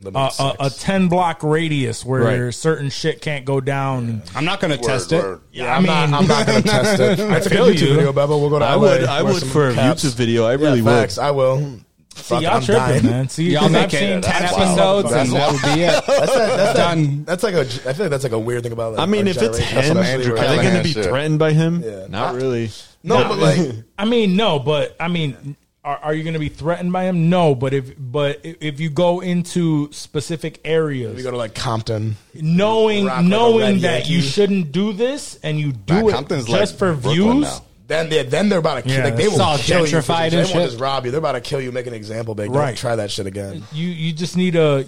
Speaker 4: A,
Speaker 5: Limited
Speaker 4: a, a
Speaker 5: sex.
Speaker 4: ten block radius where
Speaker 6: Right.
Speaker 4: certain shit can't go down.
Speaker 7: I'm not gonna test it.
Speaker 8: word.
Speaker 4: Yeah,
Speaker 5: I'm not. I'm not gonna test it. I took a
Speaker 4: feel
Speaker 5: YouTube
Speaker 4: you.
Speaker 5: video, Bubba. We'll go to.
Speaker 6: I
Speaker 5: LA,
Speaker 6: would. I
Speaker 5: wear
Speaker 6: would
Speaker 5: some
Speaker 6: for a
Speaker 5: caps.
Speaker 6: YouTube video. I
Speaker 5: Yeah,
Speaker 6: really
Speaker 5: facts.
Speaker 6: would.
Speaker 5: I will.
Speaker 4: See,
Speaker 5: Fuck,
Speaker 4: y'all
Speaker 5: I'm
Speaker 4: tripping,
Speaker 5: dying.
Speaker 4: man. See,
Speaker 7: Y'all
Speaker 4: 'cause
Speaker 7: make
Speaker 4: I've
Speaker 7: it
Speaker 4: seen
Speaker 7: ten
Speaker 4: cats-
Speaker 7: episodes, and
Speaker 5: That's
Speaker 7: that would be (laughs) it.
Speaker 5: That's, that, that's
Speaker 7: Done.
Speaker 5: That, that's like a. I feel like that's like a weird thing about. Like,
Speaker 6: I mean,
Speaker 5: our
Speaker 6: if it's
Speaker 5: generation,
Speaker 6: him,
Speaker 5: especially where-
Speaker 8: Andrew
Speaker 6: are they
Speaker 8: Callahan
Speaker 6: going to be
Speaker 8: shit.
Speaker 6: threatened by him?
Speaker 5: Yeah.
Speaker 6: Not really.
Speaker 5: No, but like
Speaker 4: (laughs) I mean, no, but I mean, are, are you going to be threatened by him? No, but if but i- if you go into specific
Speaker 5: (laughs) we
Speaker 4: areas,
Speaker 5: go to like Compton.
Speaker 4: knowing
Speaker 5: rock like a
Speaker 4: knowing
Speaker 5: red
Speaker 4: that you
Speaker 5: Yankee.
Speaker 4: shouldn't do this and you do
Speaker 8: Nah,
Speaker 4: it
Speaker 8: Compton's
Speaker 4: just
Speaker 8: like
Speaker 4: for
Speaker 8: Brooklyn
Speaker 4: views,
Speaker 8: now.
Speaker 5: Then they then they're about to kill.
Speaker 4: Yeah,
Speaker 5: like, they
Speaker 4: it's
Speaker 5: will
Speaker 7: all
Speaker 5: kill you. for
Speaker 7: gentrified
Speaker 5: this.
Speaker 7: and
Speaker 5: they won't
Speaker 7: shit.
Speaker 5: just rob you. They're about to kill you. Make an example, but
Speaker 4: Right.
Speaker 5: don't try that shit again.
Speaker 4: you you just need a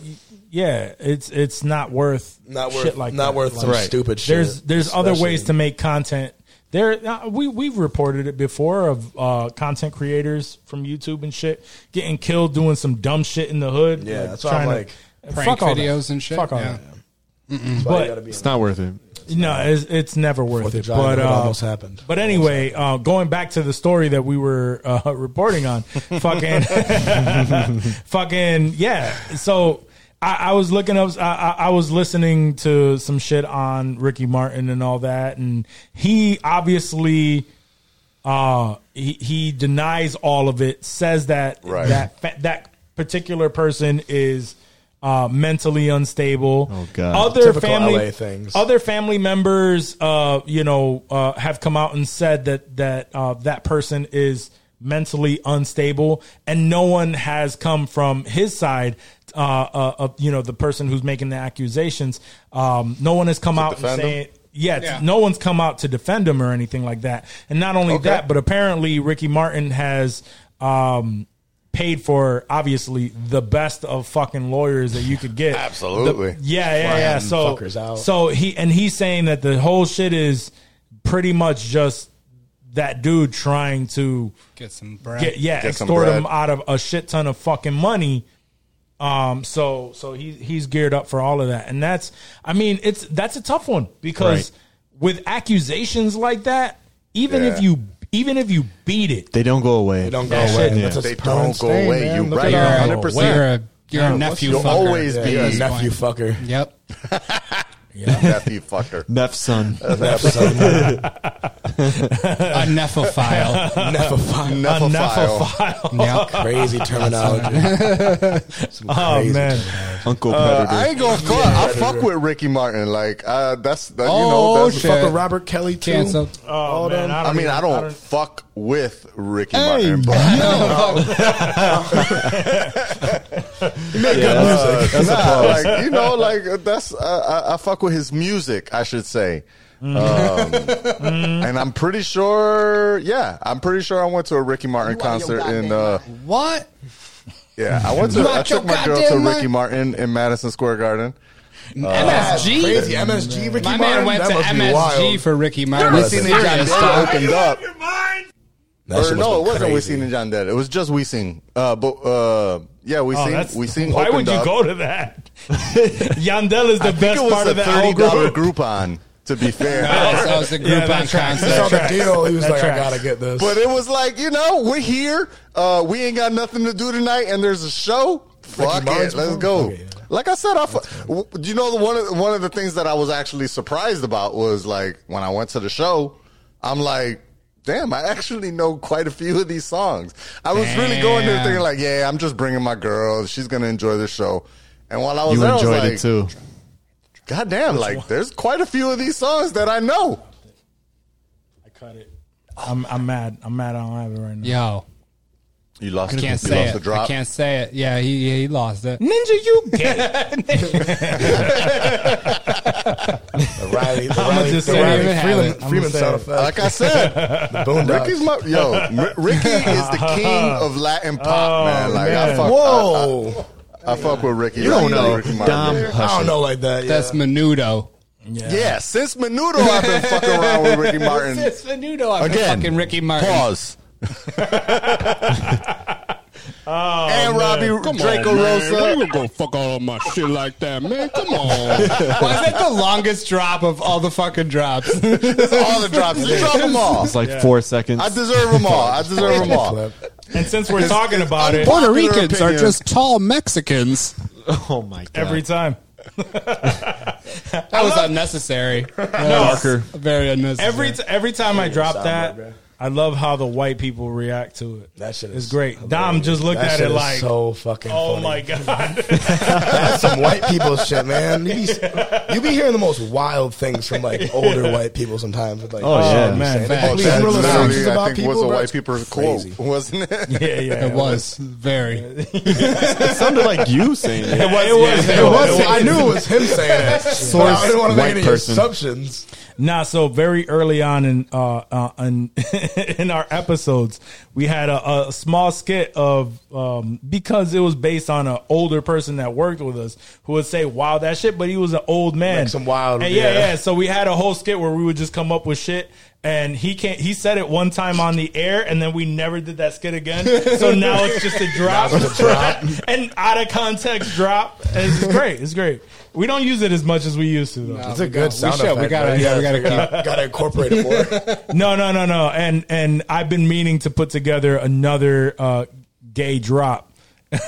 Speaker 4: yeah. It's it's not worth
Speaker 5: Not
Speaker 4: shit
Speaker 5: worth.
Speaker 4: like
Speaker 5: not
Speaker 4: that.
Speaker 5: worth
Speaker 4: Like,
Speaker 5: some stupid shit.
Speaker 4: There's there's other
Speaker 5: especially-
Speaker 4: ways to make content. There uh, we we've reported it before of uh, content creators from YouTube and shit getting killed doing some dumb shit in the hood.
Speaker 5: Yeah, that's why I'm
Speaker 4: trying to-
Speaker 5: like-
Speaker 7: Prank
Speaker 4: all that.
Speaker 7: videos and shit,
Speaker 4: Fuck all
Speaker 7: yeah.
Speaker 5: That's why you
Speaker 4: but-
Speaker 5: gotta be
Speaker 6: It's not worth it.
Speaker 4: that. No, it's, it's never worth
Speaker 5: Fourth of
Speaker 4: it.
Speaker 5: July,
Speaker 4: But
Speaker 5: it
Speaker 4: uh,
Speaker 5: almost happened.
Speaker 4: But anyway, uh, going back to the story that we were uh, (laughs) reporting on, fucking, (laughs) fucking, yeah. So I, I was looking up, I, I, I was listening to some shit on Ricky Martin and all that, and he obviously. Uh, he, he denies all of it. Says that
Speaker 8: Right.
Speaker 4: that fa- that particular person is uh, mentally unstable.
Speaker 6: Oh, God.
Speaker 4: Other
Speaker 5: Typical
Speaker 4: family
Speaker 5: LA things.
Speaker 4: other family members, uh, you know, uh, have come out and said that that uh, that person is mentally unstable, and no one has come from his side. Uh, uh, of, you know, the person who's making the accusations, um, no one has come out and
Speaker 8: defend him?
Speaker 4: saying. Yeah, t-
Speaker 7: Yeah.
Speaker 4: no one's come out to defend him or anything like that. And not only
Speaker 8: Okay.
Speaker 4: that, but apparently Ricky Martin has um, paid for obviously the best of fucking lawyers that you could get.
Speaker 8: (laughs) Absolutely.
Speaker 4: The- yeah, yeah, yeah. So,
Speaker 5: fuckers out.
Speaker 4: so he and he's saying that the whole shit is pretty much just that dude trying to
Speaker 7: Get some bread.
Speaker 4: get yeah
Speaker 8: Get some
Speaker 4: extort
Speaker 8: bread.
Speaker 4: him out of a shit ton of fucking money. Um, so so he he's geared up for all of that, and that's I mean it's that's a tough one because with accusations like that, even if
Speaker 8: Yeah.
Speaker 4: you even if you beat it,
Speaker 6: They don't go away.
Speaker 5: They don't go
Speaker 4: That
Speaker 5: away.
Speaker 4: shit-
Speaker 5: That's a
Speaker 8: They
Speaker 5: permanent
Speaker 8: don't go
Speaker 5: stain,
Speaker 8: away.
Speaker 5: man.
Speaker 8: You
Speaker 5: Look
Speaker 8: right.
Speaker 5: at
Speaker 7: You're
Speaker 5: our-
Speaker 7: a-
Speaker 8: 100%.
Speaker 7: You're a, you're a nephew
Speaker 8: You'll
Speaker 7: fucker.
Speaker 8: always be
Speaker 5: Yeah,
Speaker 8: a
Speaker 5: you nephew fucker.
Speaker 7: Yep.
Speaker 8: nephew (laughs) fucker.
Speaker 6: Neff son.
Speaker 5: Nephew son.
Speaker 7: A
Speaker 5: (laughs)
Speaker 7: nephophile.
Speaker 8: (laughs)
Speaker 5: Nephophile.
Speaker 8: Nephophile.
Speaker 7: yep.
Speaker 8: (laughs)
Speaker 5: Crazy
Speaker 4: (laughs)
Speaker 5: terminology. Some
Speaker 4: oh
Speaker 5: crazy
Speaker 4: man,
Speaker 6: Uncle
Speaker 8: Uh,
Speaker 6: Predator.
Speaker 8: I ain't (laughs) gonna call. I fuck with Ricky Martin. Like uh, that's that, you know.
Speaker 7: Oh,
Speaker 8: That's,
Speaker 7: shit.
Speaker 5: Fuck with Robert Kelly too.
Speaker 7: Canceled.
Speaker 4: oh man,
Speaker 8: I mean,
Speaker 4: even-
Speaker 8: I don't, fuck with Ricky Martin, but (laughs)
Speaker 6: Yeah, that's- that's a
Speaker 8: nah,
Speaker 6: pause.
Speaker 8: like you know, like uh, that's uh, I, I fuck with his music, I should say.
Speaker 4: Mm.
Speaker 8: Um, and I'm pretty sure, yeah, I'm pretty sure I went to a Ricky Martin concert in. Uh,
Speaker 7: (laughs) What?
Speaker 8: yeah, I went to.
Speaker 7: You
Speaker 8: I
Speaker 7: out your
Speaker 8: took my girl to
Speaker 7: goddamn
Speaker 8: Ricky
Speaker 7: mind?
Speaker 8: Martin in Madison Square Garden.
Speaker 7: Uh, MSG?
Speaker 5: Crazy MSG Ricky
Speaker 7: My
Speaker 5: Martin.
Speaker 7: man went
Speaker 5: that
Speaker 7: to
Speaker 5: must be
Speaker 7: MSG
Speaker 5: wild.
Speaker 7: for Ricky Martin.
Speaker 8: We
Speaker 5: That's
Speaker 8: seen
Speaker 5: a-
Speaker 8: the John Dead opened up.
Speaker 5: That
Speaker 8: or
Speaker 5: shit must be
Speaker 8: no, it wasn't We
Speaker 5: crazy.
Speaker 8: Seen and John Dead. It was just We Seen. Uh, but uh, yeah, We
Speaker 4: Oh,
Speaker 8: Seen.
Speaker 4: that's,
Speaker 8: we Seen.
Speaker 4: Why would
Speaker 8: opened
Speaker 4: you
Speaker 8: up.
Speaker 4: go to
Speaker 8: (laughs)
Speaker 4: that? Yandel is the
Speaker 8: I think
Speaker 4: best
Speaker 8: it was
Speaker 4: part
Speaker 8: a
Speaker 4: of that whole
Speaker 8: thirty
Speaker 4: group.
Speaker 8: dollar Groupon. To be fair,
Speaker 7: That was a
Speaker 4: Yeah,
Speaker 7: group
Speaker 4: that
Speaker 7: on
Speaker 4: tracks.
Speaker 5: He saw
Speaker 4: That
Speaker 7: concert.
Speaker 5: the
Speaker 4: tracks.
Speaker 5: deal. He was
Speaker 4: That
Speaker 5: like, I
Speaker 4: tracks.
Speaker 5: gotta get this.
Speaker 8: But it was like, you know, we're here. Uh, we ain't got nothing to do tonight, and there's a show. Fuck
Speaker 5: Martin's
Speaker 8: it, let's
Speaker 5: cool.
Speaker 8: go.
Speaker 5: Okay, yeah.
Speaker 8: Like I said, I, fu- w- you know, the one of, one of the things that I was actually surprised about was like when I went to the show, I'm like, damn, I actually know quite a few of these songs. I was really going there
Speaker 7: Damn.
Speaker 8: thinking like, yeah, I'm just bringing my girl. She's gonna enjoy the show. And while I was
Speaker 6: You
Speaker 8: there,
Speaker 6: enjoyed
Speaker 8: I was like,
Speaker 6: it too.
Speaker 8: God damn, like there's quite a few of these songs that I know.
Speaker 4: I cut it. I'm, I'm mad. I'm mad. I don't have it right now.
Speaker 7: Yo,
Speaker 8: You lost.
Speaker 7: I can't
Speaker 8: you
Speaker 7: say
Speaker 8: lost the
Speaker 7: it.
Speaker 8: drop.
Speaker 7: I can't say it. Yeah, he he lost it. Ninja, you
Speaker 5: The Riley, the
Speaker 4: I'ma
Speaker 5: Riley,
Speaker 4: just
Speaker 5: the
Speaker 4: say
Speaker 5: Riley
Speaker 7: it.
Speaker 5: Freeman,
Speaker 4: I'ma
Speaker 5: Freeman
Speaker 4: say
Speaker 5: sound
Speaker 4: it.
Speaker 5: effect.
Speaker 8: Like I said,
Speaker 5: The Boondocks.
Speaker 8: Ricky's my yo. R- Ricky is the king of Latin pop, man. Like I
Speaker 4: man.
Speaker 8: fuck,
Speaker 5: Whoa!
Speaker 8: I, I fuck with Ricky.
Speaker 6: You don't
Speaker 8: Like,
Speaker 6: know
Speaker 8: Ricky Martin.
Speaker 6: Dom
Speaker 5: I don't
Speaker 6: Hushman.
Speaker 5: know Oh, like that. Yeah.
Speaker 7: that's Menudo.
Speaker 8: Yeah, since Menudo, I've been fucking around with Ricky Martin.
Speaker 7: It's Menudo. I'm
Speaker 8: Again,
Speaker 7: fucking Ricky Martin.
Speaker 8: Pause. and Robbie Draco Rosa.
Speaker 7: gonna fuck all of my shit like that, man. Come on. (laughs) Why is that the longest drop of all the fucking drops? (laughs)
Speaker 8: All the drops. You drop them all.
Speaker 6: It's like four seconds.
Speaker 8: I deserve them all. I deserve them all.
Speaker 4: And since we're talking about it
Speaker 8: Puerto Ricans are just
Speaker 7: tall Mexicans.
Speaker 6: (laughs) oh my god.
Speaker 4: every time,
Speaker 7: That was unnecessary.
Speaker 6: Darker.
Speaker 7: Very unnecessary.
Speaker 4: every t- every time I drop
Speaker 5: sound
Speaker 4: that,
Speaker 5: good, bro.
Speaker 4: I love how the white people react to it.
Speaker 5: That shit is
Speaker 4: it's great. Dom just looked
Speaker 5: That
Speaker 4: at
Speaker 5: shit
Speaker 4: it
Speaker 5: is
Speaker 4: like,
Speaker 5: so fucking.
Speaker 4: "Oh
Speaker 5: funny.
Speaker 4: my
Speaker 5: (laughs)
Speaker 4: god."
Speaker 5: That's some (laughs) white people shit, man. You be, you be hearing the most wild things from (laughs) like older white people sometimes. It's Like,
Speaker 6: Oh,
Speaker 5: shit,
Speaker 6: yeah.
Speaker 5: you
Speaker 4: Man,
Speaker 5: saying. They
Speaker 7: facts.
Speaker 5: believe
Speaker 7: That's
Speaker 5: real
Speaker 7: literally,
Speaker 5: assumptions
Speaker 8: I
Speaker 5: about
Speaker 8: think was a
Speaker 5: bro.
Speaker 8: white
Speaker 5: It's
Speaker 8: people's quote,
Speaker 5: crazy.
Speaker 8: wasn't
Speaker 4: (laughs)
Speaker 8: it?
Speaker 4: yeah, yeah.
Speaker 7: it was very.
Speaker 6: it sounded like you saying it.
Speaker 4: It was. It was.
Speaker 5: "Oh, It was. I knew it was him saying it. Source I didn't want to
Speaker 6: white
Speaker 5: make any
Speaker 6: person.
Speaker 5: assumptions.
Speaker 4: Nah, so very early on in uh, uh in, (laughs) in our episodes, we had a, a small skit of um because it was based on an older person that worked with us who would say "Wow, that shit," but he was an old man,
Speaker 5: Like some wild-
Speaker 4: And yeah,
Speaker 5: yeah.
Speaker 4: yeah. So we had a whole skit where we would just come up with shit. And he can't. He said it one time on the air, and then we never did that skit (laughs) again. So now it's just a drop, (laughs) and out of context drop. And It's great. It's great. We don't use it as much as we used to, though.
Speaker 5: It's a good sound
Speaker 7: we should- we
Speaker 5: effect.
Speaker 7: gotta-
Speaker 5: right?
Speaker 7: yeah, we gotta
Speaker 5: gotta, gotta incorporate it (laughs) more.
Speaker 4: No, no, no, no. And and I've been meaning to put together another uh, gay drop. (laughs)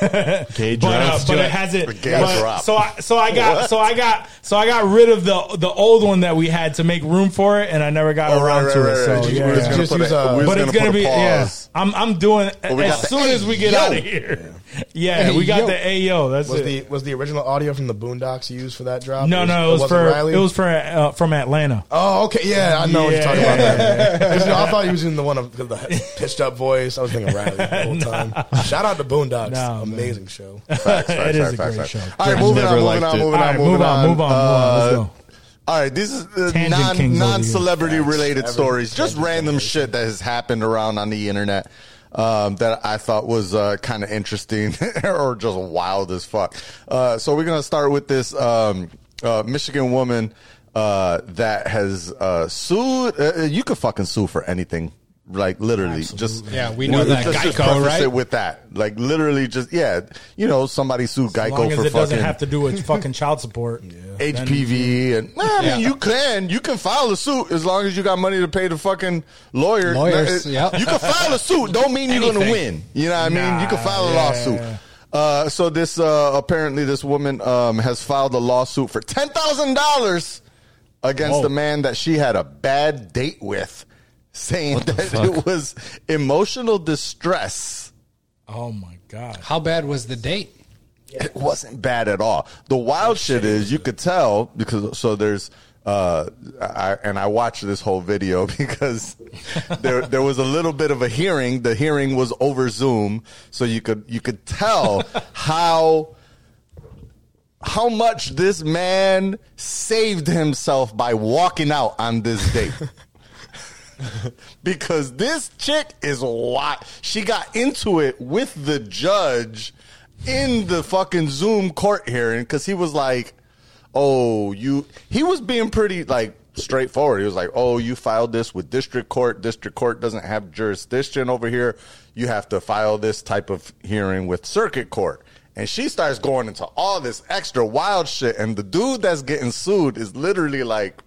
Speaker 6: Gay
Speaker 4: But, uh,
Speaker 6: dress.
Speaker 4: but it hasn't.
Speaker 8: A gay
Speaker 4: but-
Speaker 8: drop.
Speaker 4: So I so I got
Speaker 8: What?
Speaker 4: so I got so I got rid of the the old one that we had to make room for it, and I never got
Speaker 8: Oh, right,
Speaker 4: around
Speaker 8: right,
Speaker 4: to
Speaker 8: right,
Speaker 4: it.
Speaker 8: right.
Speaker 4: So
Speaker 8: You
Speaker 4: yeah,
Speaker 8: were
Speaker 4: yeah.
Speaker 8: just gonna
Speaker 5: Just
Speaker 8: put
Speaker 5: use
Speaker 8: a-
Speaker 5: a-
Speaker 8: we was
Speaker 4: but it's
Speaker 8: gonna put
Speaker 4: gonna
Speaker 8: a
Speaker 4: be yeah.
Speaker 8: pause.
Speaker 4: I'm I'm doing
Speaker 8: we got
Speaker 4: as
Speaker 8: the
Speaker 4: soon as we get
Speaker 8: Ayo.
Speaker 4: out of here. (laughs) Yeah, we got
Speaker 7: Ayo.
Speaker 4: the Ayo. That's
Speaker 5: Was
Speaker 4: it.
Speaker 5: the was the original audio from the Boondocks used for that drop?
Speaker 4: no, no, it was
Speaker 5: wasn't
Speaker 4: for
Speaker 5: Riley?
Speaker 4: it was for uh, from Atlanta.
Speaker 5: Oh, okay. Yeah, I know what you're
Speaker 4: Yeah.
Speaker 5: talking about. That. man. 'Cause, you know, I thought you was using the one of 'cause the pitched up voice. I was thinking Riley the whole time. Shout out to Boondocks.
Speaker 4: Nah, man.
Speaker 5: Amazing show.
Speaker 4: (laughs) It
Speaker 8: Facts, facts,
Speaker 4: is
Speaker 8: facts,
Speaker 4: a
Speaker 8: facts,
Speaker 4: great
Speaker 8: facts.
Speaker 4: show.
Speaker 8: All right,
Speaker 6: I
Speaker 8: moving on,
Speaker 6: never
Speaker 8: moving
Speaker 6: liked
Speaker 8: on,
Speaker 6: it.
Speaker 8: moving
Speaker 4: All
Speaker 8: on,
Speaker 4: right,
Speaker 8: moving
Speaker 4: move on,
Speaker 8: on. Uh,
Speaker 4: move on, move on. Let's go.
Speaker 8: All right, these is uh,
Speaker 4: Tangent
Speaker 8: non
Speaker 4: kings over
Speaker 8: non
Speaker 4: here.
Speaker 8: celebrity related stories, just random shit that has happened around on the internet um, that I thought was uh, kind of interesting (laughs) or just wild as fuck. Uh, so we're gonna start with this um, uh, Michigan woman uh, that has uh, sued. Uh, you could fucking sue for anything. Like literally, just
Speaker 7: Yeah, we know that.
Speaker 8: let's just
Speaker 7: Geico,
Speaker 8: preface
Speaker 7: right?
Speaker 8: it with that, like literally, just yeah, you know, somebody sued
Speaker 4: As
Speaker 8: Geico
Speaker 4: long as
Speaker 8: for
Speaker 4: it doesn't
Speaker 8: fucking
Speaker 4: have to do with fucking child support.
Speaker 8: HPV and nah, I mean
Speaker 7: Yeah.
Speaker 8: you can you can file a suit as long as you got money to pay the fucking lawyer.
Speaker 7: Lawyers,
Speaker 8: Nah, it-
Speaker 7: yep.
Speaker 8: You can file a suit. Don't mean you're gonna
Speaker 7: Anything.
Speaker 8: win. You know what I mean? you can
Speaker 4: Nah,
Speaker 8: file a
Speaker 4: yeah.
Speaker 8: lawsuit. Uh, so this uh, apparently this woman um, has filed a lawsuit for ten thousand dollars against
Speaker 4: Whoa.
Speaker 8: the man that she had a bad date with, saying that it was emotional distress.
Speaker 4: Oh my god.
Speaker 7: How bad was the date?
Speaker 8: (laughs) it wasn't bad at all. The wild shit is you could tell because so there's uh I, and I watched this whole video (laughs) because there there was a little bit of a hearing. The hearing was over Zoom, so you could you could (laughs) tell how how much this man saved himself by walking out on this date. because this chick is wild. She got into it with the judge in the fucking Zoom court hearing because he was like, "Oh, you." He was being pretty like straightforward. He was like, "Oh, you filed this with district court. District court doesn't have jurisdiction over here. You have to file this type of hearing with circuit court." And she starts going into all this extra wild shit, and the dude that's getting sued is literally like,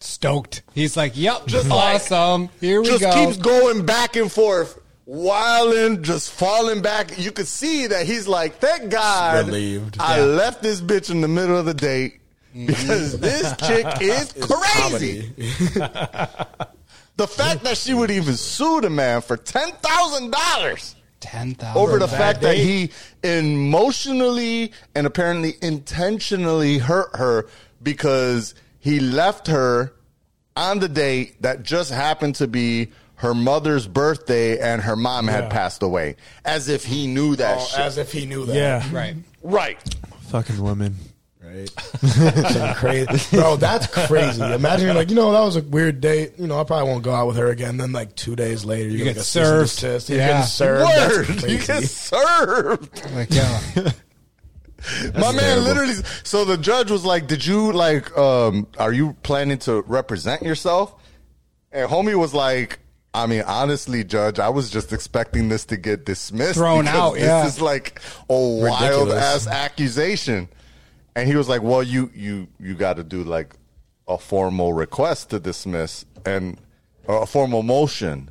Speaker 7: Stoked. He's like, "Yep,
Speaker 8: Just like-
Speaker 7: awesome. Here we
Speaker 8: just
Speaker 7: go."
Speaker 8: keeps going back and forth, whiling, just falling back. You could see that he's like, "Thank God,
Speaker 5: Relieved.
Speaker 8: I
Speaker 5: Yeah.
Speaker 8: left this bitch in the middle of the
Speaker 7: Mm-hmm. (laughs)
Speaker 8: date because this chick is crazy."
Speaker 5: Comedy.
Speaker 8: The fact that she would even sue the man for ten thousand dollars
Speaker 7: Ten thousand
Speaker 8: over the fact that he emotionally and apparently intentionally hurt her because he left her on the date that just happened to be her mother's birthday and her mom had passed away as if he knew that
Speaker 5: Oh,
Speaker 8: shit.
Speaker 5: as if he knew that.
Speaker 4: Yeah.
Speaker 7: right.
Speaker 8: right
Speaker 6: Fucking women.
Speaker 5: Right. That's crazy. Bro, that's crazy. Imagine you're like, you know, that was a weird date. You know, I probably won't go out with her again. Then like two days later, you,
Speaker 7: get
Speaker 5: get, cease and
Speaker 7: served.
Speaker 5: desist. You're
Speaker 7: Yeah.
Speaker 5: getting served. That's
Speaker 8: word (laughs) you
Speaker 5: crazy.
Speaker 8: get served
Speaker 7: Like,
Speaker 8: (laughs)
Speaker 7: yeah.
Speaker 8: Uh, My man
Speaker 6: terrible.
Speaker 8: literally so the judge was like, Did you like um are you planning to represent yourself? And homie was like, I mean, honestly, Judge, I was just expecting this to get dismissed.
Speaker 7: Thrown
Speaker 8: because
Speaker 7: out,
Speaker 8: This
Speaker 7: yeah.
Speaker 8: is like a wild
Speaker 5: Ridiculous.
Speaker 8: ass accusation. And he was like, Well, you you you gotta do like a formal request to dismiss and or a formal motion.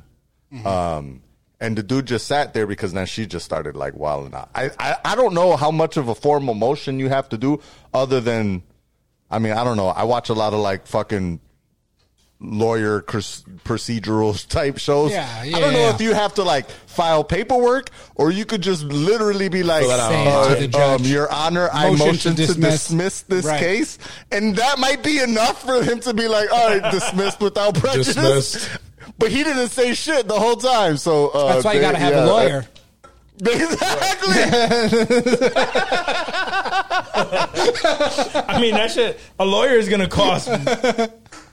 Speaker 8: Um, and the dude just sat there because then she just started like wilding out. I, I, I don't know how much of a formal motion you have to do other than, I mean, I don't know. I watch a lot of like fucking lawyer cr- procedural (laughs) type shows.
Speaker 7: Yeah, yeah,
Speaker 8: I don't know
Speaker 7: yeah.
Speaker 8: if you have to like file paperwork or you could just literally be like,
Speaker 5: Fill it out.
Speaker 7: Say it to the judge.
Speaker 8: um, Your Honor, I
Speaker 7: Motion to
Speaker 8: motion to
Speaker 7: dismiss.
Speaker 8: dismiss this
Speaker 7: Right.
Speaker 8: case. And that might be enough for him to be like, all
Speaker 7: (laughs)
Speaker 8: right, dismissed without prejudice.
Speaker 5: Dismissed.
Speaker 8: But he didn't say shit the whole time, so uh,
Speaker 7: That's why you
Speaker 8: they-
Speaker 7: got to have
Speaker 8: yeah, uh,
Speaker 7: a lawyer.
Speaker 8: (laughs) Exactly.
Speaker 4: (laughs) I mean, that shit, a lawyer is going to
Speaker 7: (laughs)
Speaker 4: cost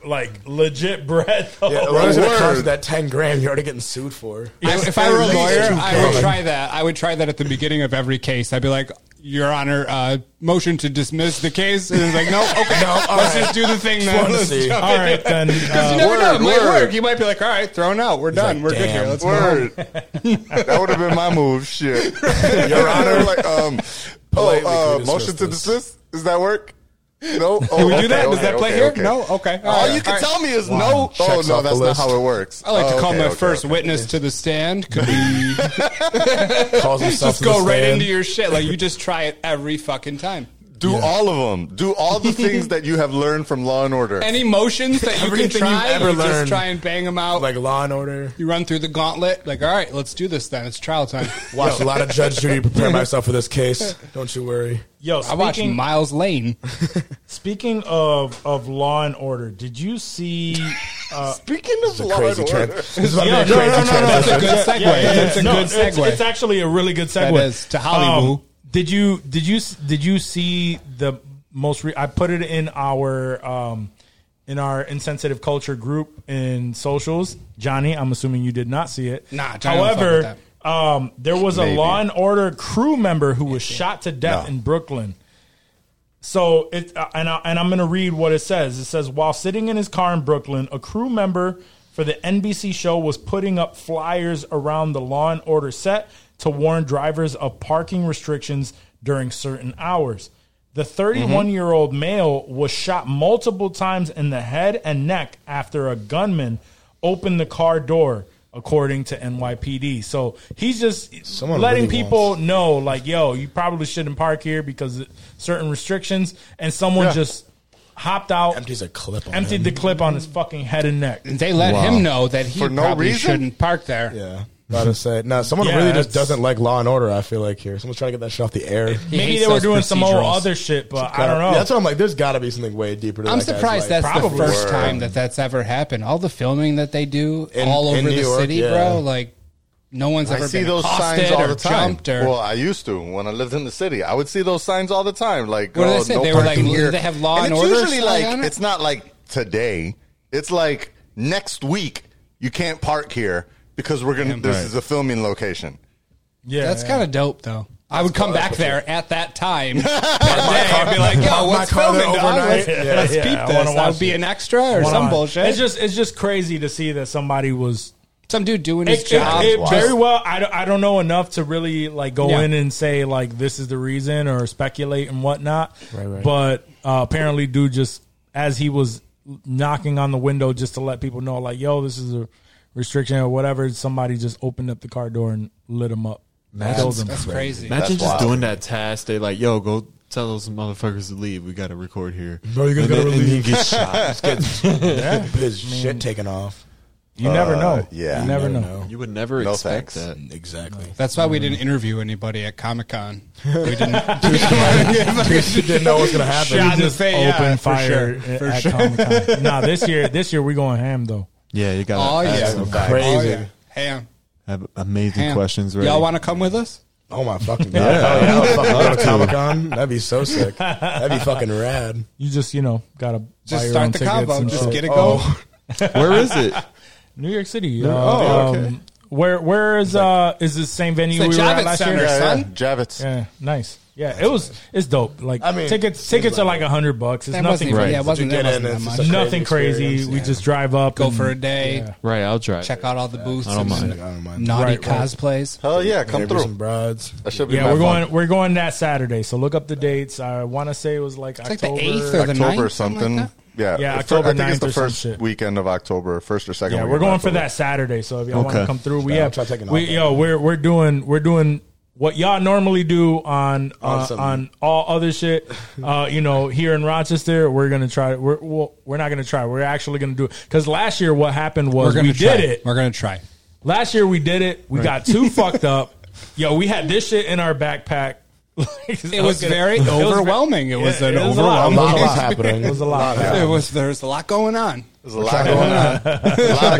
Speaker 4: like legit bread. though. (laughs)
Speaker 5: Yeah, what is it
Speaker 8: Word.
Speaker 5: cost that ten grand you're already getting sued for?
Speaker 7: I- if I were a
Speaker 5: At least
Speaker 7: lawyer,
Speaker 5: two
Speaker 7: I would
Speaker 5: grand.
Speaker 7: try that. I would try that at the beginning of every case. I'd be like, "Your Honor, uh, motion to dismiss the case." And it's like, "No, okay,
Speaker 5: No, all
Speaker 7: let's
Speaker 5: right.
Speaker 7: just do the thing
Speaker 5: Just
Speaker 7: now."
Speaker 5: wanted to
Speaker 7: Let's (laughs)
Speaker 5: see.
Speaker 7: jump
Speaker 4: All
Speaker 7: in.
Speaker 4: right, then.
Speaker 7: You
Speaker 4: Uh,
Speaker 7: never know. It
Speaker 8: (laughs) Word,
Speaker 7: might
Speaker 8: word.
Speaker 7: work. You might be like, "All right, thrown out. We're
Speaker 5: like,
Speaker 7: done. We're good here.
Speaker 5: "Damn."
Speaker 7: Let's go."
Speaker 8: Word. (laughs) that would have been my
Speaker 7: (laughs)
Speaker 8: move. Shit, Your Honor. Like, um,
Speaker 5: Politely
Speaker 8: oh, uh,
Speaker 5: could dismiss
Speaker 8: motion to
Speaker 5: this.
Speaker 8: dismiss. Does that work? No. Oh,
Speaker 7: Can we
Speaker 8: okay,
Speaker 7: do that? Does
Speaker 8: okay,
Speaker 7: that play
Speaker 8: okay,
Speaker 7: here?
Speaker 8: okay.
Speaker 7: No. Okay.
Speaker 8: All
Speaker 7: right,
Speaker 8: you can
Speaker 7: all right.
Speaker 8: tell me is no. Oh
Speaker 5: Checks
Speaker 8: no,
Speaker 5: off the
Speaker 8: that's not
Speaker 5: list.
Speaker 8: how it works.
Speaker 7: I like to
Speaker 8: Oh,
Speaker 7: call
Speaker 8: okay,
Speaker 7: my
Speaker 8: okay,
Speaker 7: first
Speaker 8: okay.
Speaker 7: witness to the stand.
Speaker 8: (laughs)
Speaker 7: Could be
Speaker 5: Calls himself
Speaker 7: just
Speaker 5: to the
Speaker 7: go right
Speaker 5: stand.
Speaker 7: into your shit. Like you just try it every fucking time.
Speaker 8: Do all of them. Do
Speaker 7: (laughs)
Speaker 8: all the things that you have learned from Law and Order.
Speaker 7: Any motions that you can
Speaker 5: Everything
Speaker 7: try,
Speaker 5: you've ever
Speaker 7: you just
Speaker 5: learned.
Speaker 7: try and bang them out.
Speaker 5: like Law and Order.
Speaker 7: You run through the gauntlet, like, all right, let's do this then. It's trial time.
Speaker 5: Watched a lot of Judge Judy prepare
Speaker 4: (laughs)
Speaker 5: myself for this case. Don't you worry.
Speaker 4: yo,
Speaker 7: I watched
Speaker 4: speaking,
Speaker 7: Miles Lane.
Speaker 4: speaking of, of Law and Order, did you see. Uh,
Speaker 8: Speaking of
Speaker 5: It's a
Speaker 8: Law
Speaker 5: crazy
Speaker 8: and
Speaker 5: trend.
Speaker 8: Order,
Speaker 5: This is about to be
Speaker 4: Yeah,
Speaker 5: a
Speaker 4: no,
Speaker 5: crazy
Speaker 4: no, no, no,
Speaker 5: trend.
Speaker 4: that's
Speaker 7: It's a good segue. It's a
Speaker 4: No,
Speaker 7: good
Speaker 4: it's-
Speaker 7: segue.
Speaker 4: It's, actually a really good segue. Um,
Speaker 7: That is, to Hollywood.
Speaker 4: did you did you did you see the most? Re- I put it in our um, in our insensitive culture group in socials. Johnny, I'm assuming you did not see it.
Speaker 7: Nah, Johnny don't fuck with
Speaker 4: However, um, there was a
Speaker 8: Maybe.
Speaker 4: Law and Order crew member who was shot to death
Speaker 8: No.
Speaker 4: in Brooklyn. So it uh, and I, and I'm going to read what it says. It says while sitting in his car in Brooklyn, a crew member for the NBC show was putting up flyers around the Law and Order set to warn drivers of parking restrictions during certain hours. The 31
Speaker 5: Mm-hmm.
Speaker 4: year old male was shot multiple times in the head and neck after a gunman opened the car door, according to NYPD. So he's just
Speaker 5: Someone
Speaker 4: letting
Speaker 5: really
Speaker 4: people
Speaker 5: wants-
Speaker 4: no, like, yo, you probably shouldn't park here because of certain restrictions. And someone just hopped out,
Speaker 5: Empties a clip on
Speaker 4: emptied
Speaker 5: him.
Speaker 4: the clip on his fucking head and neck.
Speaker 7: They let him know that he
Speaker 8: For no
Speaker 7: probably
Speaker 8: reason?
Speaker 7: shouldn't park there.
Speaker 5: Yeah. About to say. No, someone
Speaker 4: Yeah,
Speaker 5: really
Speaker 4: that's-
Speaker 5: just doesn't like Law and Order, I feel like here. Someone's trying to get that shit off the
Speaker 4: (laughs)
Speaker 5: air.
Speaker 7: He
Speaker 4: Maybe
Speaker 7: hates
Speaker 4: they were
Speaker 7: those
Speaker 4: doing some old
Speaker 7: procedurals.
Speaker 4: other shit, but I don't know.
Speaker 5: Yeah, that's what I'm like. There's got to be something way deeper to
Speaker 7: I'm
Speaker 5: that guy's
Speaker 7: surprised
Speaker 5: life.
Speaker 7: that's
Speaker 4: Probably.
Speaker 7: the first
Speaker 8: Word.
Speaker 7: time that that's ever happened. All the filming that they do
Speaker 5: In-
Speaker 7: all
Speaker 5: in
Speaker 7: over the
Speaker 5: New York,
Speaker 7: city,
Speaker 5: yeah.
Speaker 7: bro, like no one's ever
Speaker 8: I see
Speaker 7: been
Speaker 8: those
Speaker 7: accosted
Speaker 8: signs all
Speaker 7: or
Speaker 8: the time.
Speaker 7: jumped or
Speaker 8: Well, I used to when I lived in the city. I would see those signs all the time. Like,
Speaker 7: What do they
Speaker 8: oh,
Speaker 7: say?
Speaker 8: no
Speaker 7: They were
Speaker 8: parking
Speaker 7: like,
Speaker 8: here.
Speaker 7: they have law and
Speaker 8: it's
Speaker 7: order
Speaker 8: Usually,
Speaker 7: sign
Speaker 8: like,
Speaker 7: on it?
Speaker 8: it's not like today. It's like next week. You can't park here because we're gonna. this is a filming location.
Speaker 4: yeah,
Speaker 7: that's kind of dope though. I would come back there at that time that day
Speaker 5: car-
Speaker 7: and be like,
Speaker 5: park
Speaker 7: "Yo,
Speaker 5: my
Speaker 7: what's
Speaker 5: car there
Speaker 7: filming dog? Let's, (laughs)
Speaker 5: overnight."
Speaker 4: Yeah,
Speaker 7: let's
Speaker 4: yeah, I
Speaker 7: peep
Speaker 4: wanna
Speaker 7: this. I
Speaker 4: watch
Speaker 7: would be
Speaker 4: it.
Speaker 7: an extra or some bullshit."
Speaker 4: It's just it's just crazy to see that somebody was.
Speaker 7: some dude doing his
Speaker 4: It, it-
Speaker 7: job.
Speaker 4: it
Speaker 8: Wow.
Speaker 4: very well. I, don't- I don't know enough to really like go
Speaker 7: Yeah.
Speaker 4: in and say like this is the reason or speculate and whatnot. Right, right. But uh, apparently, dude, just as he was knocking on the window just to let people know, like, yo, this is a restriction or whatever. Somebody just opened up the car door and lit him up. Killed him.
Speaker 7: That's crazy.
Speaker 6: Imagine
Speaker 8: That's
Speaker 6: just
Speaker 8: wild.
Speaker 6: doing that task. They like, yo, go tell those motherfuckers to leave. We got to record here.
Speaker 5: Bro, you guys (laughs)
Speaker 6: And
Speaker 5: gotta
Speaker 6: then-
Speaker 4: (laughs)
Speaker 6: and
Speaker 5: leave.
Speaker 6: then you get shot.
Speaker 5: His shit taken off.
Speaker 4: You never
Speaker 7: Uh,
Speaker 4: know.
Speaker 8: yeah.
Speaker 4: you never know.
Speaker 6: You would never
Speaker 8: No
Speaker 6: expect
Speaker 8: thanks.
Speaker 6: that.
Speaker 5: (laughs) Exactly.
Speaker 7: That's why we didn't interview anybody at Comic Con. We didn't.
Speaker 5: you didn't know
Speaker 4: (laughs)
Speaker 5: what's gonna happen.
Speaker 7: Shot in the
Speaker 4: Just
Speaker 7: face.
Speaker 4: open
Speaker 7: yeah, for
Speaker 4: fire
Speaker 7: sure.
Speaker 4: at,
Speaker 7: For
Speaker 4: at
Speaker 7: sure.
Speaker 4: Comic-Con. nah, this year, this year we going ham though.
Speaker 6: Yeah, you got.
Speaker 7: Oh yeah,
Speaker 5: Crazy.
Speaker 7: Oh, yeah. Ham.
Speaker 6: have amazing
Speaker 7: Ham.
Speaker 6: questions. Right?
Speaker 7: Y'all want to come with us?
Speaker 5: Oh my
Speaker 6: (laughs)
Speaker 5: fucking god! Hell yeah, I would fucking go to Comic Con. That'd be so sick. That'd
Speaker 6: (laughs)
Speaker 5: be fucking rad.
Speaker 4: You just you know gotta buy
Speaker 7: Just
Speaker 4: your own
Speaker 7: start the
Speaker 4: tickets
Speaker 7: combo.
Speaker 4: and
Speaker 7: Just
Speaker 4: shit.
Speaker 7: get it going.
Speaker 5: Oh,
Speaker 6: Where is it?
Speaker 4: New York City.
Speaker 6: oh,
Speaker 4: uh, um, where where is uh is the same venue
Speaker 7: It's
Speaker 4: we
Speaker 7: the
Speaker 4: were at
Speaker 7: Javits
Speaker 4: last
Speaker 7: Center.
Speaker 4: year?
Speaker 8: Yeah, yeah.
Speaker 7: Son?
Speaker 8: Javits.
Speaker 4: Yeah, nice. Yeah, it was. It's dope. Like
Speaker 5: I mean,
Speaker 4: tickets.
Speaker 5: seems
Speaker 4: Tickets are
Speaker 5: like-
Speaker 4: like a hundred bucks. It's
Speaker 7: That
Speaker 4: nothing.
Speaker 7: wasn't.
Speaker 4: Crazy.
Speaker 7: Yeah, it wasn't.
Speaker 5: You
Speaker 7: There
Speaker 5: get
Speaker 7: wasn't
Speaker 5: in,
Speaker 7: that
Speaker 5: it's
Speaker 7: much.
Speaker 5: just a
Speaker 4: nothing
Speaker 5: crazy
Speaker 4: crazy.
Speaker 5: experience,
Speaker 4: We
Speaker 5: yeah.
Speaker 4: just drive up.
Speaker 7: Go
Speaker 4: and-
Speaker 7: for a day.
Speaker 4: Yeah.
Speaker 6: Right, I'll drive.
Speaker 7: Check out all the booths.
Speaker 6: I don't
Speaker 7: and
Speaker 6: mind.
Speaker 5: I don't mind.
Speaker 7: Naughty
Speaker 4: Right, right.
Speaker 7: cosplays.
Speaker 8: Hell yeah, come
Speaker 5: Maybe
Speaker 8: through.
Speaker 5: some broads.
Speaker 8: that should be
Speaker 4: Yeah,
Speaker 8: my
Speaker 4: we're
Speaker 8: fun.
Speaker 4: going. We're going that Saturday. So look up the dates. I want to say it was like
Speaker 7: like the
Speaker 4: October.
Speaker 7: 8th or the-
Speaker 8: October or
Speaker 7: 9th, something
Speaker 8: something.
Speaker 7: like
Speaker 4: Yeah,
Speaker 8: yeah, The fir-
Speaker 4: October
Speaker 8: I think it's
Speaker 4: 9th
Speaker 8: the
Speaker 4: or some
Speaker 8: first
Speaker 4: shit.
Speaker 8: weekend of October, first or second.
Speaker 4: yeah, we're
Speaker 8: weekend of
Speaker 4: going for
Speaker 8: October.
Speaker 4: that Saturday. So if y'all want
Speaker 6: Okay.
Speaker 4: to come through, we
Speaker 5: Yeah,
Speaker 4: have.
Speaker 5: try taking off
Speaker 4: We,
Speaker 5: that
Speaker 4: yo,
Speaker 5: day.
Speaker 4: we're we're doing we're doing what y'all normally do on uh,
Speaker 5: On
Speaker 4: on,
Speaker 5: Sunday.
Speaker 4: all other shit.
Speaker 7: (laughs)
Speaker 4: Uh, you know, here in Rochester, we're gonna try. We're well, we're not gonna try. We're actually gonna do it because last year what happened
Speaker 7: We're
Speaker 4: was
Speaker 7: gonna
Speaker 4: we
Speaker 7: try.
Speaker 4: did it.
Speaker 7: We're gonna try.
Speaker 4: Last year we did it. We got
Speaker 7: (laughs)
Speaker 4: too fucked up. Yo, we had this shit in our backpack. (laughs)
Speaker 7: It was very
Speaker 4: It was ve-
Speaker 7: overwhelming. It was
Speaker 4: Yeah,
Speaker 7: an
Speaker 4: it was a lot.
Speaker 5: A
Speaker 7: overwhelming.
Speaker 5: lot was
Speaker 7: experience.
Speaker 5: happening.
Speaker 4: (laughs) It was a lot.
Speaker 7: It was. There's a lot going on.
Speaker 8: There's a lot going on.
Speaker 6: (laughs)
Speaker 8: a lot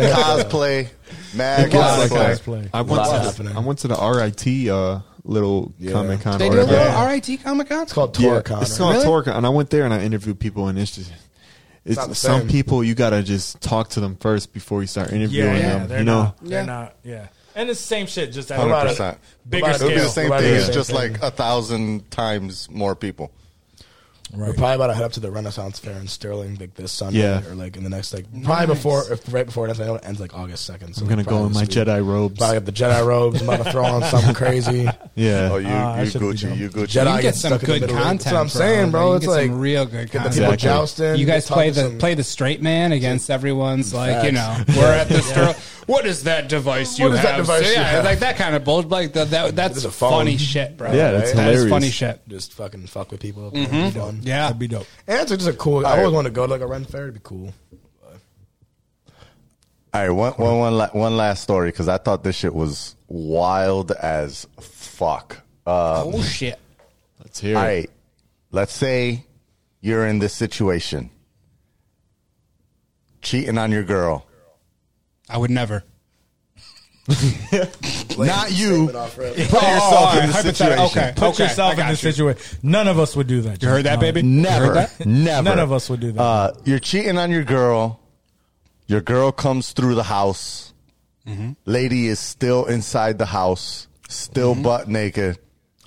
Speaker 4: (laughs)
Speaker 8: of cosplay, mad
Speaker 5: Lots
Speaker 8: cosplay.
Speaker 5: of
Speaker 4: Cosplay.
Speaker 6: I went,
Speaker 5: Lots
Speaker 6: to
Speaker 5: happening.
Speaker 6: the, I went to the RIT uh, little
Speaker 5: Yeah.
Speaker 6: comic con.
Speaker 7: They
Speaker 6: or
Speaker 7: do a
Speaker 6: whatever.
Speaker 7: little
Speaker 5: Yeah.
Speaker 7: RIT Comic Con.
Speaker 5: It's called
Speaker 6: Yeah,
Speaker 5: Torcon.
Speaker 6: It's called
Speaker 7: Really?
Speaker 6: Torcon, and I went there and I interviewed people, and it's just. It's,
Speaker 5: not the
Speaker 6: some
Speaker 5: same.
Speaker 6: people you gotta just talk to them first before you start
Speaker 4: Yeah,
Speaker 6: interviewing
Speaker 4: yeah,
Speaker 6: them.
Speaker 4: they're
Speaker 6: You know,
Speaker 4: not. They're
Speaker 7: Yeah.
Speaker 4: not. Yeah, and it's the same shit. Just at a
Speaker 8: 100%.
Speaker 4: bigger
Speaker 5: About
Speaker 8: It would be the
Speaker 4: scale.
Speaker 8: same
Speaker 5: About
Speaker 8: thing.
Speaker 5: the
Speaker 8: It's
Speaker 5: same
Speaker 8: just
Speaker 5: thing.
Speaker 8: like a thousand times more people.
Speaker 5: We're probably about to head up to the Renaissance Fair in Sterling like this Sunday
Speaker 6: Yeah.
Speaker 5: or like in the next like probably before if right before it ends. I know it ends like August second. So
Speaker 6: I'm gonna go in my Jedi robes.
Speaker 5: Probably got the Jedi robes. I'm about to throw
Speaker 6: (laughs)
Speaker 5: on something crazy.
Speaker 6: Yeah,
Speaker 8: Oh, you,
Speaker 4: Ah, I
Speaker 8: you
Speaker 4: should be
Speaker 8: Gucci,
Speaker 4: down.
Speaker 8: you Gucci.
Speaker 5: Jedi
Speaker 7: You get
Speaker 5: gets
Speaker 7: some
Speaker 5: stuck in the
Speaker 7: good
Speaker 5: middle.
Speaker 7: content.
Speaker 5: That's what I'm saying, bro.
Speaker 7: You
Speaker 5: it's
Speaker 7: get
Speaker 5: like
Speaker 7: some real
Speaker 5: get
Speaker 7: good
Speaker 5: the
Speaker 7: content.
Speaker 5: people
Speaker 6: Exactly.
Speaker 5: jousting.
Speaker 7: You guys
Speaker 5: talk
Speaker 7: play
Speaker 5: to
Speaker 7: the
Speaker 5: some-
Speaker 7: play the straight man against everyone's like you know
Speaker 5: (laughs) Facts.
Speaker 7: we're at this girl. What is that device you
Speaker 5: What is
Speaker 7: have?
Speaker 5: that device
Speaker 7: So,
Speaker 5: you
Speaker 7: yeah,
Speaker 5: have?
Speaker 7: like that kind of bullshit. Like that, that that's
Speaker 5: It's a phone.
Speaker 7: funny shit, bro.
Speaker 6: Yeah, that's
Speaker 7: That is
Speaker 6: hilarious.
Speaker 7: funny shit.
Speaker 5: just fucking fuck with people.
Speaker 7: Mm-hmm.
Speaker 5: It'd be fun.
Speaker 7: Yeah,
Speaker 4: That'd be dope.
Speaker 5: and it's just a cool. I always want to go to like a Ren Fair. It'd be cool.
Speaker 8: All right, one, one, one, la- one last story because I thought this shit was wild as fuck. Uh,
Speaker 5: Um,
Speaker 7: oh shit.
Speaker 6: let's hear
Speaker 8: All
Speaker 6: it.
Speaker 8: right, let's say you're in this situation, cheating on your girl.
Speaker 7: I would never.
Speaker 8: Not you.
Speaker 5: But off (laughs) rip.
Speaker 8: Put yourself
Speaker 7: all
Speaker 8: in
Speaker 7: right,
Speaker 8: the
Speaker 7: hypothetical,
Speaker 8: situation.
Speaker 7: okay.
Speaker 4: Put
Speaker 7: I
Speaker 4: yourself in
Speaker 7: got
Speaker 4: this
Speaker 7: you.
Speaker 4: situation. None of us would do that.
Speaker 7: You heard that, baby? You
Speaker 8: Never,
Speaker 7: heard that?
Speaker 8: never.
Speaker 4: None of us would do that.
Speaker 8: Uh, you're cheating on your girl. Your girl comes through the house.
Speaker 7: Mm-hmm.
Speaker 8: Lady is still inside the house, still
Speaker 7: Mm-hmm.
Speaker 8: butt naked.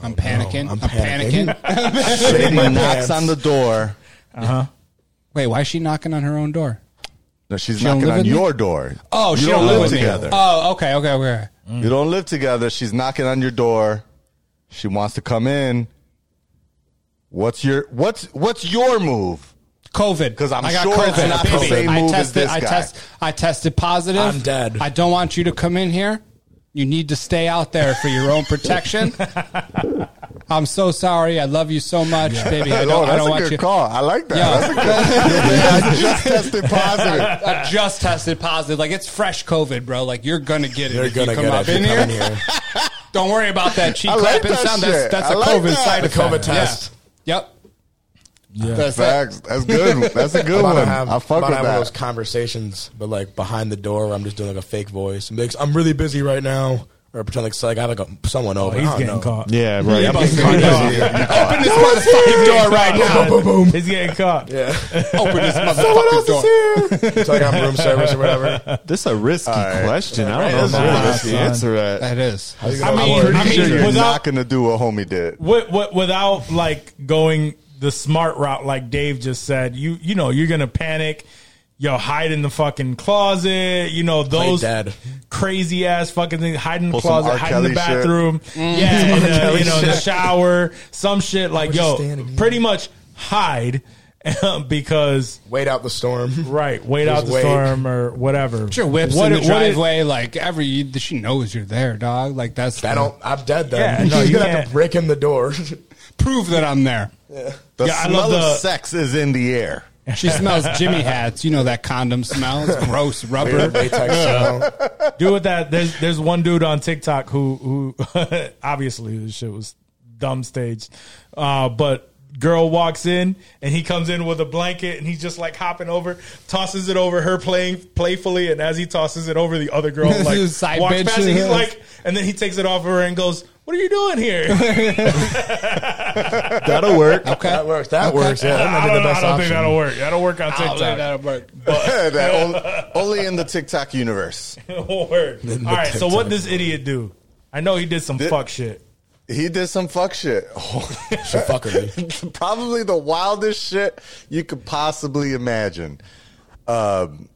Speaker 7: I'm panicking. I'm,
Speaker 5: Oh, I'm
Speaker 7: panicking.
Speaker 5: panicking.
Speaker 8: Lady
Speaker 5: my
Speaker 8: knocks
Speaker 5: pants.
Speaker 8: on the door.
Speaker 7: (laughs) Wait, why is she knocking on her own door?
Speaker 8: No, she's
Speaker 7: don't
Speaker 8: knocking
Speaker 7: live
Speaker 8: on
Speaker 7: with me?
Speaker 8: your door.
Speaker 7: Oh,
Speaker 8: you
Speaker 7: she
Speaker 8: don't,
Speaker 7: don't live
Speaker 8: live
Speaker 7: with me.
Speaker 8: together.
Speaker 7: Oh, okay, okay, okay.
Speaker 8: You don't live together. She's knocking on your door. She wants to come in. What's your what's what's your move?
Speaker 7: COVID.
Speaker 8: 'Cause I'm
Speaker 7: I got
Speaker 8: sure it's not the same
Speaker 7: I
Speaker 8: move
Speaker 7: tested,
Speaker 8: as this
Speaker 7: I,
Speaker 8: guy.
Speaker 7: test, I tested positive.
Speaker 5: I'm dead.
Speaker 7: I don't want you to come in here. You need to stay out there for your own
Speaker 8: (laughs)
Speaker 7: protection. I'm so sorry. I love you so much, baby. I
Speaker 8: Oh,
Speaker 7: don't, I
Speaker 8: that's
Speaker 7: don't
Speaker 8: a
Speaker 7: want
Speaker 8: good
Speaker 7: you.
Speaker 8: call. I like that.
Speaker 7: Yeah.
Speaker 8: That's
Speaker 7: (laughs)
Speaker 8: a good. I just tested positive.
Speaker 7: I just tested positive. Like it's fresh COVID, bro. Like you're gonna get it.
Speaker 5: They're
Speaker 7: if you
Speaker 5: gonna
Speaker 7: come
Speaker 5: get
Speaker 7: up
Speaker 5: up
Speaker 7: in here.
Speaker 5: in here.
Speaker 7: Don't worry about that cheek
Speaker 8: (laughs) I like
Speaker 7: clapping
Speaker 8: that
Speaker 7: sound. That's,
Speaker 8: shit.
Speaker 7: that's
Speaker 8: I
Speaker 7: a
Speaker 8: like
Speaker 7: COVID
Speaker 8: that.
Speaker 7: side
Speaker 8: The
Speaker 7: effect.
Speaker 5: COVID
Speaker 7: Yeah.
Speaker 5: test.
Speaker 7: Yep. That's it.
Speaker 8: Facts. That's good. That's a
Speaker 5: I'm
Speaker 8: good
Speaker 5: about to
Speaker 8: one.
Speaker 5: have,
Speaker 8: I fuck
Speaker 5: about to
Speaker 8: with
Speaker 5: have one of
Speaker 8: that.
Speaker 5: those conversations, but like behind the door, where I'm just doing like a fake voice. I'm, like, I'm really busy right now, or pretend like, so, like I have like a, someone over.
Speaker 4: Oh, he's
Speaker 5: I don't
Speaker 4: getting
Speaker 5: know.
Speaker 4: caught.
Speaker 6: Yeah, right.
Speaker 5: I'm getting
Speaker 7: Busting
Speaker 5: caught.
Speaker 7: your door. (laughs) Open this motherfucking
Speaker 5: (laughs)
Speaker 7: door right now.
Speaker 5: Boom, boom, boom.
Speaker 4: He's getting caught. Yeah.
Speaker 7: (laughs) Open this
Speaker 5: Someone else
Speaker 7: motherfucking door.
Speaker 5: is here. It's like I'm
Speaker 7: (laughs)
Speaker 5: room service or whatever.
Speaker 6: This is a risky question. I
Speaker 5: Right,
Speaker 6: don't know
Speaker 5: that's a
Speaker 4: lot,
Speaker 6: if that's the
Speaker 4: son.
Speaker 6: answer. to That.
Speaker 7: That is.
Speaker 5: How you
Speaker 4: I
Speaker 5: gonna
Speaker 4: mean-
Speaker 5: afford-
Speaker 4: I mean-
Speaker 8: Sure, you're
Speaker 4: without-
Speaker 8: not going to do what homie did.
Speaker 4: What, what, without like going the smart route, like Dave just said, you you know you're gonna panic. Yo, hide in the fucking closet. You know those
Speaker 5: dead.
Speaker 4: crazy ass fucking things. Hide in the
Speaker 8: Pull some
Speaker 4: closet.
Speaker 8: R.
Speaker 4: Hide in the
Speaker 8: Kelly shit. Mm.
Speaker 4: bathroom.
Speaker 8: (laughs)
Speaker 4: Yeah, in the-
Speaker 5: Kelly
Speaker 4: you know, in the
Speaker 5: shit.
Speaker 4: shower. Some shit like
Speaker 5: would you
Speaker 4: yo,
Speaker 5: stand in here?
Speaker 4: pretty much hide (laughs) because
Speaker 5: wait out the storm.
Speaker 4: right, wait
Speaker 5: Just
Speaker 4: out the
Speaker 5: wait.
Speaker 4: storm or whatever.
Speaker 7: Your whips
Speaker 4: What
Speaker 7: in the
Speaker 4: it- what it-
Speaker 7: driveway, like every you- she knows you're there, dog. Like that's
Speaker 5: I don't. I'm dead
Speaker 4: Yeah,
Speaker 5: then. (laughs)
Speaker 4: no,
Speaker 5: She's
Speaker 4: you
Speaker 5: gonna have
Speaker 4: can't.
Speaker 5: to break in the door.
Speaker 7: prove that I'm there.
Speaker 8: The
Speaker 4: Yeah, I
Speaker 8: smell
Speaker 4: love the- (laughs)
Speaker 8: of sex is in the air. (laughs)
Speaker 7: She smells Jimmy hats. You know that condom smell. It's gross rubber.
Speaker 5: Weird
Speaker 7: (laughs)
Speaker 5: latex smell.
Speaker 4: Do with that. There's there's one dude on TikTok who who (laughs) obviously this shit was dumb staged, uh, but girl walks in and he comes in with a blanket and he's just like hopping over, tosses it over her playing playfully, and as he tosses it over, the other girl
Speaker 7: This
Speaker 4: like
Speaker 7: is side
Speaker 4: walks
Speaker 7: bitch.
Speaker 4: past and he's like, and then he takes it off of her and goes. What are you
Speaker 5: (laughs)
Speaker 4: doing here? I
Speaker 6: That'll work.
Speaker 5: That works. That works. Yeah, that might
Speaker 4: don't,
Speaker 5: be the
Speaker 4: know, I
Speaker 5: best
Speaker 4: don't think
Speaker 5: option.
Speaker 4: that'll work. That'll work on
Speaker 7: Oh, look
Speaker 4: (laughs)
Speaker 7: at
Speaker 4: TikTok.
Speaker 7: that work.
Speaker 8: That on- only in the TikTok universe.
Speaker 4: That'll work. All right. So what does idiot do? I know he did some
Speaker 8: Thi-
Speaker 4: fuck shit.
Speaker 8: He did some fuck shit. (laughs)
Speaker 5: She fuckery.
Speaker 8: Probably the wildest shit you could possibly imagine. Um,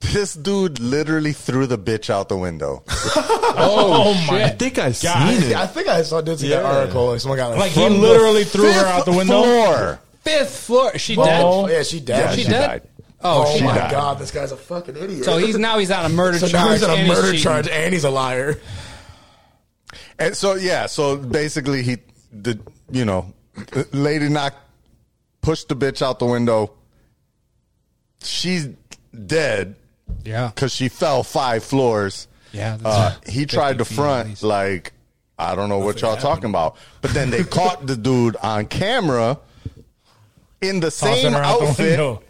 Speaker 8: this dude literally threw the bitch out the window.
Speaker 4: Oh,
Speaker 6: I
Speaker 4: my
Speaker 6: think I seen
Speaker 4: God.
Speaker 5: (laughs)
Speaker 6: it.
Speaker 5: I think I saw did see that
Speaker 6: Yeah.
Speaker 5: article. Like someone got like,
Speaker 4: Like he
Speaker 5: from the
Speaker 4: literally threw her out the
Speaker 8: Fifth
Speaker 4: window.
Speaker 8: floor.
Speaker 7: Fifth floor. She
Speaker 5: f-
Speaker 7: dead.
Speaker 5: Oh, yeah, she
Speaker 8: Yeah,
Speaker 5: died.
Speaker 7: she
Speaker 8: she
Speaker 7: dead?
Speaker 8: died.
Speaker 7: Oh,
Speaker 5: Oh
Speaker 7: she
Speaker 5: my
Speaker 7: died.
Speaker 5: god, this guy's a fucking idiot. (laughs)
Speaker 7: So he's now he's on a murder
Speaker 5: so now
Speaker 7: charge.
Speaker 5: he's on a
Speaker 7: and
Speaker 5: murder
Speaker 7: cheating.
Speaker 5: charge, and he's a liar.
Speaker 8: And so yeah, so basically he the you know, lady knocked pushed the bitch out the window. She's dead
Speaker 5: (laughs)
Speaker 7: Yeah.
Speaker 8: cuz she fell 5 floors.
Speaker 7: Yeah, that's
Speaker 8: Uh,
Speaker 7: right.
Speaker 8: he tried
Speaker 7: 50
Speaker 8: to
Speaker 7: feet at
Speaker 8: front
Speaker 7: least.
Speaker 8: like I don't know what y'all talking about. But
Speaker 7: (laughs)
Speaker 8: then they caught the dude on camera in the
Speaker 4: Tossing
Speaker 8: same
Speaker 4: her out the
Speaker 8: outfit
Speaker 4: window.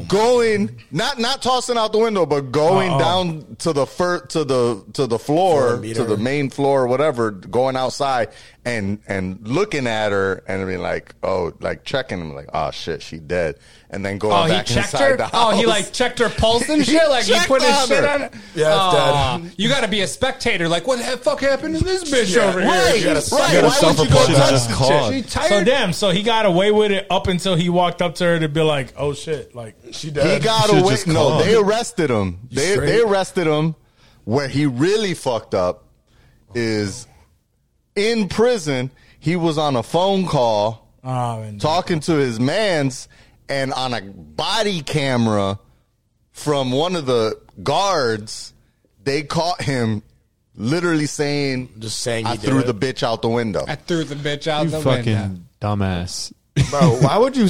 Speaker 8: going not not tossing out the window, but going
Speaker 4: Uh-oh.
Speaker 8: down to the fir- to the to the floor
Speaker 5: meet
Speaker 8: to
Speaker 5: her.
Speaker 8: the main floor, or whatever, going outside and and looking at her and being like, oh, like checking him, like, oh shit, she dead, and then going
Speaker 7: Oh, he
Speaker 8: back
Speaker 7: checked
Speaker 8: inside
Speaker 7: her.
Speaker 8: the house.
Speaker 7: Oh, he like checked her pulse and
Speaker 8: He
Speaker 7: shit. Like he
Speaker 8: checked
Speaker 7: put his
Speaker 8: on
Speaker 7: shit
Speaker 8: her.
Speaker 7: on. it.
Speaker 5: Yeah, it's
Speaker 7: Aw,
Speaker 5: dead.
Speaker 7: You got to be a spectator. Like what the fuck happened to this bitch
Speaker 5: Yeah,
Speaker 7: over
Speaker 5: right.
Speaker 7: here?
Speaker 5: You gotta-
Speaker 8: right?
Speaker 5: you gotta
Speaker 8: Why would you go
Speaker 6: self-report.
Speaker 8: touch
Speaker 6: Just
Speaker 8: the
Speaker 6: call
Speaker 8: chick?
Speaker 6: it.
Speaker 8: She tired.
Speaker 4: So damn, so he got away with it up until he walked up to her to be like, "Oh shit!" Like
Speaker 5: She
Speaker 8: He
Speaker 5: died.
Speaker 8: got
Speaker 6: Should've
Speaker 8: away.
Speaker 6: just
Speaker 8: No,
Speaker 6: called.
Speaker 8: they arrested him. They
Speaker 5: straight?
Speaker 8: they arrested him. Where he really fucked up is in prison. He was on a phone call
Speaker 4: oh, and
Speaker 8: talking to his mans, and on a body camera from one of the guards, they caught him literally saying,
Speaker 5: Just saying
Speaker 8: I
Speaker 5: he did
Speaker 8: threw
Speaker 5: it.
Speaker 8: the bitch out the window."
Speaker 7: I threw the bitch out
Speaker 6: You
Speaker 7: the window.
Speaker 6: fucking dumbass.
Speaker 5: Bro, why would (laughs) you?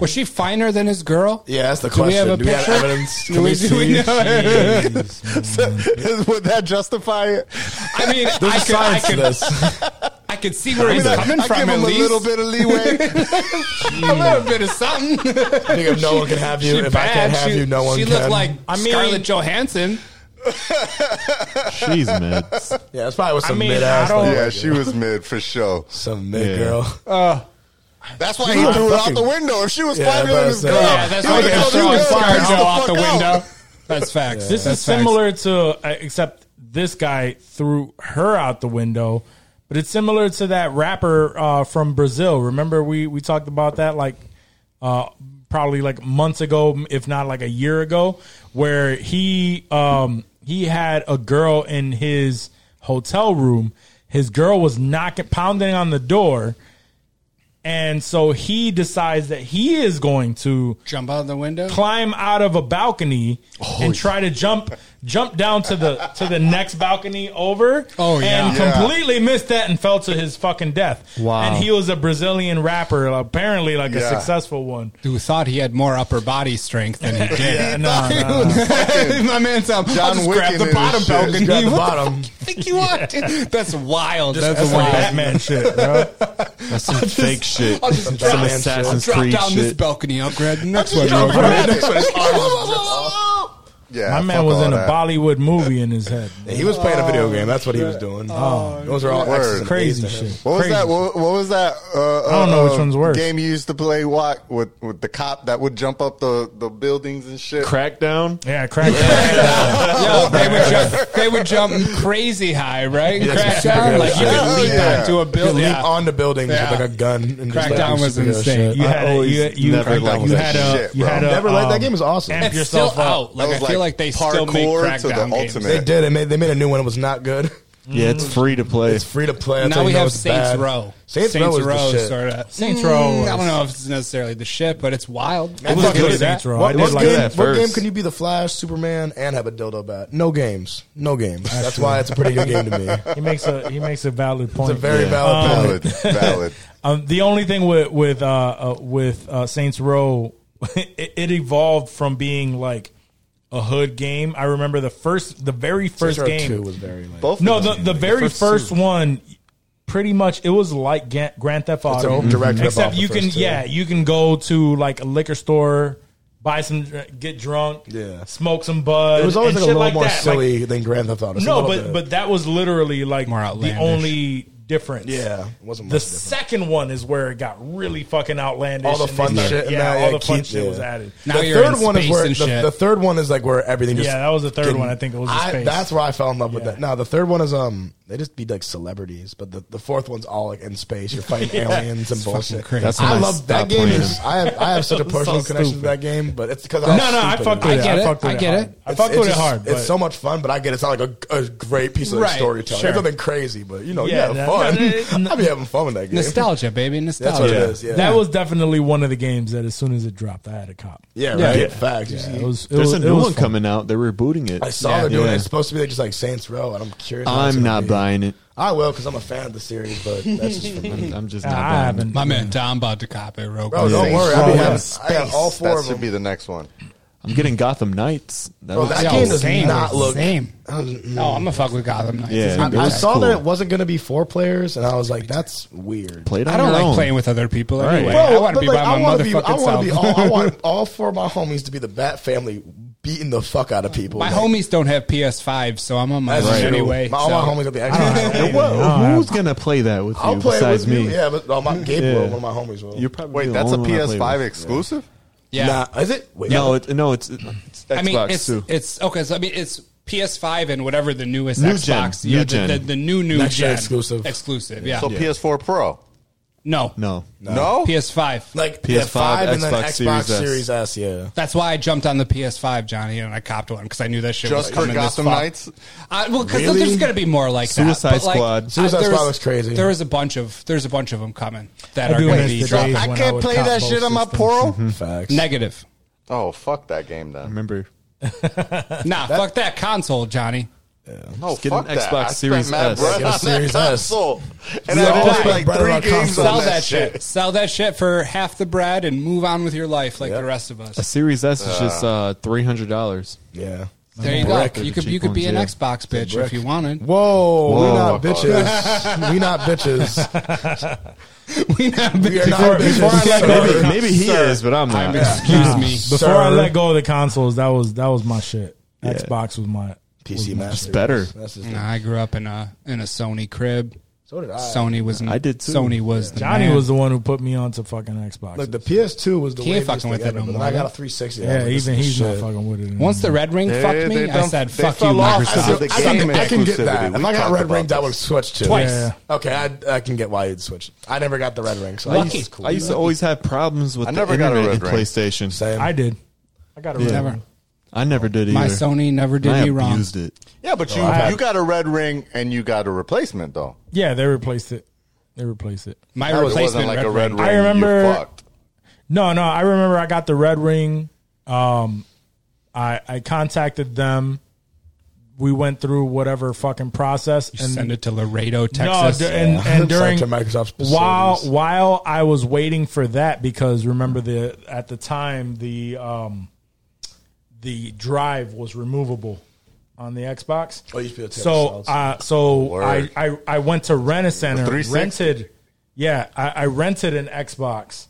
Speaker 7: Was she finer than
Speaker 5: (laughs)
Speaker 7: his girl?
Speaker 5: Yeah, that's the
Speaker 7: Do we
Speaker 5: question.
Speaker 7: have a
Speaker 5: do we have
Speaker 7: picture?
Speaker 5: evidence?
Speaker 7: Do we, do we know?
Speaker 8: (laughs) Would that justify it?
Speaker 7: (laughs) I mean, I could, I
Speaker 5: Science to
Speaker 7: could,
Speaker 5: this.
Speaker 7: I could see where he's
Speaker 8: I,
Speaker 7: coming
Speaker 8: I
Speaker 7: from.
Speaker 8: give
Speaker 7: at
Speaker 8: him a
Speaker 7: least.
Speaker 8: little bit of leeway.
Speaker 7: a little bit of something.
Speaker 5: Nigga, no one can have you.
Speaker 7: She
Speaker 5: If I
Speaker 7: bad.
Speaker 5: can't have
Speaker 7: She-
Speaker 5: you, no one
Speaker 7: She
Speaker 5: can.
Speaker 7: looked like
Speaker 4: I mean-
Speaker 7: Scarlett Johansson.
Speaker 6: She's mid.
Speaker 5: Yeah, it's probably with some
Speaker 4: mean,
Speaker 5: mid ass.
Speaker 4: I don't-
Speaker 8: yeah, she was mid for sure.
Speaker 5: Some mid
Speaker 6: Yeah.
Speaker 5: girl.
Speaker 8: That's why he threw her out
Speaker 5: fucking-
Speaker 8: the window. If she was
Speaker 5: Yeah,
Speaker 8: finer than
Speaker 5: that's
Speaker 8: his
Speaker 5: what
Speaker 8: girl,
Speaker 5: I'm saying.
Speaker 7: Yeah, that's
Speaker 8: he
Speaker 7: why
Speaker 8: would've
Speaker 7: they
Speaker 8: told her
Speaker 7: threw
Speaker 8: to get
Speaker 7: Scarlett
Speaker 8: the
Speaker 7: Johansson out the
Speaker 8: fuck out.
Speaker 7: window. That's facts.
Speaker 4: this is
Speaker 7: That's facts.
Speaker 4: similar to uh, except this guy threw her out the window, but it's similar to that rapper uh, from Brazil. Remember we we talked about that like uh, probably like months ago, if not like a year ago, where he um, he had a girl in his hotel room. His girl was knocking, pounding on the door. And so he decides that he is going to
Speaker 7: Jump out the window.
Speaker 4: climb out of a balcony and try to jump jump down to the to the next balcony over
Speaker 7: Oh, yeah.
Speaker 4: and
Speaker 8: Yeah.
Speaker 4: completely missed that and fell to his fucking death
Speaker 6: Wow.
Speaker 4: and he was a brazilian rapper apparently like a
Speaker 8: Yeah.
Speaker 4: successful one
Speaker 7: Who thought he had more upper body strength than he did?
Speaker 4: yeah, no, no,
Speaker 7: (laughs)
Speaker 4: no.
Speaker 7: My man's out.
Speaker 8: John
Speaker 7: I'll just grab
Speaker 8: Wick
Speaker 7: the
Speaker 8: in
Speaker 7: bottom
Speaker 8: his shit. (laughs)
Speaker 7: balcony.
Speaker 5: Just grab the
Speaker 7: What
Speaker 5: bottom.
Speaker 7: the Think you are? dude? That's wild. That's,
Speaker 4: that's like
Speaker 7: wild.
Speaker 4: batman shit bro
Speaker 6: That's some fake shit.
Speaker 7: I'll just drop,
Speaker 6: some
Speaker 5: shit.
Speaker 6: Assassin's
Speaker 7: drop
Speaker 6: Creed
Speaker 7: down this
Speaker 6: shit.
Speaker 7: balcony. I'll grab the next one.
Speaker 8: Drop
Speaker 7: real
Speaker 8: it.
Speaker 7: quick. (laughs)
Speaker 8: (laughs) Yeah,
Speaker 4: my man
Speaker 8: fuck
Speaker 4: was
Speaker 8: all
Speaker 4: in a
Speaker 8: that.
Speaker 4: bollywood movie in his head
Speaker 5: He was playing a video game. That's what he was doing. Those are all
Speaker 8: Word.
Speaker 5: X's and A's
Speaker 4: crazy
Speaker 5: to him.
Speaker 4: shit
Speaker 8: What was
Speaker 4: Crazy
Speaker 8: that?
Speaker 4: shit.
Speaker 8: What, what was that? Uh, I
Speaker 4: don't know which one's worse.
Speaker 8: Game you used to play walk with with the cop that would jump up the, the buildings and shit.
Speaker 6: Crackdown.
Speaker 4: yeah crack
Speaker 7: Yo, they would jump. They would jump crazy high, right?
Speaker 5: Yeah,
Speaker 7: Crack
Speaker 5: that's
Speaker 7: down
Speaker 5: super
Speaker 7: like you
Speaker 5: good.
Speaker 7: could leap
Speaker 8: Yeah.
Speaker 7: onto a
Speaker 5: You could
Speaker 7: building.
Speaker 5: leap
Speaker 7: Yeah.
Speaker 5: on the buildings
Speaker 7: Yeah.
Speaker 5: with like a gun. And just,
Speaker 7: Crackdown
Speaker 5: like,
Speaker 7: was
Speaker 5: superhero
Speaker 7: insane.
Speaker 5: shit.
Speaker 4: you
Speaker 5: I
Speaker 4: had a,
Speaker 5: always
Speaker 4: you, you,
Speaker 6: never liked
Speaker 4: you
Speaker 6: that
Speaker 4: had a
Speaker 8: shit,
Speaker 4: you
Speaker 8: bro.
Speaker 4: had a
Speaker 5: Never liked that
Speaker 4: um,
Speaker 5: game. Is awesome.
Speaker 4: amp
Speaker 7: It's
Speaker 4: yourself
Speaker 7: still
Speaker 4: up
Speaker 7: out. Like
Speaker 8: That
Speaker 7: I
Speaker 8: was
Speaker 7: feel like they still make
Speaker 8: parkour to the
Speaker 7: crackdown games.
Speaker 8: ultimate.
Speaker 5: They did. They made, they made a new one. It was not good. (laughs)
Speaker 6: Yeah, it's free to play.
Speaker 5: It's free to play. That's
Speaker 7: now
Speaker 5: how you
Speaker 7: we
Speaker 5: know
Speaker 7: have
Speaker 5: it's
Speaker 7: Saints
Speaker 5: bad.
Speaker 7: Row.
Speaker 5: Saints, Row is the shit.
Speaker 7: sort of.
Speaker 4: Saints Row
Speaker 7: Mm, I
Speaker 4: was-
Speaker 7: don't know if it's necessarily the shit, but it's wild.
Speaker 4: it was
Speaker 5: Fuck
Speaker 4: good
Speaker 5: it.
Speaker 4: Saints Row. I
Speaker 5: What,
Speaker 4: did
Speaker 5: what
Speaker 4: like
Speaker 5: game,
Speaker 6: that
Speaker 5: what
Speaker 6: first.
Speaker 5: game can you be the Flash, Superman, and have a dildo bat? No games. No games. That's why it's a pretty good game to me. It's
Speaker 4: He makes a he makes a valid point.
Speaker 5: a
Speaker 4: (laughs)
Speaker 5: very valid
Speaker 8: Valid,
Speaker 5: point.
Speaker 8: valid.
Speaker 4: Um, the only thing with with uh, uh, with uh, Saints Row (laughs) it, it evolved from being like a hood game. I remember the first, the very first
Speaker 5: Zero
Speaker 4: game
Speaker 5: two was very like
Speaker 6: Both
Speaker 4: no,
Speaker 6: of
Speaker 4: the,
Speaker 6: them.
Speaker 4: the very
Speaker 6: first
Speaker 4: first,
Speaker 6: two.
Speaker 4: one, pretty much, it was like Ga- Grand Theft Auto.
Speaker 5: direct rip off
Speaker 4: Except
Speaker 5: the
Speaker 4: you
Speaker 5: first
Speaker 4: can,
Speaker 5: two.
Speaker 4: yeah, you can go to like a liquor store, buy some, dr- get drunk,
Speaker 5: Yeah.
Speaker 4: smoke some bud.
Speaker 5: It was always
Speaker 4: and
Speaker 5: like a
Speaker 4: shit
Speaker 5: little
Speaker 4: like
Speaker 5: more
Speaker 4: that. Like,
Speaker 5: silly than Grand Theft Auto. It's a
Speaker 4: no,
Speaker 5: little
Speaker 4: but
Speaker 5: bit-
Speaker 4: but that was literally like
Speaker 7: More
Speaker 4: the
Speaker 7: outlandish.
Speaker 4: only difference.
Speaker 5: yeah, it wasn't
Speaker 4: The
Speaker 5: much different.
Speaker 4: second one is where it got really fucking outlandish.
Speaker 5: All the
Speaker 4: and they
Speaker 5: fun
Speaker 4: started-
Speaker 5: shit and
Speaker 4: Yeah,
Speaker 5: that,
Speaker 4: all
Speaker 5: yeah,
Speaker 4: the fun
Speaker 5: Keith,
Speaker 4: shit was
Speaker 5: yeah.
Speaker 4: added.
Speaker 7: Now
Speaker 5: the
Speaker 7: you're
Speaker 5: third
Speaker 7: in
Speaker 5: one is
Speaker 7: space
Speaker 5: where
Speaker 7: and
Speaker 5: the,
Speaker 7: shit.
Speaker 5: the third one is like where everything. Just
Speaker 4: Yeah, that was the third one, I think it was the
Speaker 5: I-
Speaker 4: space.
Speaker 5: that's where I fell in love with
Speaker 4: Yeah.
Speaker 5: that. No, the third one is um, they just be like celebrities, but the, the fourth one's all like in space. You're fighting aliens and bullshit.
Speaker 7: crazy.
Speaker 6: That's when
Speaker 5: I
Speaker 6: I
Speaker 5: love that
Speaker 6: stopped
Speaker 5: game.
Speaker 6: playing.
Speaker 5: Is, I have I have such a
Speaker 4: It's so
Speaker 5: personal connection
Speaker 4: stupid.
Speaker 5: to that game, but it's because
Speaker 4: No, no, I fucked with it.
Speaker 7: get
Speaker 4: I
Speaker 7: it.
Speaker 4: fucked with
Speaker 7: I
Speaker 4: it.
Speaker 7: get
Speaker 4: hard.
Speaker 7: it.
Speaker 4: I fucked
Speaker 5: it's
Speaker 4: with it
Speaker 5: just-
Speaker 4: hard.
Speaker 5: It's
Speaker 4: but-
Speaker 5: so much fun, but I get it's not like a, a great piece of like,
Speaker 7: Right,
Speaker 5: storytelling.
Speaker 7: sure.
Speaker 5: It's nothing crazy, but you know,
Speaker 4: Yeah,
Speaker 5: yeah,
Speaker 4: no,
Speaker 5: fun.
Speaker 4: no, no, no.
Speaker 5: I'll be having fun with that game.
Speaker 7: Nostalgia, baby. Nostalgia.
Speaker 5: That's what it is. Yeah,
Speaker 4: That was definitely one of the games that as soon as it dropped, I had a cop.
Speaker 5: yeah, right. Facts. You see-
Speaker 4: It was, it
Speaker 6: There's
Speaker 4: was,
Speaker 6: a
Speaker 4: it
Speaker 6: new
Speaker 4: was
Speaker 6: one
Speaker 4: fun.
Speaker 6: coming out. They're rebooting it.
Speaker 5: I saw
Speaker 7: Yeah.
Speaker 5: they're doing
Speaker 6: Yeah.
Speaker 5: it. It's supposed to be like just like Saints Row, and I'm curious. how it's
Speaker 6: I'm
Speaker 5: gonna
Speaker 6: not
Speaker 5: be.
Speaker 6: buying it.
Speaker 5: I will because I'm a fan of the series, but that's just for me.
Speaker 6: (laughs) I'm, I'm just
Speaker 4: I
Speaker 6: not buying it.
Speaker 4: haven't.
Speaker 7: My man Tom about to cop it real
Speaker 5: Bro,
Speaker 7: quick.
Speaker 5: don't worry. I, (laughs)
Speaker 8: Bro,
Speaker 5: mean,
Speaker 8: yeah,
Speaker 5: I, have, Oh, I have all four
Speaker 8: that
Speaker 5: of them.
Speaker 8: should be the next one.
Speaker 6: I'm getting Gotham Knights. That
Speaker 5: Bro,
Speaker 6: was-
Speaker 5: that
Speaker 7: Yo,
Speaker 5: game does
Speaker 7: same,
Speaker 5: not look.
Speaker 7: same.
Speaker 5: I, mm.
Speaker 7: No, I'm a fuck with Gotham Knights.
Speaker 6: Yeah.
Speaker 7: It's not
Speaker 5: I
Speaker 7: bad.
Speaker 5: saw
Speaker 6: cool.
Speaker 5: that it wasn't going to be four players, and I was like, "That's weird."
Speaker 6: played on
Speaker 7: I don't
Speaker 6: your
Speaker 7: like
Speaker 6: own.
Speaker 7: playing with other people anyway.
Speaker 5: Bro,
Speaker 7: I want to
Speaker 5: but,
Speaker 7: be
Speaker 5: like,
Speaker 7: by my
Speaker 5: wanna be- I
Speaker 7: motherfucking
Speaker 5: wanna
Speaker 7: self.
Speaker 5: be all, I want all four of my homies to be the Bat Family beating the fuck out of people.
Speaker 7: (laughs) my
Speaker 5: Like,
Speaker 7: homies don't have PS5, so I'm on my own
Speaker 5: that's true.
Speaker 7: anyway.
Speaker 5: My, all
Speaker 7: so.
Speaker 5: my homies got the Xbox.
Speaker 6: And what- who's gonna play that with
Speaker 5: I'll
Speaker 6: you
Speaker 5: play
Speaker 6: besides
Speaker 5: with me.
Speaker 6: me?
Speaker 5: Yeah, but oh, my Gabe
Speaker 6: Yeah.
Speaker 5: will. One of my homies will.
Speaker 6: You're probably
Speaker 8: Wait,
Speaker 6: the
Speaker 8: that's a
Speaker 6: only one I play
Speaker 8: PS5
Speaker 6: with.
Speaker 8: exclusive?
Speaker 7: yeah.
Speaker 5: Nah, is it? Wait,
Speaker 6: No, it, no, it's, it's Xbox
Speaker 7: I mean, it's
Speaker 6: too.
Speaker 7: it's okay. So I mean, it's PS5 and whatever the newest
Speaker 6: New gen.
Speaker 7: Xbox,
Speaker 6: New
Speaker 7: yeah,
Speaker 6: gen.
Speaker 7: The, the, the new new
Speaker 5: Next gen
Speaker 7: gen
Speaker 5: exclusive.
Speaker 7: exclusive. Yeah,
Speaker 8: So PS4 Pro.
Speaker 7: no,
Speaker 6: no,
Speaker 8: No?
Speaker 7: PS5.
Speaker 5: like
Speaker 6: PS5,
Speaker 5: yeah, five and then
Speaker 6: Xbox
Speaker 5: Xbox
Speaker 6: Series S.
Speaker 5: Series S. Yeah,
Speaker 7: That's why I jumped on the PS5, Johnny, and I copped one because I knew that shit was
Speaker 8: Just for
Speaker 7: coming this
Speaker 8: Gotham
Speaker 7: fall.
Speaker 8: Knights?
Speaker 7: I, well, because
Speaker 5: Really?
Speaker 7: there's going to be more like
Speaker 6: Suicide
Speaker 7: that. but, like,
Speaker 6: Squad.
Speaker 7: I-
Speaker 5: Suicide
Speaker 7: there
Speaker 5: Squad was crazy.
Speaker 7: There was a bunch of there's a bunch of them coming that
Speaker 4: I
Speaker 7: are
Speaker 4: do
Speaker 7: going to
Speaker 4: miss
Speaker 7: be
Speaker 4: the days
Speaker 7: dropped.
Speaker 8: I
Speaker 4: when
Speaker 8: can't
Speaker 4: would
Speaker 8: play
Speaker 4: cop
Speaker 8: that
Speaker 4: both
Speaker 8: shit on my
Speaker 4: systems. Mm-hmm.
Speaker 8: Poro.
Speaker 5: facts.
Speaker 7: negative.
Speaker 8: Oh, fuck that game then.
Speaker 6: remember.
Speaker 7: Nah, fuck that console, Johnny.
Speaker 8: No,
Speaker 6: get an
Speaker 8: fuck that.
Speaker 6: Xbox
Speaker 8: I spent
Speaker 6: Series
Speaker 8: mad
Speaker 6: S.
Speaker 8: bread
Speaker 5: Get a
Speaker 8: on that
Speaker 5: Series S.
Speaker 8: console. And
Speaker 5: We
Speaker 8: I
Speaker 5: all
Speaker 8: bought
Speaker 5: spent
Speaker 8: like
Speaker 5: bread
Speaker 8: three
Speaker 5: on our
Speaker 8: games
Speaker 5: console.
Speaker 8: on
Speaker 7: Sell
Speaker 8: that,
Speaker 7: that
Speaker 8: shit.
Speaker 7: shit. Sell that shit for half the bread and move on with your life like the rest of
Speaker 6: A
Speaker 7: us.
Speaker 6: Series S is just uh, three hundred dollars.
Speaker 5: Yeah.
Speaker 7: There you
Speaker 6: Brick.
Speaker 7: go. You could you could be an
Speaker 6: Yeah.
Speaker 7: Xbox bitch if you wanted.
Speaker 6: (laughs)
Speaker 5: Whoa,
Speaker 6: Whoa.
Speaker 5: we not (laughs) bitches. we not bitches.
Speaker 7: we not
Speaker 5: (laughs) We are not bitches.
Speaker 4: before I let go-
Speaker 5: Sir.
Speaker 4: Maybe-
Speaker 6: Maybe he is, but I'm not.
Speaker 7: Excuse me.
Speaker 4: Before I let go of the consoles, that was that was my shit.
Speaker 6: Yeah.
Speaker 4: Xbox was my was
Speaker 5: PC
Speaker 4: my
Speaker 5: Master.
Speaker 4: shit.
Speaker 6: better.
Speaker 5: That's his
Speaker 7: Nah, I grew up in a in a Sony crib.
Speaker 5: So did I.
Speaker 7: Sony was.
Speaker 6: I did too.
Speaker 7: Sony was. The
Speaker 4: Johnny
Speaker 7: man.
Speaker 4: was the one who put me onto fucking Xbox.
Speaker 5: Look, the PS2 was the
Speaker 7: He
Speaker 5: waviest
Speaker 7: ain't fucking
Speaker 5: thing
Speaker 7: with it
Speaker 5: ever,
Speaker 7: no
Speaker 5: but
Speaker 7: more.
Speaker 5: I got a 360.
Speaker 4: yeah, even he's
Speaker 5: shit.
Speaker 4: not fucking with it. anymore.
Speaker 7: Once the Red Ring
Speaker 8: They-
Speaker 7: fucked me,
Speaker 8: they
Speaker 7: I
Speaker 8: done-
Speaker 7: said,
Speaker 8: they
Speaker 7: "Fuck you,
Speaker 8: fell off. I
Speaker 5: So,
Speaker 7: Microsoft."
Speaker 8: said- The
Speaker 5: I,
Speaker 8: game
Speaker 5: can, I can get
Speaker 8: exclusivity.
Speaker 5: that. If
Speaker 8: We
Speaker 5: I got
Speaker 8: talked
Speaker 5: red
Speaker 8: about
Speaker 5: ring, that
Speaker 8: this.
Speaker 5: would switch too.
Speaker 7: Twice.
Speaker 4: Yeah.
Speaker 5: Okay, I, I can get why you'd switch. I never got the red ring, so
Speaker 6: I
Speaker 5: that's
Speaker 6: used,
Speaker 5: cool.
Speaker 6: I used to always have problems with
Speaker 8: I
Speaker 6: the
Speaker 8: never got a
Speaker 6: internet
Speaker 8: red
Speaker 6: and
Speaker 8: ring.
Speaker 6: PlayStation.
Speaker 5: Same.
Speaker 4: I did, I got a red
Speaker 7: Never.
Speaker 4: one.
Speaker 6: I never did either.
Speaker 7: My Sony never did
Speaker 6: I
Speaker 7: me wrong.
Speaker 6: abused it.
Speaker 8: Yeah, but you
Speaker 4: I-
Speaker 8: you got a red ring and you got a replacement though.
Speaker 4: Yeah, they replaced it. They replaced it.
Speaker 7: My
Speaker 8: It
Speaker 7: replacement
Speaker 8: wasn't like a red ring.
Speaker 4: I remember-
Speaker 8: You fucked.
Speaker 4: No, no, I remember I got the Red Ring. Um, I I contacted them. We went through whatever fucking process and
Speaker 7: Send it to Laredo, Texas.
Speaker 4: No, du-
Speaker 5: (laughs)
Speaker 4: and, and during
Speaker 5: Such a Microsoft
Speaker 4: while
Speaker 5: facilities.
Speaker 4: while I was waiting for that because remember the at the time the um the drive was removable on the Xbox.
Speaker 5: Oh, you used to be able to take
Speaker 4: so
Speaker 5: it
Speaker 4: uh, so I,
Speaker 8: Word.
Speaker 4: I I went to Rent a Center,
Speaker 8: 360?
Speaker 4: rented yeah I, I rented an Xbox.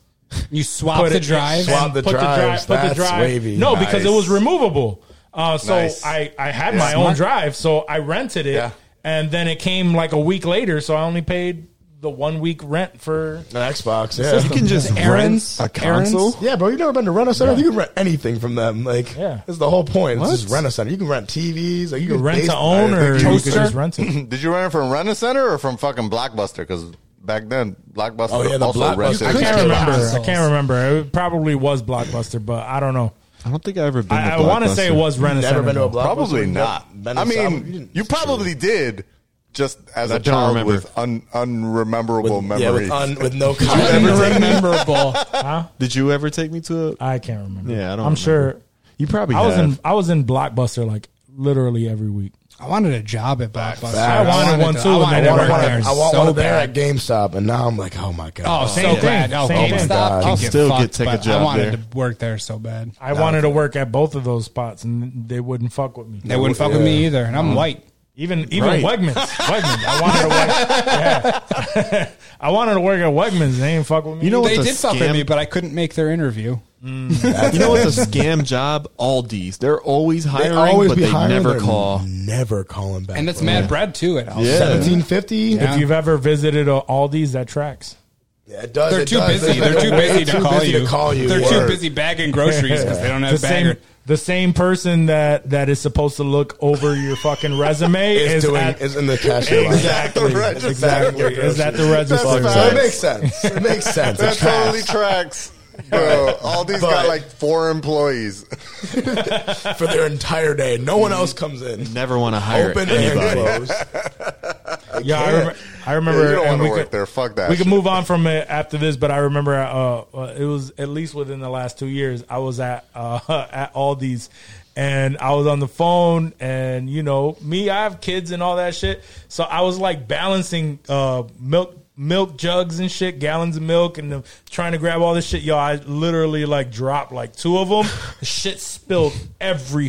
Speaker 7: you swap the
Speaker 4: it-
Speaker 7: drive.
Speaker 5: Swap
Speaker 4: and
Speaker 5: the
Speaker 4: put
Speaker 5: drives.
Speaker 4: the drive, put the
Speaker 5: That's
Speaker 4: drive.
Speaker 5: wavy.
Speaker 4: No, because it
Speaker 8: Nice.
Speaker 4: was removable. Uh, so
Speaker 8: Nice.
Speaker 4: I, I had my own drive, so I rented it,
Speaker 8: Yeah.
Speaker 4: and then it came like a week later, so I only paid the one week rent for.
Speaker 5: An Xbox, yeah.
Speaker 6: You can just
Speaker 7: Errands?
Speaker 6: rent a
Speaker 7: Errands?
Speaker 6: console.
Speaker 5: Yeah, bro, you've never been to Rent a Center. You can rent anything from them. Like,
Speaker 4: Yeah.
Speaker 5: that's the whole point.
Speaker 6: What?
Speaker 5: It's just Rent a Center. You can rent TVs. Like, you, can
Speaker 4: Rent
Speaker 5: base-
Speaker 4: to own
Speaker 5: I
Speaker 4: or
Speaker 5: think you
Speaker 4: you could
Speaker 5: could-
Speaker 4: just rent it.
Speaker 8: Did you rent it from Rent a Center or from fucking Blockbuster? Because back then Blockbuster
Speaker 5: Oh, yeah, the
Speaker 8: also
Speaker 5: Blockbuster.
Speaker 8: rented.
Speaker 4: I
Speaker 5: Couldn't
Speaker 4: can't
Speaker 5: get
Speaker 4: remember. I
Speaker 7: consoles.
Speaker 4: can't remember. It probably was Blockbuster, but I don't know.
Speaker 6: I don't think I ever been.
Speaker 4: I,
Speaker 6: to
Speaker 4: I want to say it
Speaker 6: Blockbuster.
Speaker 4: was Rent a
Speaker 5: Never
Speaker 4: Center.
Speaker 5: been to a
Speaker 4: though.
Speaker 5: block.
Speaker 8: Probably not. I mean, you probably did. Just as a
Speaker 6: I don't
Speaker 8: child
Speaker 6: remember.
Speaker 8: with un, unrememberable
Speaker 5: Yeah,
Speaker 8: memories.
Speaker 5: with, un, with no
Speaker 7: Unrememberable.
Speaker 6: Did you ever take me to a?
Speaker 4: (laughs) I can't remember.
Speaker 6: Yeah, I don't
Speaker 4: I'm
Speaker 6: remember.
Speaker 4: sure.
Speaker 6: You probably.
Speaker 4: I was
Speaker 6: have.
Speaker 4: in. I was in Blockbuster like literally every week.
Speaker 7: I wanted a job at Blockbuster.
Speaker 4: I wanted one
Speaker 7: to-
Speaker 4: too,
Speaker 7: I
Speaker 4: and they
Speaker 7: wanted
Speaker 5: I
Speaker 7: to
Speaker 4: weren't
Speaker 7: work
Speaker 5: want,
Speaker 4: there.
Speaker 7: there.
Speaker 5: I want
Speaker 7: so
Speaker 5: one there
Speaker 7: bad.
Speaker 5: at GameStop, and now I'm like, oh my
Speaker 7: Oh,
Speaker 5: god.
Speaker 7: so
Speaker 4: Same
Speaker 7: bad.
Speaker 4: thing,
Speaker 7: Oh,
Speaker 4: same thing.
Speaker 7: GameStop.
Speaker 6: I'll
Speaker 7: can get
Speaker 6: still get-
Speaker 7: fucked,
Speaker 6: take a
Speaker 7: but
Speaker 6: job
Speaker 7: I wanted
Speaker 6: there.
Speaker 7: to work there so bad.
Speaker 4: I wanted to work at both of those spots, and they wouldn't fuck with me.
Speaker 7: They wouldn't fuck with me either, and I'm white.
Speaker 4: Even even
Speaker 6: Right.
Speaker 4: Wegmans, Wegmans. I wanted to work. yeah. (laughs) I wanted to work at Wegmans. They ain't fuck with me.
Speaker 6: You know
Speaker 4: either.
Speaker 6: what
Speaker 7: They
Speaker 6: the
Speaker 7: did fuck with
Speaker 6: scam-
Speaker 7: me, but I couldn't make their interview.
Speaker 6: You know what's a scam job? Aldi's. They're always hiring, but they
Speaker 5: hiring,
Speaker 6: never
Speaker 5: they're
Speaker 6: call.
Speaker 5: Never calling back.
Speaker 7: And it's
Speaker 5: bro.
Speaker 7: mad bread too. At all.
Speaker 6: Yeah.
Speaker 5: Seventeen fifty.
Speaker 7: Yeah.
Speaker 4: if you've ever visited a Aldi's, that tracks.
Speaker 5: Yeah, it does.
Speaker 7: They're
Speaker 5: it
Speaker 7: too
Speaker 5: does.
Speaker 7: busy. They're too
Speaker 5: way
Speaker 7: busy to call
Speaker 5: busy
Speaker 7: you.
Speaker 5: To call you.
Speaker 7: They're too
Speaker 5: Word.
Speaker 7: busy bagging groceries because they don't have
Speaker 4: the same,
Speaker 7: bagger.
Speaker 4: the same person that that is supposed to look over your fucking
Speaker 5: (laughs)
Speaker 4: resume
Speaker 5: Is,
Speaker 4: is,
Speaker 5: doing
Speaker 4: at-
Speaker 5: is in the cashier line. (laughs)
Speaker 4: exactly
Speaker 8: The register.
Speaker 4: exactly is that the
Speaker 8: That's
Speaker 4: register?
Speaker 8: a
Speaker 5: So
Speaker 8: fact.
Speaker 5: it makes sense. It makes sense.
Speaker 8: That
Speaker 5: It tracks.
Speaker 8: totally tracks. (laughs) Bro, all these
Speaker 5: But-
Speaker 8: got like four (laughs) employees.
Speaker 5: for their entire day. No one else comes in.
Speaker 6: Never want to hire
Speaker 5: Open and (laughs)
Speaker 6: anybody.
Speaker 5: closed.
Speaker 4: Yeah, I, rem- I remember.
Speaker 8: Yeah, you don't
Speaker 4: and
Speaker 8: wanna
Speaker 4: we
Speaker 8: work
Speaker 4: could-
Speaker 8: there. Fuck that
Speaker 4: We could
Speaker 8: shit.
Speaker 4: move on from it after this, but I remember uh, uh, it was at least within the last two years. I was at uh, (laughs) at Aldi's, and I was on the phone, and you know me, I have kids and all that shit, so I was like balancing uh, milk. Milk jugs and shit, gallons of milk, and the, trying to grab all this shit. Yo, I literally like dropped like two of them. The shit spilled every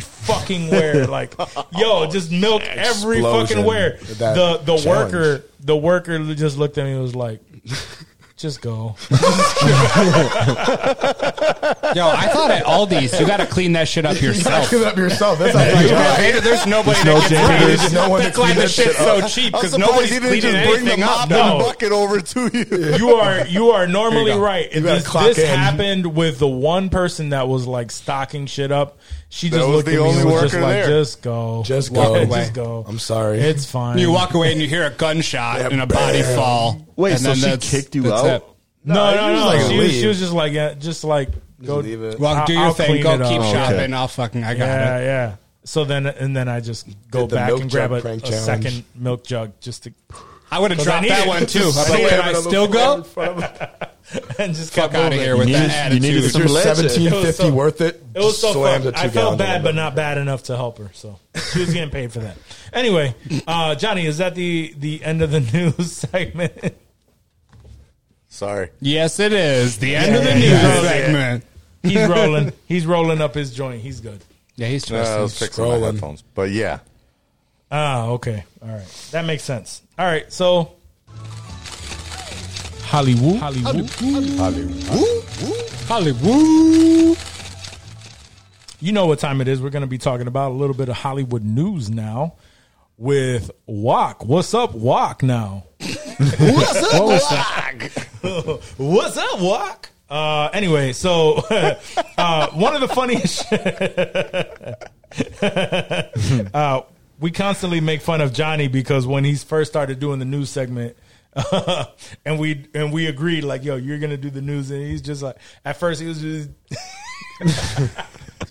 Speaker 5: (laughs)
Speaker 4: fucking where. Like, yo, just milk every fucking
Speaker 5: Explosion.
Speaker 4: where.
Speaker 5: That
Speaker 4: The the
Speaker 5: challenge.
Speaker 4: worker the worker just looked at me and was like,
Speaker 5: (laughs)
Speaker 4: just go.
Speaker 7: Yo, I thought at Aldi's you got to clean
Speaker 6: (laughs)
Speaker 7: that shit up yourself.
Speaker 5: Clean it up yourself. That's not your job.
Speaker 7: Hey, there's nobody
Speaker 6: no
Speaker 7: that
Speaker 6: janitor.
Speaker 7: gets
Speaker 5: There's no one
Speaker 7: That's
Speaker 5: to
Speaker 7: why
Speaker 5: clean
Speaker 7: the
Speaker 5: that shit
Speaker 7: shit's so
Speaker 5: up.
Speaker 7: cheap
Speaker 8: I'm
Speaker 7: because
Speaker 8: surprised
Speaker 7: nobody's cleaning
Speaker 8: he didn't just bring the
Speaker 7: anything
Speaker 8: mop
Speaker 7: up.
Speaker 4: No.
Speaker 8: and bucket over to you.
Speaker 4: You are you are normally
Speaker 7: There you go.
Speaker 4: right.
Speaker 5: You gotta
Speaker 4: This,
Speaker 5: clock
Speaker 4: this
Speaker 5: in.
Speaker 4: happened with the one person that that was like stocking shit up. She
Speaker 8: That
Speaker 4: just
Speaker 8: was
Speaker 4: looked
Speaker 8: the
Speaker 4: at me
Speaker 8: only
Speaker 4: and was just
Speaker 8: worker
Speaker 4: like,
Speaker 8: there.
Speaker 4: just go,
Speaker 5: Just
Speaker 4: Walk
Speaker 5: go.
Speaker 4: away. Just go.
Speaker 5: I'm sorry.
Speaker 4: It's fine.
Speaker 7: You walk away and you hear a gunshot
Speaker 5: Yeah,
Speaker 7: and a body
Speaker 5: bam.
Speaker 7: fall.
Speaker 6: Wait,
Speaker 7: and
Speaker 6: so
Speaker 7: then
Speaker 6: she
Speaker 7: that's-
Speaker 6: kicked you
Speaker 7: that's
Speaker 6: out?
Speaker 7: it.
Speaker 4: No,
Speaker 5: No,
Speaker 4: no,
Speaker 5: you
Speaker 4: no.
Speaker 5: just, like,
Speaker 4: she, was, she
Speaker 5: leave.
Speaker 4: was just like, yeah, just like go.
Speaker 5: leave it.
Speaker 7: Well,
Speaker 4: I'll-
Speaker 7: do your
Speaker 4: I'll
Speaker 7: thing.
Speaker 4: clean
Speaker 7: Go
Speaker 4: it up.
Speaker 7: keep
Speaker 6: Okay.
Speaker 7: shopping. I'll fucking. I got
Speaker 4: Yeah,
Speaker 7: it.
Speaker 4: yeah. So then, and then I just go
Speaker 5: Did the
Speaker 4: back
Speaker 5: milk
Speaker 4: and grab
Speaker 5: jug
Speaker 4: a,
Speaker 5: prank
Speaker 4: a
Speaker 5: challenge.
Speaker 4: second milk jug just to, (laughs)
Speaker 7: I would have
Speaker 4: 'Cause I
Speaker 7: dropped
Speaker 4: need
Speaker 7: that
Speaker 4: it.
Speaker 7: one too.
Speaker 4: Just
Speaker 7: I'm like,
Speaker 4: slam
Speaker 7: can
Speaker 4: it
Speaker 7: I
Speaker 4: on the
Speaker 7: still go?
Speaker 4: and just
Speaker 7: Fuck
Speaker 4: kept
Speaker 7: out of
Speaker 4: moving.
Speaker 7: here with
Speaker 6: You
Speaker 7: that
Speaker 6: needed- you
Speaker 7: attitude.
Speaker 6: needed
Speaker 5: Is your
Speaker 6: Some leche.
Speaker 5: seventeen
Speaker 4: It was
Speaker 5: fifty
Speaker 4: so-
Speaker 5: worth it?
Speaker 4: It was so
Speaker 5: Slammed
Speaker 4: fun.
Speaker 5: a
Speaker 4: I
Speaker 5: two-gallon
Speaker 4: felt bad, but
Speaker 5: bottle.
Speaker 4: not bad enough to help her. So she was getting paid for that. Anyway, uh, Johnny, is that the the end of the (laughs) news segment?
Speaker 8: (laughs) Sorry.
Speaker 7: Yes, it is the end of the
Speaker 4: yeah,
Speaker 7: news
Speaker 4: yeah.
Speaker 7: segment.
Speaker 4: He's rolling. he's rolling up his joint. He's good.
Speaker 7: Yeah, he's
Speaker 8: Uh, I was
Speaker 7: twisted.
Speaker 8: fixing my
Speaker 5: Scrolling.
Speaker 8: headphones. But yeah.
Speaker 4: Ah, okay. All right, that makes sense. All right, so Hollywood, Hollywood.
Speaker 7: Hollywood.
Speaker 4: You know what time it is. We're going to be talking about a little bit of Hollywood news now with Walk. What's up, Walk? Now.
Speaker 7: What's up?
Speaker 4: What's up, Walk? Uh, anyway, so (laughs) uh, one of the funniest. (laughs) uh, we constantly make fun of Johnny because when he first started doing the news segment, (laughs) and we and we agreed like, "Yo, you're gonna do the news," and he's just like, at first he was just.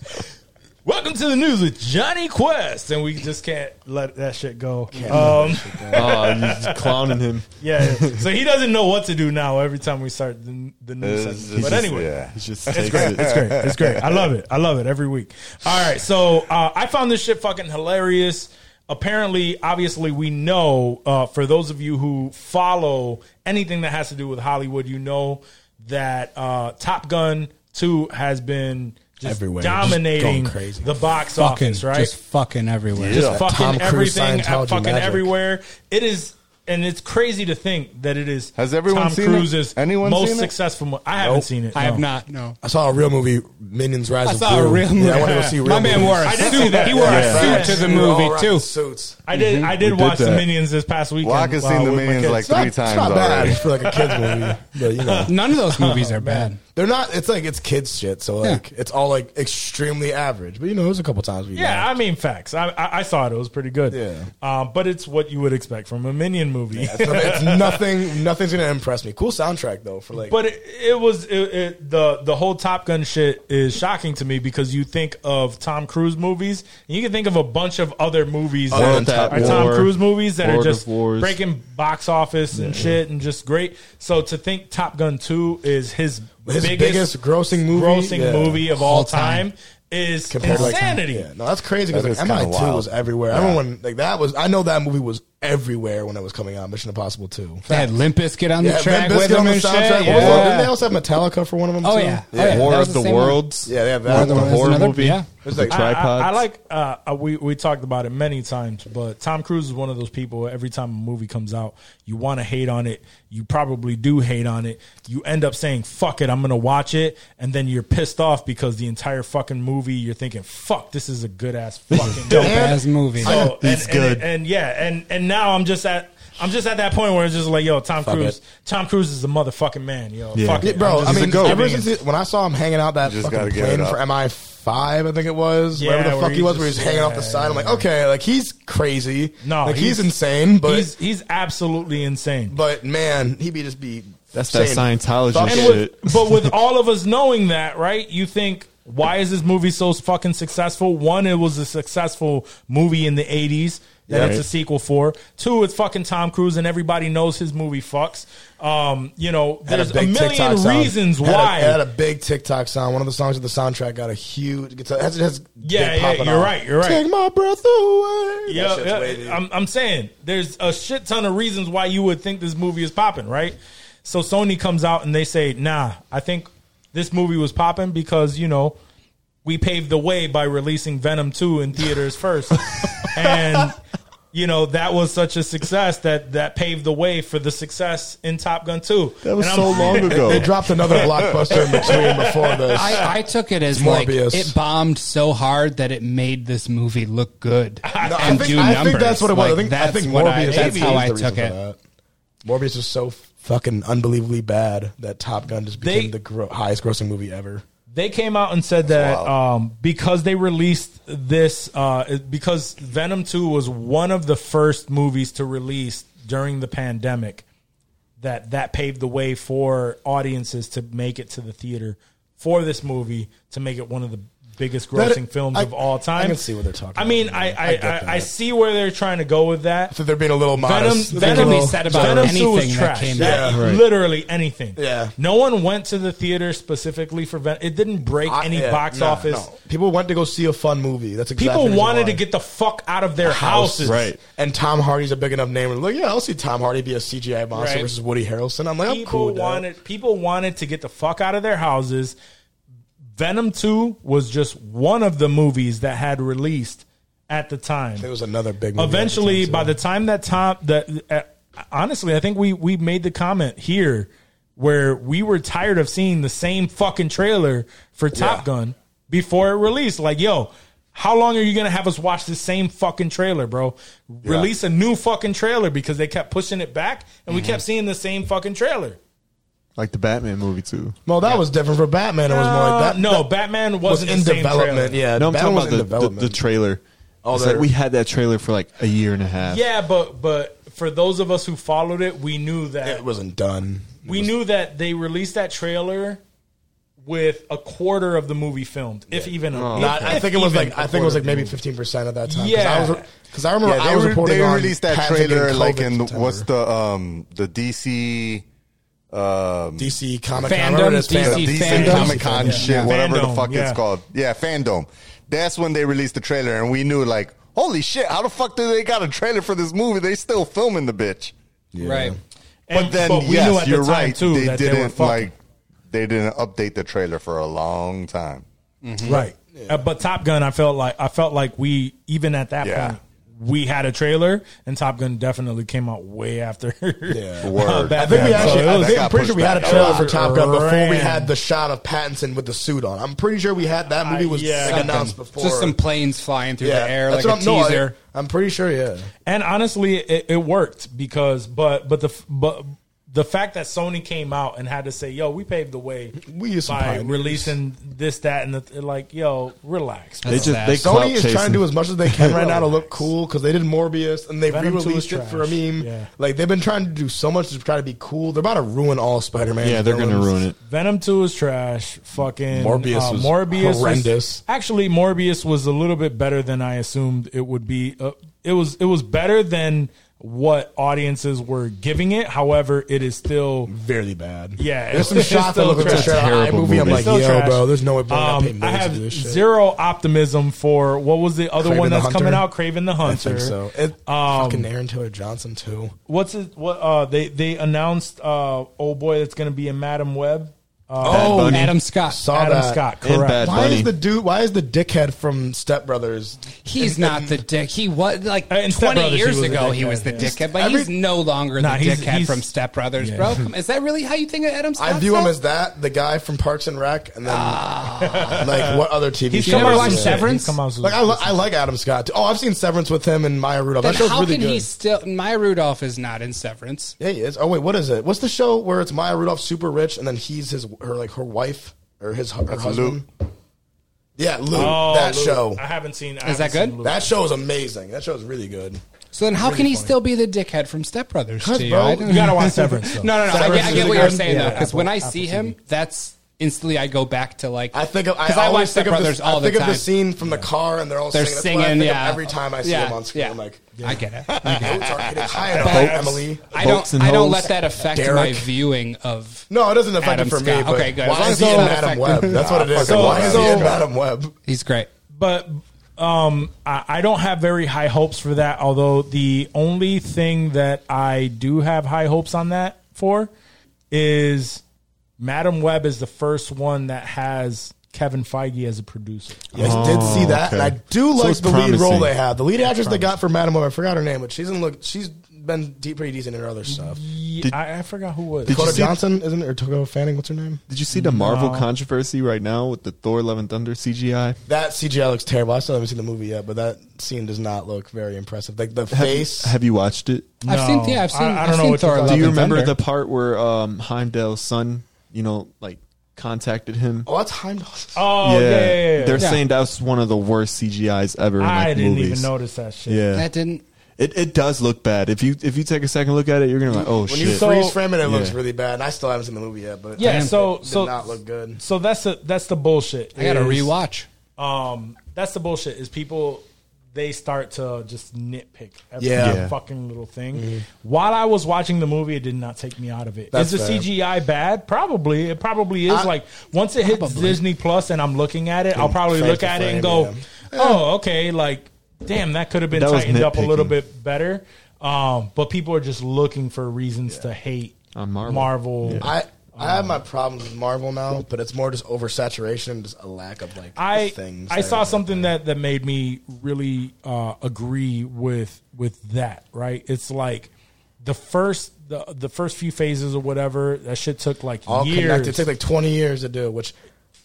Speaker 4: (laughs) Welcome to the news with Johnny Quest, and we just can't let that shit go. Um,
Speaker 6: Oh, you're clowning him.
Speaker 4: yeah, yeah. so he doesn't know what to do now. Every time we start the, the news,
Speaker 8: It's
Speaker 4: segment.
Speaker 8: just-
Speaker 4: but anyway,
Speaker 8: yeah.
Speaker 6: He just takes it.
Speaker 4: it's great. It's great. I love it. I love it every week. All right. So uh, I found this shit fucking hilarious. Apparently, obviously, we know uh, for those of you who follow anything that has to do with Hollywood, you know that uh, Top Gun 2 has been just
Speaker 5: Everywhere. Just
Speaker 4: dominating
Speaker 5: going crazy.
Speaker 4: the box
Speaker 7: Fucking
Speaker 4: office, right?
Speaker 7: just fucking everywhere.
Speaker 4: just
Speaker 5: That Tom
Speaker 4: fucking
Speaker 5: Cruise
Speaker 4: everything,
Speaker 5: Scientology
Speaker 4: fucking
Speaker 5: magic.
Speaker 4: everywhere. It is, and it's crazy to think that it is.
Speaker 8: Has everyone
Speaker 4: Tom
Speaker 8: seen it?
Speaker 4: Cruise's
Speaker 8: Anyone
Speaker 4: most
Speaker 8: seen it?
Speaker 4: successful? mo- I haven't seen it.
Speaker 7: I
Speaker 4: no.
Speaker 7: have not. No.
Speaker 5: I saw a real movie, Minions Rise
Speaker 7: I
Speaker 5: of
Speaker 7: saw a
Speaker 5: Gru.
Speaker 7: real movie.
Speaker 5: Yeah, I wanted to see real
Speaker 7: My man
Speaker 5: movies.
Speaker 7: wore a
Speaker 4: I did see
Speaker 7: suit.
Speaker 4: that.
Speaker 7: He wore
Speaker 4: Yeah.
Speaker 7: a suit to the
Speaker 5: We were all
Speaker 7: movie
Speaker 5: rocking
Speaker 7: too.
Speaker 5: Suits.
Speaker 4: I did.
Speaker 8: Mm-hmm.
Speaker 4: I did
Speaker 6: We did
Speaker 4: watch the
Speaker 6: that.
Speaker 4: Minions this past weekend.
Speaker 8: Well, I can
Speaker 4: uh,
Speaker 8: seen the
Speaker 4: with my
Speaker 8: Minions
Speaker 4: kids.
Speaker 8: like
Speaker 5: It's not,
Speaker 8: three
Speaker 5: (laughs) it's
Speaker 8: times
Speaker 5: not
Speaker 8: (laughs)
Speaker 5: bad
Speaker 8: already.
Speaker 5: for like a kids movie, but you
Speaker 7: (laughs)
Speaker 5: know
Speaker 7: None of those movies are bad.
Speaker 5: they're not. It's like it's kids shit, so like
Speaker 7: Yeah.
Speaker 5: it's all like extremely average. But you know, there's a couple times we
Speaker 4: Yeah,
Speaker 5: laughed.
Speaker 4: I mean facts. I, I I saw it. It was pretty good.
Speaker 5: Yeah.
Speaker 4: Uh, but it's what you would expect from a Minion movie.
Speaker 5: It's nothing- it's nothing. Nothing's gonna impress me. Cool soundtrack though for like.
Speaker 4: but it, it was it, it, the the whole Top Gun shit is shocking to me because you think of Tom Cruise movies, and you can think of a bunch of other movies
Speaker 5: World
Speaker 4: that
Speaker 5: at
Speaker 4: are Tom
Speaker 6: War,
Speaker 4: Cruise movies that
Speaker 6: Lord
Speaker 4: are
Speaker 6: of
Speaker 4: just
Speaker 6: Wars.
Speaker 4: breaking box office and shit and just great. So to think Top Gun Two is his,
Speaker 5: His
Speaker 4: biggest,
Speaker 5: biggest grossing movie?
Speaker 4: grossing
Speaker 5: Yeah.
Speaker 4: movie of all,
Speaker 7: All
Speaker 4: time.
Speaker 7: time.
Speaker 4: is
Speaker 5: compared to like-
Speaker 4: insanity.
Speaker 5: yeah, no, that's crazy because
Speaker 8: That
Speaker 5: like,
Speaker 8: is
Speaker 5: MI
Speaker 8: kinda
Speaker 5: two
Speaker 8: wild.
Speaker 5: was everywhere. Everyone like that was. I know that movie was everywhere when it was coming out. Mission Impossible two.
Speaker 7: They had Limp Bizkit on the
Speaker 5: Yeah,
Speaker 7: track
Speaker 5: Limp
Speaker 7: with
Speaker 5: Bizkit
Speaker 7: them
Speaker 5: on the
Speaker 7: and shit.
Speaker 5: soundtrack. What was
Speaker 7: Yeah.
Speaker 5: that? Didn't they also have Metallica for one of them?
Speaker 7: Oh
Speaker 5: too?
Speaker 7: yeah. Oh, yeah.
Speaker 6: War
Speaker 7: That was
Speaker 6: of the,
Speaker 7: same one.
Speaker 6: Worlds.
Speaker 5: Yeah, they have
Speaker 6: War
Speaker 5: that.
Speaker 6: of the
Speaker 5: That was
Speaker 6: horror
Speaker 7: another-
Speaker 6: movie.
Speaker 7: yeah.
Speaker 5: It's like-
Speaker 6: the
Speaker 5: I- I-
Speaker 4: I-
Speaker 6: tripods.
Speaker 4: I, I like. Uh, uh, we we talked about it many times, but Tom Cruise is one of those people. where Every time a movie comes out, you want to hate on it. You probably do hate on it. You end up saying "fuck it," I'm gonna watch it, and then you're pissed off because the entire fucking movie you're thinking "fuck, this is a good ass fucking
Speaker 7: Dope
Speaker 4: movie."
Speaker 7: ass movie.
Speaker 4: So and,
Speaker 6: He's
Speaker 4: and-
Speaker 6: good.
Speaker 4: and, yeah, and and now I'm just at. I'm just at that point where it's just like, yo, Tom Cruise.
Speaker 5: it.
Speaker 4: Tom Cruise is a motherfucking man, yo. Fuck
Speaker 5: Yeah,
Speaker 4: it.
Speaker 5: bro,
Speaker 4: I'm
Speaker 5: I
Speaker 4: just-
Speaker 5: mean,
Speaker 4: I
Speaker 5: ever
Speaker 4: mean,
Speaker 5: since he- when I saw him hanging out that
Speaker 8: You just
Speaker 5: fucking
Speaker 8: gotta get it
Speaker 5: plane
Speaker 8: up.
Speaker 5: for MI five, I think it was,
Speaker 4: Yeah,
Speaker 5: wherever the
Speaker 4: where
Speaker 5: fuck he
Speaker 4: he
Speaker 5: was, where he was
Speaker 4: just-
Speaker 5: hanging off the
Speaker 4: yeah,
Speaker 5: side. I'm like,
Speaker 4: yeah.
Speaker 5: okay, like he's crazy.
Speaker 4: No,
Speaker 5: like he's,
Speaker 4: he's-
Speaker 5: insane, but
Speaker 4: he's he's absolutely insane.
Speaker 5: but man, he be just be
Speaker 6: That's that
Speaker 5: saying
Speaker 6: Scientology
Speaker 5: fuck
Speaker 6: shit.
Speaker 5: it.
Speaker 4: And with, but with all of us knowing that, right? You think why is this movie so fucking successful? One, it was a successful movie in the '80s that
Speaker 6: Yeah.
Speaker 4: it's a
Speaker 6: Right.
Speaker 4: sequel for. Two, it's fucking Tom Cruise, and everybody knows his movie fucks. Um, you know,
Speaker 5: Had
Speaker 4: there's a, million
Speaker 5: sound.
Speaker 4: reasons
Speaker 5: Had a-
Speaker 4: why.
Speaker 5: had a big TikTok sound. One of the songs of the soundtrack got a huge. It has, it has
Speaker 4: Yeah,
Speaker 5: been
Speaker 4: yeah,
Speaker 5: popping
Speaker 4: you're
Speaker 5: off.
Speaker 4: right, you're right.
Speaker 5: Take my breath away.
Speaker 4: yeah,
Speaker 5: That shit's
Speaker 4: yeah,
Speaker 5: way deep.
Speaker 4: I'm, I'm saying there's a shit ton of reasons why you would think this movie is popping, right? So Sony comes out and they say, "Nah, I think this movie was popping because you know we paved the way by releasing Venom 2 in
Speaker 5: (laughs)
Speaker 4: theaters first, and you know that was such a success that that paved the way for the success in Top Gun 2."
Speaker 6: That was
Speaker 4: And
Speaker 6: so
Speaker 4: I'm-
Speaker 6: long
Speaker 5: They
Speaker 6: ago.
Speaker 5: dropped another blockbuster in between before this.
Speaker 7: I, I took it as like
Speaker 5: Morbius.
Speaker 7: it bombed so hard that it made this movie look good
Speaker 5: No,
Speaker 7: and
Speaker 5: I think,
Speaker 7: do
Speaker 5: I
Speaker 7: numbers.
Speaker 5: think that's what it was.
Speaker 7: Like,
Speaker 5: I think
Speaker 7: that's
Speaker 5: I think
Speaker 7: what
Speaker 5: Morbius.
Speaker 7: I, that's
Speaker 5: is
Speaker 7: how
Speaker 5: the
Speaker 7: I
Speaker 5: reason
Speaker 7: took
Speaker 5: for
Speaker 7: it.
Speaker 5: that. Morbius is so fucking unbelievably bad that Top Gun just became
Speaker 4: They-
Speaker 5: the gro- highest grossing movie ever.
Speaker 4: they came out and said that um, because they released this uh, it- because venom 2 was one of the first movies to release during the pandemic that that paved the way for audiences to make it to the theater for this movie to make it one of the biggest
Speaker 5: That-
Speaker 4: grossing films
Speaker 5: I-
Speaker 4: of all time
Speaker 5: I can see what they're talking
Speaker 4: i mean
Speaker 5: about,
Speaker 4: i
Speaker 5: man.
Speaker 4: I,
Speaker 5: I
Speaker 4: I,
Speaker 5: get that.
Speaker 4: I see where they're trying to go with that
Speaker 5: So they're being a little
Speaker 4: Venom,
Speaker 5: modest. They're
Speaker 4: Venom,
Speaker 5: being a
Speaker 7: be
Speaker 5: little-
Speaker 7: said about
Speaker 4: Venom 2 was
Speaker 7: anything that
Speaker 4: trash.
Speaker 7: came
Speaker 5: out. Yeah.
Speaker 4: Literally anything.
Speaker 5: Yeah.
Speaker 4: No one went to the theater specifically for Venom. It didn't break
Speaker 5: I-
Speaker 4: any
Speaker 5: yeah,
Speaker 4: box
Speaker 5: nah,
Speaker 4: office.
Speaker 5: no. People went to go see a fun movie. That's exactly
Speaker 4: People
Speaker 5: the reason
Speaker 4: wanted
Speaker 5: why.
Speaker 4: to get the fuck out of their houses.
Speaker 6: Right.
Speaker 5: And Tom Hardy's a big enough name. Look, yeah, I'll see Tom Hardy be a CGI monster
Speaker 4: Right.
Speaker 5: versus Woody Harrelson. I'm like, I'm
Speaker 4: People
Speaker 5: cool. With that.
Speaker 4: wanted people wanted to get the fuck out of their houses. Venom 2 was just one of the movies that had released at the time.
Speaker 5: It was another big. Movie
Speaker 4: eventually
Speaker 5: at
Speaker 4: by
Speaker 5: time,
Speaker 4: the time that Tom that uh, honestly I think we we made the comment here where we were tired of seeing the same fucking trailer for Top
Speaker 5: Yeah.
Speaker 4: Gun before it released like yo how long are you going to have us watch the same fucking trailer bro release a new fucking trailer because they kept pushing it back
Speaker 5: Mm-hmm.
Speaker 4: and we kept seeing the same fucking trailer
Speaker 6: like the Batman movie too.
Speaker 5: Well, that was different for Batman. It was more
Speaker 4: Uh,
Speaker 5: like that.
Speaker 4: no
Speaker 5: that
Speaker 4: Batman
Speaker 5: was
Speaker 4: wasn't
Speaker 5: in
Speaker 4: the same
Speaker 5: development.
Speaker 4: trailer.
Speaker 5: Yeah,
Speaker 6: No, I'm
Speaker 5: Batman was
Speaker 6: talking
Speaker 5: in
Speaker 6: about the, the, the
Speaker 5: development.
Speaker 6: trailer.
Speaker 5: Oh,
Speaker 6: it's
Speaker 5: that-
Speaker 6: like we had that trailer for like a year and a half.
Speaker 4: yeah but but for those of us who followed it we knew that
Speaker 5: It wasn't done.
Speaker 4: we knew that they released that trailer with a quarter of the movie filmed, if even. if-
Speaker 5: Not, I
Speaker 4: if
Speaker 5: think it was
Speaker 4: even
Speaker 5: like
Speaker 4: a
Speaker 5: I think it was
Speaker 4: quarter.
Speaker 5: like maybe fifteen percent at that time.
Speaker 4: Yeah.
Speaker 5: because I remember
Speaker 8: Yeah, they,
Speaker 5: I was
Speaker 8: re-
Speaker 5: reporting
Speaker 8: they
Speaker 5: on
Speaker 8: released that
Speaker 5: Patton getting
Speaker 8: trailer
Speaker 5: COVID
Speaker 8: like in the,
Speaker 5: September.
Speaker 8: what's the um the DC um
Speaker 5: DC Comic Con.
Speaker 7: Fandom,
Speaker 5: I remember it as
Speaker 7: DC
Speaker 5: Fandom.
Speaker 8: DC
Speaker 7: Fandom.
Speaker 8: Comic Con
Speaker 5: Yeah.
Speaker 8: shit,
Speaker 4: Yeah.
Speaker 8: whatever the
Speaker 4: Fandom,
Speaker 8: fuck
Speaker 4: yeah.
Speaker 8: it's called. Yeah, fandom. That's when they released the trailer, and we knew like, holy shit, how the fuck do they got a trailer for this movie? They still filming the bitch.
Speaker 7: Right.
Speaker 4: And-
Speaker 8: But then,
Speaker 4: but we
Speaker 8: yes,
Speaker 4: knew at the
Speaker 8: you're
Speaker 4: time,
Speaker 8: right.
Speaker 4: too,
Speaker 8: they
Speaker 4: that they were
Speaker 8: didn't
Speaker 4: fucking.
Speaker 8: like they didn't update the trailer for a long time.
Speaker 4: right. Uh, but Top Gun, I felt like I felt like we even at that
Speaker 8: Yeah.
Speaker 4: point we had a trailer, and Top Gun definitely came out way after. Yeah, (laughs)
Speaker 8: Word.
Speaker 5: I think we
Speaker 8: Yeah, so
Speaker 5: actually.
Speaker 8: it
Speaker 5: I
Speaker 8: was-
Speaker 5: think
Speaker 8: that
Speaker 5: I'm
Speaker 8: got
Speaker 5: pretty sure we
Speaker 8: pushed
Speaker 5: had a
Speaker 8: back a
Speaker 5: trailer
Speaker 8: lot.
Speaker 5: for Top Gun before we
Speaker 4: Ran.
Speaker 5: had the shot of Pattinson with the suit on. I'm pretty sure we had that movie was
Speaker 4: I- Uh, yeah.
Speaker 5: like, announced before.
Speaker 7: Just some planes flying through the air
Speaker 5: that's
Speaker 7: like a
Speaker 5: what I'm- no, I-
Speaker 7: teaser.
Speaker 5: I'm pretty sure. Yeah,
Speaker 4: and honestly, it, it worked because, but but the f- but the fact that Sony came out and had to say, "Yo, we paved the way
Speaker 5: We are some
Speaker 4: by
Speaker 5: pioneers.
Speaker 4: releasing this, that, and the, like, yo, relax."
Speaker 6: They
Speaker 7: That's
Speaker 6: just
Speaker 7: sad.
Speaker 6: they
Speaker 5: Sony
Speaker 6: clout
Speaker 5: is
Speaker 6: chasing.
Speaker 5: trying to do as much as they can right now to look cool because they did Morbius and they
Speaker 4: Venom 2 is
Speaker 5: re-released it for a
Speaker 4: trash.
Speaker 5: meme.
Speaker 4: Yeah.
Speaker 5: Like they've been trying to do so much to try to be cool. They're about to ruin all Spider-Man.
Speaker 6: yeah, they're gonna
Speaker 5: villains.
Speaker 6: ruin it.
Speaker 4: Venom Two is trash. Fucking
Speaker 5: Morbius
Speaker 4: uh,
Speaker 5: was
Speaker 4: Morbius was-
Speaker 5: horrendous.
Speaker 4: actually, Morbius was a little bit better than I assumed it would be. Uh, it was it was better than what audiences were giving it. However, it is still
Speaker 5: Very bad.
Speaker 4: Yeah,
Speaker 5: There's
Speaker 4: (laughs) it's-
Speaker 5: some
Speaker 4: it's
Speaker 5: shots that
Speaker 4: still
Speaker 5: look like
Speaker 4: trash.
Speaker 5: straight out of
Speaker 8: Terrible
Speaker 5: iMovie. I'm like,
Speaker 8: movie.
Speaker 4: It's still
Speaker 5: yo,
Speaker 4: trash.
Speaker 5: bro, there's no way we're
Speaker 4: Um,
Speaker 5: not paying
Speaker 4: I
Speaker 5: millions
Speaker 4: have
Speaker 5: to do this shit.
Speaker 4: zero optimism for what was the other
Speaker 5: Kraven
Speaker 4: one
Speaker 5: the
Speaker 4: that's coming
Speaker 5: Hunter?
Speaker 4: out? Craven the
Speaker 5: I
Speaker 4: Hunter.
Speaker 5: think so. It,
Speaker 4: Um,
Speaker 5: fucking Aaron Taylor Johnson too.
Speaker 4: What's it? What uh, they they announced? Uh, oh boy, that's going to be in Madam Web.
Speaker 7: Oh,
Speaker 6: Bunny.
Speaker 7: Adam Scott.
Speaker 5: Saw
Speaker 4: Adam
Speaker 5: that.
Speaker 4: Scott,
Speaker 6: And
Speaker 4: correct.
Speaker 6: Bad
Speaker 5: Why
Speaker 6: Bunny.
Speaker 5: is the dude? Why is the dickhead from Step Brothers?
Speaker 7: He's not the dick. He was like
Speaker 4: Uh, in Step
Speaker 7: twenty
Speaker 4: Brothers, he
Speaker 7: years
Speaker 4: was a
Speaker 7: ago. He
Speaker 4: dickhead,
Speaker 7: was the
Speaker 4: yeah.
Speaker 7: dickhead, but
Speaker 5: Every-
Speaker 7: he's no longer
Speaker 4: Nah,
Speaker 7: the
Speaker 4: he's-
Speaker 7: dickhead
Speaker 4: he's-
Speaker 7: from Step Brothers,
Speaker 4: Yeah.
Speaker 7: bro. Come- Is that really how you think of Adam Scott?
Speaker 5: I view him
Speaker 7: though?
Speaker 5: as that the guy from Parks and Rec, and then like what other TV?
Speaker 4: Ah. He's
Speaker 5: shows?
Speaker 7: You
Speaker 4: come
Speaker 7: ever
Speaker 4: out
Speaker 7: watch
Speaker 4: with shit.
Speaker 7: Severance?
Speaker 4: He's come out with-
Speaker 5: Like I, li- I like Adam Scott. too. Oh, I've seen Severance with him and Maya Rudolph.
Speaker 7: Then
Speaker 5: that show's
Speaker 7: how
Speaker 5: really
Speaker 7: can
Speaker 5: good.
Speaker 7: he still? Maya Rudolph is not in Severance.
Speaker 5: yeah, he is. Oh wait, what is it? What's the show where it's Maya Rudolph super rich and then he's his her like her wife or his her husband? Yeah, Lou.
Speaker 4: Oh,
Speaker 5: that
Speaker 4: Luke.
Speaker 5: show.
Speaker 4: I haven't seen. I
Speaker 7: Is
Speaker 4: haven't
Speaker 7: that
Speaker 4: seen
Speaker 7: good?
Speaker 4: Luke.
Speaker 5: That show is amazing. That show is really good.
Speaker 7: So then, how can he still be the dickhead from Step Brothers? To you?
Speaker 5: bro,
Speaker 7: I don't-
Speaker 4: You gotta watch
Speaker 5: (laughs)
Speaker 4: Severance. Though.
Speaker 7: No, no, no. I
Speaker 5: Severance
Speaker 7: get, I
Speaker 5: is
Speaker 7: get
Speaker 5: the
Speaker 7: what
Speaker 5: good-
Speaker 7: you're saying
Speaker 5: yeah,
Speaker 7: though, because
Speaker 4: Apple-
Speaker 7: when I
Speaker 4: Apple
Speaker 7: see
Speaker 4: TV.
Speaker 7: him, that's instantly I go back to like
Speaker 5: I think of
Speaker 7: because I, watch
Speaker 5: always
Speaker 7: Step
Speaker 5: think of
Speaker 7: Brothers
Speaker 5: this-
Speaker 7: all the
Speaker 5: I think
Speaker 7: time.
Speaker 5: of the scene from the car and they're all
Speaker 7: They're
Speaker 5: singing. That's what I
Speaker 7: singing,
Speaker 5: think of
Speaker 7: yeah.
Speaker 5: every time I see
Speaker 7: yeah,
Speaker 5: him on screen,
Speaker 7: yeah.
Speaker 5: I'm like,
Speaker 7: I
Speaker 5: (laughs)
Speaker 7: get it.
Speaker 5: "Notes are getting high enough,
Speaker 7: But-
Speaker 5: Emily."
Speaker 7: I
Speaker 6: Boats
Speaker 7: don't.
Speaker 6: and
Speaker 7: I don't
Speaker 6: hoes.
Speaker 7: let that affect my
Speaker 5: Derek.
Speaker 7: viewing of.
Speaker 5: No, it doesn't affect
Speaker 7: Adam
Speaker 5: it for me.
Speaker 7: Scott.
Speaker 5: But
Speaker 7: Okay, good. As
Speaker 5: Why
Speaker 7: long
Speaker 5: is
Speaker 7: as
Speaker 5: he
Speaker 7: it's
Speaker 5: in
Speaker 7: not
Speaker 5: Madam
Speaker 7: affecting-
Speaker 5: Web? That's what it is.
Speaker 4: So-
Speaker 5: why is he
Speaker 4: so-
Speaker 5: in Madam Web?
Speaker 7: He's great.
Speaker 4: but um, I, I don't have very high hopes for that. Although the only thing that I do have high hopes on that for is Madam Web is the first one that has Kevin Feige as a producer.
Speaker 5: I did see that, and I do
Speaker 6: So
Speaker 5: like
Speaker 6: it's
Speaker 5: the lead role
Speaker 6: promising.
Speaker 5: they have. The lead actress they got for Madam Web, I forgot her name, but she's in look. She's been de- pretty decent in her other stuff.
Speaker 4: Yeah,
Speaker 6: Did-
Speaker 4: I, I forgot who was.
Speaker 6: Did you
Speaker 5: Dakota
Speaker 6: see-
Speaker 5: Johnson, isn't it? Or Dakota Fanning? What's her name?
Speaker 6: Did you see the Marvel controversy right now with the Thor Love and Thunder CGI?
Speaker 5: That CGI looks terrible. I still haven't seen the movie yet, but that scene does not look very impressive. Like the face.
Speaker 6: Have you watched it?
Speaker 7: I've seen. Yeah, I've
Speaker 4: I-
Speaker 7: seen.
Speaker 4: I
Speaker 7: I,
Speaker 4: don't
Speaker 7: have
Speaker 4: know
Speaker 7: seen
Speaker 4: what
Speaker 7: Thor.
Speaker 4: you're
Speaker 7: Love
Speaker 6: Do you
Speaker 7: and
Speaker 6: remember
Speaker 7: Thunder.
Speaker 6: the part where um, Heimdall's son, you know, like contacted him?
Speaker 5: oh, that's Heimdall.
Speaker 4: oh yeah, yeah, yeah, yeah.
Speaker 6: They're
Speaker 7: Yeah.
Speaker 6: saying that's one of the worst CGI's ever. In,
Speaker 4: I
Speaker 6: like,
Speaker 4: didn't
Speaker 6: movies.
Speaker 4: even notice that shit.
Speaker 6: Yeah,
Speaker 7: That didn't.
Speaker 6: it, it does look bad. If you if you take a second look at it, you're gonna be like, oh
Speaker 5: When
Speaker 6: shit.
Speaker 5: you freeze frame it, it
Speaker 6: Yeah.
Speaker 5: looks really bad. And I still haven't seen the movie yet, but
Speaker 4: Yeah, so-
Speaker 5: it did
Speaker 4: so-
Speaker 5: not look good.
Speaker 4: So that's the that's the bullshit.
Speaker 7: I gotta
Speaker 4: is-
Speaker 7: rewatch.
Speaker 4: Um, that's the bullshit. Is people they start to just nitpick every
Speaker 5: Yeah. Mm-hmm.
Speaker 6: Yeah.
Speaker 4: fucking little thing. While I was watching the movie, it did not take me out of it. Is
Speaker 5: That's
Speaker 4: the
Speaker 5: fair.
Speaker 4: CGI bad? Probably. It probably is.
Speaker 5: I-
Speaker 4: like once it hits Disney Plus and I'm looking at it, I'll probably
Speaker 5: frame
Speaker 4: look
Speaker 5: to
Speaker 4: at it and go,
Speaker 5: frame,
Speaker 4: "Oh, okay." Like, damn, that could have been
Speaker 6: That was
Speaker 4: tightened up a little
Speaker 6: nitpicking.
Speaker 4: bit better. Um, but people are just looking for reasons to hate
Speaker 6: On Marvel. Yeah.
Speaker 5: I I have my problems with Marvel now, but it's more just oversaturation and just a lack of like
Speaker 4: I
Speaker 5: things.
Speaker 4: I
Speaker 5: that
Speaker 4: saw
Speaker 5: are-
Speaker 4: something that that made me really uh, agree with with that. Right, it's like the first the the first few phases or whatever that shit took like
Speaker 5: all
Speaker 4: years.
Speaker 5: connected. It took like twenty years to do, which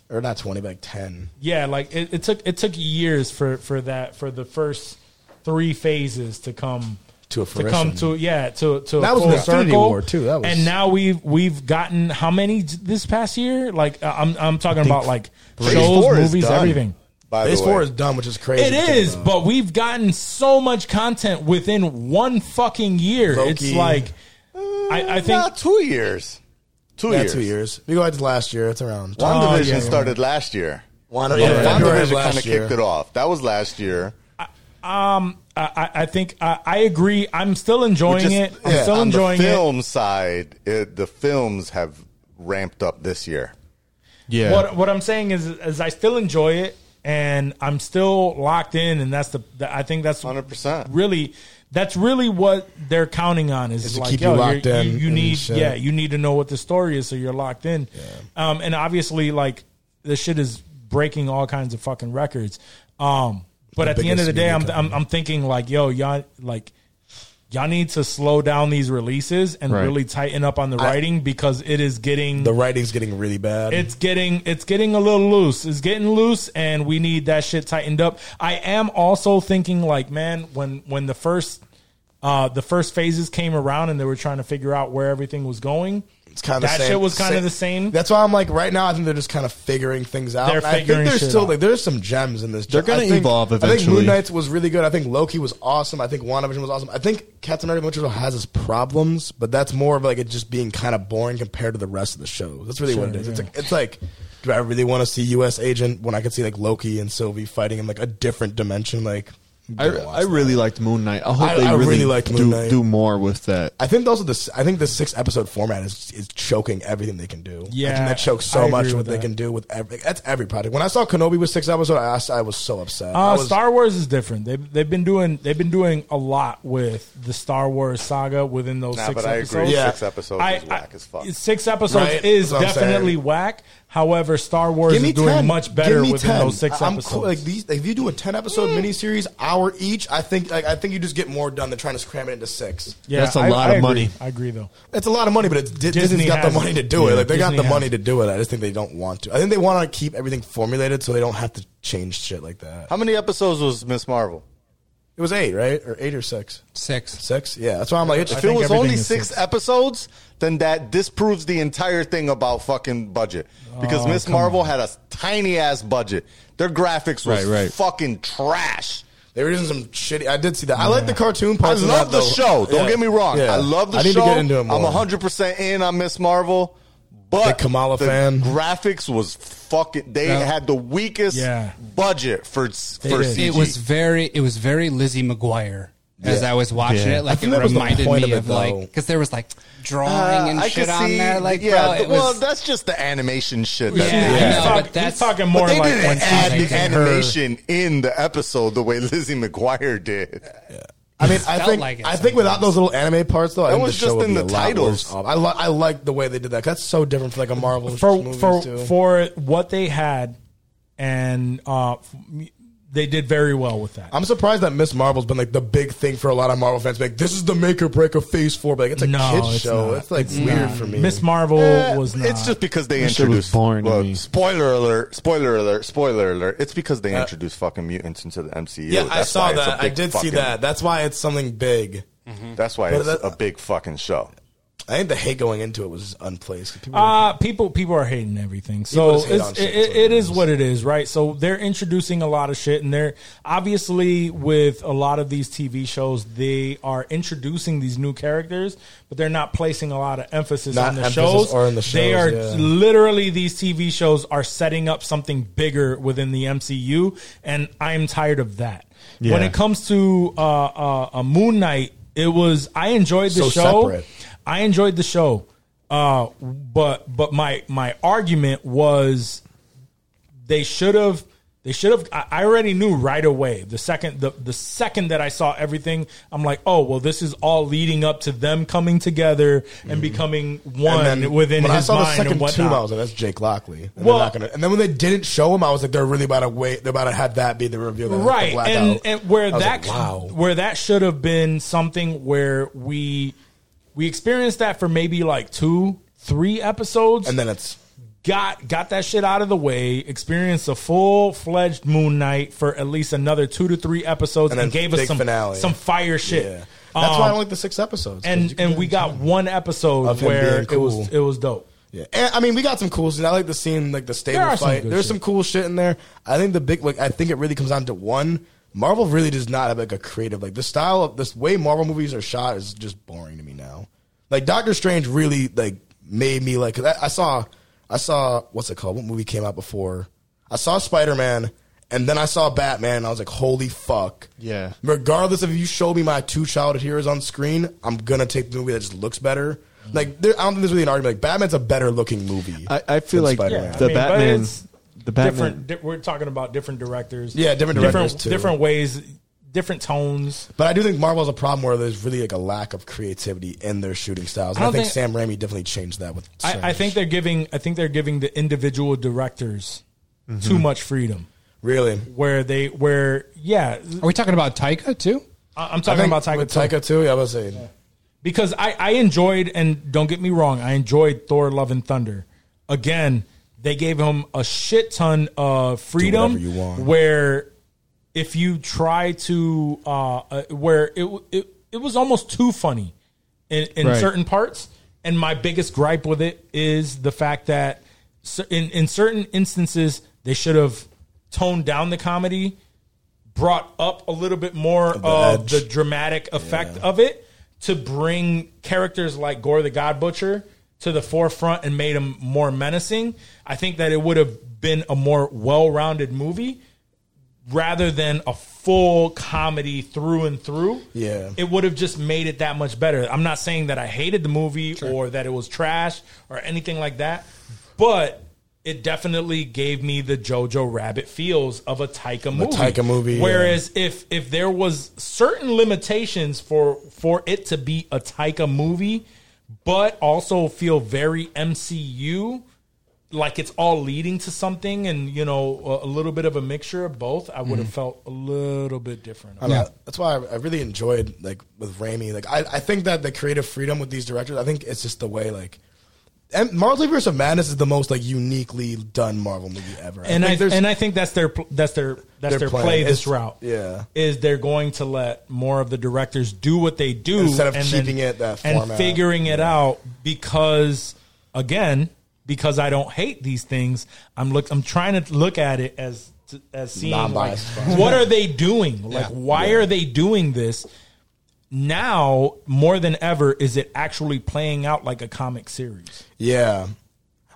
Speaker 5: or not twenty, but like ten.
Speaker 4: yeah, like it, it took it took years for for that for the first three phases to come
Speaker 5: To a
Speaker 4: to come
Speaker 5: fruition.
Speaker 4: to yeah to to
Speaker 5: That
Speaker 4: a
Speaker 5: was
Speaker 4: full
Speaker 5: an Infinity
Speaker 4: circle.
Speaker 5: War, too. That was-
Speaker 4: and now we've we've gotten how many this past year? Like uh, I'm I'm talking about like shows,
Speaker 8: four is
Speaker 4: movies,
Speaker 8: done,
Speaker 4: everything.
Speaker 8: By
Speaker 5: Phase
Speaker 8: the
Speaker 5: four
Speaker 8: way.
Speaker 5: is done, which is crazy.
Speaker 4: It
Speaker 5: to think
Speaker 4: is,
Speaker 5: about.
Speaker 4: but we've gotten so much content within one fucking year.
Speaker 5: Loki.
Speaker 4: It's like I, I think
Speaker 8: Uh, Not two years. Two
Speaker 5: yeah,
Speaker 8: years.
Speaker 5: two years. We go back to last year. It's around.
Speaker 8: WandaVision
Speaker 4: Oh, yeah.
Speaker 8: started last year.
Speaker 5: Wanda-
Speaker 8: Yeah,
Speaker 5: yeah, February of
Speaker 8: WandaVision
Speaker 5: last
Speaker 8: kind of
Speaker 5: year.
Speaker 8: kicked it off. That was last year.
Speaker 4: um I, I- I think I, I agree. I'm still enjoying
Speaker 8: Just-
Speaker 4: it. I'm
Speaker 8: yeah,
Speaker 4: still
Speaker 8: on
Speaker 4: enjoying
Speaker 8: the
Speaker 4: it.
Speaker 8: film side. It, the films have ramped up this year.
Speaker 6: yeah.
Speaker 4: What what I'm saying is is I still enjoy it and I'm still locked in and that's the, the- I think that's
Speaker 8: 100%.
Speaker 4: really that's really what they're counting on is,
Speaker 5: Is to
Speaker 4: like
Speaker 5: keep
Speaker 4: yo,
Speaker 5: you
Speaker 4: you're-
Speaker 5: locked in
Speaker 4: you, you
Speaker 5: and
Speaker 4: need
Speaker 5: shit.
Speaker 4: yeah you need to know what the story is so you're locked in um and obviously like this shit is breaking all kinds of fucking records um but at the end of the
Speaker 5: biggest
Speaker 4: day
Speaker 5: media
Speaker 4: I'm, I'm I'm thinking like yo y'all like y'all need to slow down these releases and
Speaker 6: Right.
Speaker 4: really tighten up on the writing because it is getting
Speaker 5: The writing's getting really bad.
Speaker 4: it's getting it's getting a little loose. It's getting loose, and we need that shit tightened up. I am also thinking like, man, when when the first uh the first phases came around and they were trying to figure out where everything was going,
Speaker 5: It's kind of
Speaker 4: that
Speaker 5: the same.
Speaker 4: shit was kind
Speaker 5: same-
Speaker 4: of the same.
Speaker 5: That's why I'm like right now. I think they're just kind of figuring things out.
Speaker 4: They're
Speaker 5: And I
Speaker 4: figuring
Speaker 5: think there's
Speaker 4: shit
Speaker 5: still
Speaker 4: out.
Speaker 5: like there's some gems in this.
Speaker 6: They're gonna
Speaker 5: I think-
Speaker 6: evolve
Speaker 5: I think
Speaker 6: eventually.
Speaker 5: Moon Knight was really good. I think Loki was awesome. I think WandaVision was awesome. I think Captain America: Winter Soldier has its problems, but that's more of like it just being kind of boring compared to the rest of the show. That's really what it is. It's like it's like. Do I really want to see U.S. Agent when I could see like Loki and Sylvie fighting in like a different dimension? Like,
Speaker 6: I,
Speaker 5: gotta watch
Speaker 6: I
Speaker 5: that.
Speaker 6: really liked Moon Knight. I hope
Speaker 5: I-
Speaker 6: they
Speaker 5: I
Speaker 6: really,
Speaker 5: really liked
Speaker 6: do,
Speaker 5: Moon Knight.
Speaker 6: do more with that.
Speaker 5: I think those are the. s- I think the six episode format is is choking everything they can do. I
Speaker 4: Yeah,
Speaker 5: think that chokes so
Speaker 4: I agree
Speaker 5: much
Speaker 4: with
Speaker 5: what they
Speaker 4: that.
Speaker 5: can do with every. That's every project. When I saw Kenobi was six episode, I, asked- I was so upset. I
Speaker 4: Uh,
Speaker 5: was,
Speaker 4: Star Wars is different. They they've been doing they've been doing a lot with the Star Wars saga within those
Speaker 8: Nah,
Speaker 4: six
Speaker 8: but I
Speaker 4: episodes.
Speaker 8: agree.
Speaker 5: Yeah.
Speaker 8: Six episodes is whack as fuck.
Speaker 4: Six episodes
Speaker 5: Right? That's
Speaker 4: is
Speaker 5: what I'm
Speaker 4: definitely
Speaker 5: saying.
Speaker 4: whack. However, Star Wars is doing much better within those 6
Speaker 5: I'm
Speaker 4: episodes.
Speaker 5: cool- Like these, like, if you do a ten episode miniseries, hour each, I think like, I think you just get more done than trying to cram it into six.
Speaker 4: yeah,
Speaker 6: That's a
Speaker 4: I- I
Speaker 6: lot of
Speaker 4: agree.
Speaker 6: money.
Speaker 4: I agree though.
Speaker 5: It's a lot of money, but it's, Di-
Speaker 4: Disney
Speaker 5: Disney's got the
Speaker 4: has it.
Speaker 5: money to do it.
Speaker 4: Yeah,
Speaker 5: Like they
Speaker 4: Disney
Speaker 5: got the
Speaker 4: has
Speaker 5: money
Speaker 4: it.
Speaker 5: to do it. I just think they don't want to. I think they want to keep everything formulated so they don't have to change shit like that.
Speaker 8: How many episodes was Miss Marvel?
Speaker 5: It was eight, right? Or eight or six?
Speaker 7: Six.
Speaker 5: Six? Yeah, that's why I'm like, it's,
Speaker 8: If it was
Speaker 4: everything
Speaker 8: only
Speaker 4: is
Speaker 8: six,
Speaker 4: six.
Speaker 8: episodes, then that disproves the entire thing about fucking budget. Because
Speaker 4: Oh,
Speaker 8: Miss Marvel had a tiny ass budget. Their graphics was
Speaker 6: Right, right.
Speaker 8: fucking trash.
Speaker 5: They were using some shitty. I did see that. I like the cartoon
Speaker 8: I
Speaker 5: parts. of that,
Speaker 8: love the
Speaker 5: though.
Speaker 8: show. Don't
Speaker 5: Yeah.
Speaker 8: get me wrong.
Speaker 5: Yeah.
Speaker 8: I love the
Speaker 5: I need
Speaker 8: show.
Speaker 5: To get into it more.
Speaker 8: I'm 100% in on Miss Marvel. But
Speaker 5: Big Kamala fan.
Speaker 8: graphics was fucking. They
Speaker 7: Yeah.
Speaker 8: had the weakest
Speaker 4: Yeah.
Speaker 8: budget for s- for
Speaker 4: did.
Speaker 8: CG.
Speaker 7: It was very. It was very Lizzie McGuire. As I was watching
Speaker 6: Yeah.
Speaker 7: it, like it
Speaker 5: think that was the
Speaker 7: reminded
Speaker 5: point
Speaker 7: me
Speaker 5: of it,
Speaker 7: of, like
Speaker 5: though.
Speaker 7: because there was like drawing
Speaker 8: Uh,
Speaker 7: and
Speaker 8: I
Speaker 7: shit
Speaker 8: could
Speaker 7: on
Speaker 8: see-
Speaker 7: there. Like
Speaker 8: yeah,
Speaker 7: bro, it
Speaker 8: th- well,
Speaker 7: was,
Speaker 8: that's just the animation shit.
Speaker 7: Yeah, I
Speaker 8: That they
Speaker 7: know,
Speaker 8: had.
Speaker 4: he's,
Speaker 7: but
Speaker 4: talk- he's
Speaker 7: that's-
Speaker 4: talking
Speaker 8: But
Speaker 4: more
Speaker 8: they
Speaker 4: like when
Speaker 8: didn't
Speaker 4: she's
Speaker 8: add the
Speaker 4: making her-
Speaker 8: animation in the episode the way Lizzie McGuire did.
Speaker 5: I mean, I
Speaker 7: felt
Speaker 5: think
Speaker 7: like it
Speaker 5: I think without those little anime parts though, I
Speaker 8: That
Speaker 5: think
Speaker 8: was
Speaker 5: the
Speaker 8: just
Speaker 5: show would
Speaker 8: in
Speaker 5: be
Speaker 8: the
Speaker 5: a lot
Speaker 8: titles.
Speaker 5: worse off. I li- I like the way they did that. 'cause That's so different from like a Marvel
Speaker 4: for
Speaker 5: movies
Speaker 4: for
Speaker 5: too.
Speaker 4: for what they had, and uh, f- they did very well with that.
Speaker 5: I'm surprised that Miss Marvel's been like the big thing for a lot of Marvel fans. Like this is the make or break of Phase Four, but like it's a
Speaker 4: No,
Speaker 5: kids
Speaker 4: it's
Speaker 5: show.
Speaker 4: not.
Speaker 5: It's like
Speaker 4: It's
Speaker 5: weird
Speaker 4: not.
Speaker 5: for me.
Speaker 4: Miss Marvel was not.
Speaker 8: Uh, It's just because they
Speaker 6: That shit was
Speaker 8: introduced.
Speaker 6: boring to me.
Speaker 8: spoiler alert! Spoiler alert! Spoiler alert! It's because they introduced fucking mutants into the MCU.
Speaker 5: Uh, yeah, I
Speaker 8: That's why
Speaker 5: saw
Speaker 8: it's a
Speaker 5: that. I
Speaker 8: big
Speaker 5: did see
Speaker 8: fucking- Mm-hmm.
Speaker 5: that. That's why it's something big.
Speaker 8: That's why
Speaker 5: But
Speaker 8: it's
Speaker 5: that-
Speaker 8: a big fucking show.
Speaker 5: I think the hate going into it was just unplaced. 'cause people were-
Speaker 4: Uh, people people are hating everything.
Speaker 5: People
Speaker 4: So
Speaker 5: just hate
Speaker 4: it's,
Speaker 5: on
Speaker 4: it,
Speaker 5: shit,
Speaker 4: it,
Speaker 5: so
Speaker 4: it is
Speaker 5: it's-
Speaker 4: what it is, right? So they're introducing a lot of shit, and they're obviously with a lot of these TV shows, they are introducing these new characters, but they're not placing a lot of emphasis
Speaker 5: Not
Speaker 4: on the
Speaker 5: emphasis
Speaker 4: shows.
Speaker 5: or in the
Speaker 4: they
Speaker 5: shows,
Speaker 4: are
Speaker 5: yeah.
Speaker 4: literally these TV shows are setting up something bigger within the MCU, and I'm tired of that. When
Speaker 6: Yeah.
Speaker 4: it comes to uh, uh, a Moon Knight, it was I enjoyed the
Speaker 5: So
Speaker 4: show.
Speaker 5: separate.
Speaker 4: I enjoyed the show, uh, but but my my argument was they should have they should have. I I already knew right away the second the the second that I saw everything, I'm like, oh well, this is all leading up to them coming together and becoming one within
Speaker 5: Mm-hmm. when
Speaker 4: his
Speaker 5: I saw
Speaker 4: mind
Speaker 5: the second
Speaker 4: and whatnot.
Speaker 5: tomb, I was like, "That's Jake Lockley." And, they're
Speaker 4: Well-
Speaker 5: not gonna- and then when they didn't show him, I was like, "They're really about to wait. They're about to have that be the reveal." that-
Speaker 4: right
Speaker 5: the blackout."
Speaker 4: and, and
Speaker 5: I
Speaker 4: where
Speaker 5: was
Speaker 4: that
Speaker 5: like, wow,
Speaker 4: where that should have been something where we we experienced that for maybe like two three episodes
Speaker 5: and then it's
Speaker 4: got got that shit out of the way experienced a full-fledged moon knight for at least another two to three episodes
Speaker 5: And
Speaker 4: and,
Speaker 5: then
Speaker 4: gave us
Speaker 5: big
Speaker 4: some
Speaker 5: finale.
Speaker 4: some fire shit
Speaker 5: yeah. That's why I
Speaker 4: Um,
Speaker 5: don't like the six episodes. 'cause you
Speaker 4: and
Speaker 5: can
Speaker 4: and
Speaker 5: get
Speaker 4: we
Speaker 5: into
Speaker 4: got
Speaker 5: it.
Speaker 4: one episode
Speaker 5: Of him
Speaker 4: where
Speaker 5: being
Speaker 4: it was
Speaker 5: cool.
Speaker 4: it was dope
Speaker 5: Yeah, and, I mean, we got some cool scenes. I like the scene, like the stable
Speaker 4: There are some
Speaker 5: fight.
Speaker 4: good
Speaker 5: There's
Speaker 4: shit.
Speaker 5: some cool shit in there. I think the big, like, I think it really comes down to one. Marvel really does not have like a creative, like the style of this way Marvel movies are shot is just boring to me now. Like Doctor Strange really like made me like. Cause I, I saw, I saw what's it called? What movie came out before? I saw Spider Man. And then I saw Batman, and I was like, "Holy fuck!"
Speaker 6: Yeah.
Speaker 5: Regardless of if you show me my two childhood heroes on screen, I'm gonna take the movie that just looks better. Like, there, I don't think there's really an argument. Like, Batman's a better looking movie.
Speaker 6: I, I feel
Speaker 5: than
Speaker 6: like
Speaker 5: Spider-Man.
Speaker 6: the
Speaker 4: I mean, but
Speaker 6: Batman,
Speaker 4: it's
Speaker 6: the Batman,
Speaker 4: different di- we're talking about different directors
Speaker 5: Yeah, different
Speaker 4: different,
Speaker 5: directors, too.
Speaker 4: different ways different tones
Speaker 5: But I do think Marvel has a problem where there's really like a lack of creativity in their shooting styles. And I,
Speaker 4: I don't
Speaker 5: think, Sam
Speaker 4: think-
Speaker 5: Raimi definitely changed that with.
Speaker 4: I, I
Speaker 5: Strange.
Speaker 4: think they're giving I think they're giving the individual directors
Speaker 5: Mm-hmm.
Speaker 4: too much freedom
Speaker 5: really.
Speaker 4: where they where yeah
Speaker 7: are we talking about Taika too?
Speaker 4: I- I'm
Speaker 5: I
Speaker 4: talking
Speaker 5: think
Speaker 4: about Taika
Speaker 5: with
Speaker 4: Taika
Speaker 5: Taika too. Yeah, I was saying.
Speaker 4: because I I enjoyed and don't get me wrong I enjoyed Thor Love and Thunder again they gave him a shit ton of freedom
Speaker 5: whatever you want.
Speaker 4: where if you try to uh, uh where it w- it it was almost too funny in, in
Speaker 6: Right.
Speaker 4: certain parts and my biggest gripe with it is the fact that cer- in in certain instances they should have toned down the comedy brought up a little bit more of,
Speaker 5: edge.
Speaker 4: the dramatic effect of it to bring characters like Gore the God Butcher to the forefront and made him more menacing. I think that it would have been a more well-rounded movie rather than a full comedy through and through,
Speaker 5: Yeah.
Speaker 4: it would have just made it that much better. I'm not saying that I hated the movie or that it was trash or anything like that, but it definitely gave me the Jojo Rabbit feels of a Taika movie.
Speaker 5: Taika movie,
Speaker 4: Whereas if if there was certain limitations for for it to be a Taika movie, but also feel very MCU, like it's all leading to something and you know a, a little bit of a mixture of both i would have felt a little bit different
Speaker 5: Mm-hmm. I don't know. That's why I, I really enjoyed like with Raimi. Like I, I think that the creative freedom with these directors, I think it's just the way like and Marvel vs. Madness is the most like uniquely done Marvel movie ever.
Speaker 4: and I,
Speaker 5: there's-
Speaker 4: and I think that's their pl- that's their that's
Speaker 5: Their
Speaker 4: their,
Speaker 5: plan.
Speaker 4: play this
Speaker 5: It's-
Speaker 4: route.
Speaker 5: yeah.
Speaker 4: is they're going to let more of the directors do what they do
Speaker 5: Instead of
Speaker 4: and then-
Speaker 5: keeping it that
Speaker 4: and
Speaker 5: format.
Speaker 4: figuring it out because again because I don't hate these things I'm look I'm trying to look at it as t- as seeing like,
Speaker 5: Non-biased.
Speaker 4: what are they doing
Speaker 5: (laughs)
Speaker 4: like why are they doing this now more than ever is it actually playing out like a comic series
Speaker 5: Yeah,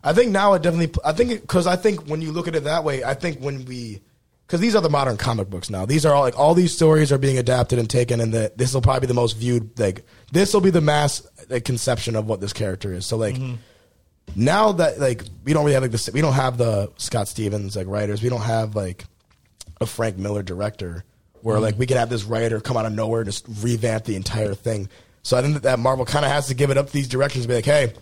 Speaker 5: I think now it definitely. I think because I think when you look at it that way, I think when we because these are the modern comic books now. These are all like all these stories are being adapted and taken, and that this will probably be the most viewed. Like this will be the mass like, conception of what this character is. So like. Now that like we don't really have like the we don't have the Scott Stevens like writers we don't have like a Frank Miller director where
Speaker 4: Mm.
Speaker 5: like we could have this writer come out of nowhere and just revamp the entire thing. So I think that, that Marvel kind of has to give it up to these directors and be like, hey,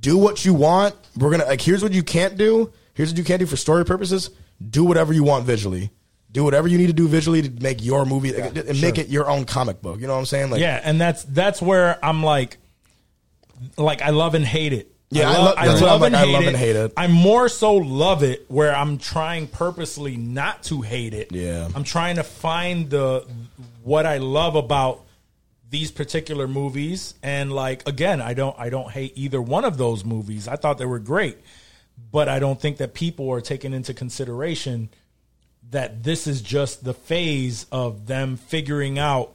Speaker 5: do what you want. We're gonna like here's what you can't do. Here's what you can't do for story purposes. Do whatever you want visually. Do whatever you need to do visually to make your movie like, and make it your own comic book. You know what I'm saying? Like,
Speaker 4: yeah and that's that's where i'm like like i love and hate it
Speaker 5: Yeah, I love- that's what I'm like, I love and hate it.
Speaker 4: i more so love it where i'm trying purposely not to hate it
Speaker 5: Yeah.
Speaker 4: i'm trying to find the what i love about these particular movies and like again i don't i don't hate either one of those movies i thought they were great but i don't think that people are taking into consideration that this is just the phase of them figuring out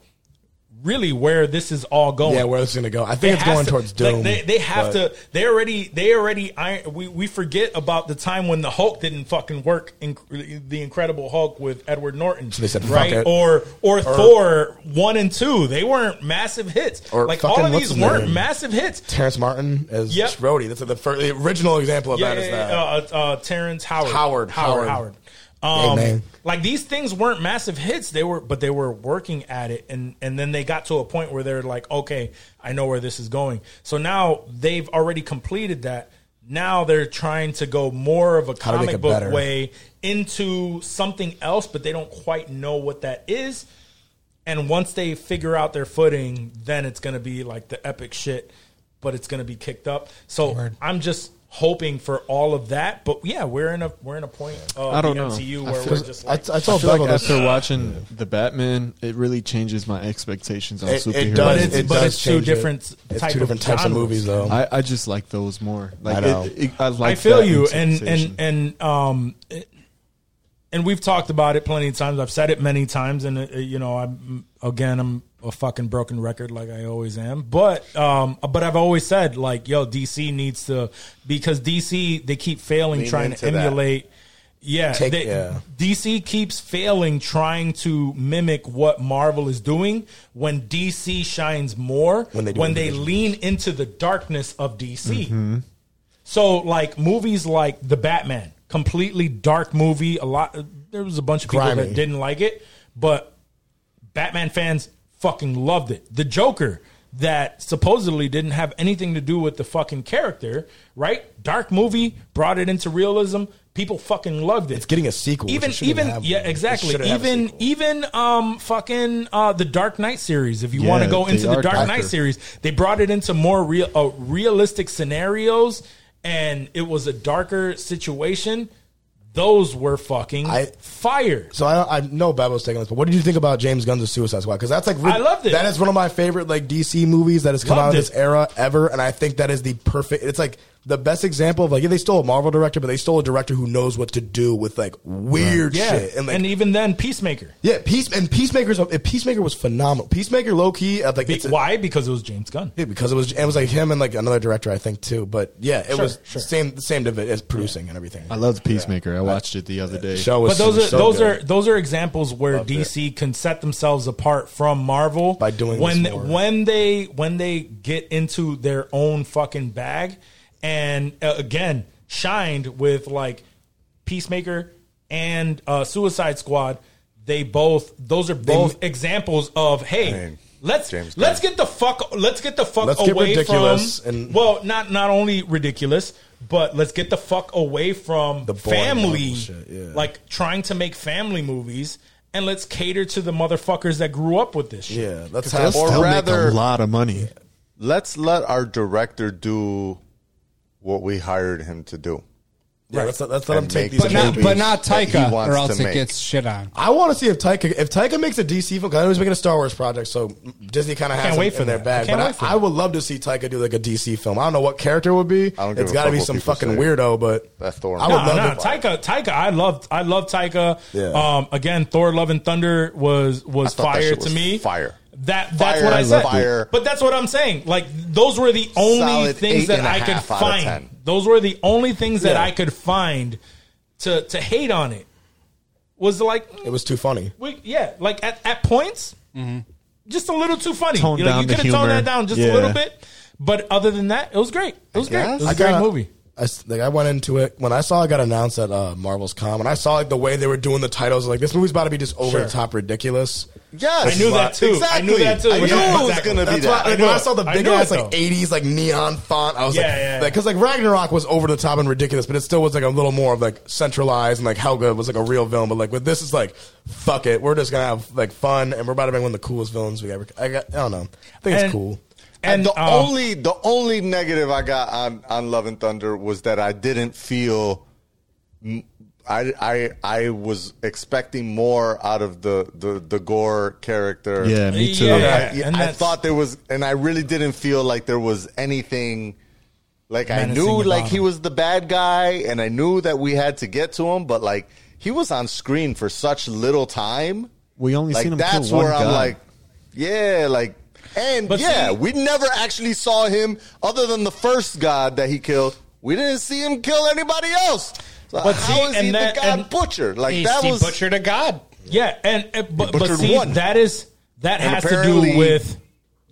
Speaker 4: really where this is all going
Speaker 5: yeah, where it's gonna go. I think it's
Speaker 4: has
Speaker 5: going
Speaker 4: to-
Speaker 5: towards
Speaker 4: like,
Speaker 5: doom.
Speaker 4: they, they have
Speaker 5: but-
Speaker 4: to. They already. They already. I, we we forget about the time when the Hulk didn't fucking work. In, the Incredible Hulk with Edward Norton.
Speaker 5: they said, "Fuck
Speaker 4: right
Speaker 5: it."
Speaker 4: or, or Thor one and two. They weren't massive hits.
Speaker 5: Or
Speaker 4: like
Speaker 5: fucking
Speaker 4: all of
Speaker 5: what's
Speaker 4: these
Speaker 5: his
Speaker 4: weren't
Speaker 5: name?
Speaker 4: massive hits.
Speaker 5: Terrence Martin as
Speaker 4: Yep.
Speaker 5: Rhodey. That's the first, the original example of
Speaker 4: Yeah,
Speaker 5: that is
Speaker 4: yeah,
Speaker 5: that.
Speaker 4: yeah, uh, uh, Terrence Howard.
Speaker 5: Howard, Howard.
Speaker 4: Howard. Howard. Um,
Speaker 5: Amen.
Speaker 4: like these things weren't massive hits. They were, but they were working at it, and and then they got to a point where they're like, okay, I know where this is going. So now they've already completed that. Now they're trying to go more of a
Speaker 5: to make
Speaker 4: comic
Speaker 5: it
Speaker 4: book
Speaker 5: better.
Speaker 4: way into something else, but they don't quite know what that is. And once they figure out their footing, then it's going to be like the epic shit, but it's going to be kicked up. So I'm just hoping for all of that. But yeah, we're in a we're in a point of
Speaker 6: I don't
Speaker 4: the
Speaker 6: know.
Speaker 4: MCU
Speaker 6: I
Speaker 4: where
Speaker 6: feel-
Speaker 4: we're just
Speaker 5: I, I
Speaker 4: like
Speaker 5: told
Speaker 6: feel like
Speaker 5: Bevel this.
Speaker 6: after watching the Batman, it really changes my expectations on
Speaker 5: It- it
Speaker 6: superheroes.
Speaker 5: does.
Speaker 4: but it's,
Speaker 5: it
Speaker 4: but
Speaker 5: does
Speaker 4: it's two
Speaker 5: change it.
Speaker 4: different
Speaker 5: It's
Speaker 4: type
Speaker 5: two different types of
Speaker 4: genres.
Speaker 5: movies, though.
Speaker 6: I, I just like those more. Like I,
Speaker 5: know.
Speaker 6: It, it, I like.
Speaker 4: I feel
Speaker 6: that
Speaker 4: you, and
Speaker 6: interpretation.
Speaker 4: and and um, it- and we've talked about it plenty of times. I've said it many times, and uh, you know, I'm again, I'm a fucking broken record, like I always am. But um, but I've always said like, yo, DC needs to because DC they keep failing
Speaker 8: Lean
Speaker 4: trying to
Speaker 8: into that.
Speaker 4: emulate. Yeah,
Speaker 5: Take-
Speaker 4: they-
Speaker 5: yeah.
Speaker 4: DC keeps failing trying to mimic what Marvel is doing when DC shines more
Speaker 5: When they do individuals.
Speaker 4: lean into the darkness of DC.
Speaker 6: Mm-hmm.
Speaker 4: So like movies like The Batman, completely dark movie. A lot there was a bunch of people
Speaker 5: Grimy.
Speaker 4: that didn't like it, but Batman fans fucking loved it. The Joker that supposedly didn't have anything to do with the fucking character, right? Dark movie brought it into realism. People fucking loved it.
Speaker 5: It's getting a sequel, which
Speaker 4: Even
Speaker 5: it shouldn't
Speaker 4: even
Speaker 5: have
Speaker 4: yeah,
Speaker 5: one. It
Speaker 4: exactly.
Speaker 5: shouldn't have a
Speaker 4: Even
Speaker 5: sequel.
Speaker 4: even um fucking uh the Dark Knight series. If you want to
Speaker 6: Yeah,
Speaker 4: go
Speaker 6: they
Speaker 4: into the
Speaker 6: are
Speaker 4: Dark Knight
Speaker 6: darker.
Speaker 4: series series. They brought it into more real, uh, realistic scenarios, and it was a darker situation. Those were fucking
Speaker 5: I-
Speaker 4: fire.
Speaker 5: So I, I know Babel's taking this, but what did you think about James Gunn's Suicide Squad? Because that's like
Speaker 4: I loved it.
Speaker 5: That is one of my favorite like DC movies that has come out
Speaker 4: Loved
Speaker 5: of this
Speaker 4: it.
Speaker 5: era ever, and I think that is the perfect. It's like the best example of like yeah, they stole a Marvel director, but they stole a director who knows what to do with like weird
Speaker 4: Yeah,
Speaker 5: shit.
Speaker 4: and,
Speaker 5: like,
Speaker 4: even then, Peacemaker.
Speaker 5: yeah, peace and Peacemaker's uh, Peacemaker was phenomenal. Peacemaker low key uh, like
Speaker 4: Be-
Speaker 5: it's a-
Speaker 4: why? Because it was James Gunn.
Speaker 5: Yeah, because it was it was like him and like another director I think too. But yeah, it
Speaker 4: Sure,
Speaker 5: was
Speaker 4: sure.
Speaker 5: same the same divi- as producing and everything.
Speaker 6: I loved Peacemaker. I watched it the other day.
Speaker 5: Show
Speaker 4: But
Speaker 5: was
Speaker 4: those are
Speaker 5: so
Speaker 4: those
Speaker 5: good.
Speaker 4: are those are examples where
Speaker 5: Loved
Speaker 4: DC can set themselves apart from Marvel
Speaker 5: By doing
Speaker 4: when
Speaker 5: this more.
Speaker 4: when they when they get into their own fucking bag, and uh, again shined with like Peacemaker and uh, Suicide Squad. They both those are both examples of hey.
Speaker 8: Dang.
Speaker 4: Let's
Speaker 8: James Gunn.
Speaker 4: let's get the fuck let's get the fuck
Speaker 5: Let's get
Speaker 4: away
Speaker 5: ridiculous
Speaker 4: from
Speaker 5: and-
Speaker 4: well not not only ridiculous but let's get the fuck away from
Speaker 5: The boring
Speaker 4: family
Speaker 5: Marvel shit, yeah.
Speaker 4: like trying to make family movies and let's cater to the motherfuckers that grew up with this shit.
Speaker 5: yeah. Let's
Speaker 6: They'll
Speaker 5: have
Speaker 8: Or
Speaker 6: still
Speaker 8: rather-
Speaker 6: make a lot of money.
Speaker 8: Let's let our director do what we hired him to do.
Speaker 5: yeah, let's, let's let him
Speaker 8: And
Speaker 5: take
Speaker 8: make
Speaker 5: these.
Speaker 7: but not
Speaker 8: movies
Speaker 5: movies.
Speaker 7: but not
Speaker 8: that he
Speaker 7: Taika,
Speaker 8: wants
Speaker 7: or
Speaker 8: to
Speaker 7: else it
Speaker 8: make.
Speaker 7: gets shit on.
Speaker 5: I want to see if Taika if Taika makes a DC film. 'cause I know he's making a Star Wars project, so Disney kind of has
Speaker 4: Can't
Speaker 5: him
Speaker 4: wait for
Speaker 5: in their
Speaker 4: that.
Speaker 5: bag.
Speaker 4: I can't
Speaker 5: but
Speaker 4: wait for
Speaker 5: I, I
Speaker 4: that.
Speaker 5: would love to see Taika do like a DC film. I don't know what character it would be.
Speaker 8: I don't give
Speaker 5: It's
Speaker 8: a
Speaker 5: got to
Speaker 8: fuck
Speaker 5: be
Speaker 8: what
Speaker 5: some
Speaker 8: people
Speaker 5: fucking
Speaker 8: say.
Speaker 5: weirdo. But
Speaker 8: That Thor
Speaker 5: I would
Speaker 8: movie.
Speaker 4: No,
Speaker 5: love
Speaker 4: no,
Speaker 5: to.
Speaker 4: Taika, Taika, I loved, I love Taika.
Speaker 5: Yeah.
Speaker 4: Um, again, Thor: Love and Thunder was was
Speaker 8: I thought that
Speaker 4: fire
Speaker 8: shit
Speaker 4: to
Speaker 8: was
Speaker 4: me.
Speaker 8: fire.
Speaker 4: That that's
Speaker 8: Fire,
Speaker 4: what I,
Speaker 8: I
Speaker 4: said.
Speaker 8: loved it.
Speaker 4: But that's what I'm saying. Like those were the only
Speaker 8: Solid
Speaker 4: things
Speaker 8: eight
Speaker 4: that
Speaker 8: and a
Speaker 4: I could
Speaker 8: half out of
Speaker 4: find.
Speaker 8: 10.
Speaker 4: Those were the only things that
Speaker 5: Yeah.
Speaker 4: I could find to to hate on it. Was like
Speaker 5: it was too funny.
Speaker 4: we, yeah, like at, at points,
Speaker 8: Mm-hmm.
Speaker 4: just a little too funny.
Speaker 6: Tone
Speaker 4: you know,
Speaker 6: down
Speaker 4: you
Speaker 6: the
Speaker 4: could have toned
Speaker 6: humor.
Speaker 4: that down just a
Speaker 6: Yeah.
Speaker 4: little bit. But other than that, it was great. It was great. It was a
Speaker 5: I
Speaker 4: great
Speaker 5: got-
Speaker 4: movie.
Speaker 5: I s- like I went into it when I saw it got announced at uh, Marvel's Com, and I saw like the way they were doing the titles. Like this movie's about to be just over the top ridiculous.
Speaker 8: Yes,
Speaker 4: I knew that too. I knew that too.
Speaker 8: I knew
Speaker 4: Yeah,
Speaker 8: it was
Speaker 4: exactly.
Speaker 8: gonna be
Speaker 5: That's
Speaker 8: that.
Speaker 5: why like,
Speaker 4: I
Speaker 5: when
Speaker 4: know
Speaker 5: I saw the
Speaker 4: it. I
Speaker 5: big
Speaker 4: know
Speaker 5: ass
Speaker 4: it,
Speaker 5: like
Speaker 4: though.
Speaker 5: '80s like neon font, I was
Speaker 4: Yeah,
Speaker 5: like,
Speaker 4: yeah, yeah.
Speaker 5: because like Ragnarok was over the top and ridiculous, but it still was like a little more of like centralized and like Helga was like a real villain, but like with this, it's like fuck it, we're just gonna have like fun and we're about to make one of the coolest villains we ever. I, got, I don't know, I think
Speaker 4: And-
Speaker 5: it's cool.
Speaker 8: And the
Speaker 4: um,
Speaker 8: only the only negative I got on on Love and Thunder was that I didn't feel m- I I I was expecting more out of the the the gore character.
Speaker 6: Yeah, me too.
Speaker 4: Yeah,
Speaker 8: I,
Speaker 4: and
Speaker 8: I
Speaker 4: that's-
Speaker 8: thought there was, and I really didn't feel like there was anything. Like I
Speaker 4: Menacing
Speaker 8: knew,
Speaker 4: about
Speaker 8: like he
Speaker 4: him.
Speaker 8: was the bad guy, and I knew that we had to get to him, but like he was on screen for such little time.
Speaker 6: We only
Speaker 8: like
Speaker 6: seen him
Speaker 8: that's
Speaker 6: kill
Speaker 8: where
Speaker 6: one
Speaker 8: I'm
Speaker 6: guy.
Speaker 8: like, yeah, like, and
Speaker 4: But
Speaker 8: yeah,
Speaker 4: see-
Speaker 8: we never actually saw him other than the first god that he killed. We didn't see him kill anybody else. So
Speaker 4: But
Speaker 8: how
Speaker 4: see,
Speaker 8: is
Speaker 4: and
Speaker 8: he
Speaker 4: that-
Speaker 8: the god
Speaker 4: and-
Speaker 8: butcher? Like
Speaker 7: He,
Speaker 8: that
Speaker 7: he
Speaker 8: was
Speaker 7: butchered a god.
Speaker 4: Yeah, and, and- but, but
Speaker 8: butchered
Speaker 4: see,
Speaker 8: one.
Speaker 4: that is that
Speaker 8: And
Speaker 4: has to do
Speaker 8: apparently-
Speaker 4: with,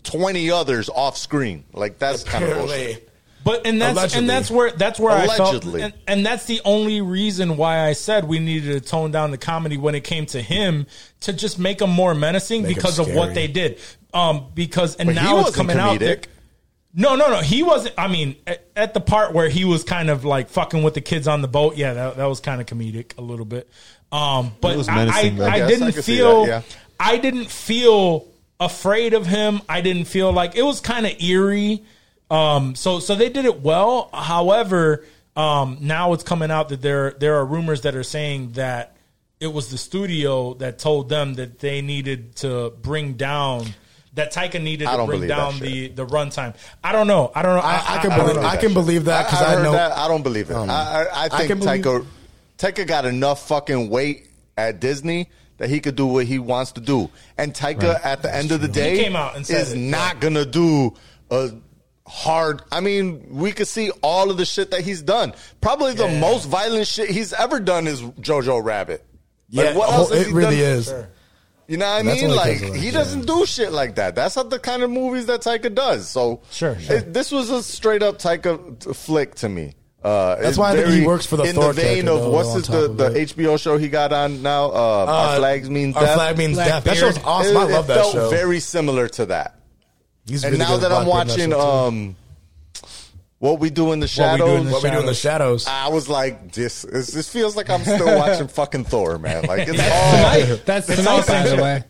Speaker 8: twenty others off screen. Like that's kind of bullshit.
Speaker 4: but and that's
Speaker 5: Allegedly.
Speaker 4: and that's where that's where
Speaker 8: Allegedly.
Speaker 4: I felt, and, and that's the only reason why I said we needed to tone down the comedy when it came to him to just make him more menacing
Speaker 5: Make him
Speaker 4: because of what
Speaker 5: scary.
Speaker 4: they did. Um, because and
Speaker 8: But he
Speaker 4: now it's
Speaker 8: wasn't
Speaker 4: coming out
Speaker 8: comedic.
Speaker 4: that- No, no, no. He wasn't. I mean, at, at the part where he was kind of like fucking with the kids on the boat, yeah, that, that was kind of comedic a little bit. Um, but
Speaker 6: It was
Speaker 4: I,
Speaker 6: menacing, though.
Speaker 4: I,
Speaker 6: I
Speaker 4: I
Speaker 8: guess I
Speaker 4: didn't
Speaker 8: could see
Speaker 4: feel.
Speaker 8: that, yeah.
Speaker 4: I didn't feel afraid of him. I didn't feel like it was kind of eerie. Um, so so they did it well. However, um, now it's coming out that there there are rumors that are saying that it was the studio that told them that they needed to bring down that Taika needed
Speaker 8: I
Speaker 4: to
Speaker 8: don't
Speaker 4: bring
Speaker 8: believe that
Speaker 4: down
Speaker 8: shit.
Speaker 4: the the runtime. I don't know. I don't know. I,
Speaker 5: I, I can
Speaker 4: I-
Speaker 5: believe,
Speaker 8: don't
Speaker 5: I,
Speaker 8: know that
Speaker 5: can
Speaker 8: shit.
Speaker 5: believe that because I,
Speaker 8: heard
Speaker 5: know
Speaker 8: that. I don't believe it. I,
Speaker 5: don't know.
Speaker 8: I, I
Speaker 5: I
Speaker 8: think
Speaker 5: can believe-
Speaker 8: Taika Taika got enough fucking weight at Disney that he could do what he wants to do. And Taika, at the end of the day,
Speaker 4: came out and said
Speaker 8: is
Speaker 4: it,
Speaker 8: not gonna do a hard. I mean, we could see all of the shit that he's done. Probably the most violent shit he's ever done is Jojo Rabbit. Like,
Speaker 5: yeah, oh,
Speaker 8: has
Speaker 5: it
Speaker 8: he
Speaker 5: really
Speaker 8: done?
Speaker 5: is.
Speaker 8: You know what I
Speaker 5: That's
Speaker 8: mean?
Speaker 5: only
Speaker 8: Like
Speaker 5: 'cause of that,
Speaker 8: he
Speaker 5: yeah.
Speaker 8: doesn't do shit like that. That's not the kind of movies that Taika does. So
Speaker 4: Sure, sure.
Speaker 8: It, this was a straight up Taika t- flick to me. Uh, it's
Speaker 5: why I think he works for the
Speaker 8: in
Speaker 5: Thor
Speaker 8: the vein
Speaker 5: character,
Speaker 8: of
Speaker 5: though,
Speaker 8: what's
Speaker 5: on
Speaker 8: his,
Speaker 5: top
Speaker 8: the,
Speaker 5: of
Speaker 8: the
Speaker 5: it.
Speaker 8: HBO show he got on now? Uh, Our
Speaker 5: Uh,
Speaker 8: flags means
Speaker 5: Our
Speaker 8: death.
Speaker 5: flag means death. That
Speaker 4: Blackbeard.
Speaker 5: show's awesome.
Speaker 8: It-
Speaker 5: I love
Speaker 8: it
Speaker 5: that
Speaker 8: felt
Speaker 5: show.
Speaker 8: Very similar to that.
Speaker 5: He's
Speaker 8: And
Speaker 5: really
Speaker 8: now
Speaker 5: good
Speaker 8: that
Speaker 5: at
Speaker 8: I'm
Speaker 5: Blackbeard in
Speaker 8: watching
Speaker 5: that show, too.
Speaker 8: um, what we do in
Speaker 4: What
Speaker 8: the
Speaker 4: We
Speaker 8: shadows,
Speaker 4: Do in the
Speaker 5: what we do in the shadows.
Speaker 8: I was like, this is, this feels like
Speaker 5: (laughs)
Speaker 8: I'm still watching fucking Thor, man. Like it's all
Speaker 7: Tonight. That's tonight, by
Speaker 4: awesome.
Speaker 7: the way.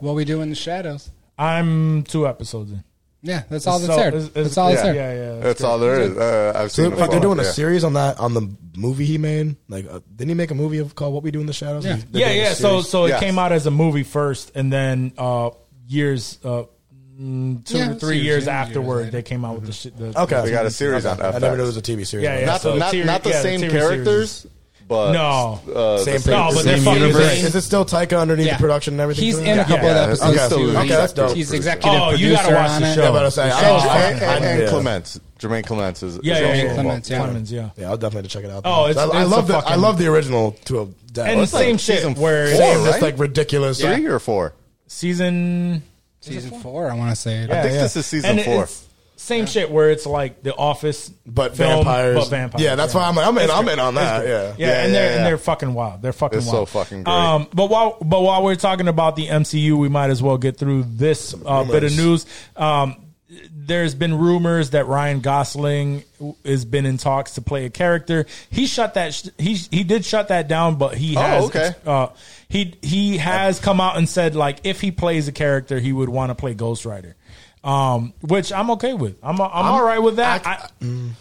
Speaker 7: What we do in the shadows.
Speaker 4: I'm two episodes in.
Speaker 7: Yeah, that's all
Speaker 4: It's
Speaker 7: that's
Speaker 4: so-
Speaker 7: there.
Speaker 4: it's- it's-
Speaker 7: That's all that's
Speaker 4: yeah,
Speaker 7: there.
Speaker 4: yeah, yeah.
Speaker 8: That's all there is. Uh, I've
Speaker 5: So
Speaker 8: seen. it
Speaker 5: like they're
Speaker 8: before.
Speaker 5: doing a
Speaker 8: Yeah.
Speaker 5: series on that on the movie he made. Like, uh, didn't he make a movie of, called "What We Do in the Shadows"?
Speaker 7: Yeah.
Speaker 5: They're doing
Speaker 4: yeah
Speaker 5: a
Speaker 4: yeah so
Speaker 5: series.
Speaker 4: so it
Speaker 8: Yes.
Speaker 4: came out as a movie first and then uh years uh two
Speaker 7: Yeah,
Speaker 4: or three
Speaker 7: series,
Speaker 4: years
Speaker 7: yeah, years
Speaker 4: afterward,
Speaker 7: later.
Speaker 4: they came out with the shit. The,
Speaker 5: Okay,
Speaker 8: They got a series on
Speaker 5: I never knew it
Speaker 8: FX.
Speaker 5: was a TV series.
Speaker 4: Yeah, yeah.
Speaker 8: Not the,
Speaker 4: So
Speaker 8: not,
Speaker 4: Tyrion-
Speaker 8: not the
Speaker 4: yeah, the
Speaker 8: same
Speaker 4: Tyrion
Speaker 8: characters, but
Speaker 4: No.
Speaker 8: uh, the
Speaker 5: Same
Speaker 8: same
Speaker 5: people.
Speaker 4: No, but they're
Speaker 5: Same
Speaker 4: fucking
Speaker 5: universe.
Speaker 4: great.
Speaker 5: Is it still Taika underneath
Speaker 7: Yeah.
Speaker 5: the production and everything?
Speaker 7: He's
Speaker 5: too?
Speaker 7: in a couple
Speaker 8: Yeah,
Speaker 7: of
Speaker 8: that's-
Speaker 7: episodes.
Speaker 8: okay,
Speaker 7: too.
Speaker 8: okay,
Speaker 7: He's-
Speaker 8: that's dope.
Speaker 7: He's executive
Speaker 4: Oh,
Speaker 7: producer
Speaker 4: you gotta watch
Speaker 7: on
Speaker 4: the
Speaker 7: it.
Speaker 4: show.
Speaker 5: Yeah, but I was saying,
Speaker 8: And,
Speaker 5: I'll- I'll-
Speaker 8: and, and,
Speaker 5: I'll-
Speaker 8: and
Speaker 5: yeah.
Speaker 8: Clements, Jermaine Clements is
Speaker 4: Yeah,
Speaker 8: is
Speaker 4: yeah,
Speaker 8: also
Speaker 4: yeah,
Speaker 7: Jermaine
Speaker 4: yeah.
Speaker 8: involved.
Speaker 7: Clements, yeah.
Speaker 4: Clemens, yeah.
Speaker 5: Yeah, I'll definitely have to check it out.
Speaker 4: Oh, it's-
Speaker 5: I, I
Speaker 4: it's
Speaker 5: love
Speaker 4: a
Speaker 5: the I
Speaker 4: fucking-
Speaker 5: love the original to a death.
Speaker 4: And the
Speaker 5: It's like
Speaker 4: same
Speaker 8: season
Speaker 4: shit where
Speaker 8: four,
Speaker 5: same,
Speaker 8: right?
Speaker 5: just like ridiculous.
Speaker 8: Three or four?
Speaker 4: season
Speaker 7: Season four, I want to say.
Speaker 8: I think this is season
Speaker 4: it-
Speaker 8: four.
Speaker 4: it's Same shit where it's like The Office,
Speaker 5: But
Speaker 4: film,
Speaker 5: vampires.
Speaker 4: but vampires.
Speaker 5: Yeah, that's why I'm- I'm in-
Speaker 4: It's
Speaker 5: I'm
Speaker 4: great.
Speaker 5: in on
Speaker 4: It's
Speaker 5: that,
Speaker 4: great.
Speaker 5: yeah.
Speaker 4: yeah,
Speaker 8: Yeah,
Speaker 4: and
Speaker 8: yeah,
Speaker 4: they're
Speaker 8: yeah.
Speaker 4: and they're fucking wild. They're fucking
Speaker 8: It's so
Speaker 4: wild.
Speaker 8: fucking great.
Speaker 4: Um, but while but while we're talking about the MCU, we might as well get through this uh, bit of news. Um, there's been rumors that Ryan Gosling has been in talks to play a character. He shut that. Sh- he he did shut that down, but he
Speaker 8: Oh,
Speaker 4: has
Speaker 8: okay.
Speaker 4: uh, he he has come out and said like if he plays a character, he would want to play Ghost Rider, um, which I'm okay with. I'm I'm, all right with that. I,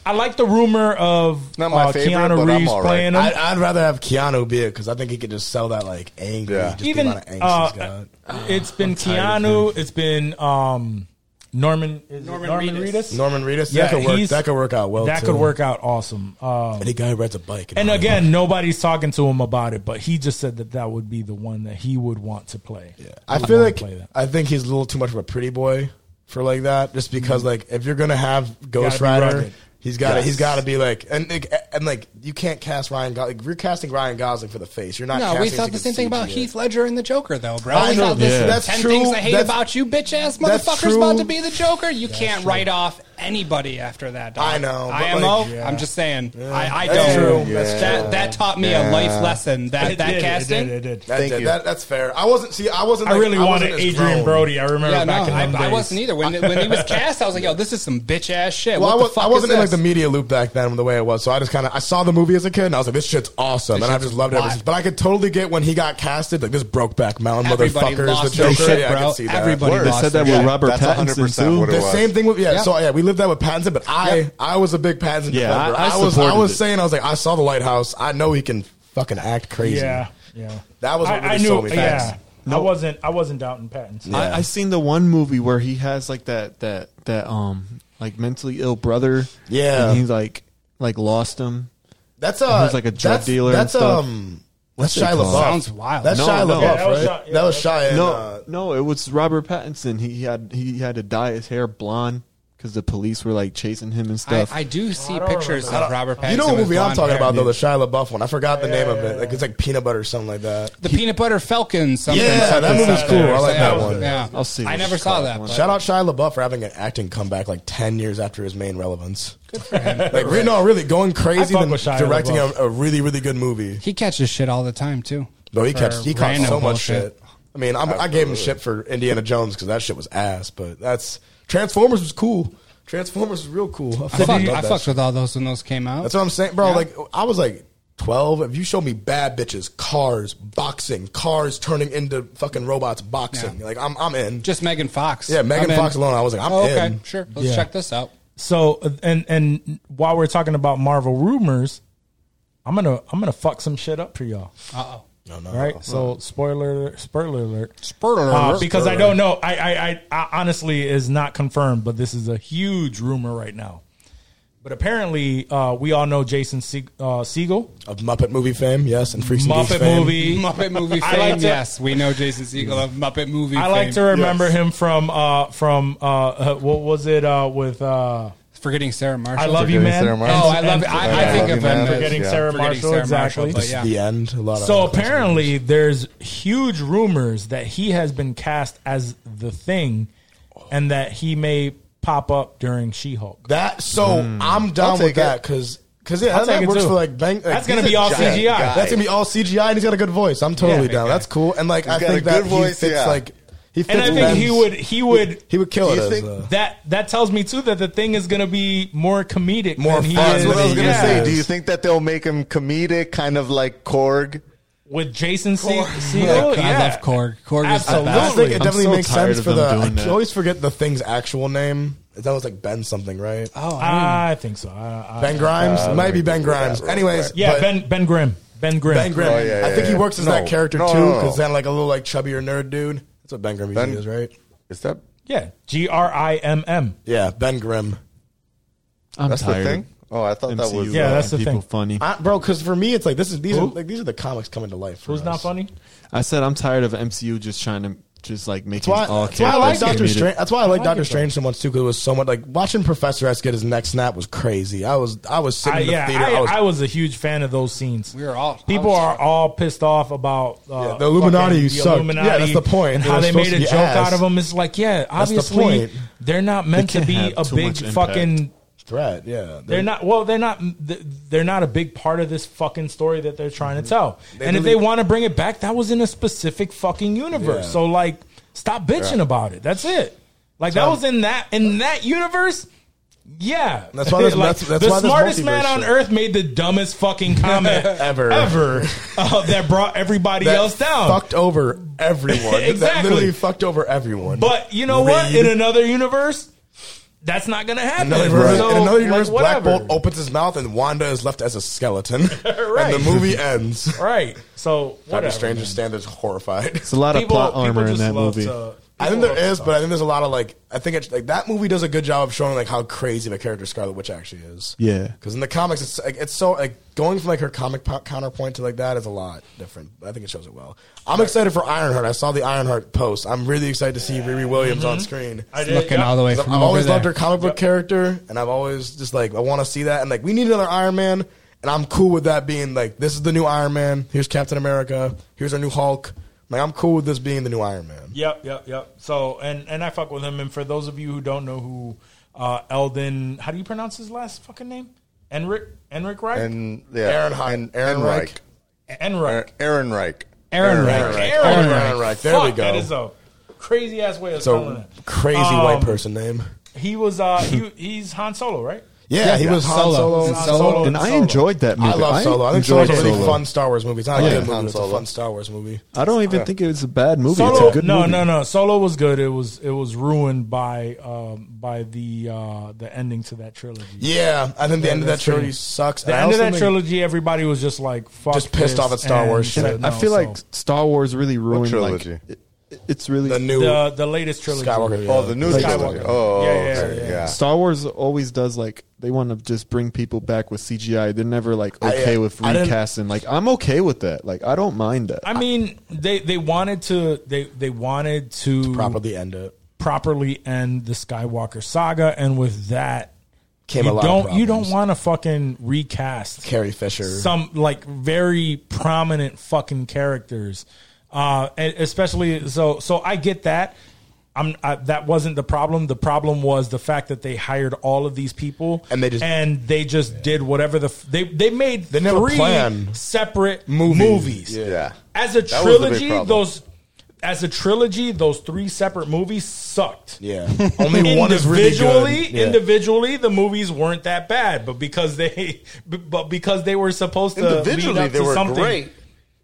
Speaker 4: I, like the rumor of
Speaker 8: Not my
Speaker 4: uh,
Speaker 8: favorite,
Speaker 4: Keanu
Speaker 8: but I'm
Speaker 4: Reeves
Speaker 8: all right.
Speaker 4: playing him.
Speaker 5: I, I'd rather have Keanu be it because I think he could just sell that like angry,
Speaker 8: Yeah.
Speaker 5: just
Speaker 4: Even
Speaker 5: the amount of angst
Speaker 4: uh,
Speaker 5: he's got.
Speaker 4: it's been Keanu, it's been um, Norman is Norman, Norman Reedus.
Speaker 5: Norman Reedus, yeah, that could work.
Speaker 4: he's-
Speaker 5: That could work out well.
Speaker 4: That
Speaker 5: too.
Speaker 4: could work out awesome. Um,
Speaker 5: Any guy who rides a bike,
Speaker 4: and again, nobody's talking to him about it, but he just said that that would be the one that he would want to play. Yeah.
Speaker 5: I feel like
Speaker 4: play that.
Speaker 5: I think he's a little too much of a pretty boy for like that. Just because like if you're gonna have Ghost
Speaker 4: be
Speaker 5: Rider,
Speaker 4: rugged.
Speaker 5: he's got to
Speaker 8: Yes.
Speaker 5: he's got to be like and like, and like you can't cast Ryan Gosling. Like, if you're casting Ryan Gosling for the face, you're not.
Speaker 7: No,
Speaker 5: casting
Speaker 7: we
Speaker 5: so
Speaker 7: thought
Speaker 5: you
Speaker 7: the
Speaker 5: can
Speaker 7: same
Speaker 5: see
Speaker 7: thing about
Speaker 5: through it.
Speaker 7: Heath Ledger and the Joker, though, bro.
Speaker 5: I
Speaker 7: We
Speaker 5: know,
Speaker 7: thought this
Speaker 5: yeah. That's
Speaker 7: ten
Speaker 5: true.
Speaker 7: things I hate
Speaker 5: That's-
Speaker 7: about you, bitch ass
Speaker 5: that's
Speaker 7: motherfucker's
Speaker 5: true.
Speaker 7: about to be the Joker. You can't write off anybody after that. Dog.
Speaker 5: I know, but
Speaker 7: IMO.
Speaker 5: like, yeah.
Speaker 7: I'm just saying. I, I
Speaker 5: That's
Speaker 7: don't.
Speaker 5: true. That's
Speaker 7: That that taught me a life lesson. That
Speaker 4: It
Speaker 7: that
Speaker 4: did, it
Speaker 7: casting.
Speaker 4: did, it did.
Speaker 5: That,
Speaker 8: Thank
Speaker 5: that-
Speaker 8: you.
Speaker 5: that- that's fair. I wasn't. See, I wasn't.
Speaker 4: I
Speaker 5: like-
Speaker 4: really
Speaker 5: wasn't
Speaker 4: wanted
Speaker 5: as
Speaker 4: Adrian
Speaker 5: grown.
Speaker 4: Brody. I remember
Speaker 7: Yeah, no,
Speaker 4: back in them
Speaker 7: I, I
Speaker 4: days.
Speaker 7: wasn't either. When when he was cast, I was like, "Yo, this is some bitch ass shit."
Speaker 5: Well,
Speaker 7: what
Speaker 5: I,
Speaker 7: the
Speaker 5: was,
Speaker 7: fuck
Speaker 5: I
Speaker 7: is
Speaker 5: wasn't in like
Speaker 7: this?
Speaker 5: the media loop back then the way it was, so I just kind of I saw the movie as a kid and I was like, "This shit's awesome,"
Speaker 7: This
Speaker 5: and
Speaker 7: shit's
Speaker 5: I just loved it. ever
Speaker 7: wild.
Speaker 5: since. But I could totally get when he got casted, like this Brokeback Mountain
Speaker 7: Everybody
Speaker 5: motherfucker is
Speaker 7: lost
Speaker 5: the
Speaker 7: their
Speaker 5: Joker.
Speaker 7: shit,
Speaker 5: yeah, I
Speaker 7: bro.
Speaker 5: could see that.
Speaker 7: Everybody
Speaker 6: They
Speaker 7: lost
Speaker 6: said that
Speaker 7: their
Speaker 6: with
Speaker 7: shit.
Speaker 6: Robert
Speaker 8: That's
Speaker 6: Pattinson
Speaker 8: 100%
Speaker 6: too.
Speaker 8: what it
Speaker 5: The
Speaker 8: was.
Speaker 5: same thing with yeah.
Speaker 7: Yeah.
Speaker 5: So yeah, we lived that with Pattinson, but I
Speaker 7: Yep.
Speaker 5: I was a big Pattinson
Speaker 6: Yeah,
Speaker 5: defender.
Speaker 6: I- I
Speaker 5: was I
Speaker 6: supported
Speaker 5: was
Speaker 6: it.
Speaker 5: saying I was like I saw the Lighthouse. I know he can fucking act crazy.
Speaker 4: Yeah, yeah.
Speaker 5: That was what
Speaker 4: I, I
Speaker 5: really sold
Speaker 4: knew.
Speaker 5: me
Speaker 4: Yeah,
Speaker 5: fast.
Speaker 4: I wasn't. I wasn't doubting Pattinson.
Speaker 6: I, I seen the one movie where he has like that that that um like mentally ill brother.
Speaker 5: Yeah.
Speaker 6: and he's like like lost him.
Speaker 5: That's uh,
Speaker 6: He's like a drug
Speaker 5: that's-
Speaker 6: dealer and
Speaker 5: That's
Speaker 6: stuff.
Speaker 5: um, that's
Speaker 6: it
Speaker 5: Shia
Speaker 6: called?
Speaker 5: LaBeouf.
Speaker 7: Sounds wild.
Speaker 5: That's
Speaker 6: No,
Speaker 5: Shia
Speaker 6: no.
Speaker 5: LaBeouf,
Speaker 6: Yeah,
Speaker 4: that was
Speaker 5: right?
Speaker 4: Shia- yeah,
Speaker 5: that was Shia. and,
Speaker 6: no,
Speaker 5: uh,
Speaker 6: no, it was Robert Pattinson. He had he had to dye his hair blonde because the police were like chasing him and
Speaker 7: I,
Speaker 6: stuff.
Speaker 7: I do see
Speaker 4: don't
Speaker 7: pictures
Speaker 4: remember.
Speaker 7: of Robert Pattinson.
Speaker 5: You know what
Speaker 7: with
Speaker 5: movie I'm
Speaker 7: blonde
Speaker 5: talking
Speaker 7: hair.
Speaker 5: about though, the Shia LaBeouf one. I forgot the name of it. Like it's like peanut butter or something like that.
Speaker 7: The peanut butter falcon. Something.
Speaker 5: Yeah, that
Speaker 7: something,
Speaker 5: movie's
Speaker 7: something.
Speaker 5: cool. I like that
Speaker 7: Yeah.
Speaker 5: one.
Speaker 7: Yeah,
Speaker 6: I'll see
Speaker 7: I
Speaker 6: what
Speaker 7: never
Speaker 6: it's
Speaker 7: saw
Speaker 6: called.
Speaker 7: that. but-
Speaker 5: Shout out Shia LaBeouf for having an acting comeback like ten years after his main relevance. like re- no, really going crazy
Speaker 4: fuck
Speaker 5: than
Speaker 4: with Shia
Speaker 5: directing a,
Speaker 4: LaBeouf.
Speaker 5: a really really good movie.
Speaker 7: He catches shit all the time too.
Speaker 5: Though he catch
Speaker 7: For
Speaker 5: he caught
Speaker 7: random
Speaker 5: so much
Speaker 7: bullshit.
Speaker 5: shit. I mean, I'm, I gave him shit for Indiana Jones because that shit was ass. But that's Transformers was cool. Transformers was real cool. I,
Speaker 7: I,
Speaker 5: fucking
Speaker 7: fuck,
Speaker 5: love
Speaker 7: I
Speaker 5: that
Speaker 7: fucked
Speaker 5: shit.
Speaker 7: with all those when those came out.
Speaker 5: That's what I'm saying, bro.
Speaker 7: Yeah.
Speaker 5: Like I was like 12. If you showed me bad bitches, cars, boxing, cars turning into fucking robots, boxing,
Speaker 7: Yeah.
Speaker 5: like I'm I'm in.
Speaker 7: Just Megan Fox.
Speaker 5: Yeah, Megan
Speaker 7: I'm in.
Speaker 5: Fox alone, I was like, I'm
Speaker 7: oh, okay,
Speaker 5: in.
Speaker 7: sure. Let's
Speaker 4: Yeah.
Speaker 7: check this out.
Speaker 4: So and and while we're talking about Marvel rumors, I'm gonna I'm gonna fuck some shit up for y'all.
Speaker 7: Uh oh.
Speaker 5: no, no,
Speaker 4: All right. So spoiler spoiler alert.
Speaker 7: Spurter.
Speaker 4: Uh, because I don't know. I, I, I, I honestly is not confirmed, but this is a huge rumor right now. But apparently, uh, we all know Jason Sieg, uh, Siegel,
Speaker 5: of Muppet movie fame, yes, and Freaks and Geeks
Speaker 4: Muppet
Speaker 5: fame.
Speaker 4: movie.
Speaker 7: (laughs) Muppet
Speaker 4: (laughs)
Speaker 7: movie
Speaker 4: I
Speaker 7: fame.
Speaker 4: like to-
Speaker 7: yes, we know Jason Segel of Muppet movie.
Speaker 4: I like to
Speaker 7: fame.
Speaker 4: remember him from uh, from uh, uh, what was it uh, with uh,
Speaker 7: forgetting Sarah Marshall.
Speaker 4: I Love You
Speaker 8: Forgetting
Speaker 4: Man?
Speaker 8: Sarah Marshall.
Speaker 7: Oh, I love. I, I,
Speaker 8: Yeah.
Speaker 7: think
Speaker 8: Love
Speaker 7: of
Speaker 8: You Man.
Speaker 7: him. as-
Speaker 4: Forgetting
Speaker 8: Yeah.
Speaker 4: Sarah
Speaker 7: Forgetting
Speaker 4: Marshall.
Speaker 7: Sarah
Speaker 4: Exactly.
Speaker 7: Marshall, but yeah.
Speaker 5: The end. A lot of
Speaker 4: So apparently, there's huge rumors that he has been cast as the Thing, and that he may pop up during She-Hulk.
Speaker 5: that. So I'm
Speaker 8: Hmm. I'll
Speaker 5: down
Speaker 8: take
Speaker 5: with that
Speaker 8: it.
Speaker 5: because because yeah,
Speaker 4: I'll
Speaker 5: that
Speaker 4: take it
Speaker 5: works
Speaker 4: too.
Speaker 5: for like bang. like,
Speaker 4: That's gonna
Speaker 5: he's
Speaker 4: be
Speaker 5: a
Speaker 4: all
Speaker 5: giant
Speaker 4: CGI.
Speaker 5: guy. That's gonna be all CGI, and he's got a good voice. I'm totally
Speaker 4: Yeah.
Speaker 5: down. That's cool. And like I
Speaker 8: got a
Speaker 5: think
Speaker 8: good
Speaker 5: that
Speaker 8: voice,
Speaker 5: he fits
Speaker 8: yeah.
Speaker 5: like he fits.
Speaker 4: And I think he
Speaker 5: Ben's-
Speaker 4: would he would
Speaker 5: He would kill
Speaker 8: Do
Speaker 5: it.
Speaker 8: you
Speaker 5: as,
Speaker 8: think-
Speaker 5: uh,
Speaker 4: that that tells me too that the thing is going to be more comedic,
Speaker 5: More
Speaker 4: than he
Speaker 5: fun
Speaker 4: is.
Speaker 8: That's what I was gonna
Speaker 5: Yeah.
Speaker 8: say. Do you think that they'll make him comedic, kind of like Korg?
Speaker 4: with Jason Se-
Speaker 7: Korg.
Speaker 4: Segel?
Speaker 7: Yeah, I
Speaker 4: Oh, Yeah,
Speaker 7: love Korg. Korg is
Speaker 5: I just
Speaker 7: the
Speaker 5: think
Speaker 4: absolutely.
Speaker 5: it
Speaker 6: I'm
Speaker 5: definitely
Speaker 6: so
Speaker 5: makes
Speaker 6: tired
Speaker 5: sense
Speaker 6: of
Speaker 5: for the.
Speaker 6: them
Speaker 5: I
Speaker 6: doing that.
Speaker 5: always forget the thing's actual name. It's almost like Ben something, right?
Speaker 7: Oh, I
Speaker 4: I think so. I, I,
Speaker 5: ben Grimes, It might be Ben Grimes. Anyways,
Speaker 4: yeah,
Speaker 5: but-
Speaker 4: Ben Ben Grimm. Ben Grimm.
Speaker 5: Ben Grimm.
Speaker 8: Oh, yeah,
Speaker 5: I
Speaker 8: yeah,
Speaker 5: think he
Speaker 8: yeah.
Speaker 5: works as
Speaker 8: No.
Speaker 5: that character
Speaker 8: No,
Speaker 5: too,
Speaker 8: no, no.
Speaker 5: because then like a little like chubbier nerd dude. That's what Ben Grimm usually
Speaker 8: Ben-
Speaker 5: is, right?
Speaker 8: Is that
Speaker 4: Yeah, G R I M M.
Speaker 5: Yeah, Ben Grimm.
Speaker 6: I'm
Speaker 8: That's
Speaker 6: tired.
Speaker 8: the thing. Oh, I thought that
Speaker 6: MCU
Speaker 8: was.
Speaker 4: Yeah,
Speaker 6: uh,
Speaker 4: that's the
Speaker 6: people
Speaker 4: thing.
Speaker 6: funny.
Speaker 5: I, bro, because for me, it's like this is these
Speaker 4: Who?
Speaker 5: are like these are the comics coming to life. For
Speaker 4: Who's
Speaker 5: us.
Speaker 4: not funny?
Speaker 6: I said I'm tired of MCU just trying to just like make
Speaker 5: That's why,
Speaker 6: all
Speaker 5: that's why I like
Speaker 6: characters
Speaker 5: Doctor
Speaker 6: comedic.
Speaker 5: Strange. That's why I like Doctor Strange so much too, because it was so much like watching Professor S get his next snap was crazy. I was I was sitting
Speaker 4: I,
Speaker 5: in the
Speaker 4: yeah,
Speaker 5: theater.
Speaker 4: I,
Speaker 5: I was,
Speaker 4: I was a huge fan of those scenes.
Speaker 7: We were all-
Speaker 4: people
Speaker 7: I was-
Speaker 4: are all pissed off about uh,
Speaker 5: Yeah, the Illuminati
Speaker 4: fucking-
Speaker 5: sucked. Yeah, that's the point.
Speaker 4: And
Speaker 5: They
Speaker 4: how
Speaker 5: were
Speaker 4: they
Speaker 5: supposed
Speaker 4: made
Speaker 5: to
Speaker 4: a
Speaker 5: be
Speaker 4: joke
Speaker 5: ass.
Speaker 4: out of them is like, yeah,
Speaker 5: That's the
Speaker 4: obviously
Speaker 5: point.
Speaker 4: they're not meant to
Speaker 6: can't
Speaker 4: be
Speaker 6: have
Speaker 4: a
Speaker 6: too
Speaker 4: big
Speaker 6: much impact.
Speaker 4: fucking.
Speaker 5: threat. Yeah,
Speaker 4: They're not well. They're not. They're not a big part of this fucking story that they're trying
Speaker 5: Mm-hmm.
Speaker 4: to tell. and if
Speaker 5: really-
Speaker 4: they want to bring it back, that was in a specific fucking universe.
Speaker 5: Yeah.
Speaker 4: So like, stop bitching about it. That's it. Like that was in that in that universe. Yeah,
Speaker 5: That's why there's-
Speaker 4: (laughs) Like,
Speaker 5: that's- that's
Speaker 4: the
Speaker 5: why there's
Speaker 4: smartest man
Speaker 5: multiverse
Speaker 4: on
Speaker 5: shit.
Speaker 4: earth made the dumbest fucking
Speaker 5: (laughs)
Speaker 4: comment
Speaker 5: Ever.
Speaker 4: ever uh, that brought everybody
Speaker 5: That
Speaker 4: else down.
Speaker 5: Fucked over
Speaker 4: (laughs)
Speaker 5: everyone. That
Speaker 4: Exactly.
Speaker 5: literally fucked over everyone.
Speaker 4: But you know what?
Speaker 5: Reed.
Speaker 4: In another universe, that's not gonna happen.
Speaker 5: Another universe,
Speaker 4: So,
Speaker 5: in another
Speaker 4: like,
Speaker 5: universe Black
Speaker 4: whatever.
Speaker 5: Bolt opens his mouth and Wanda is left as a
Speaker 4: (laughs)
Speaker 5: skeleton, and
Speaker 4: Right.
Speaker 5: the movie ends.
Speaker 4: Right. So
Speaker 5: Doctor
Speaker 4: whatever.
Speaker 5: Strange is standing there horrified.
Speaker 6: It's a lot
Speaker 4: People-
Speaker 6: of plot
Speaker 4: people
Speaker 6: armor in
Speaker 4: just
Speaker 6: that
Speaker 4: love
Speaker 6: movie.
Speaker 4: to-
Speaker 5: (laughs) I think
Speaker 4: people
Speaker 5: there
Speaker 4: love
Speaker 5: is,
Speaker 4: to-
Speaker 5: but I think there's a lot of like I think it's like that movie does a good job of showing like how crazy the character Scarlet Witch actually is.
Speaker 6: Yeah.
Speaker 5: because in the comics it's like, it's so like going from like her comic po- counterpoint to like that is a lot different. I think it shows it well. I'm excited for Ironheart. I saw the Ironheart post. I'm really excited to see Riri Williams on screen.
Speaker 4: Mm-hmm. I did,
Speaker 7: Looking
Speaker 4: yeah.
Speaker 7: all the way
Speaker 5: 'Cause
Speaker 7: from
Speaker 5: I've
Speaker 7: over
Speaker 5: always
Speaker 7: there.
Speaker 5: loved her comic book character, and I've always just like I want to see that. And like we need another Iron Man, and I'm cool with that being like this is the new Iron Man. Here's Captain America. Here's our new Hulk. Like I'm cool with this being the new Iron Man.
Speaker 4: Yep, yep, yep. So and and I fuck with him. And for those of you who don't know who uh Eldon, how do you pronounce his last fucking name? Enric Enric Reich.
Speaker 8: And yeah,
Speaker 5: Aaron Hi-
Speaker 8: and Uh,
Speaker 5: Aaron Reich.
Speaker 4: Enric.
Speaker 8: Er- Aaron Reich.
Speaker 7: Aaron
Speaker 5: Aaron
Speaker 7: Reich.
Speaker 5: Reich.
Speaker 4: Aaron
Speaker 5: Aaron
Speaker 4: Reich.
Speaker 5: Reich. There we
Speaker 4: Fuck, That is
Speaker 5: go.
Speaker 4: a crazy ass way of spelling
Speaker 5: So
Speaker 4: it.
Speaker 5: crazy
Speaker 4: Um,
Speaker 5: white person name.
Speaker 4: He was uh he, he's Han Solo, right?
Speaker 5: Yeah, he was Han
Speaker 7: Solo.
Speaker 5: Solo.
Speaker 7: He's in
Speaker 5: Han
Speaker 7: Solo.
Speaker 5: Solo.
Speaker 6: and I
Speaker 4: Solo.
Speaker 6: enjoyed that movie.
Speaker 5: I love Solo. I think
Speaker 6: enjoyed
Speaker 5: Solo's a really
Speaker 6: Solo.
Speaker 5: fun Star Wars movie. It's not a
Speaker 6: Yeah. Uh,
Speaker 5: good
Speaker 8: Han
Speaker 5: movie. It's a
Speaker 8: Solo.
Speaker 5: fun Star Wars movie.
Speaker 6: I don't even think it was a bad movie.
Speaker 4: Solo,
Speaker 6: it's a good
Speaker 4: no,
Speaker 6: movie.
Speaker 4: no, no. Solo was good. It was it was ruined by um, by the uh, the ending to that trilogy.
Speaker 5: Yeah, I think the end of that
Speaker 4: that's pretty-
Speaker 5: trilogy sucks.
Speaker 4: The end of that trilogy, everybody was just like fuck
Speaker 5: Just pissed
Speaker 4: this,
Speaker 5: off at Star
Speaker 4: and-
Speaker 5: Wars shit.
Speaker 4: Yeah,
Speaker 6: I
Speaker 4: no,
Speaker 6: feel like
Speaker 4: so-
Speaker 6: Star Wars really ruined like
Speaker 8: trilogy?
Speaker 6: it, it's really
Speaker 5: the new
Speaker 4: the the latest trilogy.
Speaker 5: Skywalker.
Speaker 8: Oh, the new
Speaker 5: Like,
Speaker 8: Skywalker. Oh,
Speaker 4: Yeah, yeah,
Speaker 8: okay,
Speaker 4: yeah,
Speaker 8: yeah.
Speaker 4: yeah.
Speaker 6: Star Wars always does like they want to just bring people back with CGI. They're never like
Speaker 5: I, uh,
Speaker 6: okay with
Speaker 5: I didn't-
Speaker 6: recasting. Like I'm okay with that. Like I don't mind that.
Speaker 4: I mean, they they wanted to they they wanted to
Speaker 5: Properly end it.
Speaker 4: properly end the Skywalker saga, and with that,
Speaker 5: Came
Speaker 4: you
Speaker 5: a lot.
Speaker 4: don't
Speaker 5: of
Speaker 4: you don't
Speaker 5: problems.
Speaker 4: want to fucking recast
Speaker 5: Carrie Fisher.
Speaker 4: some like very prominent fucking characters, uh, and especially so. So I get that. I'm I, that wasn't the problem. The problem was the fact that they hired all of these people
Speaker 5: And they just-
Speaker 4: and they just did whatever the f- they they made
Speaker 5: They didn't have a
Speaker 4: three
Speaker 5: plan.
Speaker 4: separate
Speaker 5: Movies.
Speaker 4: movies.
Speaker 8: Yeah.
Speaker 4: As a
Speaker 8: That was the big
Speaker 4: trilogy,
Speaker 8: problem.
Speaker 4: those as a trilogy, those three separate movies sucked. (laughs)
Speaker 5: yeah, only one is really
Speaker 4: individually,
Speaker 5: good. Yeah.
Speaker 4: individually, the movies weren't that bad, but because they, but because they were supposed to lead
Speaker 8: Individually,
Speaker 4: up
Speaker 8: they
Speaker 4: to
Speaker 8: were
Speaker 4: something.
Speaker 8: great.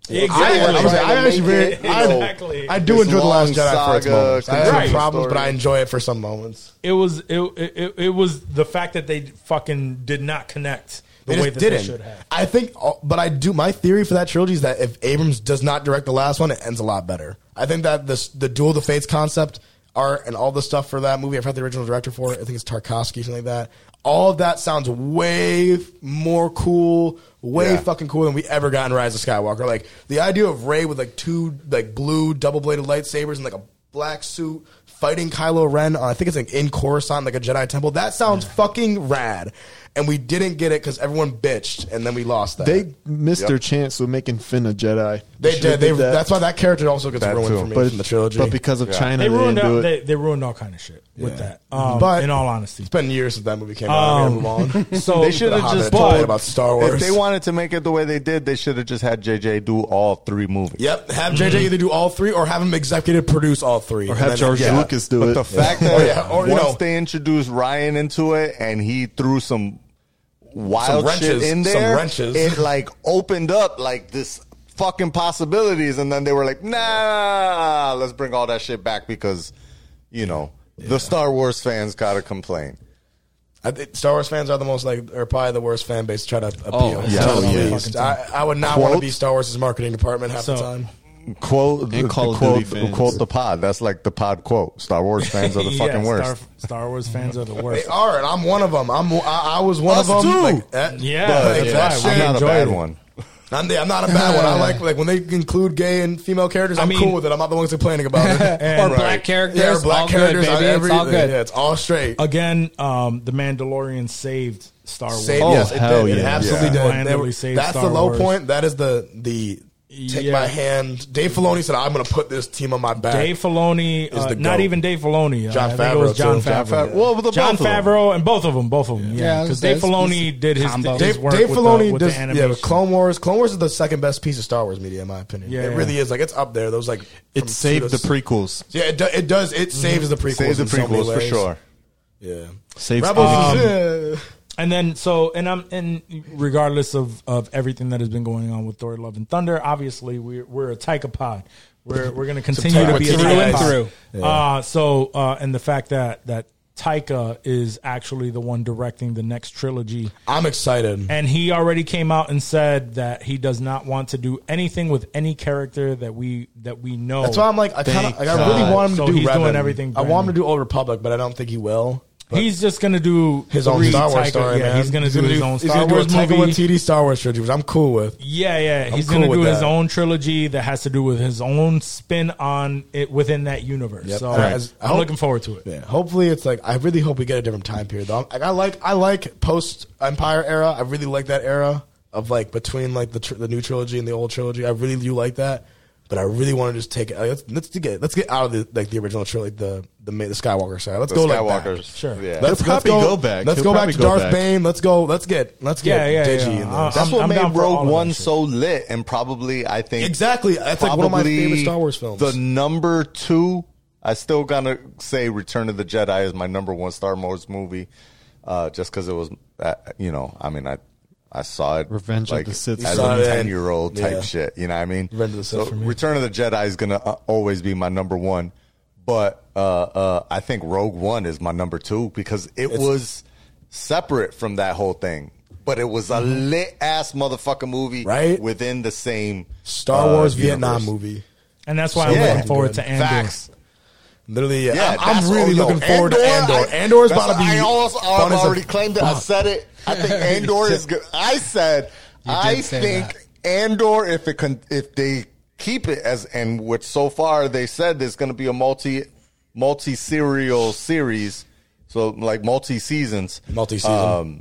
Speaker 4: Exactly.
Speaker 5: I, I, was- I
Speaker 8: Trying to
Speaker 5: actually
Speaker 8: make
Speaker 5: really,
Speaker 8: it-
Speaker 5: I,
Speaker 4: (laughs) Exactly.
Speaker 5: I do
Speaker 8: This
Speaker 5: enjoy the Last Jedi
Speaker 8: long
Speaker 5: for its
Speaker 8: saga,
Speaker 5: moments. I have
Speaker 4: Right.
Speaker 5: some problems, but
Speaker 8: story.
Speaker 5: I enjoy it for some moments.
Speaker 4: It was it, it it was the fact that they fucking did not connect the
Speaker 5: They
Speaker 4: way
Speaker 5: just
Speaker 4: that
Speaker 5: didn't.
Speaker 4: they should have.
Speaker 5: I think, uh, but I do. My theory for that trilogy is that if Abrams does not direct the last one, it ends a lot better. I think that this the Duel of the Fates concept art and all the stuff for that movie. I forgot the original director for it. I think it's Tarkovsky, something like that. All of that sounds way more cool, way
Speaker 8: Yeah.
Speaker 5: fucking cooler than we ever got in Rise of Skywalker. Like the idea of Rey with like two like blue double bladed lightsabers and like a black suit fighting Kylo Ren. On, I think it's like in Coruscant, like a Jedi temple. That sounds fucking rad. And we didn't get it because everyone bitched, and then we lost that.
Speaker 6: they missed
Speaker 8: Yep.
Speaker 6: their chance with making Finn a Jedi.
Speaker 5: They
Speaker 6: should've
Speaker 5: did. They,
Speaker 6: did that.
Speaker 5: That's why that character also gets
Speaker 8: That
Speaker 5: ruined
Speaker 8: too.
Speaker 5: for me
Speaker 6: but
Speaker 5: from the trilogy.
Speaker 6: But because of
Speaker 8: Yeah.
Speaker 6: China,
Speaker 4: They
Speaker 6: they,
Speaker 4: ruined
Speaker 6: didn't do
Speaker 4: all,
Speaker 6: it.
Speaker 4: they, they ruined all kind of shit with that. Um,
Speaker 5: But-
Speaker 4: in all honesty, Um,
Speaker 5: it's been years since that movie came out. I'm gonna move on.
Speaker 4: (laughs)
Speaker 5: (laughs)
Speaker 4: so
Speaker 8: They should
Speaker 5: The
Speaker 8: have
Speaker 5: Hobbit,
Speaker 8: just
Speaker 5: told me
Speaker 8: told
Speaker 5: about Star Wars.
Speaker 8: If they wanted to make it the way they did, they should have just had JJ do all three movies.
Speaker 5: Yep, have JJ
Speaker 4: Mm-hmm.
Speaker 5: either do all three or have him executive produce all three,
Speaker 6: or have George Lucas do
Speaker 8: but
Speaker 6: it.
Speaker 5: (laughs)
Speaker 8: the fact
Speaker 5: Yeah.
Speaker 8: that
Speaker 5: Or, yeah, or, you
Speaker 8: once
Speaker 5: know-
Speaker 8: they introduced Ryan into it and he threw some wild
Speaker 5: Some wrenches,
Speaker 8: shit in
Speaker 5: some
Speaker 8: there,
Speaker 5: wrenches.
Speaker 8: it like opened up like this fucking possibilities, and then they were like, nah, let's bring all that shit back because you know the Star Wars fans gotta complain.
Speaker 5: I think Star Wars fans are the most like, are probably the worst fan base to try to appeal.
Speaker 6: yeah.
Speaker 5: So
Speaker 6: Oh, yeah.
Speaker 5: pleased. I, I would not want to
Speaker 6: Quote?
Speaker 5: be Star Wars' marketing department half the
Speaker 4: So-
Speaker 5: time.
Speaker 8: quote
Speaker 6: And Call of
Speaker 8: quote,
Speaker 6: Duty fans.
Speaker 8: quote the pod. That's like the pod quote. Star
Speaker 5: (laughs)
Speaker 8: Wars fans are the
Speaker 4: (laughs)
Speaker 8: fucking
Speaker 4: Yeah,
Speaker 8: worst.
Speaker 4: Star, Star Wars fans are the
Speaker 5: They
Speaker 4: worst.
Speaker 5: are, and I'm one of them. I'm I, I was one
Speaker 8: Us
Speaker 5: of them.
Speaker 8: too.
Speaker 5: Like, that-
Speaker 4: Yeah,
Speaker 5: but
Speaker 4: that's
Speaker 8: but
Speaker 5: that
Speaker 4: why
Speaker 8: that's
Speaker 4: we
Speaker 5: shit-
Speaker 8: not a
Speaker 4: enjoyed
Speaker 8: bad
Speaker 4: it.
Speaker 8: one.
Speaker 5: I'm, the- I'm not a bad one. I like like when they include gay and female characters. I'm
Speaker 4: mean-
Speaker 5: cool with it. I'm not the ones complaining about it.
Speaker 7: or black characters. Yeah, all good,
Speaker 5: on
Speaker 7: baby. it's all
Speaker 5: everything.
Speaker 7: good. Oh,
Speaker 5: Yeah, it's all straight.
Speaker 4: Again, um, the Mandalorian saved Star Wars.
Speaker 5: Saved,
Speaker 6: Oh,
Speaker 5: yes, it
Speaker 6: hell
Speaker 5: did. It
Speaker 6: yeah.
Speaker 5: absolutely
Speaker 4: Yeah.
Speaker 5: did.
Speaker 4: Finally
Speaker 5: They were-
Speaker 4: saved
Speaker 5: that's
Speaker 4: Star
Speaker 5: the low
Speaker 4: Wars.
Speaker 5: point. That is the the take
Speaker 4: Yeah.
Speaker 5: my hand. Dave Filoni said, "I'm going to put this team on my back."
Speaker 4: Dave Filoni, uh,
Speaker 5: the
Speaker 4: not
Speaker 5: GOAT.
Speaker 4: even Dave Filoni. uh,
Speaker 5: John
Speaker 4: I think it was
Speaker 5: Favreau,
Speaker 4: John
Speaker 5: too. John
Speaker 4: Favreau.
Speaker 8: Favreau. Well, the
Speaker 4: John
Speaker 8: both of them.
Speaker 4: Favrew and both of them, both of them. Yeah,
Speaker 7: Yeah,
Speaker 4: because
Speaker 7: that's-
Speaker 4: Dave Filoni did his,
Speaker 7: combo.
Speaker 4: his
Speaker 5: Dave,
Speaker 4: work
Speaker 5: Dave
Speaker 4: with,
Speaker 5: Filoni
Speaker 4: the, with
Speaker 5: does.
Speaker 4: the
Speaker 5: yeah,
Speaker 4: animation.
Speaker 5: but Clone Wars. Clone Wars is the second best piece of Star Wars media, in my opinion.
Speaker 4: Yeah,
Speaker 5: it
Speaker 4: yeah.
Speaker 5: really is. Like it's up there. Those like
Speaker 6: It
Speaker 5: from
Speaker 6: saved the
Speaker 5: Suda-
Speaker 6: prequels.
Speaker 5: Yeah, it, do, it does.
Speaker 4: Mm-hmm.
Speaker 5: It saves the prequels.
Speaker 8: Save the
Speaker 5: in so many
Speaker 8: prequels for
Speaker 5: ways.
Speaker 8: sure.
Speaker 5: Yeah.
Speaker 6: Saved
Speaker 5: Rebels.
Speaker 6: everything.
Speaker 5: yeah.
Speaker 4: And then so and I'm and regardless of of everything that has been going on with Thor: Love and Thunder, obviously we're we're a Taika pod. We're we're going to continue to be a
Speaker 5: Through
Speaker 4: Taika
Speaker 5: and
Speaker 4: pod.
Speaker 7: through.
Speaker 4: Uh, so uh, and the fact that that Taika is actually the one directing the next trilogy,
Speaker 5: I'm excited.
Speaker 4: and he already came out and said that he does not want to do anything with any character that we that we know.
Speaker 5: That's why I'm like I kind of
Speaker 6: Thank
Speaker 5: like, I really
Speaker 6: God.
Speaker 5: want him
Speaker 4: So
Speaker 5: to do.
Speaker 4: he's doing
Speaker 5: Revan.
Speaker 4: everything
Speaker 5: I
Speaker 4: brand
Speaker 5: want him to
Speaker 4: new.
Speaker 5: do Old Republic, but I don't think he will. But
Speaker 4: He's just gonna do
Speaker 5: his own
Speaker 4: three
Speaker 5: Star Wars
Speaker 4: Taika-
Speaker 5: story.
Speaker 4: Yeah,
Speaker 5: man.
Speaker 4: he's gonna do
Speaker 5: gonna
Speaker 4: his own
Speaker 5: he's
Speaker 4: Star
Speaker 5: gonna
Speaker 4: Wars
Speaker 5: do a Taika
Speaker 4: movie.
Speaker 5: Waititi Star Wars trilogy, which I'm cool with.
Speaker 4: Yeah, yeah. He's
Speaker 5: cool
Speaker 4: gonna
Speaker 5: with
Speaker 4: do his
Speaker 5: that.
Speaker 4: own trilogy that has to do with his own spin on it within that universe.
Speaker 5: Yep.
Speaker 4: So
Speaker 5: And I-
Speaker 4: I'm
Speaker 5: as- I hope-
Speaker 4: looking forward to it.
Speaker 5: Yeah, hopefully it's like I really hope we get a different time period though. Like I like I like post Empire era. I really like that era of like between like the tr- the new trilogy and the old trilogy. I really do like that. But I really want to just take it. Like, let's let's get let's get out of the like the original trilogy, the the ma- the Skywalker side. Let's
Speaker 8: The
Speaker 5: go like
Speaker 8: Skywalkers.
Speaker 5: that.
Speaker 4: Sure.
Speaker 8: Yeah.
Speaker 5: Let's,
Speaker 6: He'll
Speaker 5: let's
Speaker 6: probably
Speaker 5: go,
Speaker 6: go back.
Speaker 5: Let's
Speaker 6: He'll
Speaker 5: go back
Speaker 6: probably
Speaker 5: to
Speaker 6: go
Speaker 5: Darth
Speaker 6: back.
Speaker 5: Bane. Let's go. Let's get. Let's get
Speaker 4: Yeah, yeah,
Speaker 5: Digi
Speaker 4: yeah.
Speaker 5: in there.
Speaker 4: Uh,
Speaker 8: That's
Speaker 4: I'm-
Speaker 8: what
Speaker 4: I'm down
Speaker 8: made
Speaker 4: for all of
Speaker 8: Rogue
Speaker 4: that
Speaker 8: One
Speaker 4: shit.
Speaker 8: so lit, and probably I think
Speaker 5: Exactly. That's like one of my
Speaker 8: probably
Speaker 5: favorite Star Wars films.
Speaker 8: The number two, I still gonna say Return of the Jedi is my number one Star Wars movie, uh, just because it was, uh, you know, I mean, I I saw it
Speaker 6: Revenge of
Speaker 8: like,
Speaker 6: the Sith.
Speaker 8: as
Speaker 5: Saw
Speaker 8: a
Speaker 5: it.
Speaker 8: ten year old type
Speaker 5: Yeah.
Speaker 8: shit. You know what I mean?
Speaker 5: Revenge of the Sith
Speaker 8: So
Speaker 5: for me.
Speaker 8: Return of the Jedi is gonna uh, always be my number one, but uh, uh, I think Rogue One is my number two because it was separate from that whole thing. But it was a
Speaker 4: Mm-hmm.
Speaker 8: lit ass motherfucking movie,
Speaker 5: Right?
Speaker 8: Within the same
Speaker 5: Star
Speaker 8: uh,
Speaker 5: Wars Vietnam
Speaker 8: universe.
Speaker 5: movie.
Speaker 4: And that's why I'm
Speaker 8: Yeah.
Speaker 4: looking forward to Andor.
Speaker 8: Facts.
Speaker 5: Literally, yeah.
Speaker 8: Yeah,
Speaker 5: I'm,
Speaker 8: that's-
Speaker 5: I'm really
Speaker 8: oh, yo,
Speaker 5: looking forward to Andor.
Speaker 8: I-
Speaker 5: Andor is about
Speaker 8: that's-
Speaker 5: to be.
Speaker 8: I also,
Speaker 5: fun
Speaker 8: I've
Speaker 5: as a-
Speaker 8: already claimed it. I said it. I
Speaker 5: (laughs)
Speaker 8: think Andor is good. I said I
Speaker 7: say
Speaker 8: think Andor, if it can, if they keep it as and which so far they said there's going to be a multi multi serial series, so like multi seasons.
Speaker 5: Multi-season.
Speaker 8: Um,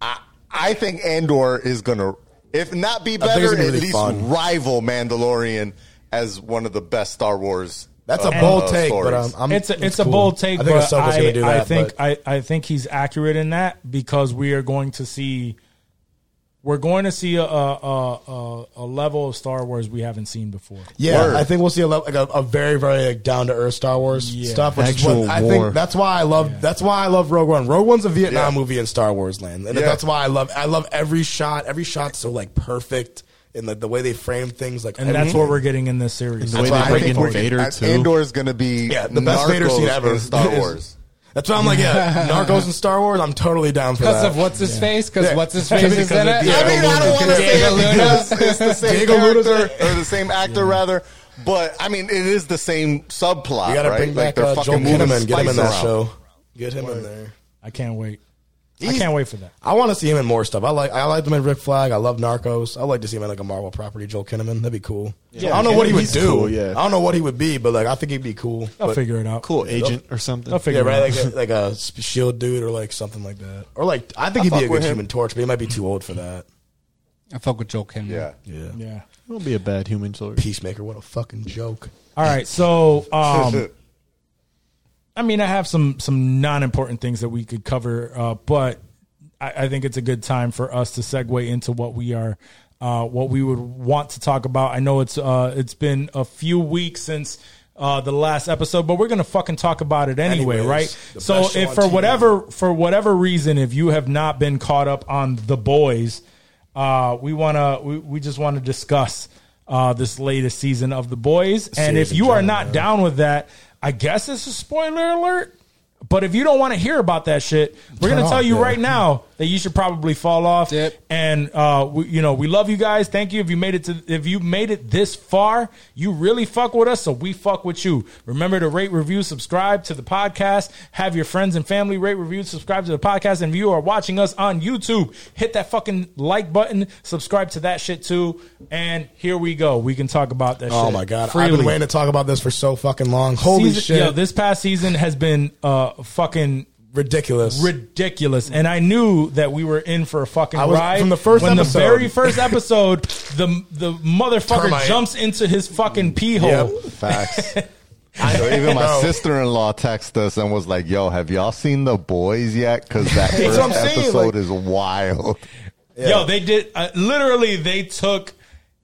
Speaker 8: I I think Andor is going to, if not be
Speaker 5: it's
Speaker 8: better,
Speaker 5: gonna be
Speaker 8: at
Speaker 5: really
Speaker 8: least
Speaker 5: fun.
Speaker 8: rival Mandalorian as one of the best Star Wars.
Speaker 5: That's a
Speaker 8: uh,
Speaker 5: bold
Speaker 8: uh,
Speaker 5: take, but
Speaker 8: stories.
Speaker 5: um, I'm,
Speaker 4: it's a, it's a bold take,
Speaker 5: I think
Speaker 4: but
Speaker 5: Ahsoka's
Speaker 4: I,
Speaker 5: gonna do
Speaker 4: I
Speaker 5: that,
Speaker 4: think
Speaker 5: but-
Speaker 4: I, I think he's accurate in that because we are going to see we're going to see a a, a, a- a level of Star Wars we hahaven't seen before.
Speaker 5: Yeah,
Speaker 8: Word.
Speaker 5: I think we'll see a, level, like a, a very, very like down to earth Star Wars
Speaker 4: Yeah.
Speaker 5: stuff. Which is
Speaker 6: Actual
Speaker 5: what I
Speaker 6: war.
Speaker 5: think that's why I love. That's why I love Rogue One. Rogue One's a Vietnam
Speaker 8: Yeah.
Speaker 5: movie in Star Wars land, and
Speaker 8: Yeah.
Speaker 5: that's why I love. I love every shot. Every shot's so like perfect, and like the way they frame things. Like,
Speaker 4: And that's what we're getting in this series.
Speaker 6: The way
Speaker 5: why
Speaker 6: they
Speaker 5: I
Speaker 6: bring
Speaker 5: think
Speaker 6: in
Speaker 5: we're-
Speaker 6: Vader
Speaker 8: And
Speaker 6: too.
Speaker 8: Andor is going to be
Speaker 5: Yeah, the best Vader
Speaker 8: Narcos
Speaker 5: scene ever
Speaker 8: in
Speaker 5: (laughs)
Speaker 8: Star
Speaker 5: is-
Speaker 8: Wars.
Speaker 5: That's why I'm like,
Speaker 4: (laughs)
Speaker 5: yeah, Narcos and Star Wars. I'm totally down for
Speaker 7: Because
Speaker 5: that.
Speaker 7: of what's his face? Because
Speaker 5: Yeah.
Speaker 7: what's his face is in it?
Speaker 5: Diego
Speaker 8: I mean, I don't want to say
Speaker 7: Diego
Speaker 8: it because
Speaker 7: Luna.
Speaker 8: it's the same
Speaker 5: Diego Luna's
Speaker 8: character
Speaker 5: in
Speaker 8: or the same actor, rather. But I mean, it is the same subplot,
Speaker 5: You gotta
Speaker 8: right?
Speaker 5: bring back
Speaker 8: like they're
Speaker 5: uh, Joel
Speaker 8: fucking moving
Speaker 5: Kinnaman. Get him in
Speaker 8: Spice
Speaker 5: that
Speaker 8: around.
Speaker 5: show. Get him in there.
Speaker 4: I can't wait. I
Speaker 5: He's-
Speaker 4: can't wait for that.
Speaker 5: I want to see him in more stuff. I like I like him in Rick Flag. I love Narcos. I like to see him in like a Marvel property. Joel Kinnaman. That'd be cool. I don't know what he would
Speaker 6: he's
Speaker 5: do.
Speaker 6: cool, yeah.
Speaker 5: I don't know what he would be, but like I think he'd be cool.
Speaker 4: They'll
Speaker 5: But-
Speaker 4: figure it out.
Speaker 6: Cool (laughs) agent or something.
Speaker 4: They'll
Speaker 5: Yeah,
Speaker 4: figure
Speaker 5: right.
Speaker 4: it
Speaker 5: Like
Speaker 4: out.
Speaker 5: a, like a sp- shield dude or like something like that. Or like I think he'd
Speaker 8: fuck
Speaker 5: be a
Speaker 8: with
Speaker 5: good
Speaker 8: him.
Speaker 5: Human Torch, but he might be too old for that.
Speaker 7: I fuck with Joel Kinnaman.
Speaker 8: Yeah,
Speaker 5: Yeah.
Speaker 4: yeah.
Speaker 6: Won't be a bad human sword.
Speaker 5: Peacemaker. What a fucking joke.
Speaker 4: All
Speaker 5: (laughs)
Speaker 4: right, so
Speaker 8: (laughs)
Speaker 4: um, I mean, I have some some non important things that we could cover, uh, but I, I think it's a good time for us to segue into what we are, uh, what we would want to talk about. I know it's uh, it's been a few weeks since. Uh, the last episode, but we're gonna fucking talk about it anyway,
Speaker 5: Anyways,
Speaker 4: right?
Speaker 5: the
Speaker 4: So,
Speaker 5: best show
Speaker 4: if
Speaker 5: on
Speaker 4: for
Speaker 5: TV.
Speaker 4: whatever for whatever reason, if you have not been caught up on the boys, uh, we wanna we, we just want to discuss uh, this latest season of the boys, and
Speaker 5: series
Speaker 4: if
Speaker 5: in
Speaker 4: you are
Speaker 5: general,
Speaker 4: not
Speaker 5: yeah.
Speaker 4: down with that, I guess it's a spoiler alert. But if you don't want to hear about that shit, we're
Speaker 5: Turn
Speaker 4: gonna
Speaker 5: off,
Speaker 4: tell you
Speaker 5: yeah.
Speaker 4: right now that you should probably fall off.
Speaker 7: Yep.
Speaker 4: And uh, we, you know, we love you guys. Thank you if you made it to if you made it this far. You really fuck with us, so we fuck with you. Remember to rate, review, subscribe to the podcast. Have your friends and family rate, review, subscribe to the podcast. And if you are watching us on YouTube, hit that fucking like button. Subscribe to that shit too. And here we go. We can talk about that.
Speaker 5: Oh
Speaker 4: shit
Speaker 5: my god, I've
Speaker 4: freely.
Speaker 5: been waiting to talk about this for so fucking long. Holy
Speaker 4: Season-
Speaker 5: shit,
Speaker 4: Yo, this past season has been uh fucking
Speaker 5: ridiculous.
Speaker 4: ridiculous, and I knew that we were in for a fucking
Speaker 5: I was-
Speaker 4: ride
Speaker 5: from the first
Speaker 4: when
Speaker 5: episode.
Speaker 4: the very first episode, the the motherfucker
Speaker 5: Termite.
Speaker 4: jumps into his fucking pee hole.
Speaker 5: Yep.
Speaker 8: Facts. So even my
Speaker 5: Bro.
Speaker 8: sister in law texted us and was like, "Yo, have y'all seen the boys yet? Because
Speaker 5: (laughs)
Speaker 8: that
Speaker 5: That's
Speaker 8: first
Speaker 5: what I'm saying,
Speaker 8: episode
Speaker 5: like-
Speaker 8: is wild."
Speaker 4: Yo, they did uh, literally. They took.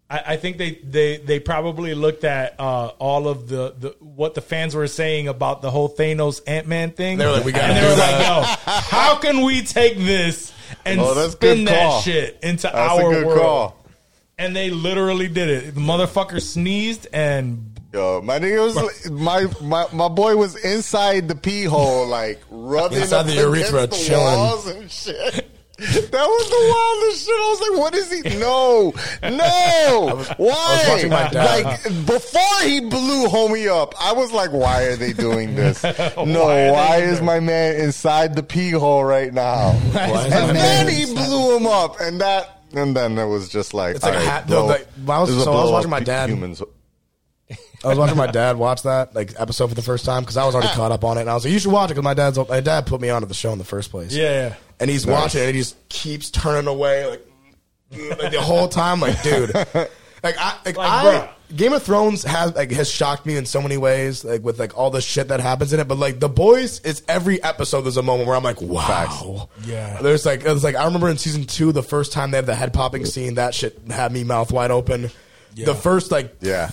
Speaker 4: I, I think they they they probably looked at uh, all of the, the what the fans were saying about the whole Thanos Ant Man thing.
Speaker 5: They were like, we gotta
Speaker 4: and they
Speaker 5: do
Speaker 4: were
Speaker 5: that.
Speaker 4: like, yo, how can we take this and
Speaker 8: Oh, that's
Speaker 4: spin
Speaker 8: good
Speaker 4: that
Speaker 8: call.
Speaker 4: shit into
Speaker 8: That's
Speaker 4: our
Speaker 8: a good
Speaker 4: world?
Speaker 8: call.
Speaker 4: And they literally did it. The motherfucker sneezed and
Speaker 8: Yo, my nigga was my, my my boy was inside the pee hole, like rubbing
Speaker 5: Inside
Speaker 8: up
Speaker 5: the urethra,
Speaker 8: against the
Speaker 5: chilling.
Speaker 8: walls and shit. That was the wildest shit. I was like, "What is he? No, no,
Speaker 5: I was
Speaker 8: why?"
Speaker 5: watching my dad.
Speaker 8: like before he blew homie up, I was like, "Why are they
Speaker 5: (laughs)
Speaker 8: doing this? No,
Speaker 4: Why
Speaker 8: why,
Speaker 4: are they
Speaker 8: is
Speaker 4: doing-
Speaker 8: my man inside the pee hole right now?"
Speaker 5: is my
Speaker 8: and
Speaker 5: man
Speaker 8: then he blew him up, and that. And then it was just like,
Speaker 5: It's like a
Speaker 8: all right,
Speaker 5: hat- no,
Speaker 8: bro,
Speaker 5: like, when I was-
Speaker 8: this is a
Speaker 5: so I was
Speaker 8: blow-up
Speaker 5: watching my
Speaker 8: hu-
Speaker 5: dad-
Speaker 8: Humans.
Speaker 5: I was watching my dad watch that like episode for the first time because I was
Speaker 4: (laughs)
Speaker 5: already caught up on it, and I was like, "You should watch it." Because my dad's my dad put me onto the show in the first place.
Speaker 4: yeah.
Speaker 5: and he's watching it, and he just keeps turning away like, like, the whole time, like
Speaker 6: (laughs)
Speaker 5: dude, like I, like, I
Speaker 4: bruh.
Speaker 5: Game of Thrones has like has shocked me in so many ways, like with like all the shit that happens in it. But like The Boys, it's every episode there's a moment where I'm like, wow,
Speaker 4: Yeah.
Speaker 5: There's like it's like I remember in season two the first time they had the head popping scene, that shit had me mouth wide open. The first like
Speaker 8: Yeah.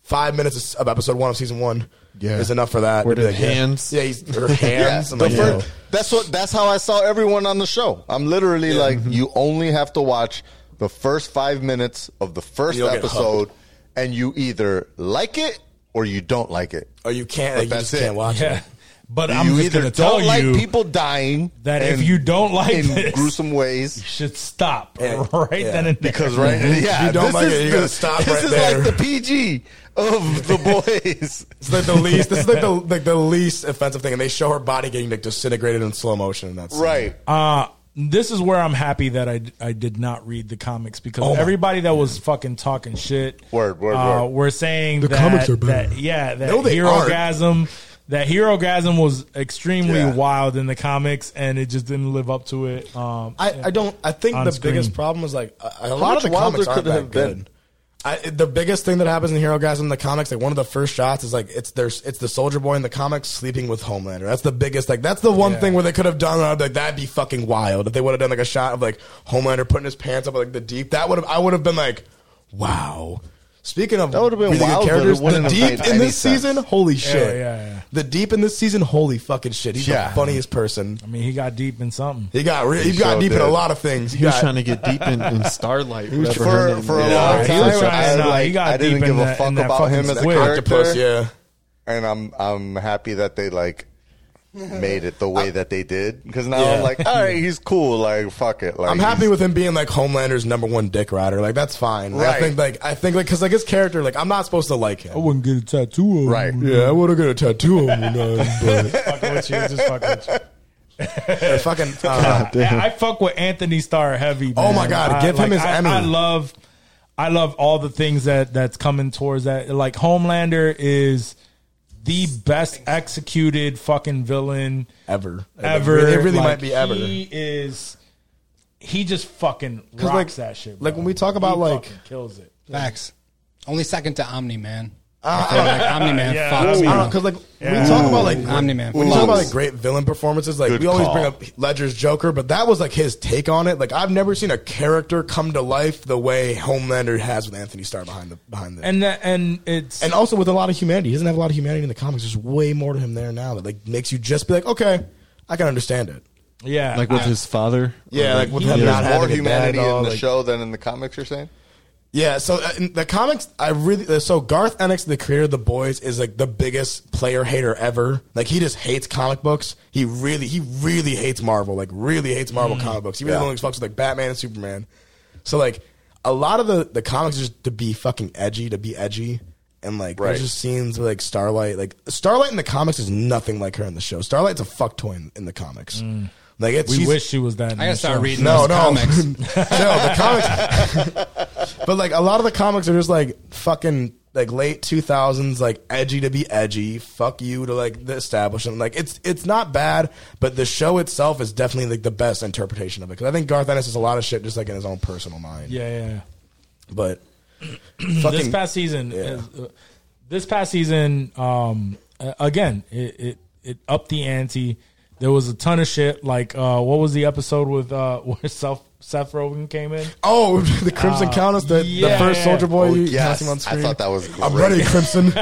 Speaker 5: five minutes of episode one of season one.
Speaker 6: Yeah.
Speaker 5: is enough for that.
Speaker 6: Where
Speaker 5: To be
Speaker 6: the
Speaker 5: yeah.
Speaker 6: hands-
Speaker 5: Yeah, he's her (laughs) hands. I'm
Speaker 8: The
Speaker 5: like, yo.
Speaker 8: first- that's what. That's how I saw everyone on the show. I'm literally like, you only have to watch the first five minutes of the 1st
Speaker 5: You'll get
Speaker 8: episode, and you either like it or you don't like it.
Speaker 5: or Oh, you can't.
Speaker 8: But
Speaker 5: Like, you just
Speaker 8: that's it.
Speaker 5: can't watch
Speaker 4: Yeah.
Speaker 5: it.
Speaker 4: But I'm
Speaker 8: you
Speaker 4: just
Speaker 8: either
Speaker 4: going to tell
Speaker 8: don't like
Speaker 4: you
Speaker 8: people dying
Speaker 4: that if
Speaker 8: and-
Speaker 4: you don't like
Speaker 8: in
Speaker 4: this,
Speaker 8: gruesome ways.
Speaker 4: you should stop
Speaker 5: Yeah.
Speaker 4: (laughs) right
Speaker 5: Yeah.
Speaker 4: then and there. Mhm.
Speaker 8: Because right, yeah,
Speaker 5: You don't
Speaker 8: this
Speaker 5: like
Speaker 8: is
Speaker 5: it, you
Speaker 8: the-
Speaker 5: gotta stop
Speaker 8: This
Speaker 5: right
Speaker 8: is
Speaker 5: there.
Speaker 8: like the PG of the boys.
Speaker 5: It's (laughs) like the least. This is like the like the least offensive thing, and they show her body getting like disintegrated in slow motion. And that's
Speaker 8: right.
Speaker 4: Uh, this is where I'm happy that I, I did not read the comics because
Speaker 5: Oh my-
Speaker 4: everybody that was fucking talking shit
Speaker 8: Word, word,
Speaker 4: uh,
Speaker 8: word.
Speaker 4: were saying
Speaker 5: The
Speaker 4: that,
Speaker 5: comics are better.
Speaker 4: that- yeah that
Speaker 5: No, they aren't.
Speaker 4: herogasm that herogasm was extremely
Speaker 8: Yeah.
Speaker 4: wild in the comics and it just didn't live up to it. Um,
Speaker 5: I, I don't. I think
Speaker 4: On
Speaker 5: the
Speaker 4: screen.
Speaker 5: biggest problem is like a, a lot
Speaker 8: much
Speaker 5: of the
Speaker 8: wilder
Speaker 5: comics aren't
Speaker 8: could it
Speaker 5: that
Speaker 8: have been?
Speaker 5: good. I, the biggest thing that happens in Hero Guys in the comics, like one of the first shots is like it's there's it's the Soldier Boy in the comics sleeping with Homelander. That's the biggest like that's the one
Speaker 4: Yeah.
Speaker 5: thing where they could have done. and I'd be like that'd be fucking wild if they would have done like a shot of like Homelander putting his pants up like the deep. That would have I would have been like, wow. Speaking of
Speaker 8: That would've been
Speaker 5: really good
Speaker 8: wild, but it
Speaker 5: characters,
Speaker 8: wouldn't
Speaker 5: the
Speaker 8: have
Speaker 5: deep
Speaker 8: made
Speaker 5: in
Speaker 8: any
Speaker 5: this
Speaker 8: sense.
Speaker 5: season, holy shit!
Speaker 4: yeah, yeah.
Speaker 5: The deep in this season, holy fucking shit! He's
Speaker 8: Yeah.
Speaker 5: the funniest person.
Speaker 4: I mean, he got deep in something.
Speaker 5: He got re- he,
Speaker 8: He
Speaker 5: got
Speaker 8: sure
Speaker 5: deep in
Speaker 8: did.
Speaker 5: a lot of things.
Speaker 6: He was
Speaker 5: got-
Speaker 6: trying to get deep in, (laughs) in Starlight.
Speaker 8: was
Speaker 6: whatever
Speaker 8: for-
Speaker 6: her name
Speaker 8: for a
Speaker 6: is.
Speaker 8: long
Speaker 6: he
Speaker 8: time.
Speaker 6: was
Speaker 8: I
Speaker 6: trying-
Speaker 8: was like, I didn't give a fuck
Speaker 4: that
Speaker 8: about
Speaker 4: fucking
Speaker 8: him as a
Speaker 4: squid.
Speaker 8: character.
Speaker 5: octopus. Yeah,
Speaker 8: and I'm I'm happy that they like made it
Speaker 5: (laughs)
Speaker 8: the way that they did because now
Speaker 5: Yeah.
Speaker 8: I'm like, all right, he's cool. Like, fuck it. Like,
Speaker 5: I'm happy
Speaker 8: he's- (laughs)
Speaker 5: with him being like Homelander's number one dick rider. Like that's fine. Like, I
Speaker 8: Right.
Speaker 5: think like I think like because like his character like I'm not supposed to like
Speaker 4: I
Speaker 5: him. Mm-hmm.
Speaker 4: wouldn't get a tattoo. Of
Speaker 8: Right.
Speaker 4: him.
Speaker 5: Yeah, I would have got a tattoo on
Speaker 8: (laughs)
Speaker 5: but
Speaker 4: fucking with you, just fucking with you.
Speaker 5: (laughs) fucking uh,
Speaker 4: I, I fuck with Anthony Starr heavy.
Speaker 5: Oh
Speaker 4: man.
Speaker 5: my God,
Speaker 4: I,
Speaker 5: give him his
Speaker 4: I,
Speaker 5: Emmy.
Speaker 4: I love, I love all the things that that's coming towards that. Like Homelander is the best executed fucking villain
Speaker 5: ever
Speaker 4: ever.
Speaker 5: It really,
Speaker 4: Like,
Speaker 5: might be ever.
Speaker 4: He is. He just fucking
Speaker 5: 'Cause,
Speaker 4: rocks
Speaker 5: like-
Speaker 4: that shit.
Speaker 5: like
Speaker 4: bro.
Speaker 5: when we talk about,
Speaker 4: He
Speaker 5: like-
Speaker 4: fucking kills it.
Speaker 7: Facts. Only second to Omni Man.
Speaker 5: (laughs)
Speaker 7: Omni Man.
Speaker 4: yeah,
Speaker 7: fuck.
Speaker 4: I mean-
Speaker 5: Ah. I don't because like
Speaker 4: Yeah.
Speaker 5: we talk about like
Speaker 7: Omni-Man.
Speaker 5: When you talk about
Speaker 8: Ooh.
Speaker 5: like great villain performances, like
Speaker 8: Good
Speaker 5: we always
Speaker 8: call.
Speaker 5: bring up Ledger's Joker, but that was like his take on it. Like I've never seen a character come to life the way Homelander has with Anthony Starr behind the behind the
Speaker 4: And that, and it's
Speaker 5: and also with a lot of humanity. He doesn't have a lot of humanity in the comics. There's way more to him there now that like makes you just be like, okay, I can understand it.
Speaker 4: yeah,
Speaker 6: like with his father.
Speaker 5: Yeah, like with him
Speaker 8: There's
Speaker 5: not
Speaker 8: more
Speaker 5: having a dad at
Speaker 8: humanity
Speaker 5: all,
Speaker 8: in the
Speaker 5: like-
Speaker 8: show than in the comics. You're saying?
Speaker 5: Yeah, so uh, in the comics, I really uh, so Garth Ennis, the creator of the Boys, is like the biggest player hater ever. Like he just hates comic books. He really, he really hates Marvel. Like really hates
Speaker 4: Mm.
Speaker 5: Marvel comic books. He really only fucks with like Batman and Superman. So like a lot of the the comics are just to be fucking edgy, to be edgy, and like
Speaker 8: Right.
Speaker 5: there's just scenes where like Starlight, like Starlight in the comics is nothing like her in the show. Starlight's a fuck toy in, in the comics. Like it's
Speaker 4: Mm. We
Speaker 5: she's-
Speaker 4: wish she was that. in
Speaker 7: I gotta
Speaker 4: the
Speaker 7: start
Speaker 4: show.
Speaker 7: reading
Speaker 5: no,
Speaker 7: those
Speaker 5: no, (laughs)
Speaker 7: comics.
Speaker 5: no, the comics. (laughs) but like a lot of the comics are just like fucking like late two thousands, like edgy to be edgy. Fuck you to like the establishment. Like it's it's not bad, but the show itself is definitely like the best interpretation of it. Because I think Garth Ennis is a lot of shit just like in his own personal mind.
Speaker 4: Yeah, yeah. yeah. (clears throat)
Speaker 5: but
Speaker 4: this
Speaker 5: fucking
Speaker 4: past season,
Speaker 5: Yeah.
Speaker 4: is- uh, this past season, um, uh, again, it, it it upped the ante. There was a ton of shit. Like, uh, what was the episode with uh, (laughs) where Seth, Seth Rogen came in?
Speaker 5: oh (laughs) the Crimson Countess, the,
Speaker 4: Ah, yeah.
Speaker 5: the first Soldier Boy,
Speaker 8: Oh,
Speaker 5: you
Speaker 8: yes.
Speaker 5: casting on
Speaker 8: I
Speaker 5: screen.
Speaker 8: thought that was
Speaker 5: I'm
Speaker 8: great.
Speaker 5: ready,
Speaker 8: (laughs)
Speaker 5: Crimson.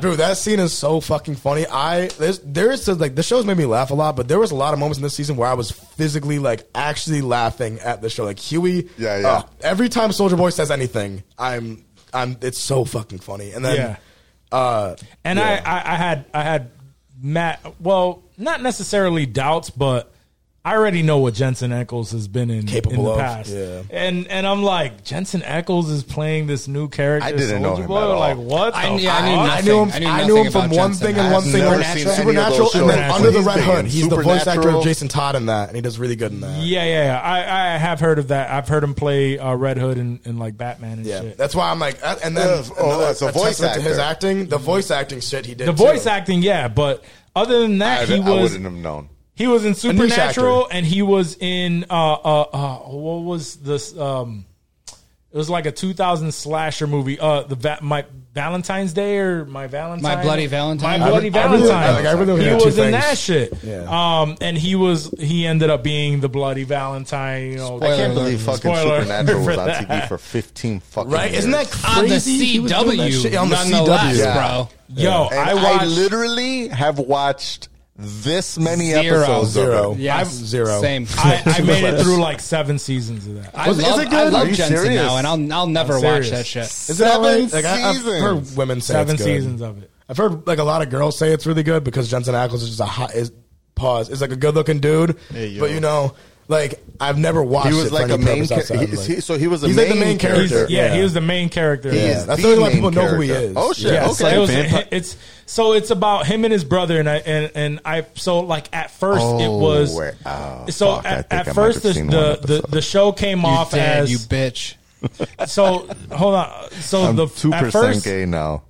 Speaker 5: Dude, that scene is so fucking funny. I there's there is like the show's made me laugh a lot, but there was a lot of moments in this season where I was physically like actually laughing at the show. Like Huey, uh,
Speaker 8: Yeah, yeah.
Speaker 5: every time Soldier Boy says anything, I'm I'm it's so fucking funny. And then uh
Speaker 4: And
Speaker 5: yeah.
Speaker 4: I, I, I had I had Matt. Well, not necessarily doubts, but I already know what Jensen Ackles has been in
Speaker 5: Capable
Speaker 4: in the
Speaker 5: of,
Speaker 4: past.
Speaker 5: yeah.
Speaker 4: And and I'm like Jensen Ackles is playing this new character.
Speaker 8: I didn't know
Speaker 4: Soulja
Speaker 8: him
Speaker 4: Boy?
Speaker 8: at all.
Speaker 4: Like what?
Speaker 7: I-
Speaker 4: the
Speaker 7: yeah, I knew
Speaker 4: fuck?
Speaker 5: I knew him.
Speaker 7: nothing. I
Speaker 5: I
Speaker 7: knew
Speaker 5: knew,
Speaker 7: nothing
Speaker 5: him from
Speaker 7: about
Speaker 5: one
Speaker 7: Jensen.
Speaker 5: thing and
Speaker 7: I've
Speaker 5: one thing.
Speaker 8: never
Speaker 5: only.
Speaker 8: seen any of
Speaker 5: Supernatural
Speaker 8: those
Speaker 5: and then
Speaker 8: shows.
Speaker 5: Under the
Speaker 8: He's
Speaker 5: Red
Speaker 8: been
Speaker 5: Hood.
Speaker 8: in
Speaker 5: He's the voice actor
Speaker 8: Supernatural.
Speaker 5: of Jason Todd in that, and he does really good in that.
Speaker 4: Yeah, yeah, yeah. I, I have heard of that. I've heard him play uh, Red Hood and, and like Batman and
Speaker 5: Yeah,
Speaker 4: shit.
Speaker 5: that's why I'm like, uh, and then
Speaker 8: Yeah, oh,
Speaker 5: another-
Speaker 8: it's a voice
Speaker 5: testament to his
Speaker 8: actor.
Speaker 5: acting, the voice acting shit he did.
Speaker 4: the
Speaker 5: too.
Speaker 4: voice acting, yeah, but other than
Speaker 8: I,
Speaker 5: (laughs)
Speaker 4: that, he
Speaker 8: I
Speaker 4: was
Speaker 8: wouldn't have known.
Speaker 4: he was in
Speaker 5: niche
Speaker 4: Supernatural and he was in uh uh, uh what was this um it was like a 2000 slasher movie uh the va- my Valentine's Day or my Valentine
Speaker 7: My Bloody Valentine?
Speaker 4: my bloody
Speaker 5: I really-
Speaker 4: Valentine
Speaker 5: like, I really
Speaker 4: he
Speaker 5: got
Speaker 4: was
Speaker 5: two
Speaker 4: in
Speaker 5: things.
Speaker 4: that shit
Speaker 5: Yeah.
Speaker 4: um and he was he ended up being the bloody Valentine you know
Speaker 8: I can't
Speaker 7: Spoiler
Speaker 8: believe
Speaker 7: alert.
Speaker 8: fucking
Speaker 4: Spoiler
Speaker 8: Supernatural was
Speaker 4: for
Speaker 5: (laughs)
Speaker 8: on
Speaker 4: that.
Speaker 8: TV for 15 fucking
Speaker 5: right? Isn't that
Speaker 8: years.
Speaker 5: crazy?
Speaker 7: on the
Speaker 5: He was doing that
Speaker 7: CW,
Speaker 5: shit on the
Speaker 7: nonetheless,
Speaker 5: CW.
Speaker 8: Yeah.
Speaker 7: bro.
Speaker 5: oh,
Speaker 4: yo
Speaker 8: And
Speaker 4: I
Speaker 8: I,
Speaker 4: watched
Speaker 8: literally have watched this many
Speaker 7: Zero.
Speaker 8: episodes. of it.
Speaker 5: Zero.
Speaker 7: Yeah,
Speaker 5: I've- zero. (laughs)
Speaker 7: Same.
Speaker 4: I, I made
Speaker 8: (laughs)
Speaker 4: it through like seven seasons of that
Speaker 7: I
Speaker 8: Was- is
Speaker 7: love,
Speaker 8: it good?
Speaker 7: I
Speaker 8: Are
Speaker 7: love
Speaker 8: you
Speaker 7: Jensen
Speaker 8: serious?
Speaker 7: now, and I'll, I'll never
Speaker 4: I'm
Speaker 7: watch
Speaker 4: serious.
Speaker 7: that shit.
Speaker 5: Is that
Speaker 8: Seven
Speaker 5: right? Like, I- I've
Speaker 8: seasons.
Speaker 5: heard women say
Speaker 4: seven
Speaker 5: it's good.
Speaker 4: seasons of it
Speaker 5: I've heard like a lot of girls say it's really good because Jensen Ackles is just a hot. Is, pause. Is like a good looking dude,
Speaker 6: yo.
Speaker 5: but you know, like I've never watched.
Speaker 8: He was
Speaker 5: it for
Speaker 8: like
Speaker 5: any
Speaker 8: a main
Speaker 5: purpose outside
Speaker 8: character.
Speaker 5: of, like-
Speaker 8: He, so he was a
Speaker 5: He's
Speaker 8: main
Speaker 5: like the main
Speaker 4: He's-
Speaker 5: character.
Speaker 4: yeah,
Speaker 5: Yeah.
Speaker 4: he was the main character
Speaker 8: He
Speaker 5: Yeah,
Speaker 8: is
Speaker 5: that's
Speaker 8: the
Speaker 5: the only way
Speaker 8: main
Speaker 5: people know who he
Speaker 8: character.
Speaker 5: is.
Speaker 8: Oh shit!
Speaker 4: Yeah,
Speaker 8: okay.
Speaker 4: so it was,
Speaker 6: Vampire-
Speaker 4: it's so it's about him and his brother, and I and, and I so like at first it
Speaker 8: Oh,
Speaker 4: was
Speaker 8: wait. Oh,
Speaker 4: so
Speaker 8: fuck, I
Speaker 4: at,
Speaker 8: think I
Speaker 4: at
Speaker 8: might
Speaker 4: first the
Speaker 8: have seen one
Speaker 4: the, the
Speaker 8: episode.
Speaker 4: the show came
Speaker 7: You
Speaker 4: off
Speaker 7: did,
Speaker 4: as
Speaker 5: (laughs)
Speaker 7: you bitch.
Speaker 4: so hold on so
Speaker 8: I'm
Speaker 4: the
Speaker 8: two
Speaker 4: at
Speaker 8: percent
Speaker 4: first at,
Speaker 8: gay now.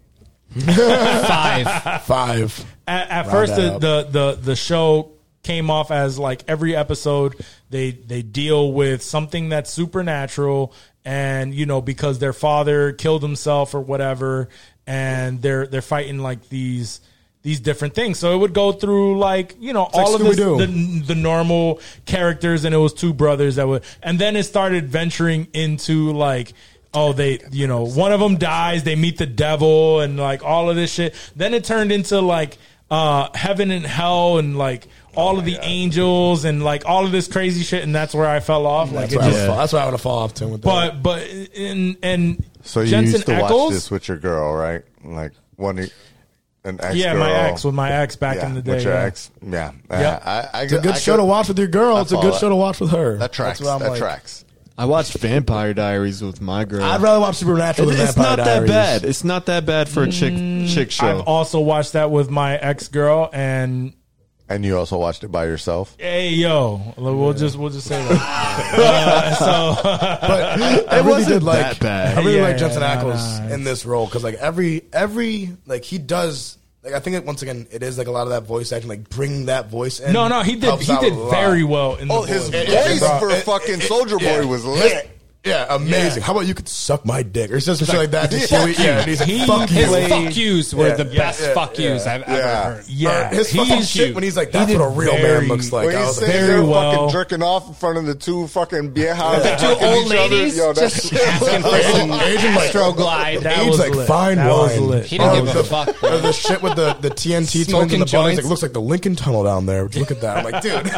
Speaker 7: Five.
Speaker 5: five.
Speaker 4: at first
Speaker 5: that
Speaker 4: the,
Speaker 5: up.
Speaker 4: the the the show came off as like every episode they they deal with something that's supernatural and you know because their father killed himself or whatever and they're they're fighting like these these different things so it would go through like you know
Speaker 5: like
Speaker 4: all of this,
Speaker 5: Scooby-Doo.
Speaker 4: the, the normal characters and it was two brothers that would and then it started venturing into like oh they you know one of them dies they meet the devil and like all of this shit then it turned into like uh heaven and hell and like all of the angels and like all of this crazy shit and that's where i fell off like
Speaker 5: That's
Speaker 4: it
Speaker 5: why I would
Speaker 4: just,
Speaker 5: fall- that's why I would have fallen off to him with that.
Speaker 4: but but and and
Speaker 8: So you
Speaker 4: Jensen
Speaker 8: used to
Speaker 4: Ackles?
Speaker 8: watch this with your girl, right? Like one, of- an ex.
Speaker 4: yeah my ex with my ex back
Speaker 8: yeah,
Speaker 4: in the day
Speaker 8: With your
Speaker 4: yeah.
Speaker 8: ex, yeah. Uh,
Speaker 4: Yeah.
Speaker 8: I, I,
Speaker 5: It's a good show to watch with your girl. It's a
Speaker 8: follow
Speaker 5: good show
Speaker 8: that.
Speaker 5: to watch with her.
Speaker 8: That tracks.
Speaker 5: That's what I'm
Speaker 8: That
Speaker 5: like.
Speaker 8: tracks.
Speaker 6: I watched Vampire Diaries with my girl.
Speaker 5: I'd rather watch Supernatural
Speaker 6: It-
Speaker 5: than
Speaker 6: it's
Speaker 5: Vampire
Speaker 6: not
Speaker 5: Diaries.
Speaker 6: that bad. It's not that bad for a chick chick
Speaker 4: i've
Speaker 6: show.
Speaker 4: also watched that with my ex girl and
Speaker 8: And you also watched it by yourself.
Speaker 4: Hey yo, we'll just we'll just say that.
Speaker 5: But I, I
Speaker 6: It
Speaker 5: really
Speaker 6: wasn't
Speaker 5: did like
Speaker 6: that bad.
Speaker 5: I really
Speaker 4: Yeah,
Speaker 5: like Jensen
Speaker 4: yeah,
Speaker 5: Ackles
Speaker 4: nah, nah,
Speaker 5: in this role because like every every like he does like I think that once again it is like a lot of that voice acting like bring that voice in.
Speaker 4: (laughs) No, no, he did
Speaker 5: helps
Speaker 4: he
Speaker 5: out
Speaker 4: did
Speaker 5: a lot.
Speaker 4: very well in the
Speaker 8: Oh, his
Speaker 4: Boys.
Speaker 8: voice
Speaker 5: bro,
Speaker 8: for
Speaker 5: it-
Speaker 8: fucking
Speaker 5: it-
Speaker 8: Soldier Boy
Speaker 5: yeah.
Speaker 8: was lit.
Speaker 5: Yeah, amazing.
Speaker 4: Yeah.
Speaker 5: How about you could suck my dick or something like that? to
Speaker 8: Yeah.
Speaker 5: Huey. yeah, and he's like,
Speaker 4: He
Speaker 5: fuck
Speaker 7: His
Speaker 5: you.
Speaker 4: played-
Speaker 7: fuck yous were
Speaker 5: Yeah,
Speaker 7: the
Speaker 5: yeah,
Speaker 7: best
Speaker 5: yeah,
Speaker 7: fuck yous I've ever
Speaker 8: Yeah.
Speaker 7: heard.
Speaker 4: yeah,
Speaker 5: His fucking shit when he's like, that's
Speaker 4: He
Speaker 5: what a
Speaker 4: did
Speaker 5: real
Speaker 4: very-
Speaker 5: man looks like.
Speaker 8: When
Speaker 5: I
Speaker 8: he's
Speaker 5: was like,
Speaker 8: sitting
Speaker 4: very
Speaker 8: there
Speaker 4: well.
Speaker 8: fucking jerking off in front of the two fucking beer houses,
Speaker 7: The two
Speaker 8: fucking
Speaker 7: old
Speaker 8: each other.
Speaker 7: ladies
Speaker 8: Yo, that's-
Speaker 5: (laughs)
Speaker 7: just asking for some
Speaker 5: Asian, like-
Speaker 7: Astroglide.
Speaker 4: That
Speaker 5: Abe's
Speaker 4: was
Speaker 5: like
Speaker 4: lit.
Speaker 5: fine
Speaker 4: That was
Speaker 5: wine.
Speaker 4: lit.
Speaker 7: He didn't
Speaker 5: Or
Speaker 7: give a
Speaker 5: the,
Speaker 7: fuck, bro.
Speaker 5: or the shit with the, the TNT twins
Speaker 7: Smoking
Speaker 5: in the bottom. He's
Speaker 7: joints.
Speaker 5: like, looks like the Lincoln Tunnel down there.
Speaker 4: (laughs)
Speaker 5: Would you look at that? I'm like, dude.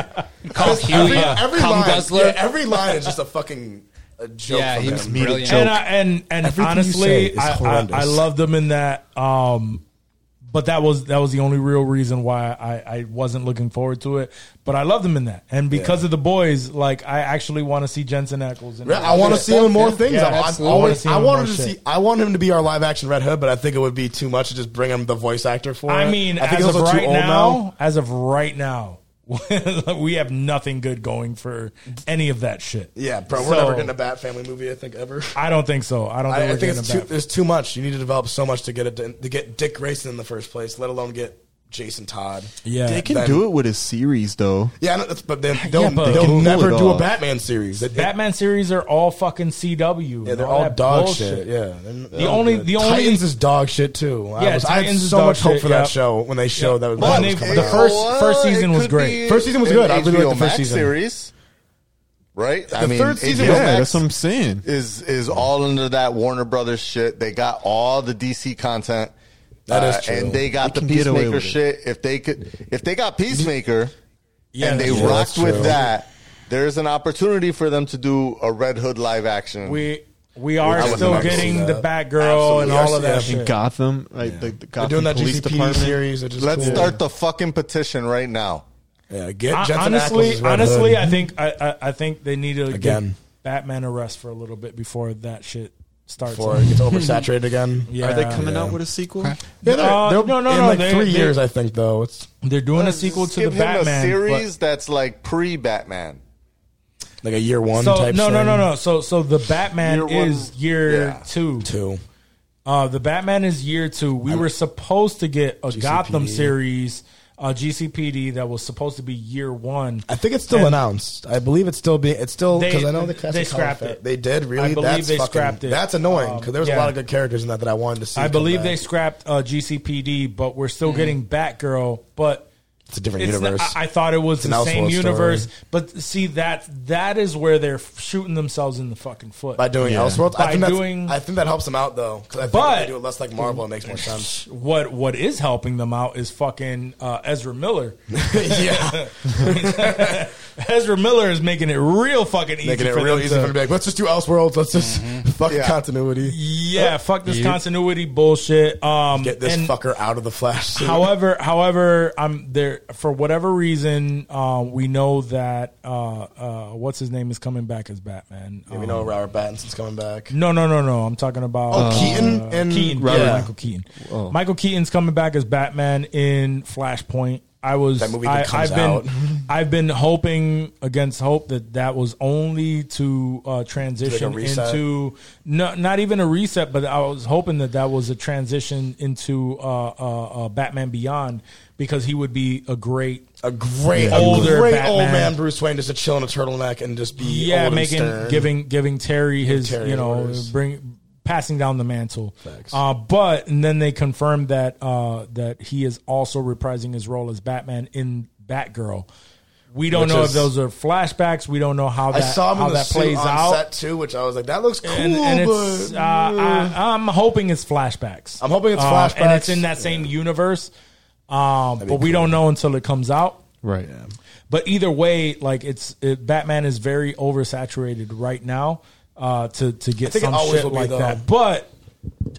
Speaker 7: Call
Speaker 5: Every,
Speaker 7: Huey,
Speaker 5: every
Speaker 7: cum
Speaker 5: line,
Speaker 7: guzzler.
Speaker 5: yeah, every line is just a fucking a joke.
Speaker 7: Yeah,
Speaker 5: from
Speaker 7: he
Speaker 5: him.
Speaker 7: was brilliant.
Speaker 4: and I, and and
Speaker 5: Everything you say
Speaker 4: honestly,
Speaker 5: is
Speaker 4: I, I, I
Speaker 5: horrendous.
Speaker 4: loved him in that. Um, but that was that was the only real reason why I, I wasn't looking forward to it. But I loved him in that, and because
Speaker 5: Yeah.
Speaker 4: of the boys, like I actually want to see Jensen Ackles. In
Speaker 5: Re-
Speaker 4: that.
Speaker 5: I want to see him in more things.
Speaker 4: Yeah,
Speaker 5: I, I've
Speaker 4: absolutely.
Speaker 5: always-
Speaker 4: I
Speaker 5: I
Speaker 4: wanna
Speaker 5: wanted to
Speaker 4: see him in more
Speaker 5: see.
Speaker 4: shit.
Speaker 5: I want him to be our live action Red Hood, but I think it would be too much to just bring him the voice actor for.
Speaker 4: I
Speaker 5: it.
Speaker 4: mean,
Speaker 5: I think
Speaker 4: as
Speaker 5: he's
Speaker 4: of
Speaker 5: also too
Speaker 4: right
Speaker 5: old
Speaker 4: now, as of right now, (laughs) we have nothing good going for any of that shit.
Speaker 5: Yeah, bro, we're
Speaker 4: So,
Speaker 5: never getting a Bat Family movie. I think ever.
Speaker 4: I don't think so. I don't think
Speaker 5: I,
Speaker 4: we're
Speaker 5: I think
Speaker 4: getting
Speaker 5: it's
Speaker 4: a
Speaker 5: too,
Speaker 4: Bat-
Speaker 5: there's too much. You need to develop so much to get it to get Dick Grayson in the first place, let alone get Jason Todd.
Speaker 4: Yeah.
Speaker 6: They can
Speaker 5: Then-
Speaker 6: do it with a series though.
Speaker 5: Yeah, I know, that's, but they they'll,
Speaker 4: but-
Speaker 5: they'll
Speaker 6: They can
Speaker 5: never
Speaker 6: pull it
Speaker 5: do
Speaker 6: off.
Speaker 5: a Batman series. They- they-
Speaker 4: Batman series are all fucking CW.
Speaker 5: yeah,
Speaker 4: and
Speaker 5: they're all
Speaker 4: that
Speaker 5: dog
Speaker 4: bullshit.
Speaker 5: shit. Yeah, They're- they're all
Speaker 4: only-
Speaker 5: good.
Speaker 4: the only-
Speaker 5: Titans is dog shit too. I,
Speaker 4: Yeah,
Speaker 5: was, I had
Speaker 4: Titans is
Speaker 5: so
Speaker 4: dog
Speaker 5: much hope
Speaker 4: shit,
Speaker 5: for that
Speaker 4: yeah.
Speaker 5: show when they showed that.
Speaker 4: Well,
Speaker 5: that
Speaker 4: and
Speaker 5: was
Speaker 4: they-
Speaker 5: coming
Speaker 4: the
Speaker 5: out.
Speaker 4: first- first season
Speaker 8: it
Speaker 4: was
Speaker 8: could
Speaker 4: great.
Speaker 8: be
Speaker 5: First season was
Speaker 8: an
Speaker 5: good. I really
Speaker 8: HBO
Speaker 5: liked the first
Speaker 8: Max
Speaker 5: season.
Speaker 8: series, right?
Speaker 5: The third season
Speaker 6: Yeah,
Speaker 5: was
Speaker 8: Max
Speaker 6: that's what I'm saying.
Speaker 8: is is all under that Warner Brothers shit. They got all the DC content. uh,
Speaker 5: That is true.
Speaker 8: and they got
Speaker 6: They
Speaker 8: the
Speaker 6: can get away
Speaker 8: Peacemaker
Speaker 6: with it.
Speaker 8: shit. If they could, if they got Peacemaker, and they
Speaker 4: that's true.
Speaker 8: rocked
Speaker 5: That's
Speaker 8: with
Speaker 5: true.
Speaker 8: that, there's an opportunity for them to do a Red Hood live action.
Speaker 4: We we are
Speaker 8: wouldn't
Speaker 4: still
Speaker 8: mind
Speaker 4: getting
Speaker 5: seeing
Speaker 4: the
Speaker 5: that.
Speaker 4: Batgirl
Speaker 5: Absolutely.
Speaker 4: and all of that
Speaker 5: Yeah.
Speaker 6: In
Speaker 4: shit.
Speaker 6: Gotham, like the, the
Speaker 5: They're
Speaker 6: Gotham
Speaker 5: doing that
Speaker 6: Police
Speaker 5: GCPD
Speaker 6: Department.
Speaker 5: series. which is
Speaker 8: Let's
Speaker 5: cool.
Speaker 8: start the fucking petition right now.
Speaker 5: Yeah, get
Speaker 4: Hon-
Speaker 5: Jensen Ackles
Speaker 4: honestly,
Speaker 5: as Red
Speaker 4: honestly,
Speaker 5: Hood.
Speaker 4: I think I, I, I think they need to Again.
Speaker 5: Again.
Speaker 4: give Batman a rest for a little bit before that shit starts. Uh,
Speaker 5: before
Speaker 4: (laughs)
Speaker 5: it gets oversaturated again.
Speaker 4: Yeah.
Speaker 6: Are they coming out with a sequel?
Speaker 5: Yeah, they're,
Speaker 4: Uh,
Speaker 5: they're-
Speaker 4: no, no,
Speaker 5: in
Speaker 4: no,
Speaker 5: like
Speaker 4: they-
Speaker 5: three
Speaker 4: they-
Speaker 5: years, I think. Though it's
Speaker 4: They're doing a sequel to
Speaker 8: Give
Speaker 4: the
Speaker 8: him
Speaker 4: Batman
Speaker 8: a
Speaker 4: but-
Speaker 8: series that's like pre Batman.
Speaker 5: like a year one
Speaker 4: So no,
Speaker 5: type.
Speaker 4: no,
Speaker 5: thing.
Speaker 4: no, no. So so the Batman
Speaker 8: Year one-
Speaker 4: is year
Speaker 8: yeah.
Speaker 4: two.
Speaker 5: Two.
Speaker 4: Uh, the Batman is year two. We were supposed to get a Gotham series, uh, GCPD that was supposed to be year one.
Speaker 5: I think it's still
Speaker 4: And-
Speaker 5: announcst. I believe it's still being. It's still
Speaker 4: They-
Speaker 5: because I know the
Speaker 4: they scrapped it.
Speaker 5: They did really.
Speaker 4: I believe
Speaker 5: that's
Speaker 4: they
Speaker 5: fucking,
Speaker 4: scrapped it.
Speaker 5: That's annoying because
Speaker 4: Um,
Speaker 5: there was
Speaker 4: yeah.
Speaker 5: a lot of good characters in that that I wanted to see.
Speaker 4: I
Speaker 5: come
Speaker 4: believe
Speaker 5: back.
Speaker 4: they scrapped uh, GCPD, but we're still getting Batgirl. But
Speaker 5: It's a different
Speaker 4: it's
Speaker 5: universe.
Speaker 4: Not, I, I thought it was
Speaker 5: an
Speaker 4: the same
Speaker 5: outsourced
Speaker 4: universe,
Speaker 5: story.
Speaker 4: but see that that is where they're f- shooting themselves in the fucking foot.
Speaker 5: by doing Elseworlds,
Speaker 4: By
Speaker 5: I think that's-
Speaker 4: doing-
Speaker 5: I think that helps them out though because I think
Speaker 4: But-
Speaker 5: if they do it less like Marvel, it makes
Speaker 4: (laughs)
Speaker 5: more sense.
Speaker 4: what what is helping them out is fucking uh, Ezra Miller. (laughs)
Speaker 5: (laughs) yeah,
Speaker 4: Ezra Miller is making it real fucking easy.
Speaker 5: making it
Speaker 4: for
Speaker 5: real
Speaker 4: them
Speaker 5: easy for
Speaker 4: to-
Speaker 5: them to be like, let's just do Elseworlds. Let's just
Speaker 4: Mm-hmm.
Speaker 5: fuck
Speaker 8: Yeah.
Speaker 5: continuity.
Speaker 4: Yeah, fuck this continuity bullshit. Um,
Speaker 5: Get this
Speaker 4: and
Speaker 5: fucker out of the Flash. suit.
Speaker 4: However, however, I'm there for whatever reason. Uh, we know that uh, uh, what's his name is coming back as Batman.
Speaker 5: Yeah, we
Speaker 4: Um,
Speaker 5: know Robert Pattinson's coming back.
Speaker 4: no, no, no, no. I'm talking about uh,
Speaker 5: Oh, Keaton and-
Speaker 4: Keaton,
Speaker 5: Robert-
Speaker 4: yeah,
Speaker 5: yeah.
Speaker 4: Michael Keaton. Michael Keaton's coming back as Batman in Flashpoint. I was
Speaker 5: That movie that
Speaker 4: I,
Speaker 5: comes
Speaker 4: I've been
Speaker 5: out. (laughs)
Speaker 4: I've been hoping against hope that that was only to uh, transition
Speaker 5: reset?
Speaker 4: into no, not even a reset, but I was hoping that that was a transition into uh, uh, uh, Batman Beyond because he would be a great
Speaker 5: a great,
Speaker 4: Yeah. Older
Speaker 5: a great
Speaker 4: Batman.
Speaker 5: old man Bruce Wayne just to chill in a turtleneck and just be
Speaker 4: yeah
Speaker 5: old and
Speaker 4: making
Speaker 5: stern.
Speaker 4: giving giving Terry his
Speaker 5: Terry
Speaker 4: you know
Speaker 5: orders.
Speaker 4: bring passing down the mantle. Uh, but and then they confirmed that uh, that he is also reprising his role as Batman in Batgirl. We don't
Speaker 5: Which
Speaker 4: know
Speaker 5: is-
Speaker 4: if those are flashbacks. We don't know how that
Speaker 5: I saw him
Speaker 4: how
Speaker 5: in the
Speaker 4: that plays
Speaker 5: on
Speaker 4: out.
Speaker 5: set too, which I was like, that looks cool,
Speaker 4: and, and it's
Speaker 5: but mm."
Speaker 4: uh, I, I'm hoping it's flashbacks.
Speaker 5: I'm hoping it's
Speaker 4: Uh, and it's
Speaker 5: flashbacks.
Speaker 4: in that same universe. Um, but we don't know until it comes out.
Speaker 6: Right.
Speaker 4: But either way, like it's it, Batman is very oversaturated right now uh, to to get
Speaker 5: think it
Speaker 4: some
Speaker 5: always
Speaker 4: shit
Speaker 5: will be,
Speaker 4: like
Speaker 5: though.
Speaker 4: that. But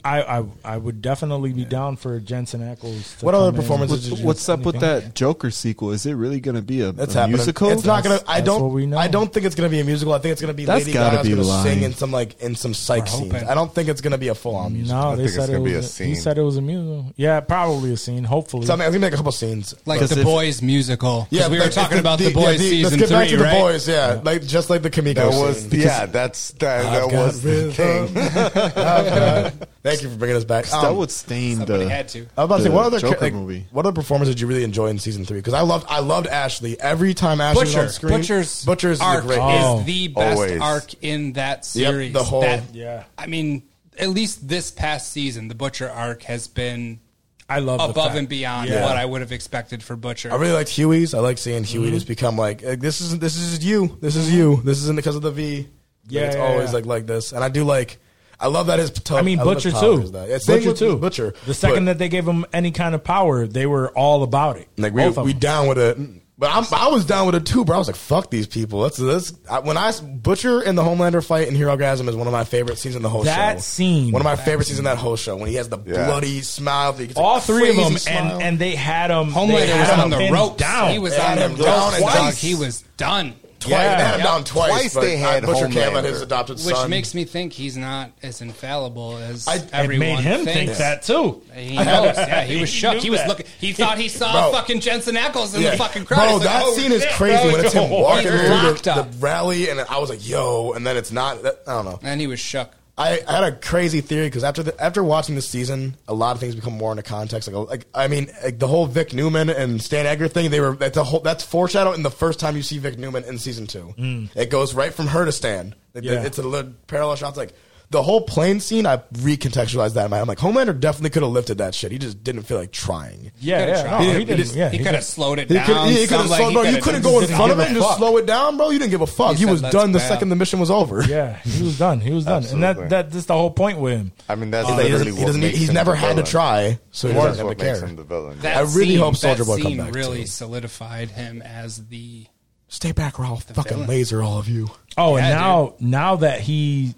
Speaker 4: I, I I would definitely be down for Jensen Ackles. To
Speaker 5: What
Speaker 4: come
Speaker 5: other
Speaker 4: in.
Speaker 5: performances did
Speaker 6: What's,
Speaker 5: you-
Speaker 6: what's up with that Joker sequel? Is it really going to be a,
Speaker 5: That's
Speaker 6: a
Speaker 5: happening.
Speaker 6: musical?
Speaker 5: It's not gonna. I
Speaker 4: that's what
Speaker 5: don't.
Speaker 4: we know.
Speaker 5: I don't think it's gonna be a musical. I think it's gonna be
Speaker 6: That's
Speaker 5: Lady
Speaker 6: gotta
Speaker 5: Gaga's
Speaker 6: be
Speaker 5: gonna
Speaker 6: lying.
Speaker 5: sing in some like in some psych scenes.
Speaker 7: hoping.
Speaker 5: I don't think it's gonna be a full on musical.
Speaker 4: No, they
Speaker 8: think it's
Speaker 4: said it
Speaker 8: gonna
Speaker 4: was.
Speaker 8: be
Speaker 4: A,
Speaker 8: a
Speaker 4: He
Speaker 8: scene.
Speaker 4: said it was a musical. Yeah, probably a scene. Hopefully,
Speaker 5: So I mean, I think make a couple scenes.
Speaker 7: Like
Speaker 6: Because
Speaker 7: the
Speaker 6: if-
Speaker 7: boys musical. Yeah, we were
Speaker 5: like,
Speaker 7: talking about the,
Speaker 5: yeah,
Speaker 7: boys season
Speaker 5: Let's get
Speaker 7: three,
Speaker 5: back to
Speaker 7: right?
Speaker 5: the boys. Yeah, like just like the Kamiko.
Speaker 8: That was
Speaker 5: scene. (laughs)
Speaker 8: yeah. That's that.
Speaker 5: I've
Speaker 8: That
Speaker 5: got
Speaker 8: was the
Speaker 5: rhythm.
Speaker 8: king.
Speaker 5: Thank you for bringing us back.
Speaker 6: that
Speaker 5: Um,
Speaker 6: would stain
Speaker 7: Somebody
Speaker 6: the.
Speaker 7: had to.
Speaker 5: I was about to say,
Speaker 6: the
Speaker 5: what other
Speaker 6: Joker
Speaker 5: like,
Speaker 6: movie.
Speaker 5: What other performance did you really enjoy in season three? Because I loved, I loved Ashley. Every time Ashley was on
Speaker 7: Butcher,
Speaker 5: screen,
Speaker 7: Butcher's,
Speaker 5: Butcher's
Speaker 7: arc
Speaker 5: is a great.
Speaker 4: Oh.
Speaker 7: is the best
Speaker 8: Always.
Speaker 7: arc in that
Speaker 5: Yep,
Speaker 7: series.
Speaker 5: the whole-
Speaker 7: That-
Speaker 4: Yeah.
Speaker 7: I mean, at least this past season, the Butcher arc has been
Speaker 4: I love the
Speaker 7: above
Speaker 4: fact-
Speaker 7: and beyond
Speaker 4: Yeah.
Speaker 7: what I would have expected for Butcher.
Speaker 5: I really liked Huey's. I like seeing
Speaker 4: Mm-hmm.
Speaker 5: Huey just become like, like, this isn't this is you. This is you. This isn't because of the V. Like,
Speaker 4: Yeah,
Speaker 5: it's
Speaker 4: yeah,
Speaker 5: always
Speaker 4: yeah.
Speaker 5: like like this. And I do like. I love that his.
Speaker 4: I mean,
Speaker 5: love
Speaker 4: Butcher
Speaker 5: his power
Speaker 4: too.
Speaker 5: is that. Yeah, same
Speaker 4: Butcher
Speaker 5: with
Speaker 4: too.
Speaker 5: Butcher.
Speaker 4: The second
Speaker 5: But,
Speaker 4: that they gave him any kind of power, they were all about it.
Speaker 5: like
Speaker 4: Both
Speaker 5: we
Speaker 4: of
Speaker 5: we
Speaker 4: them.
Speaker 5: down with it. But I'm, I was down with it too, bro. I was like, "Fuck these people." That's that's I, when I s- Butcher and the Homelander fight in Hero Orgasm is one of my favorite scenes in the whole show.
Speaker 4: That scene.
Speaker 5: one of my favorite scenes in that whole show, when he has the
Speaker 8: Yeah.
Speaker 5: bloody smile. he gets a
Speaker 4: All three of
Speaker 5: crazy
Speaker 4: them,
Speaker 5: smile.
Speaker 4: and, and they had him. they
Speaker 7: Homelander
Speaker 4: had
Speaker 7: was
Speaker 4: him
Speaker 7: on the
Speaker 4: pinned
Speaker 7: ropes.
Speaker 4: Down.
Speaker 7: He was
Speaker 5: Yeah,
Speaker 7: on
Speaker 5: they
Speaker 7: the
Speaker 5: had him down
Speaker 7: ropes.
Speaker 5: and
Speaker 7: Dog,
Speaker 5: twice.
Speaker 7: he was done.
Speaker 5: twice, yeah. they had him
Speaker 8: Yeah.
Speaker 5: down twice.
Speaker 8: Twice
Speaker 5: but
Speaker 8: they had
Speaker 5: I- Butcher can't let
Speaker 8: Homelander.
Speaker 5: his adopted
Speaker 7: Which
Speaker 5: son.
Speaker 7: makes me think he's not as infallible as
Speaker 5: I- it
Speaker 4: It
Speaker 7: everyone
Speaker 4: made him
Speaker 7: thinks.
Speaker 4: think that too.
Speaker 7: He knows. Yeah, he
Speaker 4: (laughs)
Speaker 7: was
Speaker 4: He
Speaker 7: shook.
Speaker 4: knew
Speaker 7: He was
Speaker 4: that.
Speaker 7: looking. He thought he saw
Speaker 5: Bro.
Speaker 7: fucking Jensen Ackles in
Speaker 5: Yeah.
Speaker 7: the fucking crowd.
Speaker 5: Bro,
Speaker 7: He's like,
Speaker 5: that
Speaker 7: "Oh,
Speaker 5: scene is
Speaker 7: shit,
Speaker 5: crazy
Speaker 7: bro."
Speaker 5: when it's him
Speaker 4: He's
Speaker 5: walking through the,
Speaker 7: locked up.
Speaker 5: the rally, and I was like, "Yo!" And then it's not. That, I don't know.
Speaker 7: And he was shook.
Speaker 5: I, I had a crazy theory because after the, after watching this season, a lot of things become more into context. Like, like I mean, like the whole Vic Newman and Stan Edgar thing. They were that's a whole that's foreshadowed in the first time you see Vic Newman in season two.
Speaker 7: Mm.
Speaker 5: It goes right from her to Stan. It-
Speaker 4: Yeah.
Speaker 5: It's a little parallel shots. Like the whole plane scene, I recontextualized that in my. head. I'm like, Homelander definitely could have lifted that shit. He just didn't feel like trying.
Speaker 4: Yeah,
Speaker 7: could've
Speaker 4: yeah.
Speaker 7: tried.
Speaker 4: no,
Speaker 7: He
Speaker 4: he
Speaker 7: didn't-
Speaker 4: didn't-
Speaker 5: he
Speaker 4: yeah,
Speaker 7: He
Speaker 4: he
Speaker 7: could have
Speaker 4: just-
Speaker 7: slowed it
Speaker 5: He
Speaker 7: down.
Speaker 5: could have
Speaker 7: some, like,
Speaker 5: slowed, bro. You
Speaker 7: could've
Speaker 5: couldn't
Speaker 7: done
Speaker 5: go in
Speaker 7: something.
Speaker 5: front of
Speaker 7: He
Speaker 5: it and just
Speaker 7: fuck.
Speaker 5: slow it down, bro. You didn't give a fuck.
Speaker 7: He
Speaker 5: He,
Speaker 7: said,
Speaker 5: was
Speaker 7: "Let's
Speaker 5: done the
Speaker 7: grab."
Speaker 5: second the mission was over.
Speaker 4: Yeah, he was done. He was done, and
Speaker 8: Absolutely.
Speaker 4: that that that's the whole point with him.
Speaker 8: I mean, that's
Speaker 5: He's, like, he
Speaker 8: literally
Speaker 5: doesn't, he
Speaker 8: what
Speaker 5: doesn't need-
Speaker 8: makes
Speaker 5: he's
Speaker 8: him
Speaker 5: never
Speaker 8: the
Speaker 5: had to
Speaker 8: villain.
Speaker 5: try, so he
Speaker 8: That's
Speaker 5: doesn't
Speaker 8: what
Speaker 5: have to
Speaker 8: makes
Speaker 5: care.
Speaker 8: him the villain.
Speaker 7: That
Speaker 5: I really
Speaker 7: scene-
Speaker 5: hope Soldier
Speaker 7: that
Speaker 5: Boy come
Speaker 7: scene
Speaker 5: back, too.
Speaker 7: Really solidified him as the
Speaker 5: Stay back, or I'll fucking
Speaker 7: villain.
Speaker 5: laser all of you.
Speaker 4: Oh, and
Speaker 7: Yeah,
Speaker 4: now now that he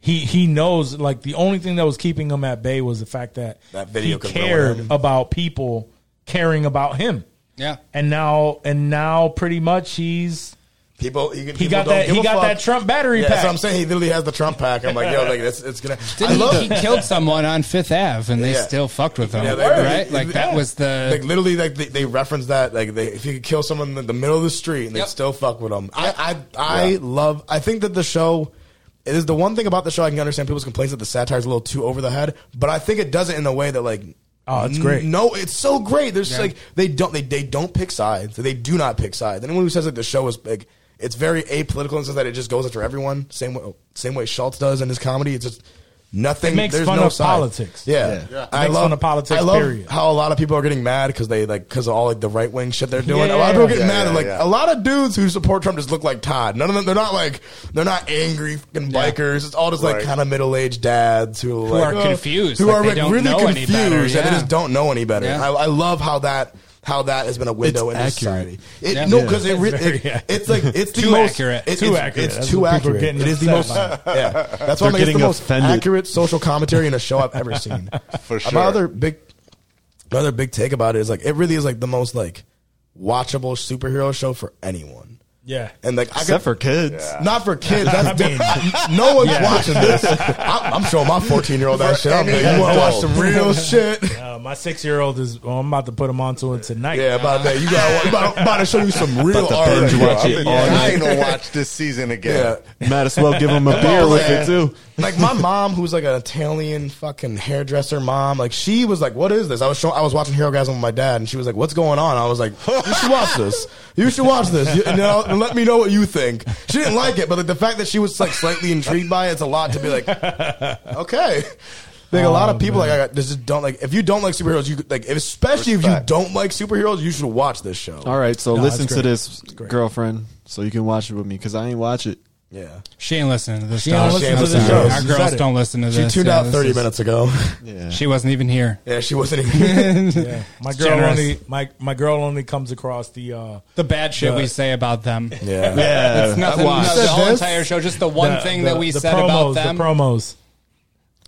Speaker 4: he he knows like the only thing that was keeping him at bay was the fact that,
Speaker 5: That video
Speaker 4: he
Speaker 5: could ruin
Speaker 4: cared
Speaker 5: him.
Speaker 4: about people caring about him.
Speaker 7: yeah.
Speaker 4: And now and now pretty much he's
Speaker 5: People, he,
Speaker 4: he got that he got that Trump battery
Speaker 5: Yeah,
Speaker 4: pack.
Speaker 5: that's what I'm saying. He literally has the Trump pack. I'm like, yo, like it's, it's gonna. I
Speaker 7: Didn't he-
Speaker 5: love
Speaker 7: he, killed someone on Fifth Ave and they
Speaker 5: Yeah.
Speaker 7: still fucked with him,
Speaker 5: Yeah, they-
Speaker 7: right?
Speaker 5: they-
Speaker 7: like that
Speaker 5: yeah.
Speaker 7: was the
Speaker 5: Like literally, like they, they reference that. Like they, if you could kill someone in the middle of the street and they
Speaker 7: Yep.
Speaker 5: still fuck with them. I I, I love. I think that the show. It is the one thing about the show I can understand people's complaints that the satire's a little too over the head, but I think it does it in a way that like.
Speaker 4: Oh, it's great.
Speaker 5: n- No, it's so great. There's like they don't they, they don't pick sides. They do not pick sides. Anyone who says like the show is like it's very apolitical in the sense that it just goes after everyone. Same way same way Schultz does in his comedy. It's just nothing.
Speaker 4: It makes
Speaker 5: there's
Speaker 4: fun
Speaker 5: no
Speaker 4: of
Speaker 5: side.
Speaker 4: politics.
Speaker 5: Yeah,
Speaker 4: Yeah. It
Speaker 5: I
Speaker 4: makes
Speaker 5: love
Speaker 4: fun of politics,
Speaker 5: I love
Speaker 4: period.
Speaker 5: how a lot of people are getting mad because they like because of all like the right wing shit they're doing. A lot of people are getting
Speaker 8: Yeah,
Speaker 5: mad.
Speaker 8: yeah,
Speaker 5: like
Speaker 8: yeah.
Speaker 5: a lot of dudes who support Trump just look like Todd. None of them. They're not like they're not angry fucking bikers. It's all just like
Speaker 8: Right.
Speaker 5: kind of middle aged dads who, like,
Speaker 7: are confused,
Speaker 5: who
Speaker 7: like,
Speaker 5: are
Speaker 7: they
Speaker 5: like
Speaker 7: don't
Speaker 5: really
Speaker 7: know any
Speaker 5: confused
Speaker 7: better,
Speaker 5: and they
Speaker 7: yeah.
Speaker 5: just don't know any better.
Speaker 7: Yeah.
Speaker 5: I, I love how that. How that has been a window
Speaker 6: It's
Speaker 5: into
Speaker 6: accurate.
Speaker 5: society. It,
Speaker 7: Yeah.
Speaker 5: No,
Speaker 7: Yeah.
Speaker 5: because it, re-
Speaker 4: It's very
Speaker 5: it-
Speaker 4: accurate.
Speaker 5: it's like it's the
Speaker 7: Too
Speaker 5: most
Speaker 7: accurate.
Speaker 5: it-
Speaker 4: Too
Speaker 5: it's-
Speaker 4: accurate.
Speaker 5: It's
Speaker 4: That's
Speaker 5: too
Speaker 4: what people are
Speaker 5: accurate.
Speaker 4: getting
Speaker 5: It is the most.
Speaker 4: upset
Speaker 5: (laughs) Yeah, that's
Speaker 6: They're
Speaker 5: why I'm like, it's
Speaker 6: getting
Speaker 5: the most
Speaker 6: offended.
Speaker 5: accurate social commentary in a show I've ever seen.
Speaker 8: (laughs) For
Speaker 5: My
Speaker 8: sure.
Speaker 5: other big, my other big take about it is like it really is like the most like watchable superhero show for anyone.
Speaker 4: Yeah.
Speaker 5: and like I could-
Speaker 6: Except for kids.
Speaker 5: (laughs)
Speaker 8: Yeah.
Speaker 5: Not for kids.
Speaker 6: (laughs)
Speaker 5: That's
Speaker 4: I mean-
Speaker 5: no one's
Speaker 4: Yeah.
Speaker 5: watching this. I'm, I'm showing my 14 year old that shit. I'm like, you want to watch some real shit?
Speaker 4: Uh, my six year old is well, I'm about to put him onto it tonight.
Speaker 5: Yeah, about that. You got to about, about to show you some real
Speaker 6: to
Speaker 5: art.
Speaker 6: binge
Speaker 5: Yeah.
Speaker 6: watch it
Speaker 8: I've been
Speaker 6: all
Speaker 8: dying to
Speaker 6: (laughs)
Speaker 8: watch this season
Speaker 5: Yeah.
Speaker 8: again.
Speaker 6: Might as well give him a beer with it too.
Speaker 5: Oh, Like my mom, who's like an Italian fucking hairdresser mom, like she was like, "What is this?" I was showing, I was watching Hero Gasm with my dad, and she was like, "What's going on?" I was like, "You should watch this. You should watch this. You, and, I'll- and let me know what you think." She didn't like it, but like the fact that she was like slightly intrigued by it, it's a lot to be like, okay. Like a lot of people, like I got, just don't like. If you don't like superheroes, you could- like especially if you
Speaker 8: Respect.
Speaker 5: don't like superheroes, you should watch this show.
Speaker 6: All right, so
Speaker 4: it's
Speaker 6: listen to
Speaker 4: great.
Speaker 6: this,
Speaker 4: great.
Speaker 6: girlfriend, so you can watch it with me because I ain't watch it.
Speaker 5: Yeah,
Speaker 7: she ain't listening to this.
Speaker 4: ain't
Speaker 7: dog.
Speaker 5: listening
Speaker 7: I'm
Speaker 5: to this
Speaker 7: sorry.
Speaker 5: dog.
Speaker 7: Our
Speaker 5: She
Speaker 7: girls
Speaker 4: said it.
Speaker 7: don't listen to
Speaker 5: she
Speaker 7: this.
Speaker 5: tuned
Speaker 7: Yeah,
Speaker 5: out
Speaker 7: this
Speaker 5: thirty
Speaker 7: is-
Speaker 5: minutes ago.
Speaker 6: Yeah.
Speaker 7: She wasn't even here.
Speaker 5: Yeah, she wasn't. even
Speaker 4: Yeah. My girl
Speaker 7: generous.
Speaker 4: only my my girl only comes across the uh
Speaker 7: The bad shit
Speaker 4: The-
Speaker 7: we say about them.
Speaker 5: (laughs) Yeah.
Speaker 6: Yeah,
Speaker 7: It's nothing.
Speaker 6: Why?
Speaker 7: no,
Speaker 5: Said
Speaker 7: the whole
Speaker 5: this?
Speaker 7: entire show, just the one
Speaker 4: the-
Speaker 7: thing
Speaker 4: the-
Speaker 7: that we
Speaker 4: the
Speaker 7: said
Speaker 4: promos,
Speaker 7: about them.
Speaker 4: The promos.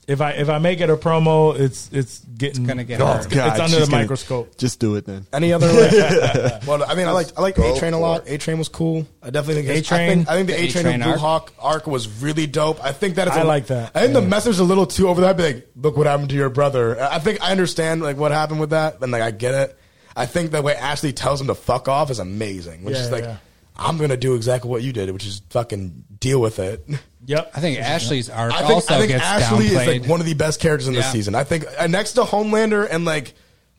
Speaker 4: If I if I make it a promo, it's it's getting
Speaker 7: gonna get
Speaker 4: Oh, it's,
Speaker 7: hurt.
Speaker 6: God,
Speaker 4: under
Speaker 6: she's
Speaker 4: the
Speaker 6: gonna-
Speaker 4: microscope.
Speaker 6: Just do it then.
Speaker 5: Any other? Like, well, I mean, I like I like
Speaker 8: Go
Speaker 5: A Train a
Speaker 8: for
Speaker 5: lot.
Speaker 8: it.
Speaker 5: A Train was cool. I definitely think
Speaker 4: A-Train?
Speaker 5: I think, I think the
Speaker 7: The
Speaker 5: A Train
Speaker 7: A-Train
Speaker 5: and Blue
Speaker 7: arc?
Speaker 5: Hawk arc was really dope. I think that it's
Speaker 4: I
Speaker 5: a-
Speaker 4: like that.
Speaker 5: I think the
Speaker 4: Yeah.
Speaker 5: message is a little too over that. Be like, look what happened to your brother. I I think I understand like what happened with that, and like I get it. I think the way Ashley tells him to fuck off is amazing, which
Speaker 4: Yeah,
Speaker 5: is like.
Speaker 4: yeah.
Speaker 5: I'm gonna do exactly what you did, which is fucking deal with it. (laughs)
Speaker 4: Yep.
Speaker 7: I think Ashley's arc
Speaker 5: I think,
Speaker 7: also
Speaker 5: I think
Speaker 7: gets
Speaker 5: Ashley
Speaker 7: downplayed.
Speaker 5: is like one of the best characters in this
Speaker 7: Yeah.
Speaker 5: season. I think uh, next to Homelander and like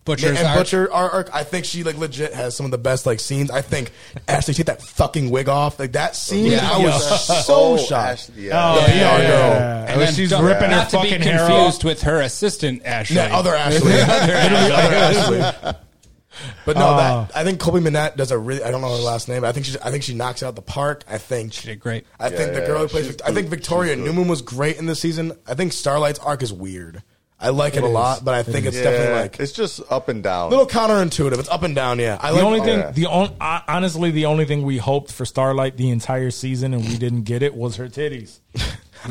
Speaker 7: Butcher's
Speaker 5: and
Speaker 7: arc.
Speaker 5: Butcher our arc, I think she like legit has some of the best like scenes. I think Ashley take that fucking wig off like that scene.
Speaker 8: Yeah.
Speaker 5: I was
Speaker 8: (laughs)
Speaker 5: so shocked.
Speaker 8: Oh, Ashley, yeah.
Speaker 4: Oh,
Speaker 5: Yeah, yeah,
Speaker 4: yeah,
Speaker 5: yeah.
Speaker 4: yeah. Oh, she's ripping her
Speaker 7: not to
Speaker 4: fucking
Speaker 7: be
Speaker 4: hair
Speaker 7: confused
Speaker 4: off.
Speaker 7: with her assistant Ashley.
Speaker 5: That other
Speaker 7: (laughs)
Speaker 5: Ashley, Literally other Ashley. But no,
Speaker 7: Oh.
Speaker 5: that I think Kobe Minette does a really. I don't know her last name. But I think she. I think she knocks it out the park. I think
Speaker 7: She did great.
Speaker 5: I
Speaker 8: Yeah,
Speaker 5: think the
Speaker 8: yeah,
Speaker 5: girl who
Speaker 8: she's
Speaker 5: plays. Vic- I think
Speaker 8: good.
Speaker 5: Victoria
Speaker 8: She's good.
Speaker 5: Newman was great in this season. I think Starlight's arc is weird. I like it, a
Speaker 4: is.
Speaker 5: lot, but I think it's definitely like a
Speaker 8: it's just up and down.
Speaker 5: little counterintuitive. It's up and down. Yeah, I
Speaker 4: The
Speaker 5: like,
Speaker 4: only
Speaker 7: oh,
Speaker 4: thing,
Speaker 8: yeah.
Speaker 4: the on, I, honestly, the only thing we hoped for Starlight the entire season and we didn't get it was her titties. We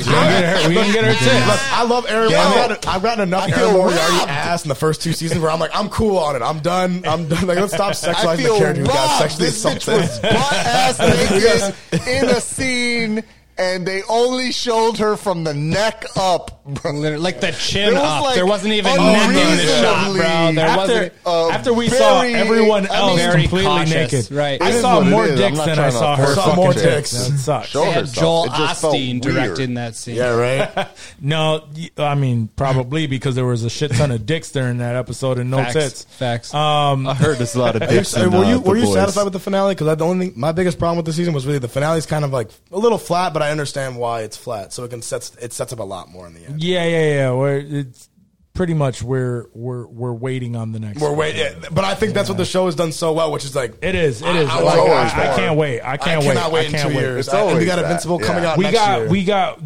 Speaker 4: didn't get her. We didn't get her tits.
Speaker 5: Look, I love Aaron.
Speaker 8: Damn
Speaker 5: I've,
Speaker 8: it.
Speaker 5: gotten, I've gotten enough
Speaker 8: I feel
Speaker 5: Aaron Moriarty
Speaker 8: robbed.
Speaker 5: ass in the first two seasons where I'm like, I'm cool on it. I'm done. I'm done. Like, let's (laughs) stop
Speaker 8: I
Speaker 5: sexualizing the
Speaker 8: feel
Speaker 5: character who got
Speaker 8: robbed.
Speaker 5: sexually
Speaker 8: This bitch
Speaker 5: assaulted.
Speaker 8: was butt
Speaker 5: (laughs)
Speaker 8: ass naked in a scene, and they only showed her from the neck up. bro.
Speaker 7: Literally, like the chin
Speaker 8: There was,
Speaker 7: up.
Speaker 8: like,
Speaker 7: there wasn't even neck in the shot, bro.
Speaker 8: unreasonably-
Speaker 7: There wasn't.
Speaker 4: after,
Speaker 8: uh,
Speaker 4: after we saw
Speaker 8: very-
Speaker 4: everyone
Speaker 8: I
Speaker 4: else
Speaker 8: mean-
Speaker 7: Very
Speaker 4: completely
Speaker 7: cautious,
Speaker 4: naked,
Speaker 7: right.
Speaker 4: I
Speaker 8: It is
Speaker 4: saw
Speaker 8: what it
Speaker 4: more
Speaker 8: is. I'm
Speaker 4: dicks
Speaker 8: not
Speaker 4: than
Speaker 8: trying
Speaker 4: I
Speaker 8: to
Speaker 4: saw her.
Speaker 8: force
Speaker 4: fucking
Speaker 5: more
Speaker 4: tits.
Speaker 5: dicks.
Speaker 4: That sucks.
Speaker 8: Show
Speaker 7: They had
Speaker 8: herself.
Speaker 7: Joel
Speaker 8: It just felt
Speaker 7: Osteen
Speaker 8: weird.
Speaker 7: directing that scene.
Speaker 5: Yeah, (laughs) right.
Speaker 4: No, y- I mean
Speaker 5: (laughs)
Speaker 4: probably because there was a shit ton of dicks during that episode and no
Speaker 7: Facts.
Speaker 4: tits.
Speaker 7: Facts.
Speaker 4: Um,
Speaker 6: I heard there's a lot of dicks.
Speaker 5: Hey,
Speaker 6: in,
Speaker 5: were
Speaker 6: uh,
Speaker 5: you
Speaker 6: The
Speaker 5: were you
Speaker 6: Boys.
Speaker 5: satisfied with the finale? Because the only thing, my biggest problem with the season was really the finale's kind of like a little flat, but I understand why it's flat. So it can sets it sets up a lot more in the end.
Speaker 4: Yeah, yeah, yeah. We're, it's pretty much we're we're we're waiting on the next.
Speaker 5: We're
Speaker 4: one.
Speaker 5: wait, yeah, but I think that's what the show has done so well, which is like
Speaker 4: It is. It is.
Speaker 5: I- I
Speaker 4: Like,
Speaker 5: like
Speaker 4: I,
Speaker 5: it.
Speaker 4: I can't wait. I can't wait.
Speaker 5: cannot wait
Speaker 4: I
Speaker 5: in
Speaker 4: can't
Speaker 5: two
Speaker 4: wait.
Speaker 5: years.
Speaker 8: It's
Speaker 5: I- and we
Speaker 8: always
Speaker 5: got
Speaker 8: that,
Speaker 5: Invincible
Speaker 8: yeah.
Speaker 5: coming out.
Speaker 4: we
Speaker 5: next
Speaker 4: got
Speaker 5: year.
Speaker 4: we got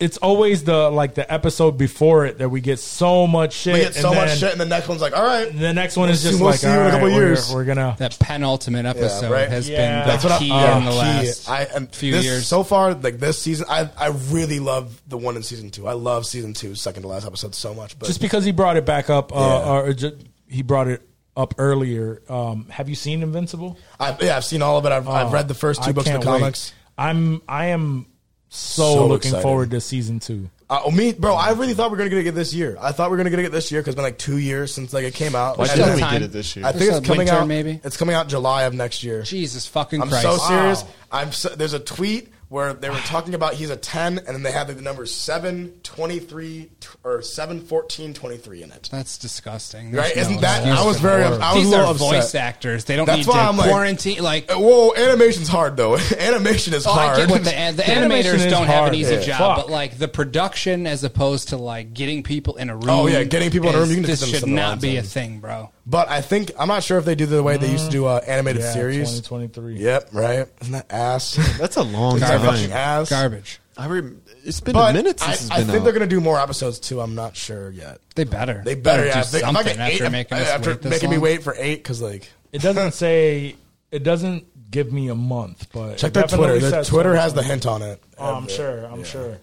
Speaker 4: it's always the like the episode before it that we get so much shit
Speaker 5: We get so
Speaker 4: and
Speaker 5: much
Speaker 4: then
Speaker 5: shit, and the next one's like, all right,
Speaker 4: the next one is
Speaker 5: We'll
Speaker 4: just
Speaker 5: see- we'll
Speaker 4: like
Speaker 5: see you in a
Speaker 4: all right,
Speaker 5: couple
Speaker 4: we're-
Speaker 5: years.
Speaker 4: We're, gonna
Speaker 7: that penultimate episode
Speaker 5: right.
Speaker 7: has
Speaker 4: Yeah.
Speaker 7: been
Speaker 4: That's
Speaker 7: the
Speaker 4: what I-
Speaker 7: key
Speaker 4: uh,
Speaker 7: in the
Speaker 5: key.
Speaker 7: last
Speaker 5: I, and
Speaker 7: few
Speaker 5: this-
Speaker 7: years.
Speaker 5: So far, like this season, I I really love the one in season two. I love season two, second to last episode, so much. But
Speaker 4: just because he brought it back up uh,
Speaker 5: Yeah.
Speaker 4: or ju- he brought it up earlier. Um, have you seen Invincible?
Speaker 5: I, yeah, I've seen all of it. I've, I've read the first two
Speaker 4: I
Speaker 5: books of the
Speaker 4: can't wait.
Speaker 5: comics.
Speaker 4: I'm I am so,
Speaker 5: So
Speaker 4: looking
Speaker 5: excited.
Speaker 4: forward to season two.
Speaker 5: Uh, oh, me, bro, I really thought we were gonna get it this year. I thought we were gonna get it this year because it's been like two years since like it came out.
Speaker 6: Why
Speaker 5: And
Speaker 7: still
Speaker 6: didn't we
Speaker 5: then-
Speaker 7: time.
Speaker 6: get it this year?
Speaker 5: I think
Speaker 7: It's
Speaker 5: it's
Speaker 7: a
Speaker 5: coming
Speaker 7: winter,
Speaker 5: out.
Speaker 7: maybe?
Speaker 5: it's coming out July of next year.
Speaker 7: Jesus fucking
Speaker 5: I'm
Speaker 7: Christ.
Speaker 5: so serious. I'm so, there's a tweet where they were talking about he's a 10 and then they had the number 7 23 t- or 7 14 23 in it.
Speaker 7: That's disgusting.
Speaker 5: Right?
Speaker 7: There's no
Speaker 5: Isn't that
Speaker 7: excuse
Speaker 5: I was
Speaker 7: for
Speaker 5: very
Speaker 7: horror.
Speaker 5: I was a
Speaker 7: These
Speaker 5: little
Speaker 7: are
Speaker 5: upset.
Speaker 7: voice actors. They don't
Speaker 5: That's
Speaker 7: need
Speaker 5: why
Speaker 7: to
Speaker 5: I'm like-
Speaker 7: quarantine. Like,
Speaker 5: Uh, Whoa, animation's hard though. (laughs) Animation is
Speaker 7: oh, I
Speaker 5: hard.
Speaker 7: get what the, an- the
Speaker 4: The animation
Speaker 7: animators
Speaker 4: is
Speaker 7: don't have
Speaker 4: hard.
Speaker 7: an easy
Speaker 4: Yeah.
Speaker 7: job,
Speaker 4: Fuck.
Speaker 7: but like the production as opposed to like getting people in a room.
Speaker 5: Oh, yeah, getting people in a room, you can just
Speaker 7: this
Speaker 5: give them something
Speaker 7: should not be a
Speaker 5: alongside.
Speaker 7: thing, bro.
Speaker 5: (laughs) but I think I'm not sure if they do the way they used to do uh, animated
Speaker 4: Yeah,
Speaker 5: series.
Speaker 4: 2023.
Speaker 5: Yep, right. Isn't that ass?
Speaker 6: (laughs) That's a long
Speaker 5: Isn't that fucking
Speaker 6: time.
Speaker 5: ass.
Speaker 7: Garbage.
Speaker 6: I rem- it's been
Speaker 5: But
Speaker 6: a minute
Speaker 5: I,
Speaker 6: since
Speaker 5: I
Speaker 6: it's been
Speaker 5: think
Speaker 6: out.
Speaker 5: they're gonna do more episodes too. I'm not sure yet.
Speaker 7: They better.
Speaker 5: They better, yeah.
Speaker 7: do
Speaker 5: They- I'm not
Speaker 7: something
Speaker 5: gonna
Speaker 7: after
Speaker 5: eight- uh,
Speaker 7: making us
Speaker 5: after
Speaker 7: wait this
Speaker 5: making me
Speaker 7: long.
Speaker 5: wait for eight because like
Speaker 4: It
Speaker 7: (laughs)
Speaker 4: doesn't say. It doesn't give me a month, but
Speaker 5: check
Speaker 4: it
Speaker 5: their
Speaker 4: definitely
Speaker 5: Twitter. Their
Speaker 4: says
Speaker 5: Twitter
Speaker 4: 2023.
Speaker 5: has the hint on it.
Speaker 4: Oh, I'm
Speaker 5: Of it.
Speaker 4: sure. I'm
Speaker 5: Yeah.
Speaker 4: sure.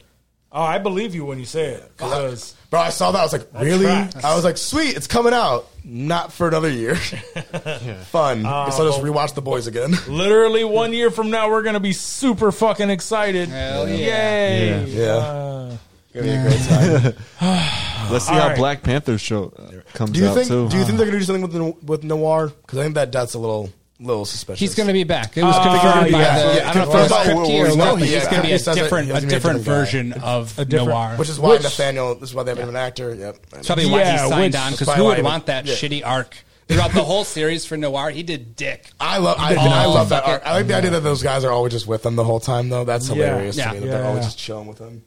Speaker 4: Oh, I believe you when you say it. Because
Speaker 5: Bro, I saw that. I was like, really?
Speaker 4: tracks.
Speaker 5: I was like, sweet, it's coming out. Not for another year. (laughs) Fun. so I'll just rewatch The Boys again.
Speaker 4: literally one year from now, we're gonna be super fucking excited.
Speaker 7: Hell yeah.
Speaker 4: Yay! Uh,
Speaker 5: Yeah. Gonna be a great (laughs) time.
Speaker 6: Let's see
Speaker 4: All
Speaker 6: how
Speaker 4: right.
Speaker 6: Black Panther show uh, comes
Speaker 5: Do you
Speaker 6: out
Speaker 5: think?
Speaker 6: too.
Speaker 5: Do you think
Speaker 6: (laughs)
Speaker 5: they're gonna do something with the, with Noir? Because I think that that's a little little suspicious.
Speaker 7: He's going to be back. It was
Speaker 4: Uh,
Speaker 7: confirmed by
Speaker 5: yeah.
Speaker 7: the.
Speaker 5: Yeah,
Speaker 7: I don't know
Speaker 5: confirmed
Speaker 7: if it was
Speaker 5: by-
Speaker 7: scripty or
Speaker 5: well,
Speaker 7: what,
Speaker 5: no,
Speaker 7: but
Speaker 5: he-
Speaker 7: he's going to be
Speaker 5: he
Speaker 7: a
Speaker 5: says that
Speaker 7: different,
Speaker 5: he's
Speaker 7: a
Speaker 5: gonna be a
Speaker 7: different
Speaker 5: different guy.
Speaker 7: version of
Speaker 4: a different-
Speaker 7: noir.
Speaker 5: which is why
Speaker 4: Which-
Speaker 5: Nathaniel. This is why they have him an actor. Yep. I know.
Speaker 7: Probably why
Speaker 4: Yeah,
Speaker 7: he signed
Speaker 4: which-
Speaker 7: on because
Speaker 5: That's
Speaker 7: who
Speaker 5: why
Speaker 7: would
Speaker 5: I-
Speaker 7: want that
Speaker 5: yeah.
Speaker 7: shitty arc throughout the whole series for Noir? He did dick.
Speaker 5: I love. I,
Speaker 7: Oh,
Speaker 5: I love that.
Speaker 7: fuck
Speaker 5: Art.
Speaker 7: it.
Speaker 5: I like the idea that those guys are always just with him the whole time, though. That's hilarious to
Speaker 7: Yeah.
Speaker 5: me. That
Speaker 4: Yeah.
Speaker 5: they're always
Speaker 4: Yeah.
Speaker 5: just chilling with him.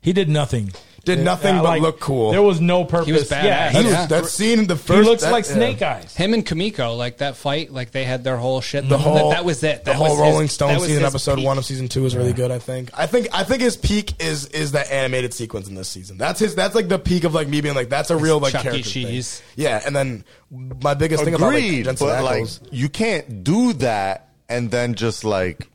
Speaker 4: He did nothing. uh,
Speaker 5: Did nothing but look cool.
Speaker 4: There was no purpose.
Speaker 7: He was badass.
Speaker 4: Yeah,
Speaker 5: That,
Speaker 4: he,
Speaker 7: Yeah.
Speaker 5: that scene in the
Speaker 4: he
Speaker 5: first.
Speaker 4: looks
Speaker 5: that-
Speaker 4: like
Speaker 5: yeah.
Speaker 4: Snake Eyes.
Speaker 7: Him and Kamiko, like that fight, like they had their whole shit.
Speaker 5: The whole
Speaker 7: that, that was it. That
Speaker 5: the whole
Speaker 7: was his-
Speaker 5: Rolling Stone
Speaker 7: that was
Speaker 5: season
Speaker 7: his
Speaker 5: episode
Speaker 7: peak.
Speaker 5: one of season two is really good. I think. I think. I think his peak is is that animated sequence in this season. That's his. That's like the peak of like me being like that's a real like
Speaker 7: Chuck E.
Speaker 5: character thing.
Speaker 7: Cheese.
Speaker 5: Yeah, and then my biggest thing about like,
Speaker 8: Agreed,
Speaker 5: Jensen
Speaker 8: but like
Speaker 5: Ackles-
Speaker 8: you can't do that and then just like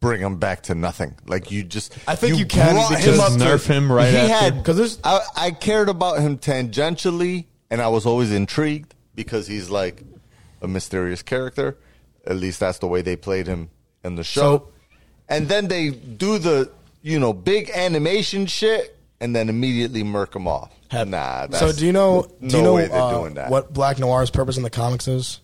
Speaker 8: bring him back to nothing. Like you just,
Speaker 5: I think you can
Speaker 8: brought
Speaker 5: because-
Speaker 8: up to-
Speaker 6: Nerf him right
Speaker 8: he
Speaker 6: after.
Speaker 8: had
Speaker 5: Because there's-
Speaker 8: because I, I cared about him tangentially, and I was always intrigued because he's like a mysterious character. At least that's the way they played him in the show.
Speaker 5: So-
Speaker 8: and then they do the you know big animation shit, and then immediately murk him off. Nah, that's,
Speaker 5: so do you know?
Speaker 8: No
Speaker 5: do you know
Speaker 8: way they're
Speaker 5: uh,
Speaker 8: doing that.
Speaker 5: what Black Noir's purpose in the comics is?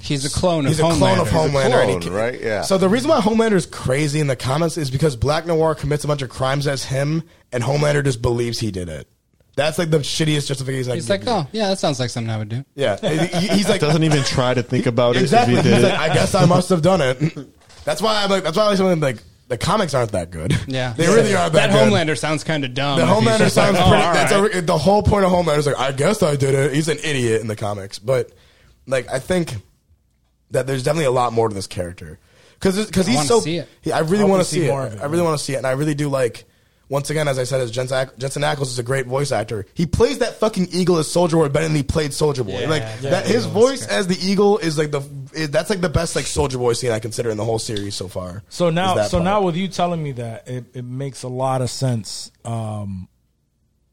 Speaker 7: He's a clone of
Speaker 5: He's a
Speaker 7: Homelander.
Speaker 5: clone of Homelander, and he
Speaker 8: clone,
Speaker 5: ca-
Speaker 8: right? Yeah.
Speaker 5: So the reason why Homelander is crazy in the comments is because Black Noir commits a bunch of crimes as him, and Homelander just believes he did it. That's like the shittiest justification. I
Speaker 7: He's
Speaker 5: can
Speaker 7: like,
Speaker 5: give you.
Speaker 7: oh yeah, that sounds like something I would do.
Speaker 5: yeah. (laughs) He- He's like,
Speaker 6: Doesn't even try to think about it.
Speaker 5: exactly.
Speaker 6: If
Speaker 5: He's
Speaker 6: he did
Speaker 5: like,
Speaker 6: it.
Speaker 5: I guess I must have done it. (laughs) That's why I'm like. That's why I like something like the comics aren't that good.
Speaker 7: Yeah,
Speaker 5: they really aren't that,
Speaker 7: That
Speaker 5: good.
Speaker 7: Homelander sounds kind of dumb.
Speaker 5: The
Speaker 7: if he's
Speaker 5: Homelander
Speaker 7: just like,
Speaker 5: sounds
Speaker 7: "Oh,
Speaker 5: pretty.
Speaker 7: all
Speaker 5: That's
Speaker 7: right."
Speaker 5: a, the whole point of Homelander is like, I guess I did it. He's an idiot in the comics, but like, I think that there's definitely a lot more to this character because because
Speaker 7: I
Speaker 5: he's
Speaker 7: wanna
Speaker 5: so.
Speaker 7: see it.
Speaker 5: he- I really
Speaker 4: I
Speaker 5: want
Speaker 4: wanna
Speaker 5: to see,
Speaker 4: see
Speaker 5: it.
Speaker 4: more of it,
Speaker 5: I really
Speaker 4: yeah.
Speaker 5: want to see it, and I really do like Once again, as I said, as Jensen, Ack- Jensen Ackles is a great voice actor. He plays that fucking eagle as Soldier Boy better than he played Soldier Boy. like that, his voice as the eagle is like the is, that's like the best like Soldier Boy scene I consider in the whole series so far.
Speaker 4: So
Speaker 5: Is
Speaker 4: now,
Speaker 5: that
Speaker 4: so
Speaker 5: part.
Speaker 4: now with you telling me that, it, it makes a lot of sense. Um,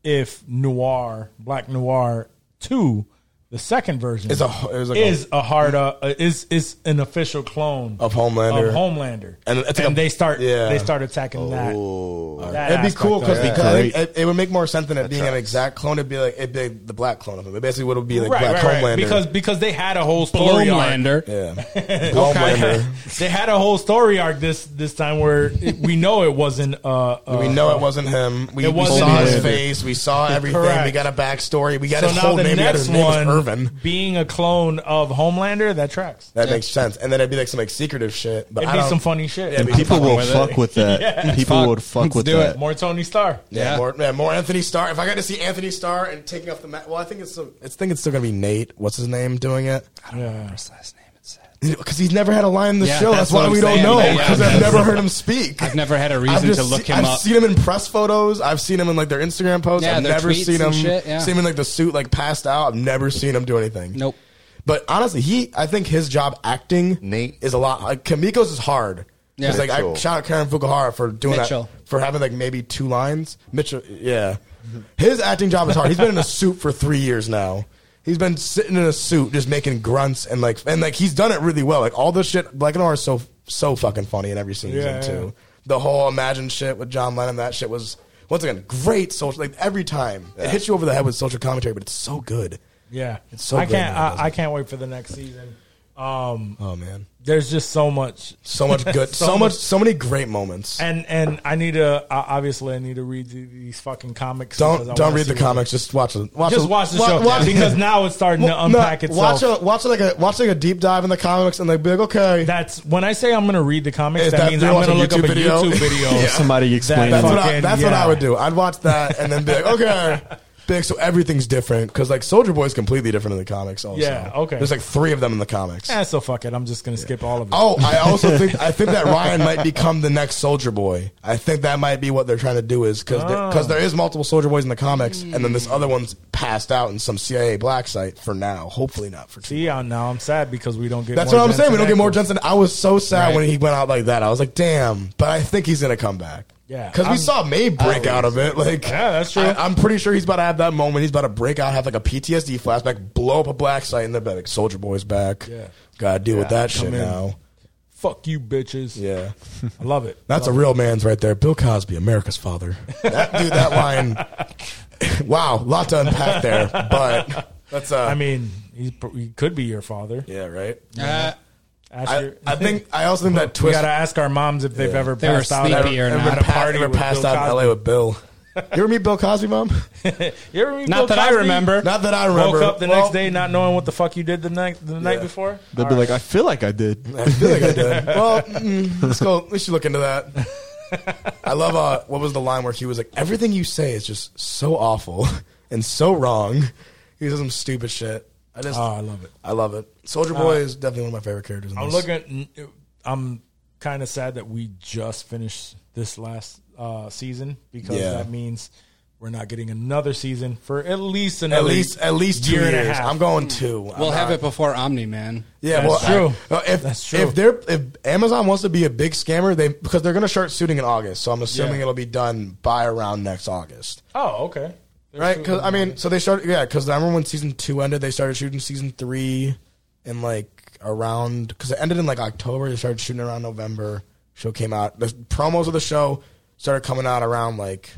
Speaker 4: if noir, black noir two, the second version
Speaker 5: It's a- it was like
Speaker 4: is a hard uh, is is an official clone
Speaker 5: Of Homelander.
Speaker 4: of Homelander,
Speaker 5: And
Speaker 4: and,
Speaker 5: it's like a-
Speaker 4: they start
Speaker 5: yeah. Oh.
Speaker 4: they start attacking that. that
Speaker 5: It'd be
Speaker 4: aspect
Speaker 5: cool
Speaker 4: of
Speaker 5: because
Speaker 4: it.
Speaker 5: it, it, would make more sense than it being an exact clone. It'd be like it'd be like the black clone of him. It basically would be like
Speaker 4: right,
Speaker 5: black
Speaker 4: right, right,
Speaker 5: Homelander.
Speaker 4: because because they had a whole story arc.
Speaker 7: Homelander.
Speaker 5: yeah,
Speaker 4: Okay.
Speaker 5: Homelander.
Speaker 4: (laughs) they had a whole story arc this this time where it- we know it wasn't. Uh, uh,
Speaker 5: We know it wasn't him. We,
Speaker 4: It
Speaker 5: we
Speaker 4: wasn't
Speaker 5: saw his
Speaker 4: him.
Speaker 5: face. We saw everything. We
Speaker 4: Correct.
Speaker 5: got a backstory. We got
Speaker 4: So
Speaker 5: his
Speaker 4: now
Speaker 5: whole
Speaker 4: the
Speaker 5: name. We got
Speaker 4: next
Speaker 5: his name
Speaker 4: one
Speaker 5: was Irvin.
Speaker 4: being a clone of Homelander that tracks.
Speaker 5: That makes sense. And then it'd be like some like secretive shit. But
Speaker 4: It'd
Speaker 5: I
Speaker 4: be
Speaker 5: don't,
Speaker 4: some funny shit.
Speaker 5: Yeah,
Speaker 6: People will
Speaker 5: with it.
Speaker 6: fuck with
Speaker 4: (laughs)
Speaker 6: that. People
Speaker 7: Fuck.
Speaker 6: would fuck
Speaker 7: Let's
Speaker 6: with
Speaker 7: do
Speaker 6: that.
Speaker 4: More Tony Starr.
Speaker 5: Yeah,
Speaker 7: Yeah.
Speaker 5: More, yeah, more Anthony Starr. If I got to see Anthony Starr and taking off the mat, well, I think it's some, it's think it's still gonna be Nate. What's his name doing it?
Speaker 7: His last name is sad.
Speaker 5: Because he's never had a line in the
Speaker 7: Yeah,
Speaker 5: show. That's,
Speaker 7: that's what
Speaker 5: why
Speaker 7: I'm
Speaker 5: we
Speaker 7: saying.
Speaker 5: don't know.
Speaker 7: Yeah,
Speaker 5: Because
Speaker 7: yeah.
Speaker 5: I've never heard him speak.
Speaker 7: I've never had a reason
Speaker 5: just
Speaker 7: to look
Speaker 5: see-
Speaker 7: him
Speaker 5: I've
Speaker 7: up.
Speaker 5: seen him in press photos. I've seen him in like their Instagram posts.
Speaker 7: Yeah,
Speaker 5: I've
Speaker 7: their
Speaker 5: never
Speaker 7: tweets
Speaker 5: seen him.
Speaker 7: and shit, yeah.
Speaker 5: Seen him in like the suit, like passed out. I've never seen him do anything.
Speaker 7: Nope.
Speaker 5: But honestly, he I think his job acting
Speaker 8: Nate.
Speaker 5: is a lot. Like, Kamiko's is hard.
Speaker 7: Yeah.
Speaker 5: Yeah. Like I
Speaker 8: Mitchell.
Speaker 5: shout out Karen Fukuhara for doing
Speaker 7: Mitchell.
Speaker 5: that for having like maybe two lines. Mitchell, yeah, his acting job is hard. He's been in a suit for three years now. He's been sitting in a suit just making grunts and like and like he's done it really well. Like all this shit, Black and Noir is so so fucking funny in every scene he's
Speaker 4: Yeah,
Speaker 5: in too.
Speaker 4: yeah.
Speaker 5: The whole Imagine shit with John Lennon, that shit was once again great social. Like every time it hits you over the head with social commentary, but it's so good.
Speaker 4: Yeah,
Speaker 5: It's so
Speaker 4: I
Speaker 5: great
Speaker 4: can't.
Speaker 5: now,
Speaker 4: I,
Speaker 5: doesn't
Speaker 4: I
Speaker 5: it?
Speaker 4: can't wait for the next season. Um,
Speaker 5: Oh man.
Speaker 4: there's just so much,
Speaker 5: So
Speaker 4: (laughs)
Speaker 5: much good. so, much, So many great moments.
Speaker 4: and and I need to. I, obviously, I need to read the- these fucking comics. because I
Speaker 5: don't don't
Speaker 4: wanna
Speaker 5: read the
Speaker 4: see what-
Speaker 5: comics. Just watch it. Watch
Speaker 4: Just
Speaker 5: a-
Speaker 4: watch the
Speaker 5: wa-
Speaker 4: show
Speaker 5: watch-
Speaker 4: because now it's starting to
Speaker 5: Well, no,
Speaker 4: unpack itself.
Speaker 5: (laughs) Watch a, watch like a watch like a deep dive in the comics, and like be like, okay,
Speaker 4: that's when I say I'm going to read the comics.
Speaker 5: Is
Speaker 4: That,
Speaker 5: that-
Speaker 4: means
Speaker 5: you're
Speaker 4: I'm going to
Speaker 5: watching
Speaker 4: look up a
Speaker 5: YouTube video? (laughs)
Speaker 4: YouTube video.
Speaker 5: Yeah.
Speaker 6: Oh, Somebody explain
Speaker 5: that's,
Speaker 4: That
Speaker 6: it.
Speaker 5: what, I,
Speaker 4: fucking-
Speaker 5: that's what
Speaker 4: yeah.
Speaker 5: I would do. I'd watch that and then be
Speaker 4: (laughs)
Speaker 5: like, okay, big. so everything's different because like Soldier Boy is completely different in the comics. Also,
Speaker 4: Yeah, okay.
Speaker 5: There's like three of them in the comics.
Speaker 4: Eh, so fuck it. I'm just going to skip all of it.
Speaker 5: Oh, I
Speaker 4: (laughs)
Speaker 5: also think I think that Ryan might become the next Soldier Boy. I think that might be what they're trying to do is because
Speaker 4: Oh.
Speaker 5: because there is multiple Soldier Boys in the comics, and then this
Speaker 4: Hmm.
Speaker 5: other one's passed out in some CIA black site for now. Hopefully not for two.
Speaker 4: See, I- now I'm sad because we don't get.
Speaker 5: That's
Speaker 4: more
Speaker 5: what I'm saying.
Speaker 4: Jensen
Speaker 5: We don't get more
Speaker 4: Ackles.
Speaker 5: Jensen. I was so sad
Speaker 7: Right.
Speaker 5: when he went out like that. I was like, damn. But I think he's gonna come back.
Speaker 4: Yeah.
Speaker 5: because we
Speaker 4: I'm-
Speaker 5: saw May break out of it. Like,
Speaker 4: Yeah, that's true.
Speaker 5: I, am pretty sure he's about to have that moment. He's about to break out, have like a PTSD flashback, blow up a black site, and then be like, Soldier Boy's back.
Speaker 4: Yeah.
Speaker 5: gotta deal with that shit
Speaker 4: in.
Speaker 5: now.
Speaker 4: Fuck you, bitches.
Speaker 5: Yeah.
Speaker 4: I love it.
Speaker 5: That's a real man's right there. Bill Cosby, America's father. That dude, that line. (laughs) wow, lot to unpack there. But that's uh
Speaker 4: (laughs) I mean, he's, pr- he could be your father.
Speaker 5: Yeah, right.
Speaker 7: Uh,
Speaker 4: Ask
Speaker 5: I,
Speaker 4: your-
Speaker 5: I think I also think that
Speaker 4: (laughs) we
Speaker 5: twist
Speaker 4: gotta ask our moms if they've ever
Speaker 7: They were
Speaker 4: passed out.
Speaker 7: sleepy or
Speaker 4: at-
Speaker 7: not.
Speaker 4: at
Speaker 5: ever,
Speaker 4: a
Speaker 5: pa-
Speaker 4: party
Speaker 5: ever
Speaker 4: with
Speaker 5: passed
Speaker 4: Bill
Speaker 5: out in
Speaker 4: Cosby.
Speaker 5: LA with Bill. You ever meet Bill Cosby, (laughs) mom?
Speaker 4: You ever meet
Speaker 7: Not
Speaker 4: Bill
Speaker 7: that I
Speaker 4: Cosby?
Speaker 7: remember.
Speaker 5: Not that I remember.
Speaker 4: Woke up the
Speaker 5: Well,
Speaker 4: next day not knowing what the fuck you did the night the night before.
Speaker 6: They'd be like, I feel like
Speaker 5: (laughs)
Speaker 6: I did.
Speaker 5: I feel like I did. Well, mm, let's go. We should look into that.
Speaker 4: (laughs)
Speaker 5: I love uh, what was the line where he was like, "Everything you say is just so awful (laughs) and so wrong." He says some stupid shit. I just,
Speaker 4: Oh, I love it. Uh,
Speaker 5: I love it. Soldier Boy is definitely one of my favorite characters. In
Speaker 4: I'm
Speaker 5: this.
Speaker 4: looking. I'm kind of sad that we just finished this last uh, season because
Speaker 5: Yeah.
Speaker 4: that means we're not getting another season for at least another
Speaker 5: At least, at least two
Speaker 4: year and a
Speaker 5: years.
Speaker 4: half.
Speaker 5: I'm going two.
Speaker 7: we'll have it before Omni Man.
Speaker 5: Yeah,
Speaker 4: That's
Speaker 5: well,
Speaker 4: true.
Speaker 5: I- uh, if,
Speaker 4: That's true.
Speaker 5: If they're if Amazon wants to be a big scammer, they because they're going to start shooting in August, so I'm assuming
Speaker 4: Yeah.
Speaker 5: it'll be done by around next August,
Speaker 4: Oh, okay. There's
Speaker 5: right?
Speaker 4: two-
Speaker 5: Because I mean, so they started. Yeah, because I remember when season two ended, they started shooting season three, in like around because it ended in like October. They started shooting around November. Show came out. The promos of the show started coming out around like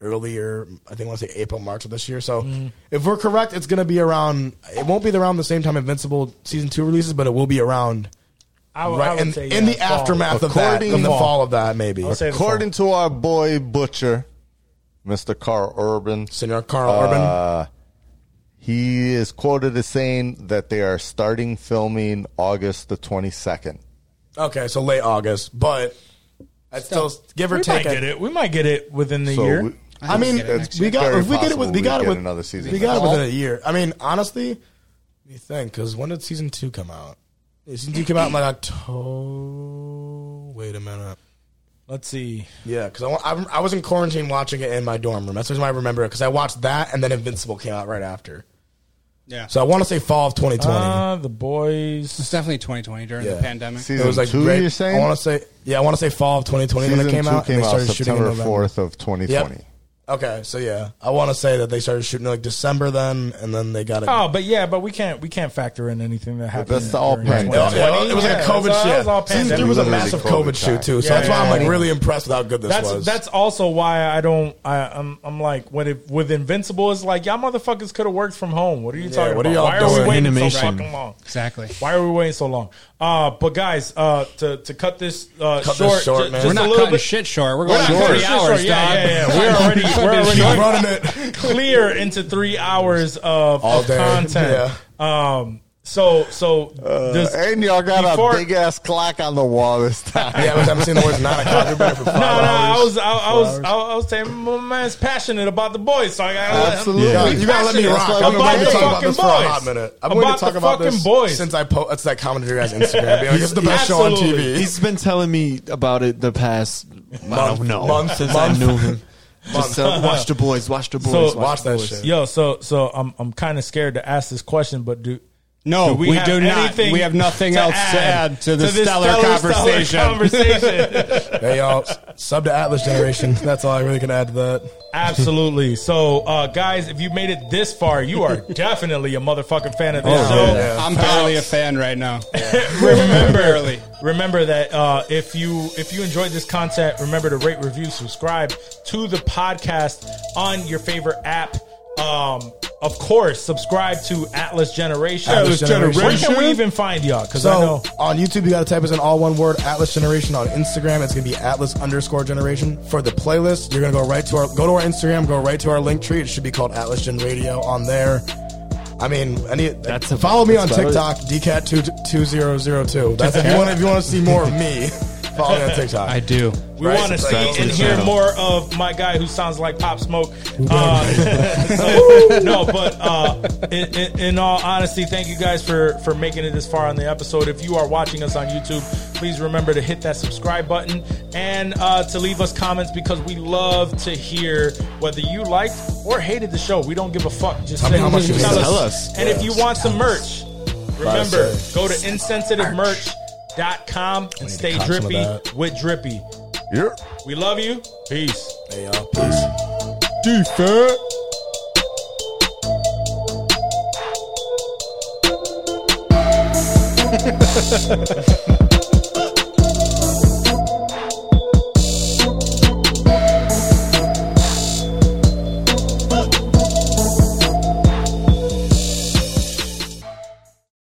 Speaker 5: earlier. I think I want to say April, March of this year. So
Speaker 4: Mm.
Speaker 5: if we're correct, it's going to be around. It won't be around the same time Invincible season two releases, but it will be around
Speaker 4: Oh, I, would- I
Speaker 5: right
Speaker 4: would
Speaker 5: in,
Speaker 4: say,
Speaker 5: in
Speaker 4: yeah,
Speaker 5: the
Speaker 4: fall.
Speaker 5: aftermath of that,
Speaker 8: According-
Speaker 5: in the
Speaker 8: Fall.
Speaker 5: fall of that, maybe.
Speaker 4: I'll say the fall.
Speaker 8: According to our boy Butcher, Mr. Carl Urban,
Speaker 5: Senor Carl
Speaker 4: Uh,
Speaker 5: Urban.
Speaker 8: he is quoted as saying that they are starting filming August the 22nd.
Speaker 5: Okay, so late August, but I still give or
Speaker 4: we
Speaker 5: take.
Speaker 4: might get
Speaker 5: I,
Speaker 4: it. We might get it within the
Speaker 8: So
Speaker 4: year.
Speaker 8: we-
Speaker 5: I mean,
Speaker 7: Get it next
Speaker 5: we
Speaker 7: year.
Speaker 5: got
Speaker 8: Very
Speaker 5: if we get it
Speaker 8: possible
Speaker 5: with we
Speaker 8: we
Speaker 5: got it
Speaker 8: get
Speaker 5: with
Speaker 8: another season
Speaker 5: We got it
Speaker 8: next
Speaker 5: within a year. I mean, honestly, let me think because when did season two come out? Season two came out in like October. Wait a minute.
Speaker 4: Let's see.
Speaker 5: Yeah, because I, wa- I, rem- I was in quarantine watching it in my dorm room. That's the reason why I remember it because I watched that and then Invincible came out right after.
Speaker 7: Yeah.
Speaker 5: So I want to say fall of 2020.
Speaker 4: Uh, the boys.
Speaker 7: It's definitely 2020 during
Speaker 5: Yeah.
Speaker 7: the pandemic.
Speaker 5: it was like
Speaker 8: two,
Speaker 5: right-
Speaker 8: you're saying?
Speaker 5: I want to say yeah, I want to say fall of 2020 when
Speaker 8: Season
Speaker 5: it came
Speaker 8: two
Speaker 5: out.
Speaker 8: came
Speaker 5: and they
Speaker 8: out
Speaker 5: started shooting in
Speaker 8: September
Speaker 5: November.
Speaker 8: 4th of 2020.
Speaker 5: Yep. Okay, so yeah, I want to say that they started shooting like December then, and then they got it.
Speaker 4: Oh, but yeah, but we can't we can't factor in anything that happened.
Speaker 8: that's all
Speaker 4: during
Speaker 8: pandemic.
Speaker 4: 2020.
Speaker 5: Yeah, it was like
Speaker 4: Yeah,
Speaker 5: a COVID
Speaker 4: it's all-
Speaker 5: shit.
Speaker 4: it was all
Speaker 5: Season three
Speaker 4: pandemic.
Speaker 5: was a
Speaker 8: Literally
Speaker 5: massive
Speaker 8: COVID
Speaker 5: COVID, shoot
Speaker 8: time.
Speaker 5: too, so
Speaker 4: Yeah,
Speaker 5: that's why
Speaker 4: yeah,
Speaker 5: I'm like
Speaker 4: yeah.
Speaker 5: really impressed with how good this
Speaker 4: That's
Speaker 5: was.
Speaker 4: that's also why I don't I I'm, I'm like what if with Invincible it's like y'all motherfuckers could have worked from home. What are you talking
Speaker 5: what are
Speaker 4: about?
Speaker 5: y'all
Speaker 4: why are
Speaker 5: doing?
Speaker 4: we waiting so
Speaker 6: Animation.
Speaker 4: fucking long?
Speaker 7: Exactly.
Speaker 4: Why are we waiting so long? Uh, but guys, uh, to to cut this uh
Speaker 5: Cut this
Speaker 4: short,
Speaker 5: short,
Speaker 4: ju-
Speaker 5: man.
Speaker 4: just
Speaker 7: We're
Speaker 4: a
Speaker 7: not
Speaker 4: little
Speaker 7: cutting
Speaker 4: bit.
Speaker 7: shit short. We're
Speaker 4: We're
Speaker 7: going
Speaker 4: not
Speaker 7: on
Speaker 4: cutting
Speaker 7: 30
Speaker 4: shit
Speaker 7: hours,
Speaker 4: short.
Speaker 7: dog.
Speaker 4: Yeah,
Speaker 7: (laughs)
Speaker 4: yeah, yeah. We're already we're already
Speaker 7: Fucking short.
Speaker 5: running
Speaker 4: (laughs)
Speaker 5: it.
Speaker 4: clear into three hours of,
Speaker 5: All
Speaker 4: of
Speaker 5: day. (laughs)
Speaker 4: content. Um, so so
Speaker 5: Uh,
Speaker 4: does-
Speaker 8: And y'all got
Speaker 4: Before-
Speaker 8: a big ass clock on the wall this time.
Speaker 5: yeah, I was- I'm seeing the words nine o'clock. We've been here for
Speaker 4: (laughs)
Speaker 5: five
Speaker 4: No, no, I
Speaker 5: hours.
Speaker 4: was, uh, I, I was, I, I was saying my man's passionate about the boys, so I gotta let him-
Speaker 5: (laughs)
Speaker 8: Absolutely.
Speaker 5: Yeah,
Speaker 4: Be
Speaker 5: you gotta let me rock.
Speaker 4: passionate
Speaker 8: That's why
Speaker 5: I've been
Speaker 8: we
Speaker 5: waiting to
Speaker 8: did.
Speaker 5: talk about this for a
Speaker 4: Fucking
Speaker 5: hot
Speaker 4: boys.
Speaker 5: minute. I've been waiting
Speaker 4: About
Speaker 5: to talk
Speaker 4: the
Speaker 5: about
Speaker 4: fucking
Speaker 5: this
Speaker 4: boys.
Speaker 5: since I po- that's that comment to your guys' Instagram. Being like, it's the best show on
Speaker 4: Absolutely.
Speaker 5: TV.
Speaker 6: He's been telling me about it the past I
Speaker 5: Month,
Speaker 6: don't know
Speaker 5: month,
Speaker 6: since
Speaker 5: month.
Speaker 6: I knew him. Just uh, watch the boys, watch the boys,
Speaker 4: So-
Speaker 6: watch
Speaker 5: Watch that shit.
Speaker 4: Yo, so, so I'm, I'm kind of scared to ask this question, but do.
Speaker 7: No, Oh, we,
Speaker 4: have
Speaker 7: do not.
Speaker 4: anything
Speaker 7: We have nothing else to add to the
Speaker 4: this
Speaker 7: stellar,
Speaker 4: stellar
Speaker 7: conversation.
Speaker 4: conversation.
Speaker 7: (laughs)
Speaker 5: Hey y'all, s- sub to Atlas Generation. That's all I really can add to that.
Speaker 4: Absolutely. So, uh, guys, if you made it this far, you are definitely a motherfucking fan of this
Speaker 5: Oh,
Speaker 4: show.
Speaker 5: yeah.
Speaker 7: I'm barely a fan right now.
Speaker 4: remember
Speaker 7: Barely.
Speaker 4: remember that uh, if you if you enjoyed this content remember to rate review subscribe to the podcast on your favorite app um, of course subscribe to atlas generation
Speaker 5: Atlas Generation.
Speaker 4: where can we even find y'all because i know
Speaker 5: So on YouTube, you gotta type us in all one word Atlas Generation. On Instagram, it's gonna be Atlas underscore Generation. For the playlist, you're gonna go right to our go to our Instagram, go right to our link tree. It should be called Atlas Gen Radio on there. I mean, any
Speaker 6: That's a-
Speaker 5: follow me on
Speaker 6: that's about
Speaker 5: TikTok, DCAT two two zero zero two. That's if you want if you want to see more of
Speaker 6: (laughs)
Speaker 5: me, follow me on TikTok.
Speaker 7: I do.
Speaker 4: we
Speaker 5: Right,
Speaker 4: want to see
Speaker 5: subscribe to
Speaker 4: and
Speaker 5: the
Speaker 4: hear
Speaker 5: channel.
Speaker 4: more of my guy who sounds like Pop Smoke. Uh, so, no, but uh, in, in, in all honesty, thank you guys for for making it this far on the episode. If you are watching us on YouTube, please remember to hit that subscribe button and uh, to leave us comments because we love to hear whether you liked or hated the show. We don't give a fuck. Just
Speaker 5: mean,
Speaker 4: say-
Speaker 5: how much you
Speaker 4: tell,
Speaker 5: hate.
Speaker 4: us.
Speaker 6: Tell us.
Speaker 4: And if you want some merch, remember
Speaker 5: say.
Speaker 4: go to insensitive merch. Dot com and
Speaker 5: need to
Speaker 4: stay
Speaker 5: cop some of
Speaker 4: drippy
Speaker 5: that.
Speaker 4: with drippy. We love you. Peace.
Speaker 5: Hey y'all, peace.